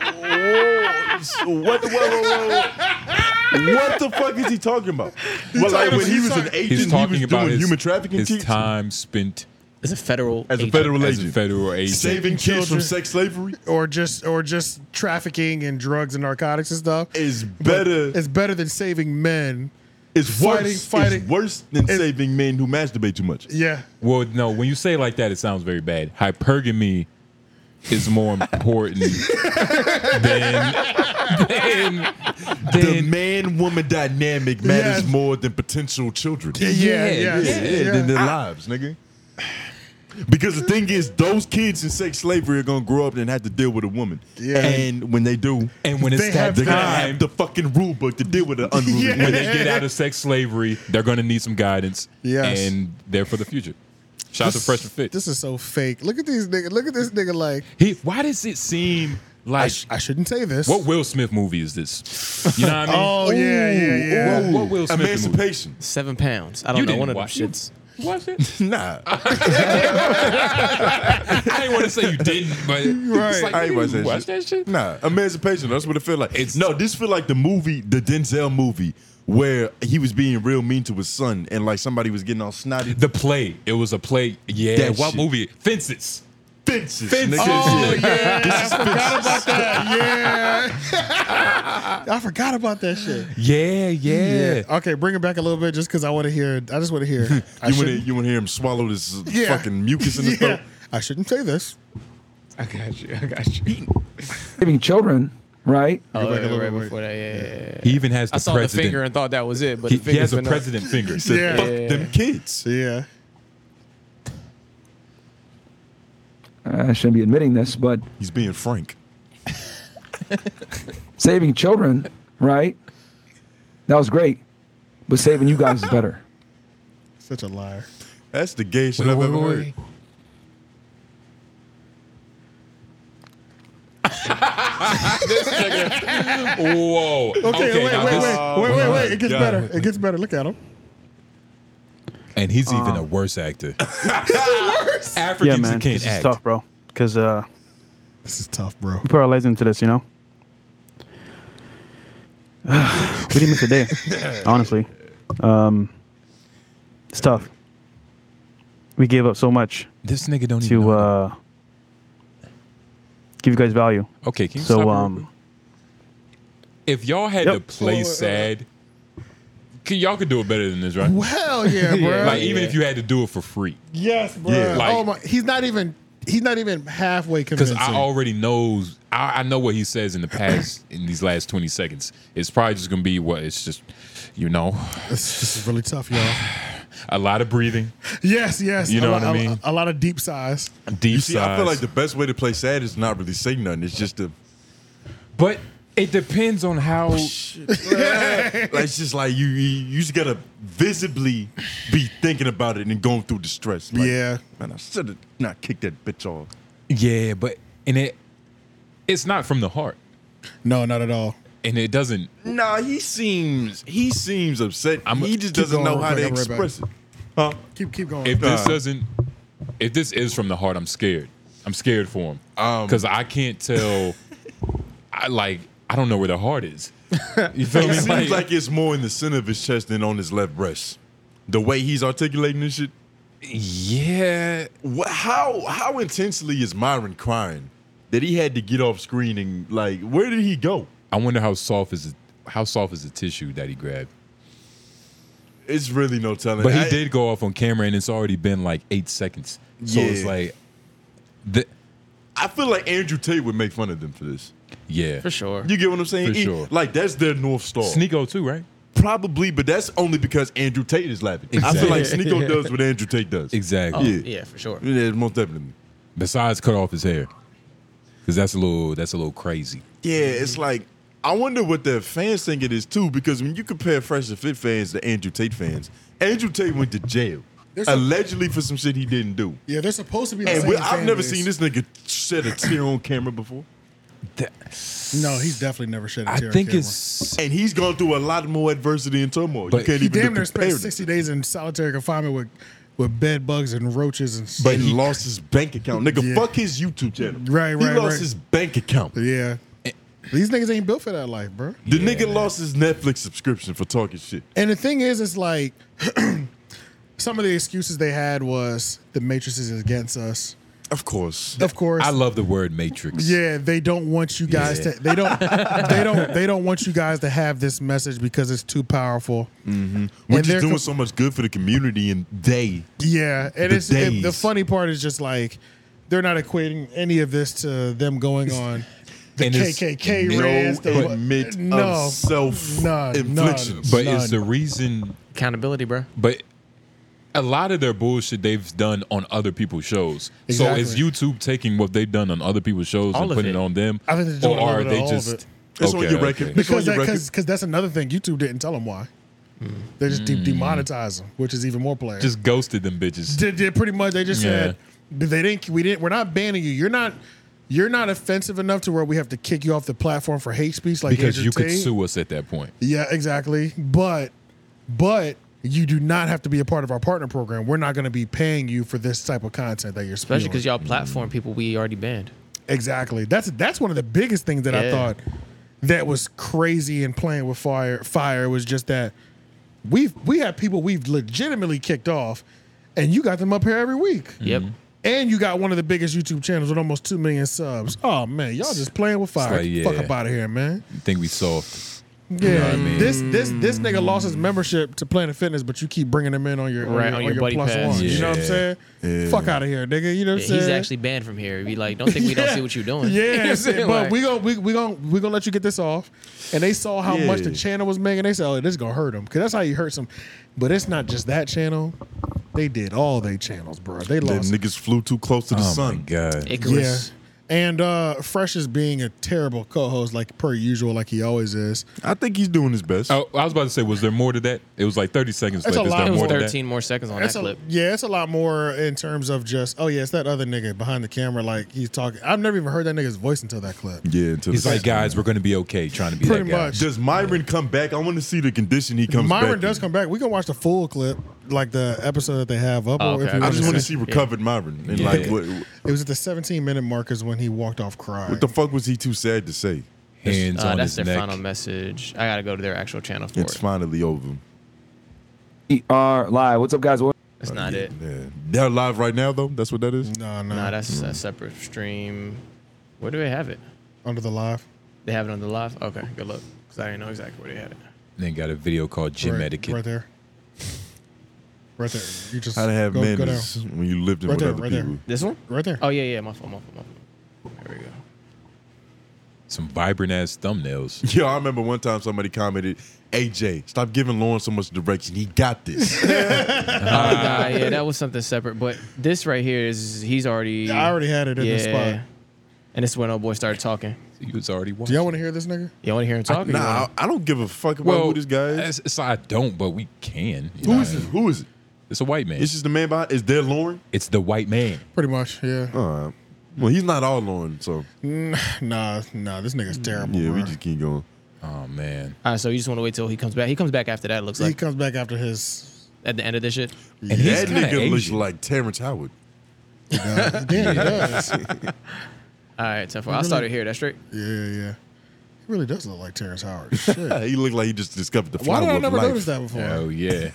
B: Whoa, so what, whoa, whoa, whoa. what the fuck is he talking about? well, like when he was an agent,
C: he's
B: he
C: talking
B: was
C: about
B: doing
C: his,
B: human trafficking.
C: His
B: kids?
C: time spent
D: as a federal
B: As a federal
C: as a
B: agent.
C: federal agent,
B: Saving kids from
A: Children.
B: sex slavery
A: or just or just trafficking and drugs and narcotics and stuff
B: is better.
A: It's better than saving men.
B: It's worse.
A: fighting,
B: it's
A: fighting.
B: worse than saving men who masturbate too much.
A: yeah.
C: Well, no, when you say it like that, it sounds very bad. Hypergamy is more
B: *laughs*
C: important than, than,
B: the man woman dynamic matters more than potential children.
A: Yeah, yeah, yeah, yeah.
B: than their
A: I-
B: lives, nigga. Because the thing is, those kids in sex slavery are gonna grow up and have to deal with a woman.
A: Yeah.
B: And when they do,
C: and when it's
B: they
C: that
B: they're gonna
C: time-
B: have the fucking rule book to deal with an unruly.
A: Yeah.
C: when they get out of sex slavery, they're going to need some guidance.
A: Yes.
C: And they're for the future. Shout out to
A: This-
C: Fresh and Fit.
A: This is so fake. Look at these nigga. Look at this nigga. *laughs* Like
C: He, why does it seem like.
A: I, sh- I shouldn't say this.
C: what Will Smith movie is this? You know what I mean?
A: *laughs* Oh, yeah, yeah, yeah.
C: What, what Will Smith movie?
B: Emancipation.
D: Seven pounds. I don't
C: You
D: know
C: didn't
D: one of them
C: watch it.
D: shits.
C: *laughs* Was it? *laughs*
B: *laughs* nah.
C: I didn't want to say you didn't, but
B: Right.
C: it's like,
B: I ain't
C: you
B: watch that,
C: watched
B: shit. Nah, Emancipation. That's what it feel like. It's no, this feel like the movie, the Denzel movie, where he was being real mean to his son, and like somebody was getting all snotty.
C: The play. It was a play. Yeah.
B: That
C: what
B: shit.
C: movie? Fences.
B: Fences.
C: Fences.
A: Oh yeah,
C: *laughs* This
A: I
C: is
A: forgot
C: Fences.
A: about that. Yeah, *laughs* I forgot about that shit.
C: Yeah, yeah.
A: Okay, bring it back a little bit, just because I want to hear. I just want
C: *laughs*
A: to hear. I
B: *laughs* You want to
A: shouldn't-
B: you want to hear him swallow this
A: Yeah.
B: fucking mucus in his
A: Yeah.
B: throat?
A: I shouldn't say this.
O: I got you. I got you.
E: Saving children, right?
O: Oh, yeah, right before that, yeah, yeah, yeah.
C: He even has the
O: I saw
C: president.
O: the finger and thought that was it, but
C: he,
O: the
C: he
O: finger's
C: has a
O: been up.
D: *laughs*
C: president finger.
B: He said,
A: Yeah.
B: "Fuck
A: Yeah.
B: them kids."
A: Yeah.
E: I shouldn't be admitting this, but
B: He's being frank.
E: *laughs* saving children, right? That was great, but saving you guys is
O: *laughs*
E: better.
A: Such a liar.
B: That's the gay shit
C: Wait,
B: I've
C: wait,
B: ever
C: wait,
B: heard.
C: Whoa.
N: *laughs*
C: Oh, Okay,
A: Oh, Okay, wait,
C: now
A: wait,
C: this-
A: wait, wait, wait, wait. It gets
C: God.
A: better. It gets better. Look at him.
C: And he's even
A: Uh-huh.
C: a worse actor.
F: yeah,
C: Africans
F: man,
C: that can't
F: this is
C: act.
F: tough, bro. Because uh,
A: This is tough, bro.
F: we put our legs into this, you know. *sighs* we didn't miss a day,
C: *laughs*
F: honestly. Um, it's tough. We gave up so much
C: This nigga don't even
F: to
C: know.
F: uh, give you guys value.
C: Okay, can you
F: so
C: stop it real
F: um,
C: quick? If y'all had
F: Yep.
C: to play
F: Oh, uh,
C: sad, c- y'all could do it better than this, right?
A: Hell Oh, *laughs* yeah, bro.
C: Like even if you had to do it for free,
A: Yes, bro.
C: Yeah. Like-
A: oh my, he's not even. He's not even halfway
C: because
A: convincing.
C: I already knows I, I know what he says in the
A: *clears throat*
C: past in these last twenty seconds. It's probably just gonna be what it's just, you know,
A: *sighs* this, this is really tough, y'all.
C: a lot of breathing,
A: Yes, yes.
C: You know
A: a
C: what
A: lot,
C: I
A: a-
C: mean?
A: A, lot of deep sighs.
C: deep
B: You see, I feel
C: sighs.
B: like the best way to play sad is not really say nothing. It's just
A: *laughs*
B: to
C: but it depends on
A: Oh,
C: how.
B: Like, it's just like you, you, you just gotta visibly be thinking about it and going through the stress. Like,
A: Yeah.
B: man, I should have not kicked that bitch off.
C: Yeah, but and it, it's not from the heart,
A: No, not at all.
C: and it doesn't.
B: Nah, he seems he seems upset.
C: I'm-
B: he just
A: Keep
B: doesn't
A: going
B: know
A: real
B: how to
A: quick, I'll be right
B: express it. Huh?
A: Keep keep going.
C: If this
B: Uh.
C: doesn't, if this is from the heart, I'm scared. I'm scared for him
B: Um,
C: because I can't tell. I like I don't know where the heart is. You feel
B: It
C: me?
B: seems
C: Like,
B: like, it's more in the center of his chest than on his left breast. The way he's articulating this shit.
C: yeah,
B: What, how how intensely is Myron crying that he had to get off screen and like where did he go?
C: I wonder how soft is the, how soft is the tissue that he grabbed.
B: It's really no telling.
C: But he
B: I-
C: did go off on camera, and it's already been like eight seconds. So it's
B: Yeah.
C: like, the,
B: I feel like Andrew Tate would make fun of them for this.
C: yeah,
B: sure. You get what I'm saying?
C: For
B: He-
C: sure.
B: Like that's their north star.
C: Sneeko too, right?
B: Probably, but that's only because Andrew Tate is laughing. I feel like
C: Exactly. *laughs*
B: Sneeko does what Andrew Tate does.
C: Exactly.
B: yeah.
D: for sure.
B: Yeah, most definitely.
C: Besides, cut off his hair because that's a little that's a little crazy.
B: Yeah,
A: Mm-hmm.
B: it's like I wonder what the fans think it is too, because when you compare Fresh and Fit fans to Andrew Tate fans, Andrew Tate went to jail.
A: There's a-
B: allegedly for some shit he didn't do.
A: Yeah, they're supposed to be. The
B: And
A: same
B: we, I've
A: fan
B: never
A: base.
B: seen this nigga shed a tear on camera before.
A: No, he's definitely never shed a
B: I
A: tear. on
B: think
A: camera.
B: it's and he's gone through a lot more adversity and turmoil. you can't
A: he
B: Oh, even
A: damn near
B: compare
A: spent
B: it.
A: sixty days in solitary confinement with with bed bugs and roaches and.
B: But
A: shit.
B: he lost his bank account, nigga.
A: Yeah.
B: Fuck his YouTube channel.
A: Right, right,
B: He lost
A: right.
B: his bank account.
A: Yeah, these niggas ain't built for that life, bro.
B: The nigga lost his Netflix subscription for talking shit.
A: And the thing is, it's like *clears throat* some of the excuses they had was the Matrix is against us.
B: Of course,
A: of course.
C: I love the word matrix.
A: Yeah, they don't want you guys
C: Yeah.
A: to. They
B: *laughs*
A: don't. they don't. They don't want you guys to have this message because it's too powerful.
B: Mm-hmm. We're
A: And they're
B: just doing
A: com-
B: so much good for the community and they.
A: Yeah, and
B: The
A: it's it, the
B: days.
A: funny part is just like they're not equating any of this to them going on the
C: And it's
A: KKK
C: no
A: rants. the-
B: admit of
A: no
B: self
A: none,
B: inflictions.
C: But
A: none,
C: it's the reason
D: accountability, bro.
C: But a lot of their bullshit they've done on other people's shows.
A: Exactly.
C: So is YouTube taking what they've done on other people's shows
A: All
C: and
A: of
C: putting
A: it.
C: it. on them,
A: I think they're
C: or
A: doing a
C: are
A: little bit of
C: they
A: all of
C: just?
A: it. It's
B: on your record. It's
A: because
B: on your
A: that,
B: record.
A: cause, 'cause that's another thing YouTube didn't tell them why. They just
B: Mm.
A: de- demonetized them, which is even more players.
C: Just ghosted them bitches.
A: Did, did pretty much they just said they didn't we didn't we're not banning you. You're not you're not offensive enough to where we have to kick you off the platform for hate speech like
C: because
A: Andrew
C: you could
A: Tate.
C: sue us at that point.
A: Yeah, exactly. But but you do not have to be a part of our partner program. We're not going to be paying you for this type of content that you're
D: Especially
A: especially
D: because y'all platform people we already banned.
A: exactly. That's that's one of the biggest things that I
D: Yeah.
A: thought that was crazy and playing with fire. Fire was just that we've we have people we've legitimately kicked off, and you got them up here every week. Mm-hmm.
D: Yep.
A: And you got one of the biggest YouTube channels with almost two million subs. Oh man, y'all just playing with fire.
C: like, yeah.
A: Fuck up out of here, man.
C: You think we soft?
A: Yeah,
C: what I mean?
A: this this this nigga lost his membership to Planet Fitness, but you keep bringing him in on your on
D: Right,
A: your,
D: on
A: on
D: your
A: your
D: buddy
A: plus
D: pass.
A: one. You know what I'm
D: Yeah.
A: saying?
D: Yeah.
A: Fuck out of here, nigga. You know what
D: Yeah,
A: I'm saying?
D: he's actually banned from here. Be like, don't think we
A: *laughs*
D: don't
A: Yeah.
D: see what you're doing. *laughs* You
A: Yeah,
D: know what I'm
A: that's it.
D: saying?
A: but
D: Like-
A: we gonna we, we gonna we gonna let you get this off. And they saw how much the
D: Yeah.
A: channel was making. They said, "Oh, this is gonna hurt him," because that's how you hurt some. But it's not just that channel. They did all they channels, bro. They
B: Them
A: lost.
B: niggas flew too close to the
C: Oh my
B: sun.
C: God.
A: Yeah. And uh, Fresh is being a terrible co-host, like per usual, like he always is.
B: I think he's doing his best.
C: Oh, I was about to say, was there more to that? It was like thirty seconds.
A: That's
C: left.
A: a
C: Is
A: lot.
C: there
A: It was
C: more to that?
D: 13 more seconds on
A: It's
D: that
A: a-
D: clip.
A: Yeah, it's a lot more in terms of just, oh yeah, it's that other nigga behind the camera, like he's talking. I've never even heard that nigga's voice until that clip.
B: Yeah, until
C: He's
B: the-
C: like, guys, we're going to be okay. Trying to be
A: Pretty
C: that guy.
A: much.
B: Does Myron come back? I want to see the condition he comes
A: Myron
B: back.
A: does come back. We can watch the full clip, like the episode that they have up.
B: Oh,
A: or if
B: okay.
A: you
B: I just wanna
A: see-
B: see recovered Myron and, like, what-
A: it was at the 17 minute mark is when he walked off crying.
B: in. What the fuck was he too sad to say?
C: Hands
D: Uh, that's their final message. I gotta go to their actual channel for
B: It's
D: it.
B: finally over.
E: ER live. What's up, guys? What?
D: That's not it.
B: They're live right now though. That's what that is.
A: No, no.
D: Nah, that's
B: Mm.
D: a separate stream. Where do they have it?
A: Under the live.
D: They have it on the live. Okay, good luck. Cause I didn't know exactly where they had it.
C: Then got a video called Gym
A: right,
C: Etiquette.
A: right there, right there. You just
B: How to have
A: go, go
B: manners
A: down.
B: when you lived in
A: right
B: with
A: there,
B: other
A: right
B: people.
D: This one?
A: Right there.
D: Oh yeah, yeah. My phone, my phone, my phone. There we go.
C: Some vibrant ass thumbnails.
B: *laughs* Yo, I remember one time somebody commented, AJ, stop giving Lauren so much direction. He
D: *laughs*
B: got this.
D: Uh, nah, yeah, that was something separate. But this right here is he's already.
A: Yeah, I already had it in the spot.
D: And this is when old boy started talking.
C: He was already
A: there. Do y'all want to hear this nigga?
D: You want to hear him talking?
B: I don't give a fuck
C: well, who this guy is. It's, it's like I don't, but we can.
B: Who is it? Who is it?
C: It's a white man.
B: It's just the man behind. Is there Lauren?
C: It's the white man.
A: Pretty much, yeah.
B: Uh, well, he's not all Lauren, so
A: Mm, Nah, nah, this nigga's terrible.
B: yeah, we
A: bruh.
B: just keep going.
C: Oh man.
D: Mm. All right, so you just want to wait till he comes back. He comes back after that. Looks
A: he
D: like
A: comes back after his.
D: at the end of this shit.
B: And that nigga looks like Terrence Howard. *laughs*
A: Yeah, he does. He
D: All right, tough.
A: He
D: I'll
A: really-
D: start it here. That's straight.
A: Yeah, yeah. really does look like Terrence Howard. *laughs* Shit.
B: he looked like he just discovered the
A: Why
B: flower
A: did I
B: of
A: never
B: life.
A: notice that before?
C: Oh yeah.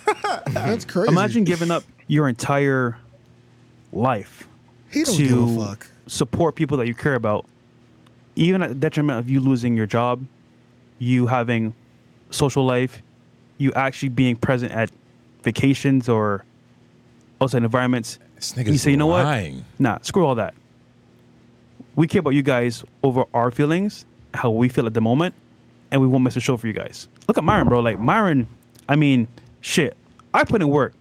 A: That's crazy. *laughs*
F: Imagine giving up your entire life
A: He don't
F: to
A: give a fuck.
F: support people that you care about, even at the detriment of you losing your job, you having social life, you actually being present at vacations or outside environments.
C: nigga's
F: you say, you know
C: lying.
F: what? Nah, screw all that. We care about you guys over our feelings, how we feel at the moment, and we won't miss a show for you guys. Look at Myron, bro. Like Myron, I mean, shit. I put in work,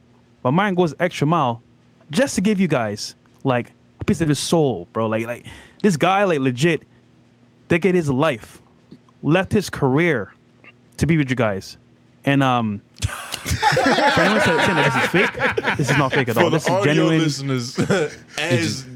F: but Myron goes extra mile just to give you guys like a piece of his soul, bro. Like, like this guy, like legit, dedicated his life, left his career to be with you guys, and um. *laughs* for anyone to say that this is fake, this is not fake at all.
B: For the
F: This is
B: audio
F: genuine.
B: listeners, *laughs* as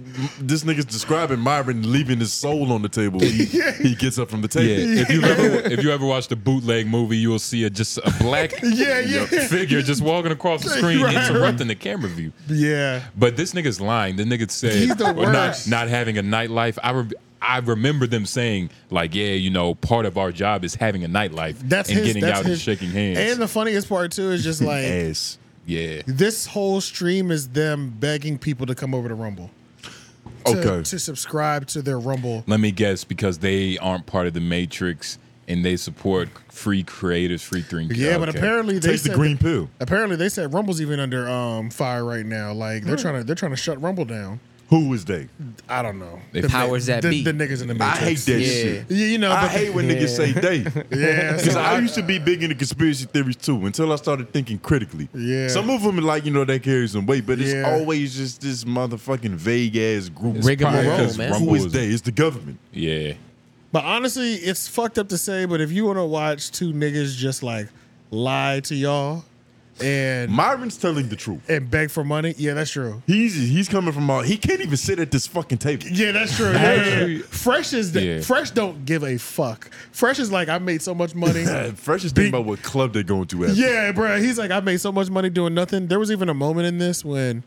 B: this nigga's describing Myron leaving his soul on the table, he,
A: *laughs*
B: he gets up from the table.
C: Yeah, if
B: *laughs*
C: you ever if you ever watched a bootleg movie, you will see a just a
B: *laughs*
C: black
A: Yeah,
C: you know,
A: yeah.
C: figure just walking across the screen,
A: Right.
C: interrupting the camera view.
A: Yeah.
C: But this nigga's lying. The nigga said
A: He's the
C: "Well, not,
A: worst.
C: not having a nightlife. I re- I remember them saying like, yeah, you know, part of our job is having a nightlife
A: That's
C: and
A: his-
C: getting
A: that's
C: out and
A: his-
C: shaking hands.
A: And the funniest part too is
B: *laughs*
A: just like
C: ass. Yeah.
A: this whole stream is them begging people to come over to Rumble. To,
C: Okay.
A: To subscribe to their Rumble.
C: Let me guess because they aren't part of the Matrix and they support free creators, free thinking.
A: Yeah, but
C: Okay.
A: apparently they said that- Apparently they said Rumble's even under um, fire right now. Like they're
C: Hmm.
A: trying to they're trying to shut Rumble down.
B: Who is they?
A: I don't know.
B: They
A: The
B: powers
A: ni-
B: that
A: the,
B: be.
A: The niggas in the
B: I
A: Matrix.
B: hate that shit.
A: Yeah, you know,
B: I
A: but-
B: hate when niggas say
A: *laughs*
B: they. *laughs*
A: Yeah,
B: because
A: so
B: I
A: I-
B: used to be big into conspiracy theories too until I started thinking critically.
A: Yeah.
B: some of them are like you know they carry some weight, but it's
A: Yeah.
B: always just this motherfucking vague ass group.
A: It's Rigmarole, probably 'cause man.
B: Who
A: Rumble
B: is
A: is-
B: they? It's the government.
C: Yeah,
A: But honestly, it's fucked up to say, but if you want to watch two niggas just like lie to y'all and
B: Myron's telling the truth
A: and beg for money, yeah, that's true.
B: He's he's coming from all. He can't even sit at this fucking table.
A: Yeah, that's true. Yeah, yeah,
B: Actually-
A: yeah. Fresh is the,
B: Yeah.
A: fresh. Don't give a fuck. Fresh is like I made so much *laughs* money.
B: *laughs* Fresh is thinking about what club they're going to. After.
A: yeah, bro. He's like I made so much money doing nothing. There was even a moment in this when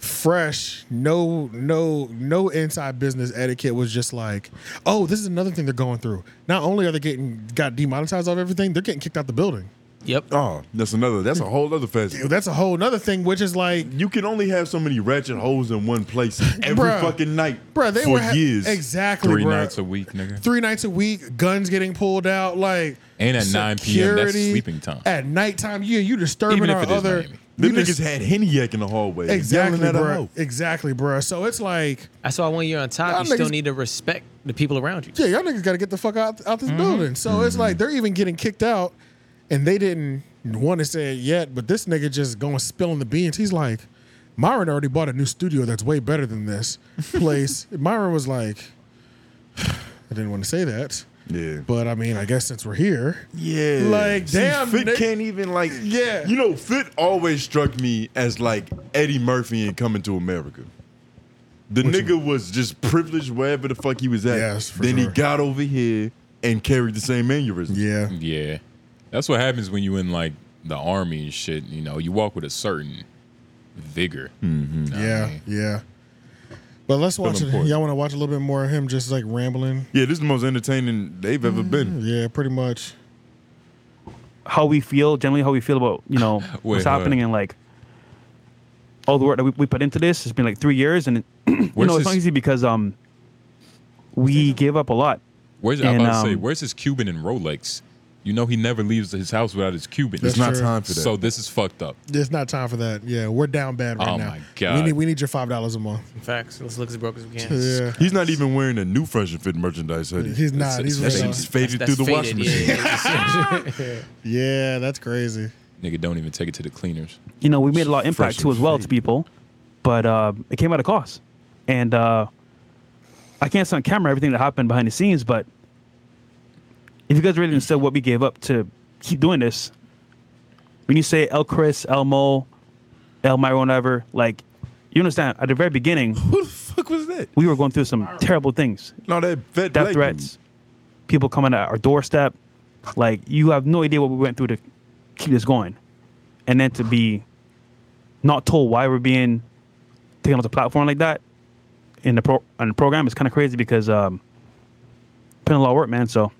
A: Fresh, no, no, no inside business etiquette was just like, oh, this is another thing they're going through. Not only are they getting got demonetized off everything, they're getting kicked out the building.
B: Yep. Oh, that's another. That's a whole other facet.
A: Dude, that's a whole nother thing, which is like
B: you can only have so many ratchet holes in
A: *laughs*
B: one place every
A: Bruh.
B: fucking night.
A: Bruh, they
B: for
A: were ha-
B: years.
A: exactly,
C: three
A: bruh.
C: nights a week, nigga.
A: Three nights a week, guns getting pulled out, like
C: And at 9 p.m., that's
A: security.
C: sleeping time.
A: At nighttime, yeah, you disturbing
B: Even if
A: our
B: it is
A: other.
B: Miami.
A: you
B: Them niggas had Henniac in the hallway.
A: Exactly,
B: yelling at a
A: bro.
B: hoe.
A: Exactly, bro. So it's like,
D: I saw one year on top.
A: Y'all
D: You still
A: niggas-
D: need to respect the people around you.
A: yeah, y'all niggas got to get the fuck out, out this
C: Mm-hmm.
A: building. So it's like they're even getting kicked out, and they didn't want to say it yet. But this nigga just going spilling the beans. He's like, Myron already bought a new studio that's way better
C: *laughs*
A: than this place. Myron was like, *sighs* I didn't want to say that.
B: Yeah.
A: But I mean, I guess since we're here,
B: Yeah.
A: Like,
B: See,
A: damn,
B: Fit
A: nigga.
B: can't even like
A: Yeah.
B: You know, Fit always struck me as like Eddie Murphy in Coming to America. The nigga was just privileged wherever the fuck he was at.
A: Yes, for
B: then he
A: sure.
B: got over here and carried the same mannerism.
A: Yeah.
C: Yeah. That's what happens when you in like the army and shit. You know, you walk with a certain vigor. Mm-hmm.
A: yeah, yeah. But let's watch it.
B: important.
A: Y'all want to watch a little bit more of him just like rambling?
B: Yeah, this is the most entertaining they've ever been.
A: Yeah, pretty much.
F: how we feel, generally how we feel about you
C: *laughs*
F: know
C: Wait,
F: what's happening
C: what?
F: and like all the work that we, we put into this. It's been like three years, and *clears throat* it, you
C: Where's
F: know it's not
C: this-
F: easy because um we gave up a lot.
C: Where's
F: And,
C: I'm about to say,
F: um,
C: where's his Cuban and Rolex? You know he never leaves his house without his Cuban.
A: That's It's not true. time for that.
C: So this is fucked up.
A: It's not time for that. Yeah, we're down bad right
C: Oh,
A: now.
C: my God.
A: We need we need your five dollars a month.
D: Facts. Let's look as broke as we can.
A: Yeah.
B: He's not even wearing a new Fresh and Fit merchandise hoodie.
A: He's not. He's
B: that
A: really
B: shit
A: not.
B: just faded
D: That's-
B: through the
D: that's faded,
B: washing machine.
A: *laughs* Yeah, that's crazy.
C: Nigga don't even take it to the cleaners.
F: You know we made a lot of impact
C: Fresh
F: too as well to people, but uh, it came at a cost, and uh, I can't see on camera everything that happened behind the scenes. But if you guys really understood what we gave up to keep doing this, when you say El Chris, El Mo, El Myron, whatever, like you understand at the very beginning,
B: *laughs* who the fuck was that?
F: We were going through some terrible things.
B: No, that
F: death
B: Blake dude.
F: threats, people coming at our doorstep. Like you have no idea what we went through to keep this going, and then to be not told why we're being taken off the platform like that in the pro on the program is kind of crazy because um, put in a lot of work, man. So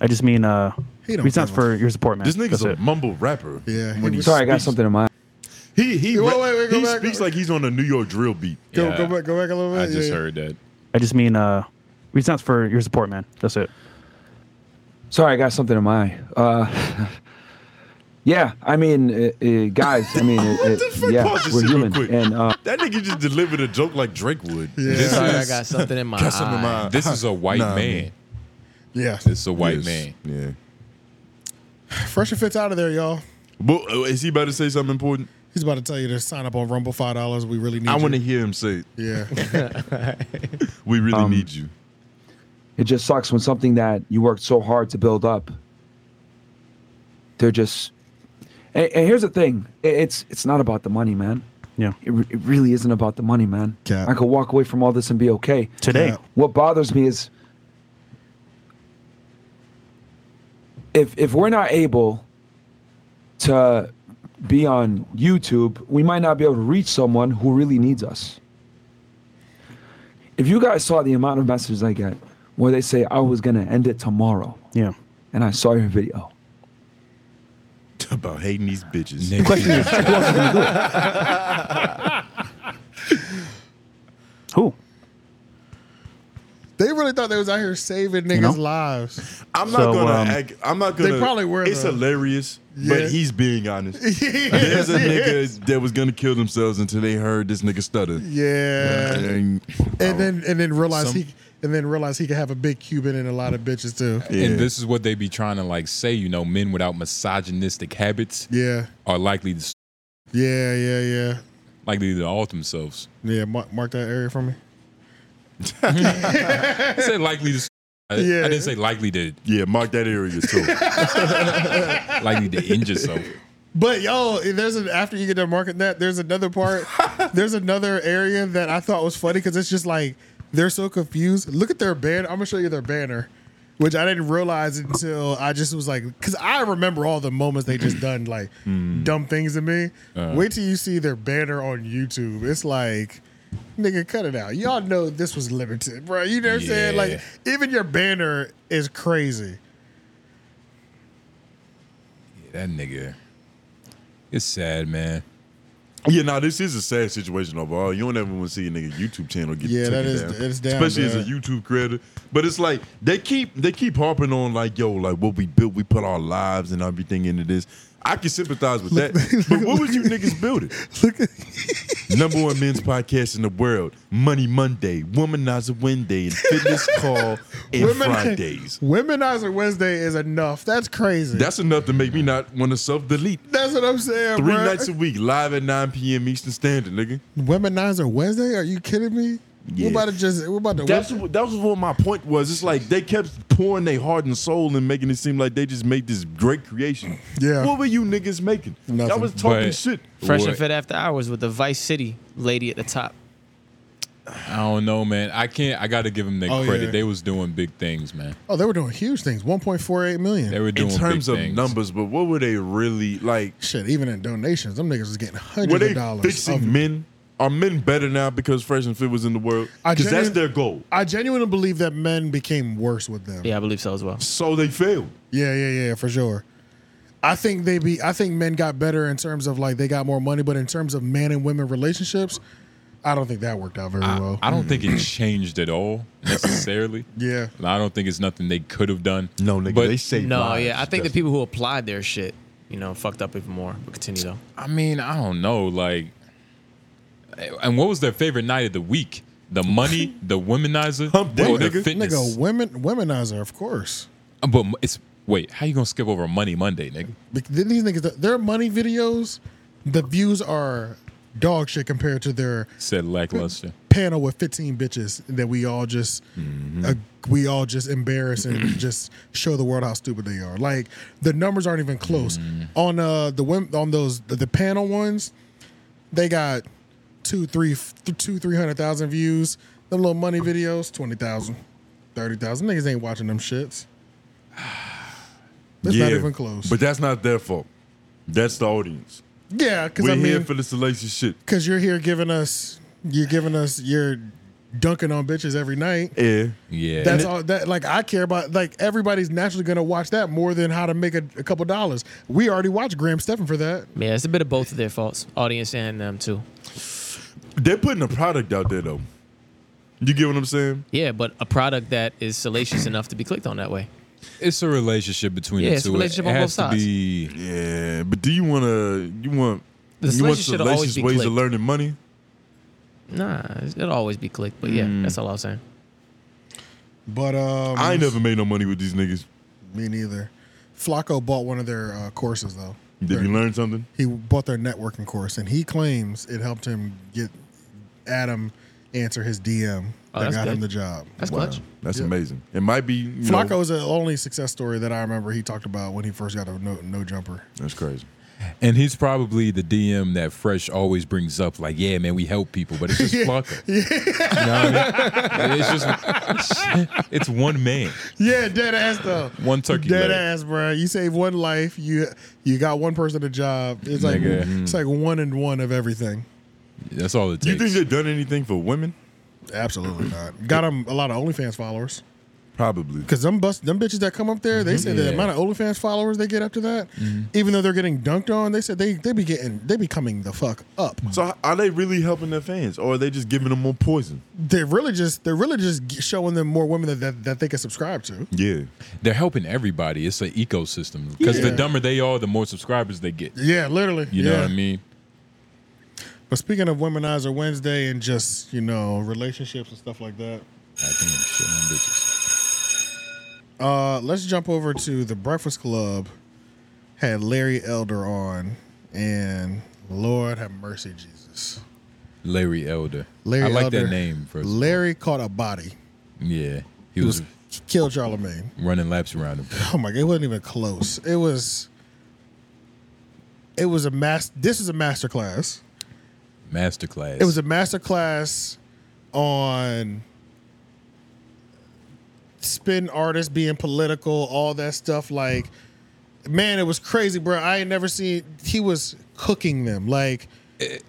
F: I just mean uh,
B: He don't
F: reach out
B: give a-
F: for your support, man.
B: This nigga's
F: That's
B: a
F: it.
B: mumble rapper.
A: Yeah.
B: When he
E: Sorry, I got
B: speaks.
E: something in my.
B: He he,
A: Wait, wait, wait, go
B: he
A: back.
B: speaks like he's on a New York drill beat.
A: Go go back go back a little bit. yeah.
C: heard that.
F: I just mean uh, reach out for your support, man. That's it.
E: Sorry, I got something in my eye. Uh, *laughs* Yeah, I mean, uh, uh, guys, I
B: *laughs*
E: mean, uh, uh, yeah,
B: Pause this
E: we're
B: shit real
E: human.
B: quick.
E: And uh,
B: That nigga just delivered a joke like Drake would.
C: Yeah. Sorry, I got something in my
B: Got something in
C: eye.
B: my
C: This is a white man.
A: Yeah.
C: It's a white
B: Yes.
C: man.
B: Yeah.
A: Fresh and fits out of there, y'all.
B: But uh, is he about to say something important?
A: He's about to tell you to sign up on Rumble five dollars. We really need.
B: I
A: you.
B: want to hear him say it.
A: Yeah.
B: *laughs*
A: *laughs*
B: we really
E: Um,
B: need you.
E: it just sucks when something that you worked so hard to build up, they're just. And, and here's the thing: I- it's it's not about the money, man.
F: Yeah.
E: It, re- it really isn't about the money, man. I could walk away from all this and be okay
F: Today. Cap.
E: What bothers me is if if we're not able to be on YouTube, we might not be able to reach someone who really needs us. If you guys saw the amount of messages I get where they say I was gonna end it tomorrow,
F: Yeah.
E: and I saw your video.
B: About hating these bitches.
E: The question is, who else is gonna do it?
B: *laughs*
A: They really thought they was out here saving niggas'
B: know? um,
A: lives.
B: I'm not gonna.
A: um,
B: act, I'm not gonna.
A: They probably were.
B: It's
A: though.
B: hilarious,
A: Yeah.
B: but he's being honest.
A: *laughs* Yes,
B: *laughs* There's a
A: yes.
B: nigga that was gonna kill themselves until they heard this nigga stutter.
A: Yeah.
B: And,
A: and then and then realize
C: Some-
A: he and then realize he could have a big Cuban and a lot of bitches too.
C: And this is what they be trying to like say, you know, men without misogynistic habits
A: Yeah.
C: are likely to
A: Yeah. Yeah. Yeah.
C: likely to alt themselves. *laughs*
A: Yeah. Mark, mark that area for me.
C: I said likely to I, I
A: Yeah.
C: didn't say likely to
B: Yeah, mark that area
C: *laughs*
B: too.
C: likely to injure yourself.
A: But yo, there's an after you get done marking that, there's
C: *laughs*
A: another part. there's another area that I thought was funny because it's just like they're so confused. Look at their banner. I'm gonna show you their banner, which I didn't realize until I just was like, because I remember all the moments they just done like dumb things to me.
C: Mm-hmm. Uh.
A: Wait till you see their banner on YouTube. It's like. Nigga, cut it out. Y'all know this was limited, bro. You know what I'm saying?
C: Yeah.
A: Like, even your banner is crazy.
C: Yeah, that nigga. It's sad, man.
B: Yeah, now this is a sad situation overall. You don't ever want to see a nigga YouTube channel get
A: Yeah, that
B: taken
A: is-
B: down.
A: it's down,
B: especially
A: bro.
B: as a YouTube creator. But it's like they keep they keep harping on like yo, like what we built, we put our lives and everything into this. I can sympathize with that. but what was you
A: *laughs*
B: niggas building? Number one men's podcast in the world, Money Monday, Womanizer Wednesday, and Fitness Call and
A: *laughs*
B: Fridays.
A: Womenizer Wednesday is enough. That's crazy.
B: That's enough to make me not want to self delete.
A: That's what I'm saying.
B: Three
A: bruh.
B: nights a week, live at 9 p.m. Eastern Standard, nigga.
A: Womenizer Wednesday? Are you kidding me?
B: Yeah.
A: We're about to just we're about to
B: That's what, that was what my point was. It's like they kept pouring their heart and soul and making it seem like they just made this great creation.
A: Yeah.
B: What were you niggas making? I was talking shit.
O: Fresh and fit after hours with the Vice City lady at the top.
C: I don't know, man. I can't I gotta give them their
A: Oh,
C: credit.
A: yeah.
C: They was doing big things, man.
A: Oh, they were doing huge things. 1.48 million.
C: They were doing
B: in terms
C: big
B: of
C: things.
B: numbers, but what were they really like?
A: shit, even in donations, them niggas was getting hundreds
B: Were they
A: of dollars.
B: fixing
A: of-
B: men? Are men better now because Fresh and Fit was in the world?
A: I
B: Because that's
A: genuine-
B: their goal.
A: I genuinely believe that men became worse with them.
O: Yeah, I believe so as well.
B: So they failed.
A: Yeah, yeah, yeah, for sure. I think they be I think men got better in terms of like they got more money, but in terms of man and women relationships, I don't think that worked out very well.
C: I don't think
B: Mm.
C: it changed at
B: *clears throat*
C: all necessarily.
A: Yeah.
C: And I don't think it's nothing they could have done.
B: No, nigga,
C: but
B: they saved
O: No,
B: lives.
O: yeah, I think the
B: That's-
O: people who applied their shit, you know, fucked up even more. But continue though.
C: I mean, I don't know, like, and what was their favorite night of the week? The
B: *laughs*
C: money, the womanizer,
A: Women-
C: or the fitness? Uh,
A: nigga, women womenizer, of course.
C: But it's wait, how you gonna skip over Money Monday, nigga?
A: Like, then these niggas, their money videos, the views are dog shit compared to their
C: Said lackluster.
A: panel with 15 bitches that we all just uh, we all just embarrass and just show the world how stupid they are. Like the numbers aren't even close on uh the women on those the, the panel ones. They got two three two three hundred thousand views. Them little money videos, 20,000, 30,000. Niggas ain't watching them shits. That's not even close.
B: But that's not their fault. That's the audience.
A: Yeah, because
B: We're
A: I mean,
B: here for the salacious shit.
A: Because you're here giving us, you're giving us, you're dunking on bitches every night.
B: Yeah.
C: Yeah.
A: That's all that like I care about. Like everybody's naturally gonna watch that more than how to make a, a couple dollars. We already watched Graham Stephan for that.
O: Yeah, it's a bit of both of their faults, audience and them too.
B: They're putting a product out there though. You get what I'm saying?
O: Yeah, but a product that is salacious enough to be clicked on that way.
C: It's a relationship between the
B: Yeah,
C: two.
B: it's a
C: It-
B: relationship
C: it
B: on both
C: has to
B: sides.
C: be.
B: Yeah, but do you want to? You want?
O: The
B: you want
O: solution should always be
B: ways of
O: clicked.
B: learning money?
O: Nah, it'll always be clicked. But yeah,
B: Mm.
O: that's all I was saying.
A: But um,
B: I ain't never made no money with these niggas.
A: Me neither. Flacco bought one of their uh, courses though.
B: Did you learn something?
A: He bought their networking course, and he claims it helped him get Adam answer his DM
B: Oh,
A: that
B: that's
A: got him
B: good.
A: the job.
B: Wow, That's amazing. It might be you know-
A: Flacco is the only success story that I remember he talked about when he first got a no, no jumper.
B: *laughs*
A: *laughs*
B: That's crazy.
C: And he's probably the DM that Fresh always brings up, like, yeah, man, we help people, but
B: *laughs*
C: it's just Flunker. You know what I
A: *laughs*
C: mean? It's just, it's one man.
A: Yeah, dead ass though.
C: One turkey
A: Dead
C: leg.
A: ass, bro. You save one life. You you got one person a job. It's like
B: Nigga. Mm.
A: it's like one and one of everything.
C: That's all it
B: You
C: takes.
B: think they've done anything for women?
A: Absolutely not. Got him a lot of OnlyFans followers.
B: Probably.
A: Cause them bust them bitches that come up there, they
B: Mhm.
A: say
B: Yeah. Mm-hmm.
A: the amount of OnlyFans followers they get after that, even though they're getting dunked on, they said they they be getting they be coming the fuck up.
B: So h- are they really helping their fans, or are they just giving them more poison?
A: They're really just they're really just g- showing them more women that that, that they can subscribe to.
B: Yeah.
C: They're helping everybody. It's an ecosystem. Because the
A: Yeah.
C: dumber they are, the more subscribers they get.
A: Yeah, literally.
C: You
A: yeah.
C: know what I mean?
A: But speaking of Womanizer Wednesday and just you know relationships and stuff like that,
C: I think I'm shitting on bitches.
A: uh, let's jump over to the Breakfast Club. Had Larry Elder on, and Lord have mercy, Jesus.
C: Larry Elder.
A: Larry
C: I like
A: Elder.
C: that name. First. of all.
A: Larry caught a body.
C: Yeah. He was
A: He killed Charlemagne.
C: running laps around him.
A: Oh my god, it wasn't even close. It was it was a mass this is a master class.
C: Masterclass.
A: It was a master class on spin artists being political, all that stuff like man, it was crazy, bro. I ain't never seen he was cooking them. Like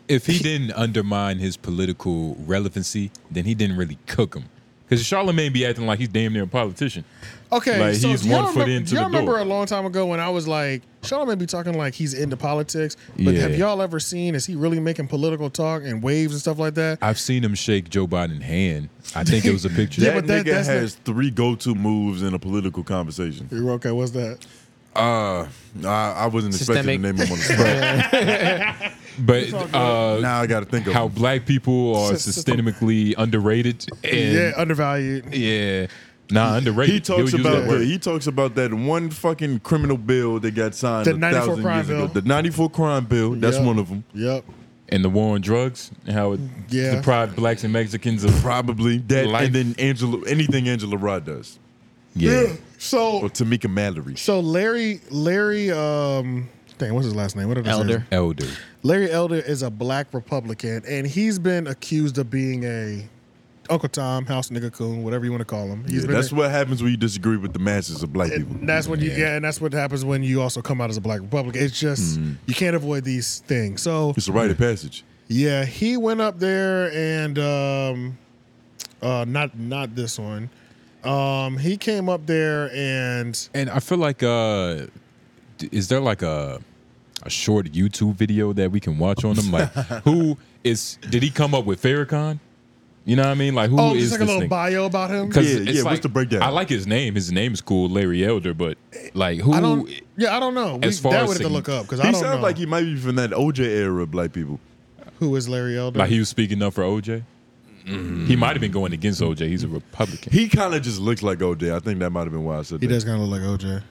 C: if he didn't undermine his political relevancy, then he didn't really cook him. Because Charlemagne be acting like he's damn near a politician.
A: Okay,
C: like
A: so
C: he's
A: y'all
C: one
A: remember,
C: foot into
A: y'all
C: the
A: remember
C: door.
A: a long time ago when I was like, Charlamagne be talking like he's into politics, but
C: Yeah.
A: have y'all ever seen is he really making political talk and waves and stuff like that?
C: I've seen him shake Joe Biden's hand. I think it was a
B: *laughs*
C: picture.
A: Yeah, but that-
B: Nigga
A: that's not-
B: has three go-to moves in a political conversation.
A: You're okay. What's that?
B: Uh, I, I wasn't
A: Systemic.
B: expecting the name of one of the
A: *laughs*
C: *laughs* But uh,
B: now I got to think of
C: how
B: them.
C: black people
A: *laughs*
C: are
B: Sy- system.
C: systemically underrated. And
A: yeah, undervalued.
C: Yeah. Nah, underrated.
B: He talks
C: He'll use
B: about
C: that
B: the,
C: word.
B: he talks about that one fucking criminal bill that got signed
A: The
B: a
A: 94
B: thousand
A: crime
B: years
A: bill.
B: ago. The 94 crime bill. That's
A: Yep.
B: one of them.
A: Yep.
C: and the war on drugs and how it
A: Yeah.
C: deprived blacks and Mexicans of
B: probably That
C: life.
B: and then Angela anything Angela Rod does.
C: *laughs* Yeah.
A: So
B: or Tamika Mallory.
A: So Larry, Larry, um, dang, what's his last name? What did I say?
C: Elder.
A: Larry Elder is a black Republican, and he's been accused of being a Uncle Tom, house nigga coon, whatever you want to call him. He's
B: Yeah,
A: been
B: that's what happens when you disagree with the masses of black people.
A: That's when you yeah. and that's what happens when you also come out as a black Republican. It's just
B: Mm-hmm.
A: you can't avoid these things. So
B: It's a rite of passage.
A: Yeah, he went up there and um uh not not this one. Um he came up there and
C: And I feel like uh d- is there like a a short YouTube video that we can watch on him?
A: *laughs*
C: Like who is did he come up with Farrakhan? You know what I mean? Like who is
A: Oh, just like a
C: this
A: little
C: thing?
A: bio about him.
C: 'Cause it's like- I like his name. His name is cool, Larry Elder, but like who
A: I don't Yeah, I don't know. We,
C: as far
A: that
C: as
A: would have to
C: sign-
A: look up cuz
B: he
A: I don't
B: sounds
A: know
B: like he might be from that OJ era of black people.
A: who is Larry Elder.
C: like he was speaking up for OJ? He might have been going against OJ. He's a Republican.
B: He kind of just looks like OJ. I think that might have been why I said
A: he
B: that.
A: does kind of look like OJ.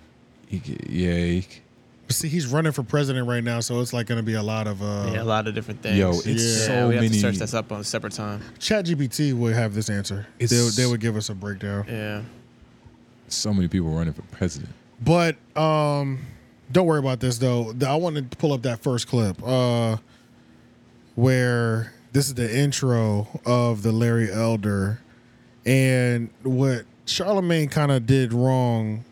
C: He, c- yeah, he, c-
A: But See, he's running for president right now, so it's like going to be a lot of uh
D: Yeah, a lot of different things.
C: Yo, it's
D: yeah,
C: so
D: we have
C: many-
D: to search this up on a separate time.
A: ChatGPT would have this answer. They,
C: It's-
A: they would give us a breakdown.
D: Yeah.
C: so many people running for president.
A: But um, don't worry about this though. Th- I wanted to pull up that first clip uh, where this is the intro of the Larry Elder, and what Charlemagne kind of did wrong.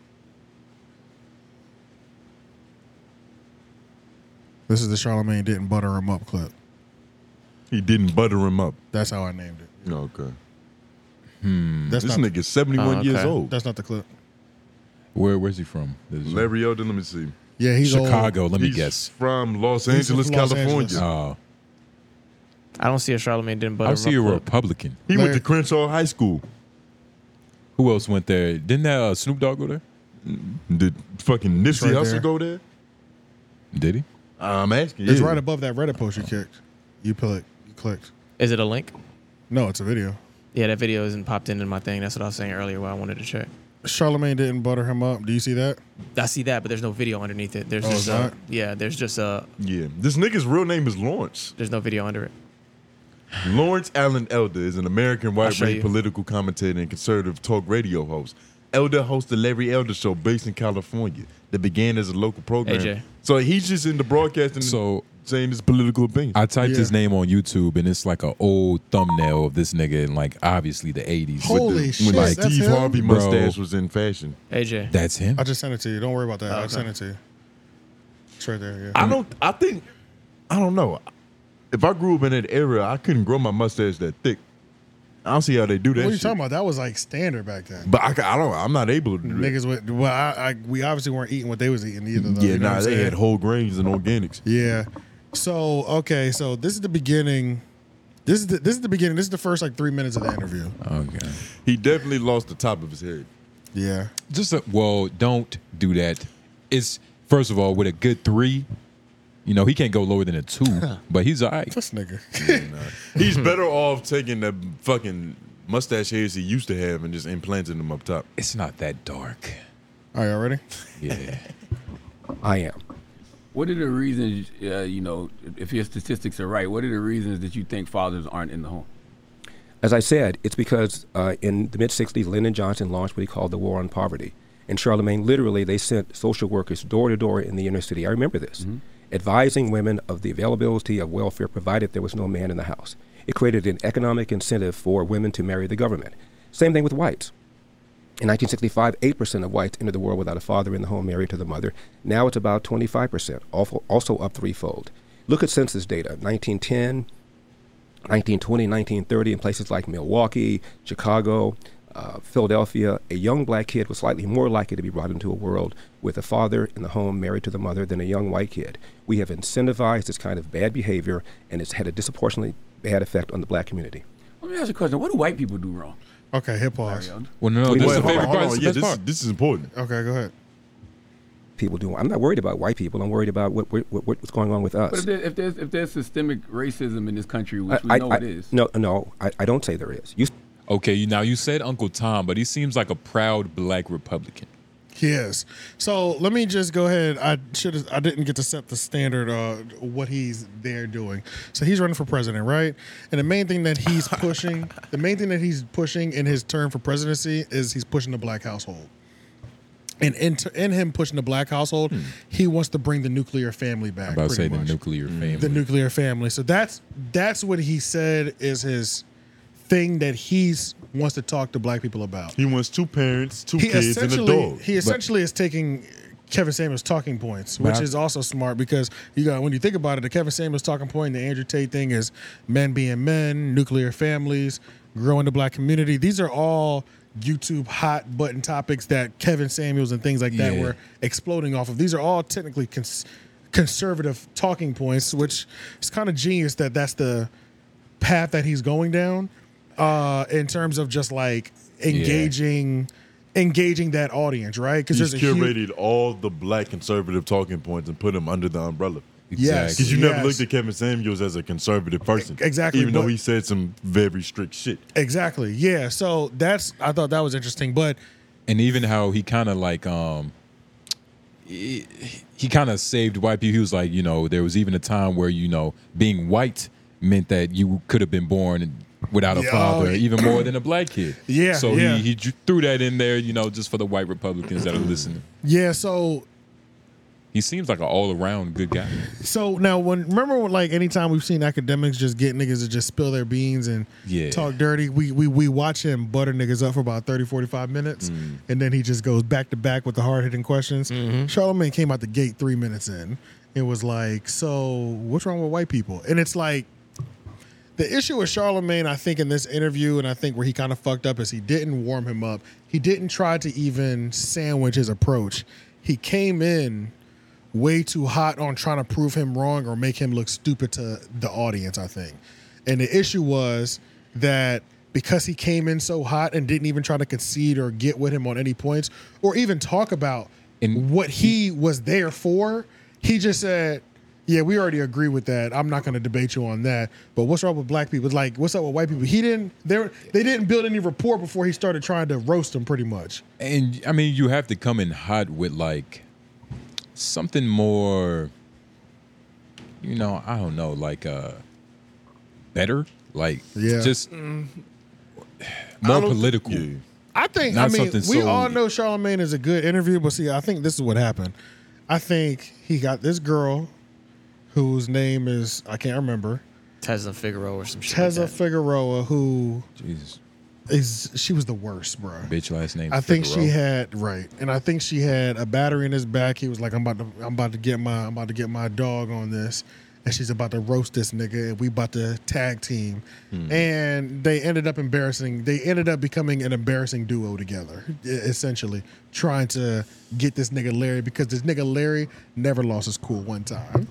A: This is the Charlemagne didn't butter him up clip.
B: He didn't butter him up.
A: That's how I named it.
B: okay.
A: Hmm. That's
B: this
A: not-
B: nigga's
C: Oh,
B: 71 years old.
A: That's not the clip.
C: Where where's he from? This is-
B: Larry Elder, let me see.
A: Yeah, he's old.
C: Chicago. Let me
B: He's
C: guess.
B: From Los
A: He's
B: Angeles,
A: from Los
B: California.
A: Angeles.
C: Oh,
D: I don't see a Charlemagne didn't butter.
C: I see
D: him
C: a
D: up clip.
C: Republican.
B: He went to Crenshaw High School.
C: Who else went there? Didn't that uh, Snoop Dogg go there?
B: Did fucking
A: It's
B: Nipsey
A: right
B: Hussle Uh,
A: there.
B: go there?
C: Did he?
B: I'm asking.
A: It's
B: yeah.
A: right above that Reddit post you kicked. You clicked. You clicked.
O: Is it a link?
A: No, it's a video.
O: Yeah, that video isn't popped into my thing. That's what I was saying earlier. Why I wanted to check.
A: Charlemagne didn't butter him up. Do you see that?
O: I see that, but there's no video underneath it. There's
A: Oh,
O: just
A: it's
O: uh
A: not?
O: yeah. There's just a
B: yeah. This nigga's real name is Lawrence.
O: There's no video under it.
B: Lawrence Allen Elder is an American
O: I'll
B: white
O: show
B: man
O: you.
B: political commentator and conservative talk radio host. Elder hosts the Larry Elder Show based in California that began as a local program.
C: AJ.
B: So he's just into broadcasting
C: So-
B: and saying his political opinion.
C: I typed his
B: Yeah.
C: name on YouTube and it's like an old thumbnail of this nigga in like obviously the 80s.
A: Holy
C: with the,
A: shit,
C: Like
A: that's
B: Steve
A: him?
B: Harvey
C: Bro.
B: mustache was in fashion.
O: AJ.
C: That's him.
A: I just sent it to you. Don't worry about that. I
B: Oh, okay.
A: sent it to you. It's right there. Yeah.
B: I don't. I think. I don't know. If I grew up in that era, I couldn't grow my mustache that thick. I don't see how they do
A: What
B: that.
A: are you
B: shit.
A: talking about? That was like standard back then.
B: But I, ca- I don't. I'm not able to do that.
A: Niggas with well, I, I, we obviously weren't eating what they was eating either. Though,
B: Yeah,
A: you know what
B: nah.
A: I'm
B: They
A: saying?
B: had whole grains and organics.
A: Yeah. So okay, so this is the beginning. This is the, this is the beginning. This is the first like three minutes of the interview.
C: Okay.
B: He definitely lost the top of his head.
A: Yeah.
C: Just a, well, don't do that. It's first of all with a good three. You know he can't go lower than a two,
A: *laughs*
C: but he's all right.
A: This nigga. *laughs*
B: He's better off taking the fucking mustache hairs he used to have and just implanting them up top.
C: It's not that dark.
A: All right, already.
C: Yeah.
T: I am. What are the reasons, uh, you know, if your statistics are right, what are the reasons that you think fathers aren't in the home?
U: As I said, it's because uh, in the mid 60s, Lyndon Johnson launched what he called the War on Poverty. In Charlemagne, literally, they sent social workers door to door in the inner city. I remember this, advising women of the availability of welfare provided there was no man in the house. It created an economic incentive for women to marry the government. Same thing with whites. In 1965, 8% of whites entered the world without a father in the home married to the mother. Now it's about 25%, also also up threefold. Look at census data 1910, 1920, 1930 in places like Milwaukee, Chicago, uh, Philadelphia, a young black kid was slightly more likely to be brought into a world with a father in the home married to the mother than a young white kid. We have incentivized this kind of bad behavior, and it's had a disproportionately bad effect on the black community.
T: Let me ask you a question. What do white people do wrong?
A: Okay, hip pause.
C: Well, no,
U: Wait,
C: this is
U: wait,
C: the
U: hold
C: favorite
U: on,
C: part.
U: hold
C: This
U: on.
C: is
U: Yeah,
C: the
U: this-
C: best part.
B: This is important.
A: Okay, go ahead.
U: People do. I'm not worried about white people. I'm worried about what, what, what's going on with us.
T: But if, there, if there's if there's systemic racism in this country, which we know
U: I,
T: it is,
U: No, no, I, I don't say there is. You
C: Okay, you, now you said Uncle Tom, but he seems like a proud black Republican.
A: He is. So let me just go ahead. I should. I didn't get to set the standard. Uh, what he's there doing. So he's running for president, right? And the main thing that
C: *laughs*
A: he's pushing, the main thing that he's pushing in his term for presidency is he's pushing the black household. And in, in him pushing the black household, he wants to bring the nuclear family back.
C: Hmm. About to
A: pretty
C: say the
A: much. Mm-hmm.
C: nuclear family.
A: The nuclear family. So that's that's what he said is his thing that he's wants to talk to black people about.
B: He wants two parents, two
A: He
B: kids, and a
A: essentially-
B: dog.
A: He essentially is taking Kevin Samuels talking points,
B: But
A: which
B: I-
A: is also smart because you got when you think about it, the Kevin Samuels talking point, the Andrew Tate thing is men being men, nuclear families, growing the black community. These are all YouTube hot button topics that Kevin Samuels and things like that
C: Yeah.
A: were exploding off of. These are all technically cons- conservative talking points, which is kind of genius that that's the path that he's going down uh, in terms of just like engaging engaging that audience, right? Because
B: He's
A: there's a huge,
B: curated all the black conservative talking points and put them under the umbrella.
A: Yes,
B: Because you
A: yes. E
B: never looked at Kevin Samuels as a conservative person.
A: exactly,
B: Even though
A: but-
B: he said some very strict shit.
A: exactly, yeah. So that's I thought that was interesting, but
C: and even how he kind of like um he, he kind of saved white people he was like you know there was even a time where you know being white meant that you could have been born without a
A: Yeah,
C: father
A: oh,
C: even
A: *clears throat*
C: more than a black kid
A: Yeah,
C: so
A: yeah.
C: he he dr- threw that in there you know just for the white republicans that are listening
A: yeah. So
C: he seems like an all-around good guy
A: So now, when remember, when, like anytime we've seen academics just get niggas to just spill their beans and
C: Yeah.
A: talk dirty, we, we we watch him butter niggas up for about 30, 45 minutes, and then he just goes back to back with the hard hitting questions. Charlemagne came out the gate three minutes in and was like, "So what's wrong with white people?" And it's like the issue with Charlemagne, I think, in this interview, and I think where he kind of fucked up is he didn't warm him up. He didn't try to even sandwich his approach. He came in way too hot on trying to prove him wrong or make him look stupid to the audience, I think. And the issue was that because he came in so hot and didn't even try to concede or get with him on any points or even talk about what he was there for. He just said, "Yeah, we already agree with that. I'm not going to debate you on that." But what's wrong with black people? Like, what's up with white people? He didn't. They were- they didn't build any rapport before he started trying to roast them. Pretty much.
C: And I mean, you have to come in hot with like something more, you know, I don't know, like uh better, like
A: Yeah.
C: just
A: Mm.
C: more
A: I don't-
C: political.
A: I think
C: Not
A: I mean we
C: something so-
A: all know Charlemagne is a good interview, but see, I think this is what happened. I think he got this girl whose name is I can't remember.
O: Tessa Figaro or some shit.
A: Tessa
O: like that.
A: Figueroa, who
C: Jesus.
A: is she was the worst, bro.
C: Bitch last name.
A: I think
C: Figueroa.
A: she had right, and I think she had a battery in his back. He was like, "I'm about to, I'm about to get my, I'm about to get my dog on this," and she's about to roast this nigga, and we about to tag team,
K: Hmm.
A: and they ended up embarrassing. They ended up becoming an embarrassing duo together, e- essentially trying to get this nigga Larry because this nigga Larry never lost his cool one time.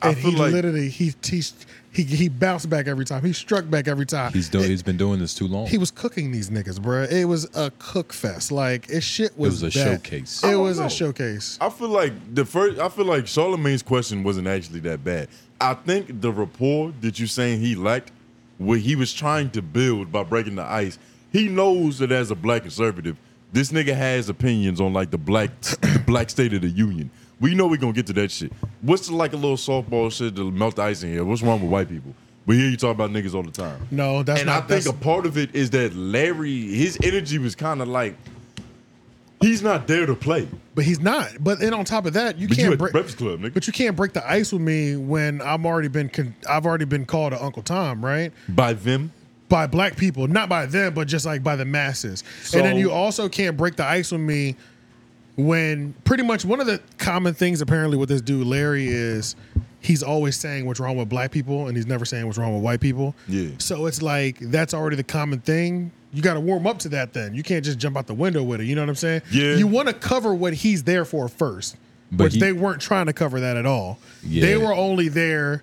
B: I
A: And he
B: feel like-
A: literally he he he he bounced back every time. He struck back every time.
C: He's do- he's been doing this too long.
A: He was cooking these niggas, bruh. It was a cook fest. Like it shit was.
C: was a
A: that.
C: showcase. I
B: Oh,
A: It
C: don't
A: was
C: know.
A: a showcase.
B: I feel like the first. I feel like Charlemagne's question wasn't actually that bad. I think the rapport that you saying he lacked, what he was trying to build by breaking the ice, he knows that as a black conservative, this nigga has opinions on like the black black state of the union. We know we're gonna get to that shit. What's like a little softball shit to melt the ice in here? What's wrong with white people? We hear you talk about niggas all the time.
A: No, that's
B: and
A: not.
B: I think a
A: that's,
B: part of it is that Larry, his energy was kind of like he's not there to play.
A: but he's not. But then on top of that, you
B: But you
A: can't
B: at the
A: break.
B: Breakfast Club, nigga.
A: But you can't break the ice with me when I'm already been. Con- I've already been called an Uncle Tom, right?
B: By them.
A: By black people, not by them, but just like by the masses. and then
B: So-
A: you also can't break the ice with me when pretty much one of the common things apparently with this dude Larry is he's always saying what's wrong with black people and he's never saying what's wrong with white people.
B: Yeah.
A: So it's like that's already the common thing. You got to warm up to that then. You can't just jump out the window with it, you know what I'm saying?
B: Yeah.
A: You want to cover what he's there for first.
C: But
A: which
C: he-
A: they weren't trying to cover that at all. They
C: Yeah.
A: were only there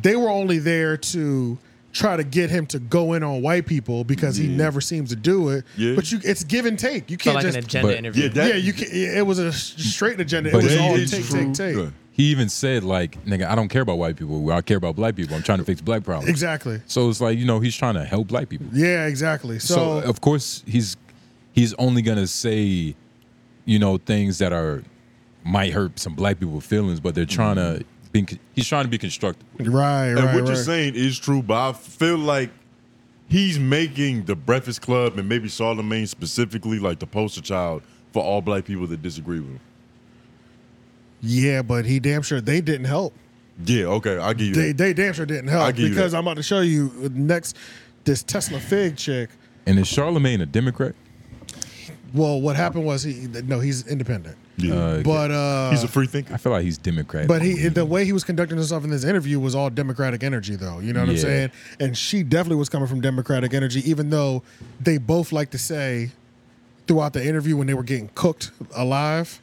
A: they were only there to try to get him to go in on white people because he never seems to do it.
C: Yeah.
A: But you it's give and take. You
C: Felt
A: can't
C: like an
A: just
C: agenda But- interview.
A: Yeah,
C: Yeah, that-
A: you can, yeah, it was a s- straight agenda.
C: But
A: it was
C: that
A: all
C: is
A: take, take, take.
C: He even said like, "Nigga, I don't care about white people. I care about black people. I'm trying to fix black problems."
A: Exactly.
C: So it's like you know he's trying to help black people.
A: Yeah, exactly. So,
C: So, of course he's he's only gonna say, you know, things that are might hurt some black people feelings, but they're trying to be he's trying to be constructive.
A: right,
B: and
A: right,
B: what
A: right.
B: you're saying is true, but I feel like he's making the Breakfast Club and maybe Charlemagne specifically like the poster child for all black people that disagree with him.
A: yeah, but he damn sure they didn't help.
B: Yeah, okay, I give you.
A: They
B: that.
A: they damn sure didn't
B: I'll
A: help
B: give you
A: because
B: that.
A: I'm about to show you next this Tesla Fig chick.
C: And is Charlemagne a Democrat?
A: Well, what happened was he no, he's independent.
C: Uh,
A: But uh
C: He's a
B: free thinker.
C: I feel like he's Democrat.
A: But he, the way he was conducting himself in this interview was all Democratic energy, though. You know what I'm
C: Yeah.
A: saying? And she definitely was coming from Democratic energy, even though they both like to say throughout the interview when they were getting cooked alive,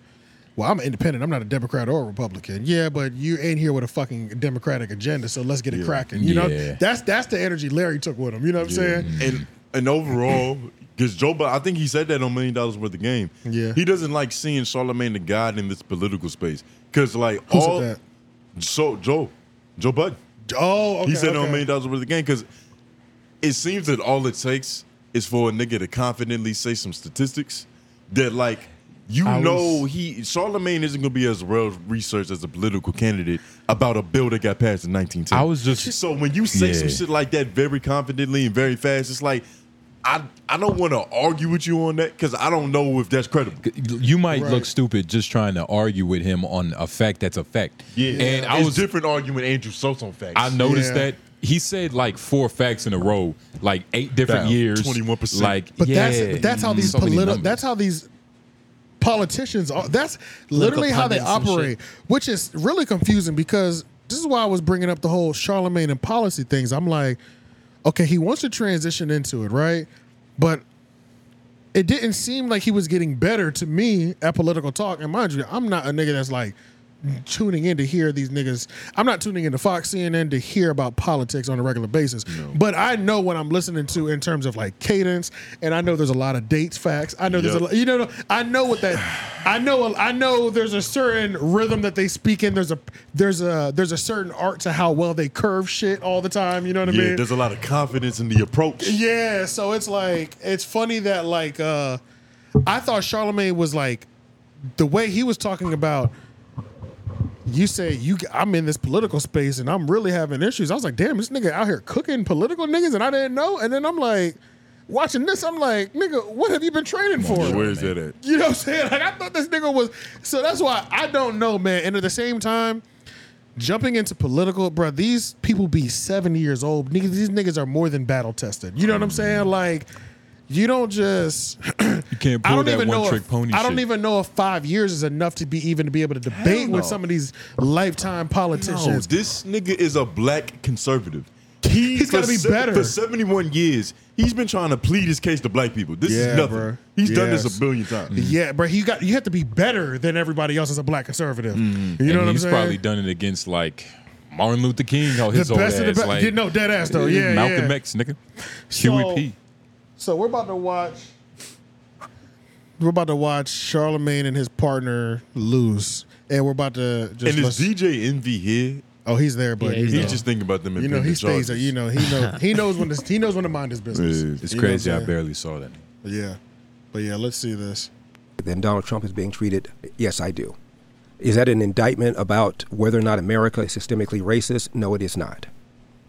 A: "Well, I'm independent. I'm not a Democrat or a Republican." Yeah, but you ain't here with a fucking Democratic agenda, so let's get it cracking. You know,
B: Yeah.
A: that's that's the energy Larry took with him. You know what I'm saying?
B: And and overall, because Joe, but I think he said that on Million Dollars Worth of Game.
A: Yeah.
B: he doesn't like seeing Charlemagne the God in this political space because like
A: Who said
B: all
A: that?
B: so Joe, Joe Budden.
A: Oh, okay,
B: he said on
A: okay.
B: Million Dollars Worth of Game because it seems that all it takes is for a nigga to confidently say some statistics that like. You
A: I
B: know he Charlemagne isn't gonna be as well researched as a political candidate about a bill that got passed in 1910. I was just so when you say some
C: Yeah.
B: shit like that very confidently and very fast, it's like I I don't want to argue with you on that because I don't know if that's credible.
C: you might
B: Right.
C: look stupid just trying to argue with him on a fact that's a fact.
B: Yeah,
C: and I
B: it's
C: was
B: different argument Andrew Soto facts.
C: I noticed
B: Yeah.
C: that he said like four facts in a row, like eight different
B: Down
C: years,
B: 21%.
C: Like,
A: But
C: yeah, Mm-hmm.
A: that's but that's how these
C: Mm. so many
A: political
C: numbers.
A: that's how these politicians are. That's literally how they
C: pundits and
A: operate, which is really confusing because this is why I was bringing up the whole Charlemagne and policy things. I'm like, okay, he wants to transition into it, right? But it didn't seem like he was getting better to me at political talk. And mind you, I'm not a nigga that's like tuning in to hear these niggas. I'm not tuning into Fox CNN to hear about politics on a regular basis. But I know what I'm listening to in terms of like cadence, and I know there's a lot of dates, facts. I know there's a
B: Yep.
A: lot. You know, I know what that. I know. I know there's a certain rhythm that they speak in. There's a there's a there's a certain art to how well they curve shit all the time. You know what I
B: Yeah,
A: mean?
B: there's a lot of confidence in the approach.
A: Yeah, so it's like it's funny that like uh I thought Charlemagne was like the way he was talking about you say you I'm in this political space and I'm really having issues. I was like, damn, this nigga out here cooking political niggas and I didn't know. And then I'm like watching this, I'm like, nigga, what have you been training for?
B: Where is that at?
A: You know what I'm saying? Like I thought this nigga was so that's why I don't know, man. And at the same time, jumping into political, bro, these people be 70 years old. Niggas, these niggas are more than battle tested. You know what I'm saying? Like you don't just *clears throat*
C: You can't
A: I
C: pull
A: don't
C: that
A: even know
C: one trick
A: if,
C: pony
A: I
C: shit.
A: don't even know if five years is enough to be even to be able to debate
B: no.
A: with some of these lifetime
B: No,
A: politicians.
B: this nigga is a black conservative. He,
A: He's gotta
B: for
A: be better.
B: For 71 years, he's been trying to plead his case to black people. This
A: Yeah,
B: is nothing.
A: bruh.
B: He's done
A: Yes.
B: this a billion times.
A: Yeah, bro, you got you have to be better than everybody else as a black conservative. e- You know
C: Mm-hmm. and
A: what I'm
C: he's
A: saying?
C: probably done it against like Martin Luther King, how his
A: The
C: old
A: best of the
C: ass,
A: best.
C: like eh,
A: Yeah, no, dead ass, though. Yeah,
C: Malcolm
A: yeah.
C: X, nigga,
A: So-
C: Huey P.
A: So we're about to watch. We're about to watch Charlemagne and his partner lose, and we're about to just.
B: and
A: let's-
B: is DJ Envy here?
A: Oh, he's there, but he's
B: he's
A: there.
B: just thinking about them.
A: you know he
B: impending
A: stays.
B: charges.
A: You know he knows he knows when to he knows when to mind his business.
C: It's
A: You know what I'm
C: crazy. I
A: saying?
C: barely saw that.
A: Yeah, but yeah, let's see this.
U: Then Donald Trump is being treated. Yes, I do. Is that an indictment about whether or not America is systemically racist? No, it is not.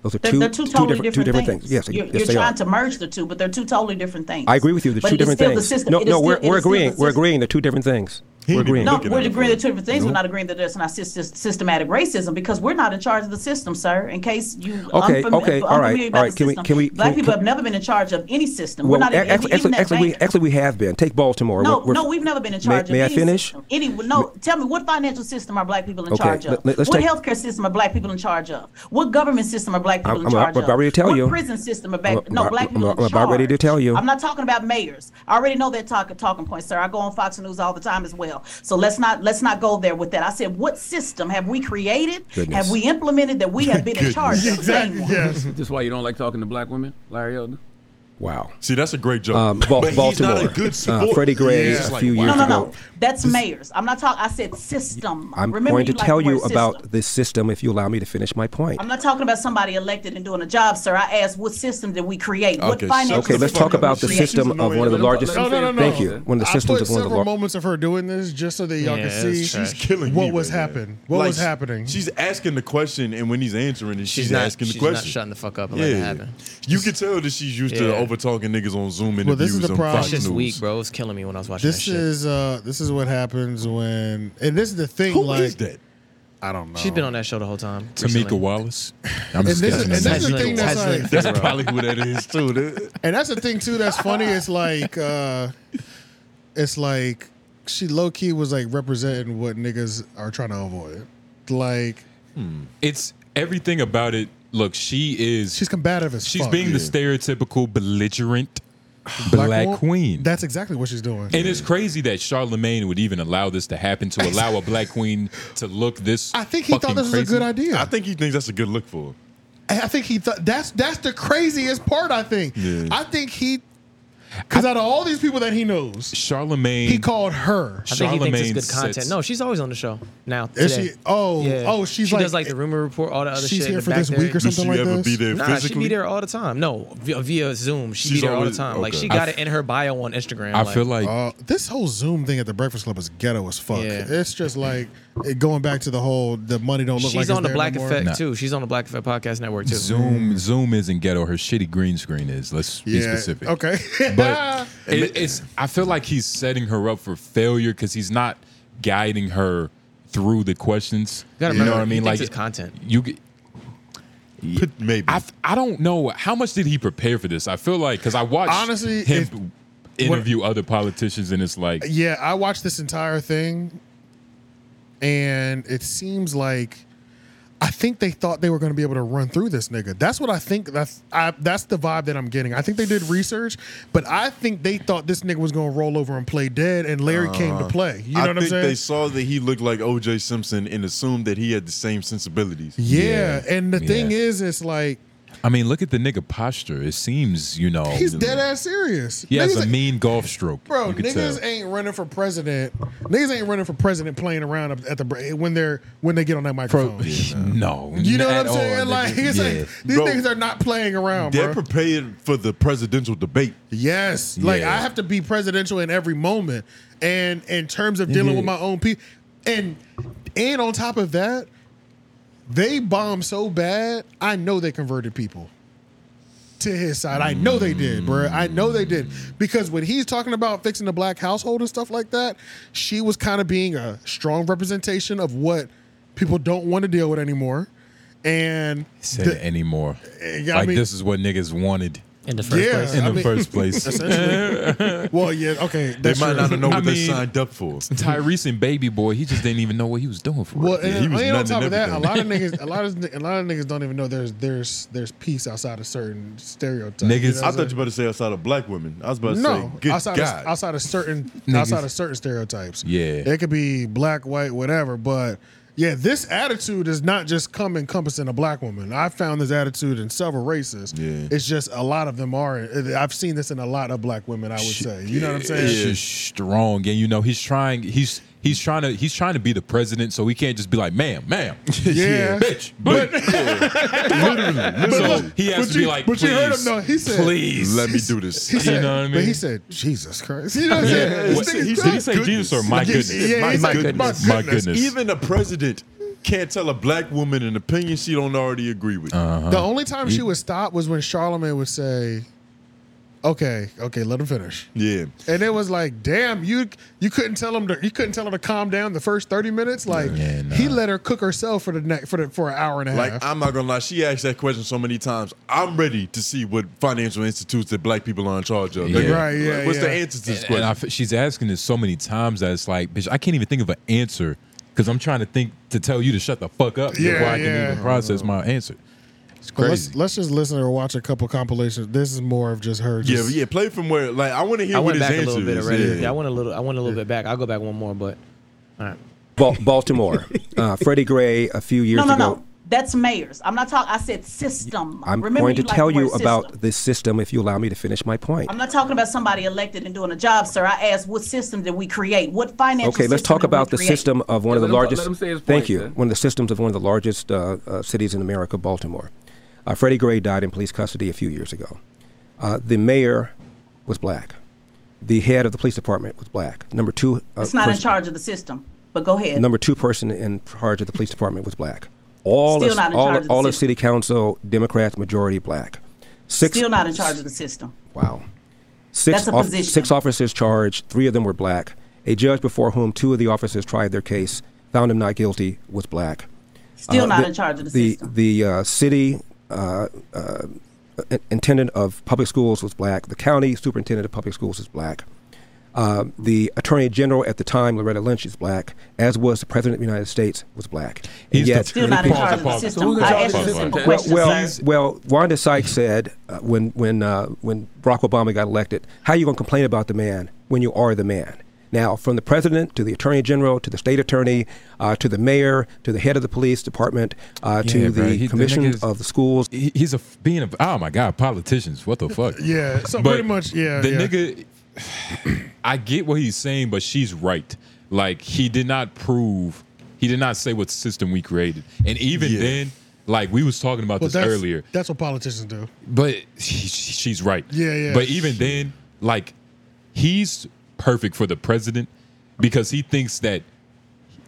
U: Those are
J: They're,
U: two,
J: they're two totally
U: different, two different things. Yes,
J: you're,
U: yes
J: you're
U: they
J: trying
U: are.
J: to merge the two, but they're two totally different things.
U: I agree with you. They're
J: But
U: two
J: it is
U: different
J: still the
U: things.
J: system.
U: No,
J: It is
U: no,
J: still-
U: we're,
J: it
U: we're
J: is still the
U: agreeing. We're
J: system.
U: agreeing. They're two different things. We're agreeing.
J: No, we're agreeing to two different things. We're not agreeing that there's not sys- sys- systematic racism because we're not in charge of the system, sir. In case you
U: Okay,
J: unfamiliar,
U: okay, all right,
J: unfamiliar about
U: all right.
J: the
U: Can we-
J: system,
U: can we-
J: Black
U: can-
J: people
U: can-
J: have never been in charge of any system.
U: Well,
J: we're not
U: ac-
J: in,
U: actually,
J: in,
U: actually,
J: that
U: actually, we,
J: vein.
U: actually, we have been. Take Baltimore.
J: no,
U: We're- we're-
J: no, we've never been in
U: May-
J: charge
U: may I
J: of any
U: finish?
J: system. Any, no, tell me what financial system are black people in
U: Okay,
J: charge of?
U: let- let's
J: what
U: take-
J: healthcare system are black people in charge of? What government system are black people
U: I'm-
J: in
U: I'm
J: charge
U: about-
J: of?
U: about ready to tell
J: what
U: you.
J: prison system are black,
U: I'm
J: no
U: about-
J: black people
U: I'm
J: in
U: about ready to
J: charge?
U: tell you.
J: I'm not talking about mayors. I already know that talk, talking point, sir. I go on Fox News all the time as well. So let's not let's not go there with that. I said, what system have we created?
T: Goodness.
J: Have we implemented that we have been
T: *laughs*
J: in charge of? Same one.
T: Just why you don't like talking to black women, Larry Elder.
U: Wow.
B: See, that's a great joke.
U: Um, Ba-
B: but he's not a
U: Baltimore.
B: good
U: Uh,
B: sport.
U: Freddie Gray,
B: Yeah.
U: a few
J: No,
U: years
J: no,
U: ago.
J: no. That's mayors. I'm not talking. I said system.
U: I'm
J: Remember
U: going to
J: like
U: tell
J: the
U: you
J: word
U: about
J: system.
U: this system if you allow me to finish my point.
J: I'm not talking about somebody elected and doing a job, sir. I asked what system did we create? What financial
U: okay, let's
J: system
U: talk
J: did we
U: about the
J: create?
U: system of one of the largest.
A: No, no, no, no.
U: Thank you. One of the
A: I
U: systems
A: put
U: of one of the
A: several
U: largest.
A: moments of her doing this just so that y'all can
B: Yeah, that's
A: see
B: trash. She's killing
A: what
B: me
A: was
B: right
A: happening. What
B: Like,
A: was happening?
B: She's asking the question, and when he's answering it, she's,
A: not-
B: asking the
A: she's not
B: question.
A: shutting the
O: fuck up and letting it happen.
B: You can tell that she's used to
O: Yeah.
B: over talking niggas on Zoom interviews
A: Well, this is the
B: on
A: problem.
B: Fox
A: It's just
B: News.
O: week, bro. It was killing me when I was watching
A: This
O: that shit.
A: is uh this is what happens when and this is the thing like
B: that?
A: I don't know.
O: She's been on that show the whole time.
C: Tamika
O: recently.
A: *laughs*
C: Wallace.
A: And this is- and this is the thing that's
O: Tashlin
A: like-
O: Figueroa.
A: That's probably
B: who that is too. dude.
A: And that's the thing too that's funny. It's like uh it's like she low key was like representing what niggas are trying to avoid. Like
C: Hmm. It's everything about it. Look, she is.
A: She's combative as
C: She's
A: fuck.
C: being the
A: Yeah.
C: stereotypical belligerent
A: Black
C: black,
A: woman-
C: queen.
A: that's exactly what she's doing.
C: And it's crazy that Charlemagne would even allow this to happen to allow a black queen to look this.
A: I think he thought
C: fucking
A: this was a
C: crazy.
A: good idea.
B: I think he thinks that's a good look for her.
A: And I think he thought that's that's the craziest part. I think.
C: Yeah.
A: I think he, because out of all these people that he knows,
C: Charlemagne.
A: he called her.
O: I think he thinks it's good content. No, she's always on the show now.
A: Is
O: today.
A: she- oh, oh, she's
O: she
A: like-
O: does like the rumor report, all the other
A: She's
O: shit.
A: here
O: in the
A: for
O: back
A: this
O: there.
A: week or Does something she like ever this? be there
O: nah,
A: physically?
O: she be there all the time. No, via, via Zoom, she
A: She's
O: be there all the
A: always-
O: time. Like
A: okay.
O: she
A: I
O: got
A: f-
O: it in her bio on Instagram.
A: Uh, this whole Zoom thing at the Breakfast Club is ghetto as fuck.
O: Yeah.
A: It's just like it going back to the whole the money don't look like
O: she's
A: it's
O: on the
A: there
O: Black
A: no more.
O: Effect too. She's on the Black Effect Podcast Network too.
C: Zoom, Zoom isn't ghetto. Her shitty green screen is. Let's be
O: Yeah,
C: specific.
A: Okay. *laughs*
C: but it, it's I feel like he's setting her up for failure because he's not guiding her through the questions.
O: You gotta
C: You know
O: remember,
C: what I
O: he
C: mean?
O: thinks
C: Like
O: it's content.
C: You g- maybe I, f- I don't know how much did he prepare for this. I feel like because I watched
A: Honestly,
C: him interview other politicians and it's like
A: Yeah, I watched this entire thing, and it seems like I think they thought they were going to be able to run through this nigga. That's what I think. That's I, that's the vibe that I'm getting. I think they did research, but I think they thought this nigga was going to roll over and play dead, and Larry came to
B: Uh,
A: play. You know
B: I
A: what I'm
B: think
A: saying?
B: They saw that he looked like O.J. Simpson and assumed that he had the same sensibilities.
A: yeah. and the thing
C: Yeah.
A: is, it's like
C: I mean, look at the nigga posture. It seems, you know,
A: he's dead ass serious.
C: Oh, He has
A: Niggas
C: a
A: ain't-
C: mean golf stroke.
A: Bro,
C: you could
A: niggas
C: tell.
A: ain't running for president. Niggas ain't running for president playing around up at the br- when they're when they get on that microphone. *laughs*
C: no,
A: you know what
B: At
A: I'm saying?
B: all,
A: like,
B: nigga.
A: it's like,
B: Yeah.
A: these
B: Bro,
A: niggas are not playing around,
B: They're
A: bro.
B: prepared for the presidential debate.
A: Yes, Like I have to be presidential in every moment, and in terms of dealing with my own people, and and on top of that, they bombed so bad. I know they converted people to his side. I know they did, bruh. I know they did because when he's talking about fixing the black household and stuff like that, she was kind of being a strong representation of what people don't want to deal with anymore, and
C: said
A: the-
C: it anymore.
A: Yeah, I
C: like
A: mean-
C: this is what niggas wanted
A: In the first Yeah, place.
C: In
A: I
C: the
A: mean-
C: first place,
A: *laughs* Essentially. Well, yeah, okay,
C: They
A: that's
C: might
A: true.
C: not know
A: I
C: what they
A: mean-
C: signed up for. Tyrese and Baby Boy, he just didn't even know what he was doing for.
A: Well,
C: it.
A: and,
C: he was
A: and on
C: nutting
A: top of that, a
C: everything. *laughs*
A: lot of niggas, a lot of ni- a lot of niggas don't even know there's there's there's peace outside of certain stereotypes. you know what
B: I
A: I'm
B: thought you were about to say outside of black women. I was about to
A: saying?
B: say,
A: no,
B: good
A: outside
B: God.
A: of, outside of certain
B: Niggas.
A: outside of certain stereotypes.
C: Yeah.
A: it could be black, white, whatever. But yeah, this attitude is not just come encompassing a black woman. I found this attitude in several races. Yeah, it's just a lot of them are. I've seen this in a lot of black women. I would say. You know what I'm
C: It's
A: saying?
C: just strong, and you know he's trying. He's he's trying to he's trying to be the president, so he can't just be like, "Ma'am, ma'am, *laughs*
A: Yeah.
C: bitch, but
A: *laughs* But
C: so
A: look,
C: he has
A: but
C: to be
A: you-
C: like,
A: but you heard
C: "Please,
A: him though. He said,
C: please,
B: Let me do this.
A: He said,
C: you know what I mean?
A: But he said, Jesus Christ. You know what I'm
B: Yeah.
A: saying?
B: What-
A: This nigga's
B: he said-
A: crazy.
C: Did he say Jesus or my
B: Yeah,
C: goodness?
B: yeah,
A: My
B: he said,
C: goodness. My goodness.
B: Even a president can't tell a black woman an opinion she don't already agree with.
A: The only time she would stop was when Charlemagne would say, "Okay, okay, let him finish."
B: Yeah.
A: And it was like, "Damn, you you couldn't tell him to you couldn't tell him to calm down the first thirty minutes." Like he let her cook herself for the next for the, for an hour and a half.
B: Like I'm not gonna lie, she asked that question so many times. I'm ready to see what financial institutes that black people are in charge of. Like, like, what's the answer to this
C: And-
B: question?
C: And I f she's asking this so many times that it's like, bitch, I can't even think of an answer because I'm trying to think to tell you to shut the fuck up
A: Yeah,
C: before I
A: yeah.
C: can even process my answer. It's
A: But
C: crazy.
A: let's let's just listen or watch a couple compilations. This is more of just her.
B: yeah,
A: Just,
B: but yeah. Play from where. Like I want to hear
A: I
B: what
A: went
B: his
A: back a
B: answer
A: little bit
B: is.
A: already.
B: Yeah.
O: Yeah, I went a little. I went a little bit back. I'll go back one more, but all right.
U: Ba-
J: *laughs*
U: Baltimore, uh, Freddie Gray, a few years
J: No, no,
U: ago.
J: no. That's mayors. I'm not talking. I said system.
U: I'm
J: Remember
U: going to
J: like
U: tell
J: the word
U: you
J: system.
U: about this system if you allow me to finish my point.
J: I'm not talking about somebody elected and doing a job, sir. I asked what system did we create? What financial
U: Okay, let's
J: system
U: talk
J: did we
U: about the
J: create?
U: system of one of
J: Yeah,
U: the
J: let him-
U: largest.
J: let him say his
U: Thank
J: point,
U: you.
J: sir.
U: One of the systems of one of the largest uh, uh, cities in America, Baltimore. Uh, Freddie Gray died in police custody a few years ago. Uh, the mayor was black. The head of the police department was black. Number two. Uh,
J: It's not in
U: pers-
J: charge of the system, but go ahead.
U: Number two person in charge of the police department was black. All
J: Still
U: of,
J: not in
U: all,
J: charge
U: of,
J: of the
U: all of
J: system.
U: city council Democrats majority black. Six
J: Still not in charge of the system.
U: Wow. Six,
J: That's a
U: off-
J: position.
U: six officers charged, three of them were black. A judge before whom two of the officers tried their case, found him not guilty, was black.
J: Still not in charge of the
U: system. The, uh, city uh, uh, in- intendant of public schools was black. The county superintendent of public schools is black. Uh, the attorney general at the time, Loretta Lynch, is black, as was the president of the United States, was black. And
C: He's
U: yet-
C: the- Still not in charge of the Pause, system. pause, pause, I asked pause, you simple pause.
U: well,
C: questions,
U: well,
C: sir.
U: well, Wanda Sykes said uh, when when uh, when Barack Obama got elected, how you going to complain about the man when you are the man? Now, from the president to the attorney general to the state attorney uh, to the mayor to the head of the police department uh,
C: Yeah,
U: to
C: bro.
U: the
C: He-
U: commission
C: nigga's-
U: of the schools,
C: he- he's a f- being a oh my god politicians what the fuck
A: Yeah, so
C: But
A: pretty much, yeah,
C: the
A: yeah.
C: nigga I get what he's saying but she's right like he did not prove he did not say what system we created and even
A: Yeah.
C: then like we was talking about
A: Well,
C: this
A: that's,
C: earlier
A: That's what politicians do.
C: but she, she's right.
A: Yeah, yeah.
C: But even then, like, he's perfect for the president because he thinks that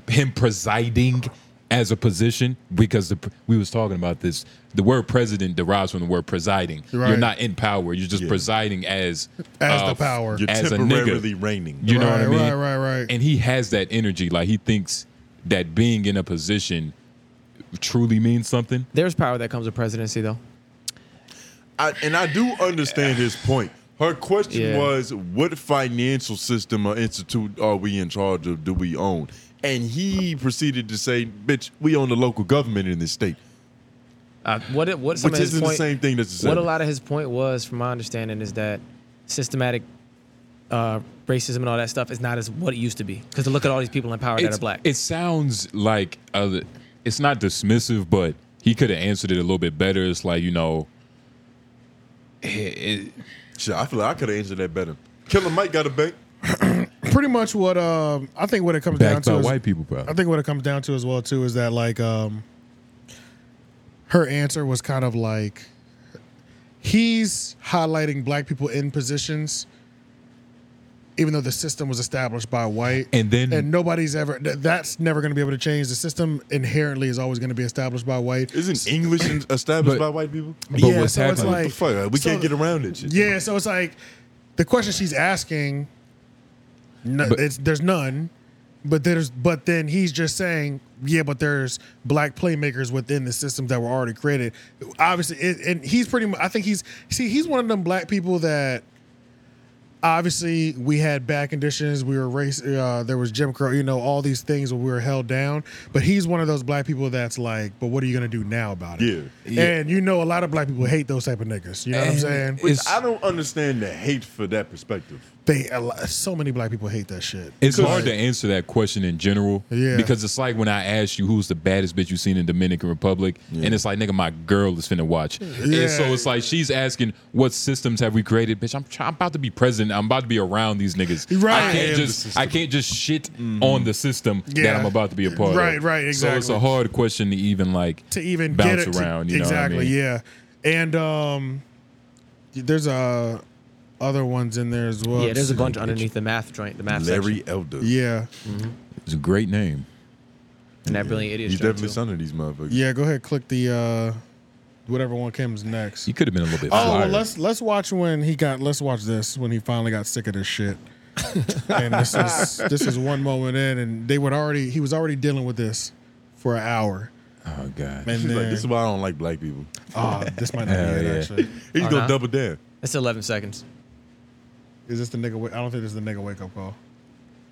C: him presiding as a position, because the, we was talking about this, the word president derives from the word presiding. You're
A: Right.
C: not in power. You're just presiding as uh,
A: As the power. You're
C: as a
B: temporarily
C: nigga.
B: reigning.
C: You know what I
A: Right,
C: mean?
A: right, right, right.
C: And he has that energy. Like he thinks that being in a position truly means something.
O: There's power that comes with presidency, though.
B: I, and I do understand his point. Her question
O: Yeah.
B: was, what financial system or institute are we in charge of? Do we own? and he proceeded to say, "Bitch, we own the local government in this state."
D: Uh, what it- what some of
B: Which
D: his
B: isn't the
D: point-
B: same thing that's
D: what a
B: said.
D: lot of his point was, from my understanding, is that systematic uh, racism and all that stuff is not as what it used to be. Because look at all these people in power that
C: It's-
D: are black.
C: It sounds like other. It's not dismissive, but he could have answered it a little bit better. It's like you know.
B: Shit, I feel like I could have answered that better. Killer Mike got a bank.
A: pretty much what um, I think what it comes
C: Backed
A: down
C: by
A: to is,
C: white people, probably.
A: I think what it comes down to as well too is that like um, her answer was kind of like he's highlighting black people in positions, even though the system was established by white,
C: and then
A: and nobody's ever th- that's never going to be able to change. The system inherently is always going to be established by white.
B: Isn't English established
A: But-
B: by white people?
A: but Yeah, what's so it's happening-
B: What the fuck? We
A: so-
B: can't get around it. Shit.
A: Yeah, so it's like the question she's asking. No, it's, there's none, but there's but then he's just saying, yeah, but there's black playmakers within the systems that were already created. Obviously, it, and he's pretty. mu- I think he's see he's one of them black people that obviously we had bad conditions we were race uh, there was jim crow you know all these things where we were held down but he's one of those black people that's like but what are you gonna do now about it
B: Yeah.
A: and you know a lot of black people hate those type of niggas you know what i'm saying
B: Which I don't understand the hate for that perspective.
A: they a lot, so many black people hate that shit
C: It's
A: Like,
C: hard to answer that question in general.
A: Yeah.
C: Because it's like when I asked you who's the baddest bitch you seen in Dominican Republic, and it's like, nigga, my girl is finna watch.
A: Yeah.
C: And so it's like she's asking, what systems have we created? Bitch, I'm, try- I'm about to be president. I'm about to be around these niggas. I
A: Right. I am
C: can't
A: the
C: just I can't just shit
D: Mm-hmm.
C: on the system that
A: Yeah.
C: I'm about to be a part
A: Right,
C: of.
A: right,
C: So it's a
A: exactly.
C: hard question to even like
A: to even
C: bounce
A: get it to-
C: around. you know what I
A: exactly
C: mean?
A: yeah and um there's uh other ones in there as well
D: yeah, there's a bunch underneath the math joint, the math
B: Larry
D: section.
B: Elder.
A: yeah
C: It's a great name.
D: And that brilliant idiot.
B: You
D: joint,
B: definitely
D: too.
B: sounded these motherfuckers.
A: yeah go ahead click the uh whatever one comes next
C: You could have been a little bit
A: Oh, well,
C: flyer.
A: let's let's watch when he got. Let's watch this when he finally got sick of this shit. and this is this is one moment in, and they would already he was already dealing with this for an hour.
C: Oh god.
A: And
B: She's like,
A: then-
B: this is why I don't like black people.
A: Ah, this might not be it, actually.
B: He's
A: Oh,
B: gonna
A: nah?
B: double down.
D: That's 11 Uh-huh. seconds.
A: Is this the nigga? wa- I don't think this is the nigga wake up call.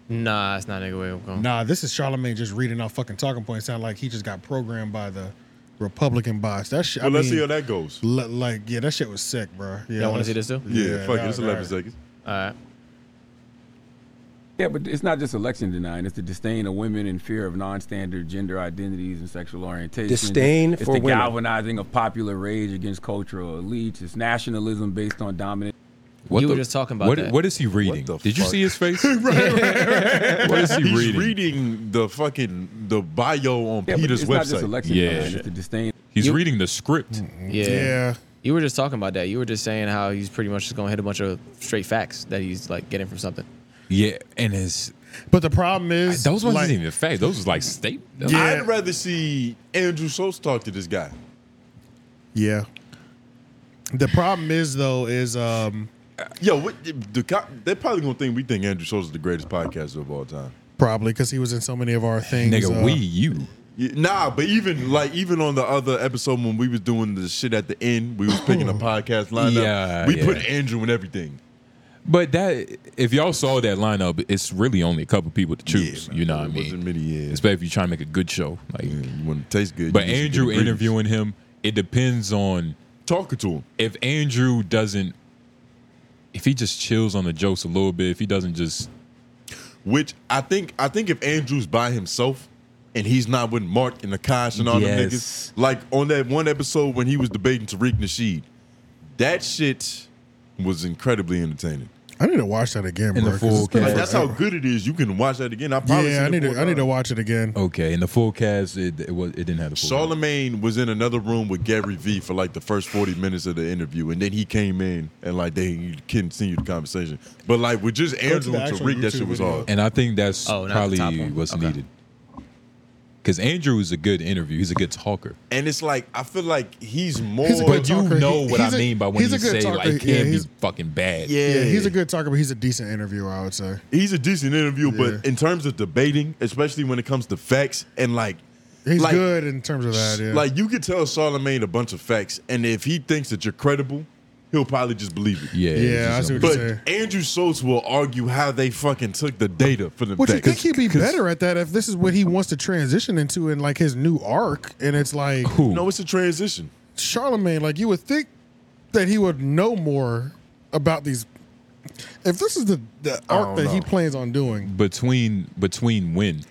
D: Nah, it's not nigga way of going.
A: Nah, this is Charlemagne just reading off fucking talking points. Sound like he just got programmed by the Republican bots. That shit.
B: Well,
A: I
B: let's see
A: mean,
B: how that goes.
A: le- like yeah, that shit was sick, bro.
D: Y'all
A: Yeah,
D: wanna
A: that's-
D: see this, too?
B: Yeah, fuck
A: that-
B: it. It's 11
A: alright.
B: seconds.
D: All right.
T: Yeah, but it's not just election denying. It's the disdain of women and fear of non-standard gender identities and sexual orientation.
U: Disdain
T: it's
U: for
T: the
U: women.
T: galvanizing of popular rage against cultural elites. It's nationalism based on dominant.
C: What the- what, What is he reading? Did you see his
A: *laughs*
C: face? *laughs* What is he
B: He's
C: reading?
B: the fucking the bio on
T: Yeah, but
B: Peter's
T: it's
B: website.
T: not just election
C: Yeah.
T: denying, it's the disdain. Hmm.
C: He's
D: You-
C: reading the script.
D: Yeah. You were just talking about that. You were just saying how he's pretty much just going to hit a bunch of straight facts that he's like getting from something.
C: Yeah, and his
A: But the problem is
C: those ones
A: like-
C: isn't even fact. Those was like state.
B: I'd rather see Andrew Schultz talk to this guy.
A: Yeah. The problem is though is um
B: Yo, what, the cop, they're probably gonna think we think Andrew Schultz is the greatest podcaster of all time.
A: probably because he was in so many of our things. uh,
C: you.
B: Nah, but even like even on the other episode when we was doing the shit at the end, we was
C: *gasps*
B: picking a podcast lineup.
C: Yeah,
B: we
C: yeah.
B: put Andrew in everything.
C: But that, if y'all saw that lineup, it's really only a couple people to choose. you know what I mean? Especially if you're trying to make a good show. Like,
B: you want to taste good.
C: But
B: you need some
C: Andrew
B: good ingredients.
C: interviewing him, it depends on
B: talking to him.
C: If Andrew doesn't, if he just chills on the jokes a little bit, if he doesn't just
B: Which I think I think if Andrew's by himself and he's not with Mark and Akash and all them
C: Yes.
B: niggas, like on that one episode when he was debating Tariq Nasheed, that shit was incredibly entertaining.
A: I need to watch that again, bro. 'cause it's been
B: Like,
A: forever.
B: that's how good it is. You can watch that again. I probably
A: Yeah, I need to I need to watch it again.
C: okay, in the full cast, it it, was, it didn't have the full.
B: Charlemagne was in another room with Gary Vee for like the first 40 minutes of the interview, and then he came in and like they continued the conversation. But like with just
C: to
B: Andrew
C: the
B: and
C: actual
B: Tariq, that shit
C: YouTube
B: was
C: video.
B: hard.
C: And I think that's
B: Oh, not the top
C: probably
B: one.
C: what's needed. Because Andrew is a good interview. He's a good talker.
B: And it's like I feel like he's more.
A: He's a good
C: But you
A: talker.
C: know
A: He-
C: what I
A: he's a-
C: mean by when
A: he's
C: you
A: a
C: say
A: good talker.
C: like it
A: Yeah,
C: can't
A: he's-
C: be fucking bad.
A: Yeah, he's a good talker, but he's a decent interviewer, I would say.
B: He's a decent interview, but in terms of debating, especially when it comes to facts and like,
A: He's
B: like-
A: good in terms of that, yeah.
B: Like you could tell Charlemagne a bunch of facts, and if he thinks that you're credible, he'll probably just believe it.
C: Yeah,
A: Yeah, I see what
B: but
A: you're saying.
B: Andrew Schultz will argue how they fucking took the data for them.
A: Which you think
B: things.
A: he'd be
B: 'Cause-
A: better at that if this is what he wants to transition into in like his new arc, and it's like
B: No, it's a transition.
A: Charlemagne. Like you would think that he would know more about these. If this is the, the
C: I don't
A: arc that he
C: know.
A: plans on doing,
C: between between when,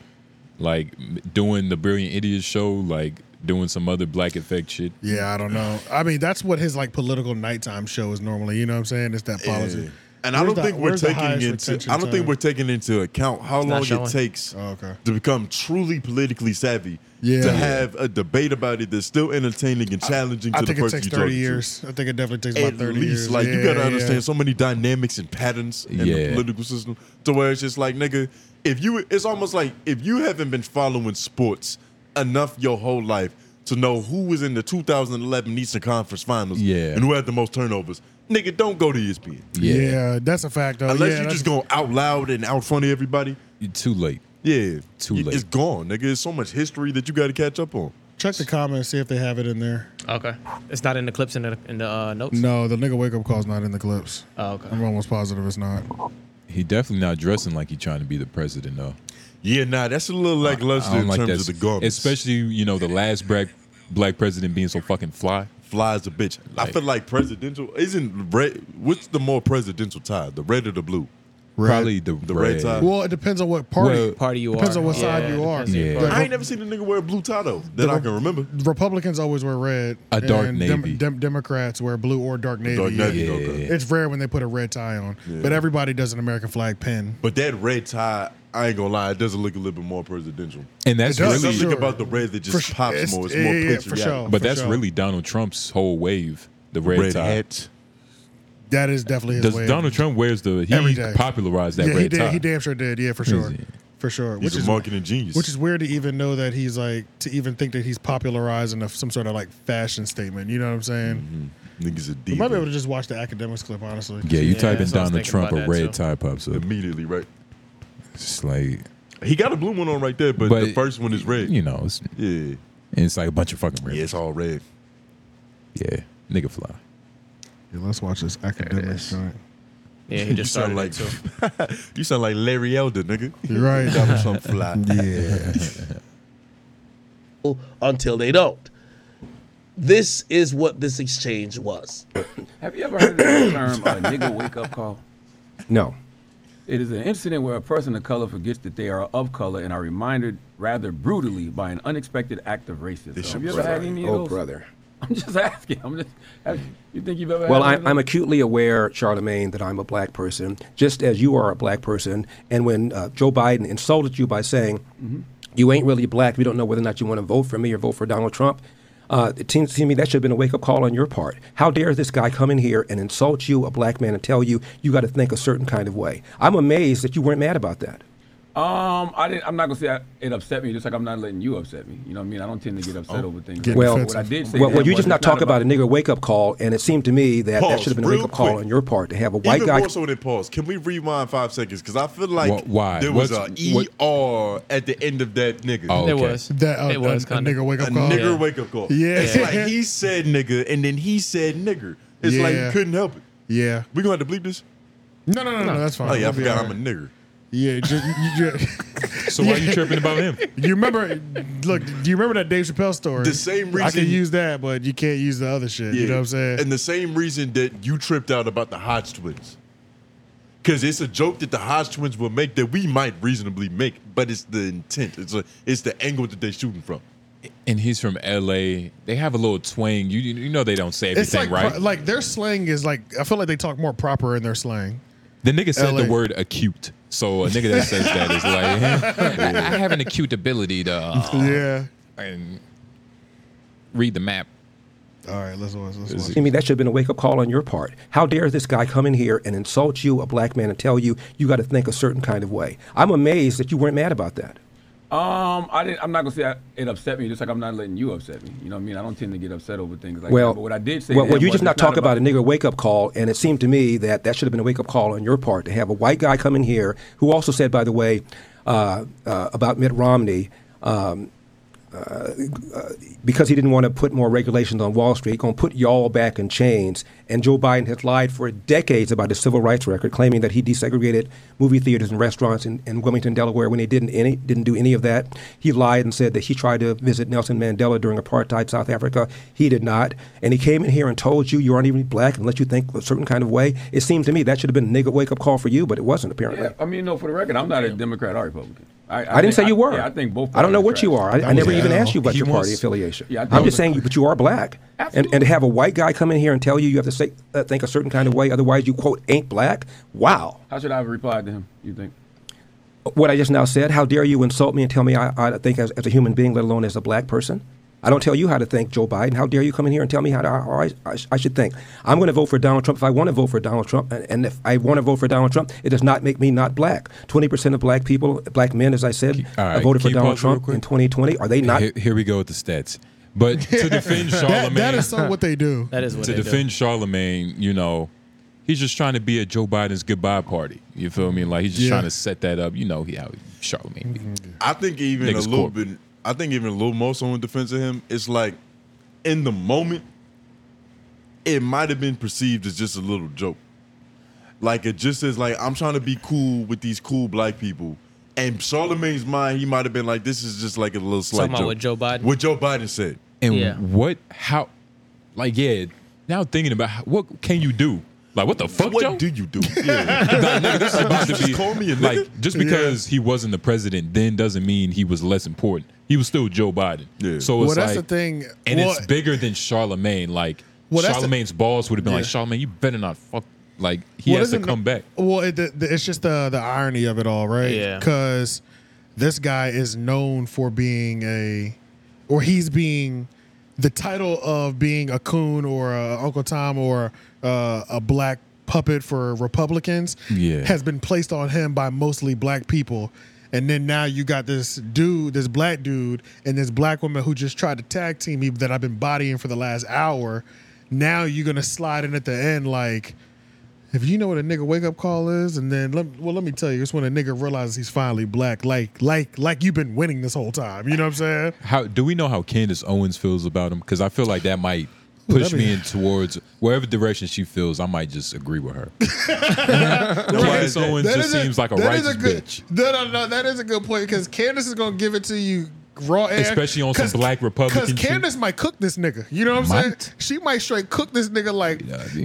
C: like m- doing the Brilliant Idiot show, like doing some other Black Effect shit.
A: yeah, I don't know. I mean, that's what his like political nighttime show is normally. You know what I'm saying? It's that policy.
B: Yeah. And I
A: Where's
B: don't
A: the-
B: think we're
A: where's the
B: taking
A: highest
B: into
A: retention
B: I don't think
A: time?
B: we're taking into account how
A: It's not
B: long
A: showing.
B: it takes
A: Oh, okay.
B: to become truly politically savvy.
A: Yeah.
B: To have a debate about it that's still entertaining and challenging
A: I
B: to the
A: think it
B: person
A: takes
B: you
A: 30
B: talking
A: years. I think it definitely
B: to.
A: takes
B: At
A: about 30
B: least,
A: years.
B: like you
A: Yeah,
B: gotta
A: yeah.
B: understand so many dynamics and patterns in the
C: Yeah.
B: political system to where it's just like, nigga, if you it's almost like if you haven't been following sports enough your whole life to know who was in the 2011 Eastern Conference Finals
C: Yeah.
B: and who had the most turnovers, nigga, don't go to E ESPN.
A: Yeah. that's a fact. Though.
B: Unless
A: Oh, yeah,
B: you
A: that's-
B: just go out loud and out front of everybody,
C: you're too late.
B: Yeah,
C: Too
B: You-
C: late.
B: It's gone, nigga. There's so much history that you got to catch up on.
A: check the comments, see if they have it in there.
O: Okay, it's not in the clips in the in the uh, notes.
A: No, the nigga wake up call's not in the clips.
O: Oh, okay.
A: I'm almost positive it's not.
C: He definitely not dressing like he trying to be the president though.
B: Yeah, nah, that's a little lackluster in terms of the garments.
C: especially you know the last black black president being so fucking fly.
B: Fly as a bitch. I feel like presidential isn't red. What's the more presidential tie, the red or the blue?
C: Probably the,
B: The red tie.
A: Well, it depends on what party.
B: Well, party you
A: depends
B: are.
A: on what
B: Yeah,
A: side you
B: depends
A: are.
B: on your
A: The
B: party. I ain't never seen a nigga wear a blue tie though that I can remember.
A: Republicans always wear red.
B: A dark
A: and Dem-
B: navy.
A: Dem- Democrats wear blue or dark navy.
B: dark navy,
A: yeah.
B: okay.
A: It's rare when they put a red tie on,
B: Yeah.
A: but everybody does an American flag pin.
B: But that red tie, I ain't gonna lie, it does look a little bit more presidential.
C: And that's
B: There's
C: really-
B: something
C: Sure.
B: about the red that
C: For
B: just
C: sure.
B: pops
C: It's-
B: more. It's
C: yeah,
B: more
C: yeah, yeah, for
B: patriotic.
A: sure.
C: But that's
A: sure.
C: really Donald Trump's whole wave, the red,
B: Red
C: tie.
B: hat.
A: That is definitely his
C: Does
A: way.
C: Donald Trump wears the? He
A: Every day.
C: popularized that
A: yeah,
C: red
A: he did.
C: tie.
A: He damn sure did. Yeah, for
C: Is
A: sure,
C: he?
A: for sure.
B: He's a marketing genius.
A: Which is weird to even know that he's like to even think that he's popularizing a, some sort of like fashion statement. You know what I'm saying?
B: Mm-hmm. Niggas a
A: You
B: diva.
A: might be able to just watch the academics clip, honestly.
C: Yeah, you type in
A: that's what I was
C: Donald
A: thinking
C: Trump,
A: about
C: a
A: that,
C: red
A: too.
C: tie pops up.
B: Immediately, right?
C: It's like
B: He got a blue one on right there, but,
C: But-
B: the first one is red.
C: you know, it's,
B: yeah,
C: and it's like a bunch of fucking red.
B: Yeah, it's all red.
C: Yeah, nigga fly.
A: Yeah, let's watch this academics joint.
O: Yeah, he just
B: *laughs* You
O: started
B: sound
O: like, too.
B: like *laughs* you sound like Larry Elder, nigga. *laughs*
A: You're right.
B: Donald Trump fly.
A: *laughs* Yeah.
I: until they don't. This is what this exchange was.
T: Have you ever heard
U: *coughs*
T: of the term a nigga wake up call?
U: No.
T: It is an incident where a person of color forgets that they are of color and are reminded rather brutally by an unexpected act of racism. Have you ever had any of
U: Oh,
T: those?
U: brother.
T: *laughs* I'm just asking. I'm just. Have, you think you've ever?
U: Well,
T: had
U: I,
T: any of
U: I'm
T: those?
U: acutely aware, Charlemagne, that I'm a black person, just as you are a black person. And when uh, Joe Biden insulted you by saying,
T: Mm-hmm.
U: you ain't really black, we don't know whether or not you want to vote for me or vote for Donald Trump, uh, it seems to me that should have been a wake up call on your part. How dare this guy come in here and insult you, a black man, and tell you you got to think a certain kind of way? I'm amazed that you weren't mad about that.
T: Um, I didn't. I'm not gonna say I, it upset me. Just like I'm not letting you upset me. You know what I mean? I don't tend to get upset over things. But
U: well,
T: what I did say.
U: Oh. well, well,
T: then
U: you
T: was
U: just not
T: it's
U: talk about, a nigger wake up call, and it seemed to me that that
B: Pause,
U: should have been a wake
B: real
U: up call
B: quick.
U: on your part to have a white
B: Even
U: guy
B: more so than pause. Can we rewind five seconds? Because I feel like
U: Wh- why?
B: there was
U: What's-
B: a ER at the end of that nigga.
U: Oh,
A: There okay. was. That- a- It was, a- a kinda. nigga wake-up
B: A
A: call?
B: nigger
A: Yeah.
B: wake up call.
A: Yeah.
B: It's like
A: *laughs*
B: he said nigga and then he said nigger. It's like
A: Yeah.
B: you couldn't help it.
A: Yeah.
B: We gonna have to bleep this?
A: No, no, no, no, that's fine.
B: Oh yeah, I
A: We'll be
B: forgot
A: all
B: I'm a
A: right.
B: nigger.
A: Yeah. ju- *laughs* you- you-
B: *laughs* So why you tripping about him?
A: *laughs* You remember? Look, do you remember that Dave Chappelle story?
B: The same
A: I
B: reason-
A: can use that, but you can't use the other shit. You know what I'm saying?
B: And the same reason that you tripped out about the Hodge twins. Because it's a joke that the Hodge twins will make that we might reasonably make, but it's the intent. It's a, it's the angle that they're shooting from.
C: And he's from L.A. They have a little twang. You you know they don't say
A: It's
C: everything
A: like
C: right.
A: pro- like their slang is like I feel like they talk more proper in their slang.
C: the nigga said
A: LA.
C: the word acute. So a nigga that says that is like *laughs* I, I have an acute ability to uh,
A: Yeah.
C: and read the map.
A: All right, let's watch. Let's
U: To me, that should have been a wake up call on your part. How dare this guy come in here and insult you, a black man, and tell you you got to think a certain kind of way? I'm amazed that you weren't mad about that.
T: Um, I didn't. I'm not gonna say I, it upset me. Just like I'm not letting you upset me. You know what I mean? I don't tend to get upset over things like
U: well,
T: that. But what I did say.
U: well,
T: then
U: well, you
T: was
U: just
T: it's
U: not talk about, a nigger wake up call, and it seemed to me that that should have been a wake up call on your part to have a white guy come in here who also said, by the way, uh, uh, about Mitt Romney. Um, uh, uh, because he didn't want to put more regulations on Wall Street, going to put y'all back in chains. And Joe Biden has lied for decades about his civil rights record, claiming that he desegregated movie theaters and restaurants in, in Wilmington, Delaware, when he didn't any, didn't do any of that. He lied and said that he tried to visit Nelson Mandela during apartheid South Africa. He did not. And he came in here and told you you aren't even black unless you think a certain kind of way. It seems to me that should have been a nigga wake up call for you, but it wasn't apparently.
T: I mean, no, for the record, I'm not a Democrat or Republican. I,
U: I, didn't
T: think-
U: say you were.
T: yeah, I think both.
U: I don't know what
T: parties
U: you are.
T: trash.
U: I, I never even asked you about your party affiliation.
T: Yeah, I think
U: I'm
T: it was
U: just saying, but you are black, and, and to have a white guy come in here and tell you you have to say, uh, think a certain kind of way, otherwise you quote ain't black. Wow.
T: How should I have replied to him? You think?
U: What I just now said. How dare you insult me and tell me I, I think as, as a human being, let alone as a black person. I don't tell you how to think, Joe Biden. How dare you come in here and tell me how, to, how I, I, I should think? I'm going to vote for Donald Trump if I want to vote for Donald Trump. And, and if I want to vote for Donald Trump, it does not make me not black. 20% of black people, black men, as I said,
C: All right,
U: uh, voted for
C: can you
U: Donald
C: pause real
U: Trump
C: quick?
U: in 2020. Are they not?
C: Here, here we go with the stats. But
A: *laughs*
C: to defend
A: That-
C: Charlemagne,
A: that is so what
C: *laughs*
A: they do. That is what
C: to
A: they do.
C: defend Charlemagne, you know, he's just trying to be at Joe Biden's goodbye party. You feel me? Like he's just
B: Yeah.
C: trying to set that up. You know he- how Charlemagne. be.
B: I think even a
C: Niggas
B: little
C: corp.
B: bit. I think even a little more so in defense of him. It's like in the moment, it might have been perceived as just a little joke. Like it just is like I'm trying to be cool with these cool black people. And Charlemagne's mind, he might have been like, "This is just like a little slight
D: about
B: joke."
D: what Joe Biden-
B: What Joe Biden said.
C: And what? How? Like yeah. Now thinking about how, what can you do? Like what the fuck? What do *laughs*
B: you do? *laughs*
C: Nah, nigga, this is about to
B: Just
C: be
B: call me a nigga?
C: like just because he wasn't the president then doesn't mean he was less important. He was still Joe Biden. Yeah. So
A: Well,
C: it's
A: that's
C: like-
A: the thing.
C: and
A: Well-
C: it's bigger than Charlemagne. Like
A: Well, that's the-
C: Charlemagne's balls would have been like
A: Yeah.
C: Charlemagne, you better not fuck. Like he
A: Well,
C: has to
A: isn't-
C: come back.
A: Well, it, the, the- it's just the the irony of it all, right?
C: Yeah.
A: Because this guy is known for being a, or he's being, the title of being a coon or a Uncle Tom or uh, a black puppet for Republicans
C: Yeah.
A: has been placed on him by mostly black people. And then now you got this dude, this black dude, and this black woman who just tried to tag team me that I've been bodying for the last hour. Now you're gonna slide in at the end like, if you know what a nigga wake up call is, and then let, well, let me tell you, it's when a nigga realizes he's finally black, like like like you've been winning this whole time. You know what
C: *laughs*
A: I'm saying?
C: How do we know how Candace Owens feels about him? Because I feel like that might
A: Ooh,
C: push
A: that'd
C: me
A: be-
C: in towards wherever direction she feels. I might just agree with
A: *laughs*
C: her. Candace
A: Right.
C: Owens
A: That
C: just
A: is a-
C: seems like a
A: that is
C: righteous
A: good,
C: bitch,
A: No, no, no, that is a good point because Candace is gonna give it to you raw, air,
C: especially on some black Republican.
A: Because
C: shit.
A: Candace might cook this nigga. You know what I'm saying? She might straight cook this nigga like.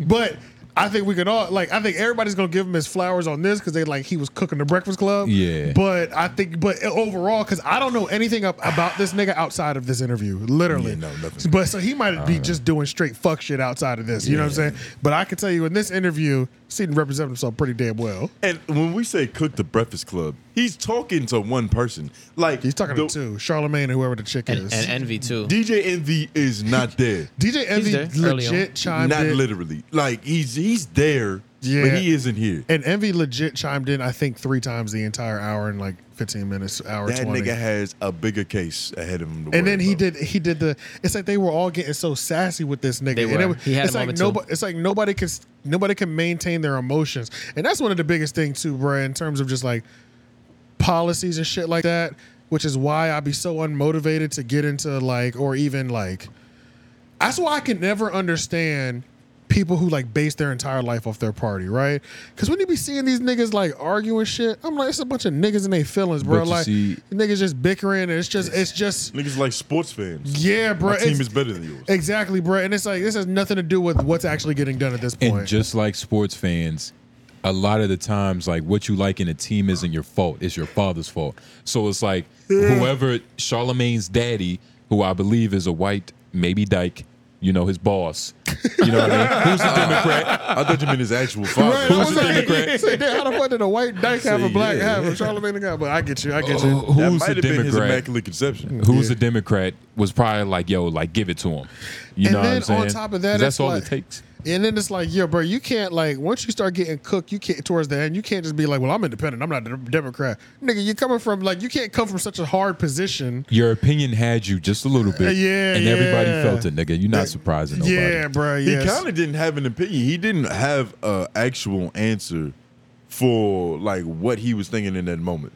A: But I think we can all like. I think everybody's gonna give him his flowers on this because they like he was cooking the Breakfast Club.
C: *laughs* Yeah.
A: But I think, but overall, because I don't know anything ab- about this nigga outside of this interview, literally. no, nothing. Uh-huh. But so he might be just doing straight fuck shit outside of this. You know what I'm saying? But I can tell you in this interview, Seaton represented himself pretty damn well.
B: And when we say cook the Breakfast Club, he's talking to one person. Like he's
A: talking to two, Charlemagne and whoever the chick is,
B: and
A: Envy too.
B: DJ Envy is not
A: *laughs*
B: there.
A: DJ Envy legit chimed
B: Not
A: in.
B: literally. Like he's he's there,
A: Yeah.
B: but he isn't here.
A: And Envy legit chimed in, I think, three times the entire hour in like 15 minutes, hour
B: That
A: 20.
B: nigga has a bigger case ahead of him. To
A: and
B: worry
A: then he did he did the it's like they were all getting so sassy with this nigga.
B: They
A: And
B: were.
A: it was-
B: He had
A: it's
B: a
A: like
B: moment, too.
A: nobody it's like nobody can nobody can maintain their emotions. And that's one of the biggest things too, bruh, in terms of just like policies and shit like that, which is why I be so unmotivated to get into like or even like that's why I can never understand people who like base their entire life off their party, right? Because when you be seeing these niggas like arguing shit, I'm like, it's a bunch of niggas in their feelings, bro.
B: But you
A: Like
B: see-
A: niggas just bickering, and it's just it's just
B: Niggas like sports fans.
A: Yeah, bro,
B: My team
A: it's-
B: is better than yours.
A: exactly, bro. And it's like this has nothing to do with what's actually getting done at this point.
C: And just like sports fans, a lot of the times, like what you like in a team isn't your fault; it's your father's fault. So it's like whoever Charlemagne's daddy, who I believe is a white, maybe Dyke, you know, his boss. You know what I
A: *laughs*
C: mean? Who's a Democrat?
B: I thought you meant his actual father.
A: Right, *laughs* I
C: Who's
A: was
C: a
A: like, *laughs*
C: Democrat?
A: say, damn, how the fuck did a white dyke have a
B: See,
A: black
B: yeah.
A: have a Charlemagne the guy? But I get you, I get you.
C: Uh, who's
B: might
C: a
B: have been his
C: Democrat?
B: immaculate conception.
C: Who's a Democrat was probably like, yo, like give it to him. You
A: and
C: know
A: then
C: what I'm saying?
A: on top of
C: 'Cause
A: that,
C: that's
A: it's
C: all
A: like-
C: it takes.
A: And then it's like, yo, bro, you can't like once you start getting cooked, you can't towards the end, you can't just be like, well, I'm independent, I'm not a Democrat, nigga. You're coming from like you can't come from such a hard position.
C: Your opinion had you just a little bit,
A: Uh, yeah,
C: and everybody
A: yeah.
C: felt it, nigga. You're not surprising nobody.
A: bro.
B: He kind of didn't have an opinion. He didn't have an actual answer for like what he was thinking in that moment.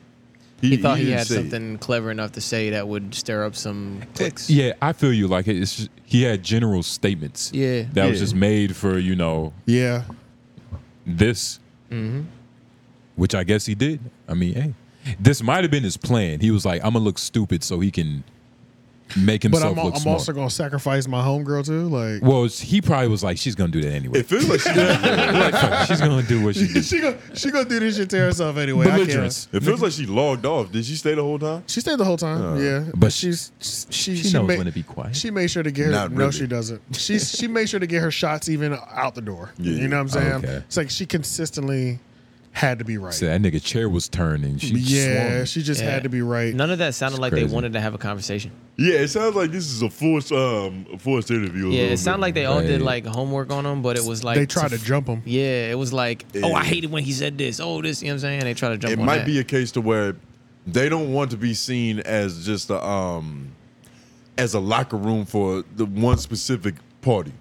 D: He,
B: He-
D: thought
B: he
D: he,
B: didn't
D: had
B: say it.
D: something clever enough to say that would stir up some clicks.
C: Yeah, I feel you. Like it's just, he had general statements.
D: Yeah.
C: that was
D: Yeah.
C: just made for you know
A: Yeah.
C: this,
D: Mm-hmm.
C: which I guess he did. I mean, hey, this might have been his plan. He was like, "I'm gonna look stupid so he can make
A: But
C: himself
A: I'm, al-
C: look
A: I'm
C: smart."
A: also gonna sacrifice my homegirl too. Like
C: well, it's- he probably was like, "She's gonna do that anyway." It
B: feels
C: *laughs*
B: like she's gonna,
C: she's gonna do
A: *laughs*
C: what she did.
A: she gonna she gonna do this shit to herself anyway. I can't.
B: Belligerence. It feels like she logged off. Did she stay the whole time?
A: She stayed the whole time.
B: Uh,
A: yeah,
B: but
A: she's she
B: she knows when to be quiet.
A: She made sure to get her.
B: Not
A: No,
B: really.
A: she doesn't. She she made sure to get her shots even out the door.
C: Yeah.
A: You know what I'm saying?
C: Okay.
A: It's like she consistently had to be right.
C: So that nigga chair was turning. She
A: yeah,
C: swung.
A: she just had to be right.
D: None of that sounded like they
C: crazy.
D: wanted to have a conversation.
B: Yeah, it sounds like this is a forced um a forced interview. a
D: Yeah,
B: little
D: it sounded
B: bit.
D: like they all did like homework on him, but it was like
A: they tried to
D: f-
A: jump him.
D: Yeah, it was like, oh, I
B: Yeah.
D: hated when he said this. Oh, this, you know what I'm saying? They tried to jump.
B: It
D: on
B: might
D: that.
B: be a case to where they don't want to be seen as just a um as a locker room for the one specific party.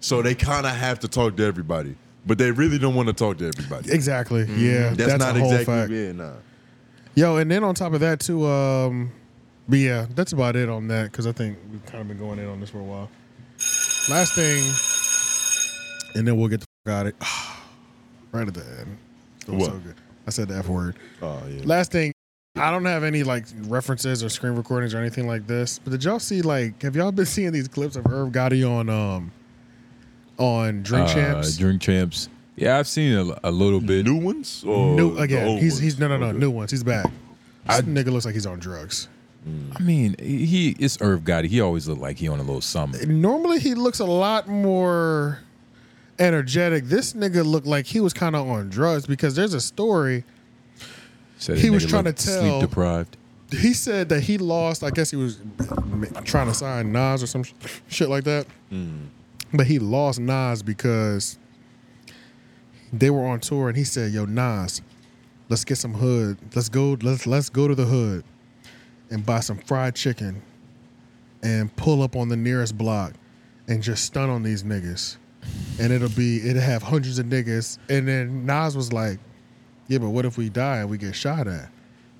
B: So they kind of have to talk to everybody, but they really don't want to talk to everybody. Mm-hmm.
A: Exactly. Yeah,
B: that's,
A: that's
B: not
A: a whole
B: exactly
A: fact.
B: yeah, nah.
A: Yo, and then on top of that too, um, but yeah, that's about it on that because I think we've kind of been going in on this for a while. Last thing, and then we'll get the fuck out of it. right at the end. It was
B: What?
A: so good. I said the F word.
B: Oh yeah.
A: Last thing, I don't have any like references or screen recordings or anything like this. But did y'all see like have y'all been *laughs* seeing these clips of Irv Gotti on um on Drink
C: Uh,
A: Champs?
C: Drink champs. Yeah, I've seen a, a little bit.
B: New ones or
A: New again.
C: Oh, old
A: He's
C: ones?
A: he's no no no new ones. He's back. This nigga looks like he's on drugs.
C: I mean, he it's Irv Gotti. He always looked like he on a little something.
A: Normally he looks a lot more energetic. This nigga looked like he was kind of on drugs because there's a story
C: Said
A: He
C: that
A: was
C: nigga
A: trying to
C: looked
A: tell-
C: sleep deprived.
A: he said that he lost. I guess he was trying to sign Nas or some sh- shit like that.
C: Hmm.
A: But he lost Nas because they were on tour, and he said, "Yo, Nas, let's get some hood. Let's go. Let's let's go to the hood and buy some fried chicken, and pull up on the nearest block, and just stun on these niggas, and it'll be it'll have hundreds of niggas." And then Nas was like, "Yeah, but what if we die and we get shot at?"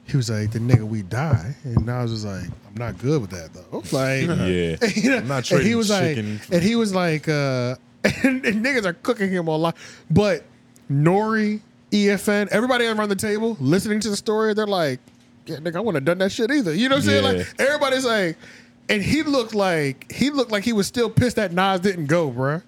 A: He was like, "The nigga, we die," and Nas was like, "I'm not good with that though." *laughs* Like,
B: Yeah.
A: *laughs* you know,
B: I'm not
A: and he
B: trading
A: was
B: chicken
A: like, and he was like, uh, *laughs* and, and niggas are cooking him a lot. But Nori, EFN, everybody around the table listening to the story, they're like, yeah, nigga, I wouldn't have done that shit either. You know what I'm saying?
B: Yeah.
A: Like everybody's like, and he looked like he looked like he was still pissed that Nas didn't go, bruh.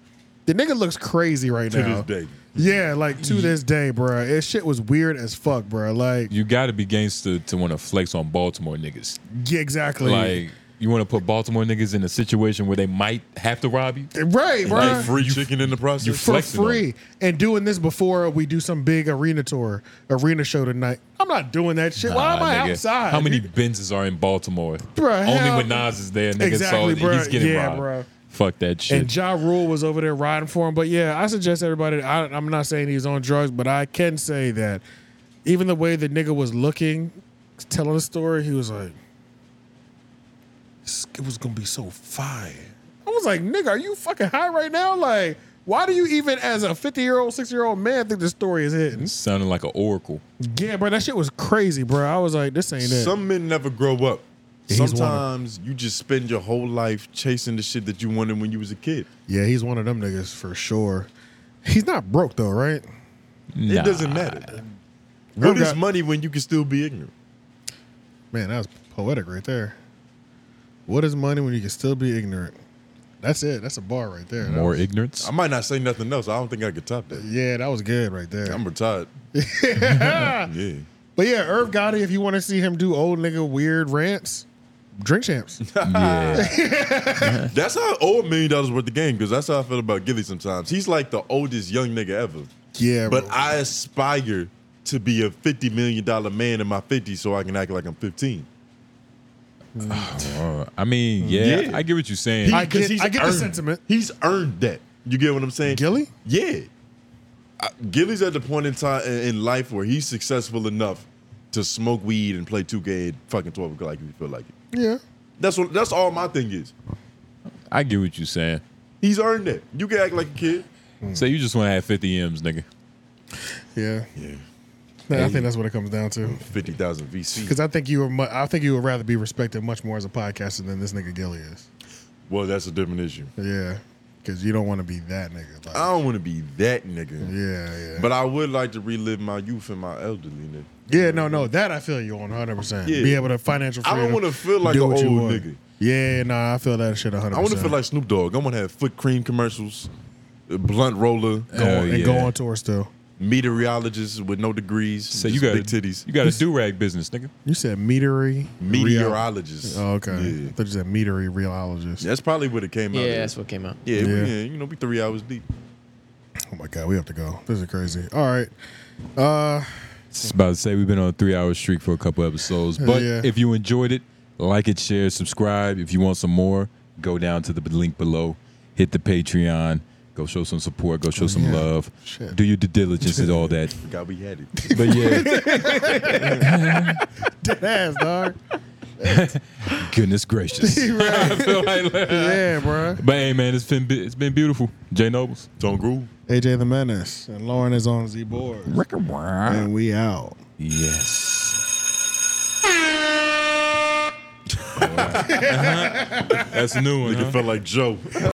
A: The nigga looks crazy right
B: To
A: now.
B: this day.
A: Yeah, like to this day, bruh. It shit was weird as fuck, bruh. Like,
C: You got to be gangster to want to flex on Baltimore niggas.
A: yeah, exactly.
C: Like you want to put Baltimore niggas in a situation where they might have to rob you.
A: right,
B: Like
A: bruh.
B: free chicken in the process.
C: you
A: for
C: flexing on
A: free and doing this before we do some big arena tour, arena show tonight. I'm not doing that shit. Why am
C: Nah,
A: I
C: nigga.
A: outside?
C: How many Benzes are in Baltimore?
A: Bruh,
C: Only
A: hell-
C: when Nas is there, nigga.
A: Exactly,
C: so
A: bruh.
C: he's getting
A: Yeah,
C: robbed.
A: bruh.
C: Fuck that shit.
A: And Ja Rule was over there riding for him. But yeah, I suggest everybody. I, I'm not saying he's on drugs, but I can say that even the way the nigga was looking, telling the story, he was like, "This- "It was gonna be so fire." I was like, "Nigga, are you fucking high right now? Like, why do you even, as a 50 year old, 60 year old man, think the story is hitting?"
C: Sounding like an oracle.
A: Yeah, bro, that shit was crazy, bro. I was like, "This ain't it."
B: Some men never grow up.
A: He's one of-
B: Sometimes you just spend your whole life chasing the shit that you wanted when you was a kid.
A: yeah, he's one of them niggas for sure. He's not broke though, right?
B: It doesn't matter. What
A: Okay.
B: is money when you can still be ignorant?
A: Man, that was poetic right there. What is money when you can still be ignorant? That's it. That's a bar right there. That was-
C: ignorance.
B: I might not say nothing else. I don't think I could top that.
A: Yeah, that was good right there.
B: I'm retired. yeah.
A: But yeah, Irv Gotti, if you want to see him do old nigga weird rants, drink
B: *laughs*
A: champs. Ah. *laughs*
B: That's how old million dollars worth of game because that's how I feel about Gilly sometimes. He's like the oldest young nigga ever.
A: Yeah,
B: But I aspire to be a fifty million dollar man in my 50s so I can act like I'm 15.
C: Uh, I mean, yeah,
B: Yeah.
C: I get what you're saying.
B: He-
A: I Mm. get-
B: 'cause he's
A: I get the
B: earned-
A: sentiment.
B: He's earned that. You get what I'm saying?
A: Gilly?
B: Yeah. I, Gilly's at the point in time in- in life where he's successful enough to smoke weed and play 2K at fucking 12 o'clock if you feel like it.
A: Yeah.
B: That's what. That's all my thing is.
C: I get what you're saying.
B: He's earned it. You can act like a kid.
C: So you just want to have 50 M's, nigga.
A: Mm. Yeah.
B: Yeah.
A: I think that's what it comes down to.
B: Fifty thousand VC.
A: Because I think you were, mu- I think you would rather be respected much more as a podcaster than this nigga Gilly is.
B: Well, that's a different issue.
A: Yeah, because you don't want to be that nigga.
B: I don't want to be that nigga.
A: Yeah, yeah.
B: But I would like to relive my youth and my elderly nigga.
A: Yeah, no, no, that I feel you on 100. percent
B: Yeah.
A: Be able to financial.
B: I
A: Freedom,
B: don't want to feel like
A: do
B: an old
A: what you want.
B: nigga.
A: Yeah, nah, I feel that shit 100.
B: I want to feel like Snoop Dogg. I want to have foot cream commercials, uh, blunt roller,
A: Hell and go on tour still.
B: meteorologist with no degrees.
C: So
B: just
C: you got
B: big titties.
C: You got a do rag business, nigga.
A: You said meteory
B: Meteorologist.
A: Oh, okay.
B: Yeah.
A: I thought you said meteory realologist.
B: That's probably what it came out.
A: Yeah,
B: as.
A: that's what came out.
B: Yeah, we-
A: Yeah.
B: yeah. you know, we three hours deep.
A: Oh my god, we have to go. This is crazy. All right. Uh,
C: Just about to say we've been on a three-hour streak for a couple episodes, but
A: Yeah.
C: if you enjoyed it, like it, share, subscribe. If you want some more, go down to the link below, hit the Patreon, go show some support, go show some
B: Yeah.
C: love,
B: Shit.
C: do your due diligence and all that.
B: Forgot we had it.
C: But yeah,
A: *laughs* Dead ass, dog.
C: goodness gracious. I feel like-
A: yeah, bro.
C: But hey, man, it's been it's been beautiful. Jay Nobles,
B: Don't groove.
A: AJ the Menace and Lauren is on Z board. And we out.
C: Yes. That's a new one.
B: Nigga
C: huh?
A: Uh-huh.
B: felt like Joe. *laughs*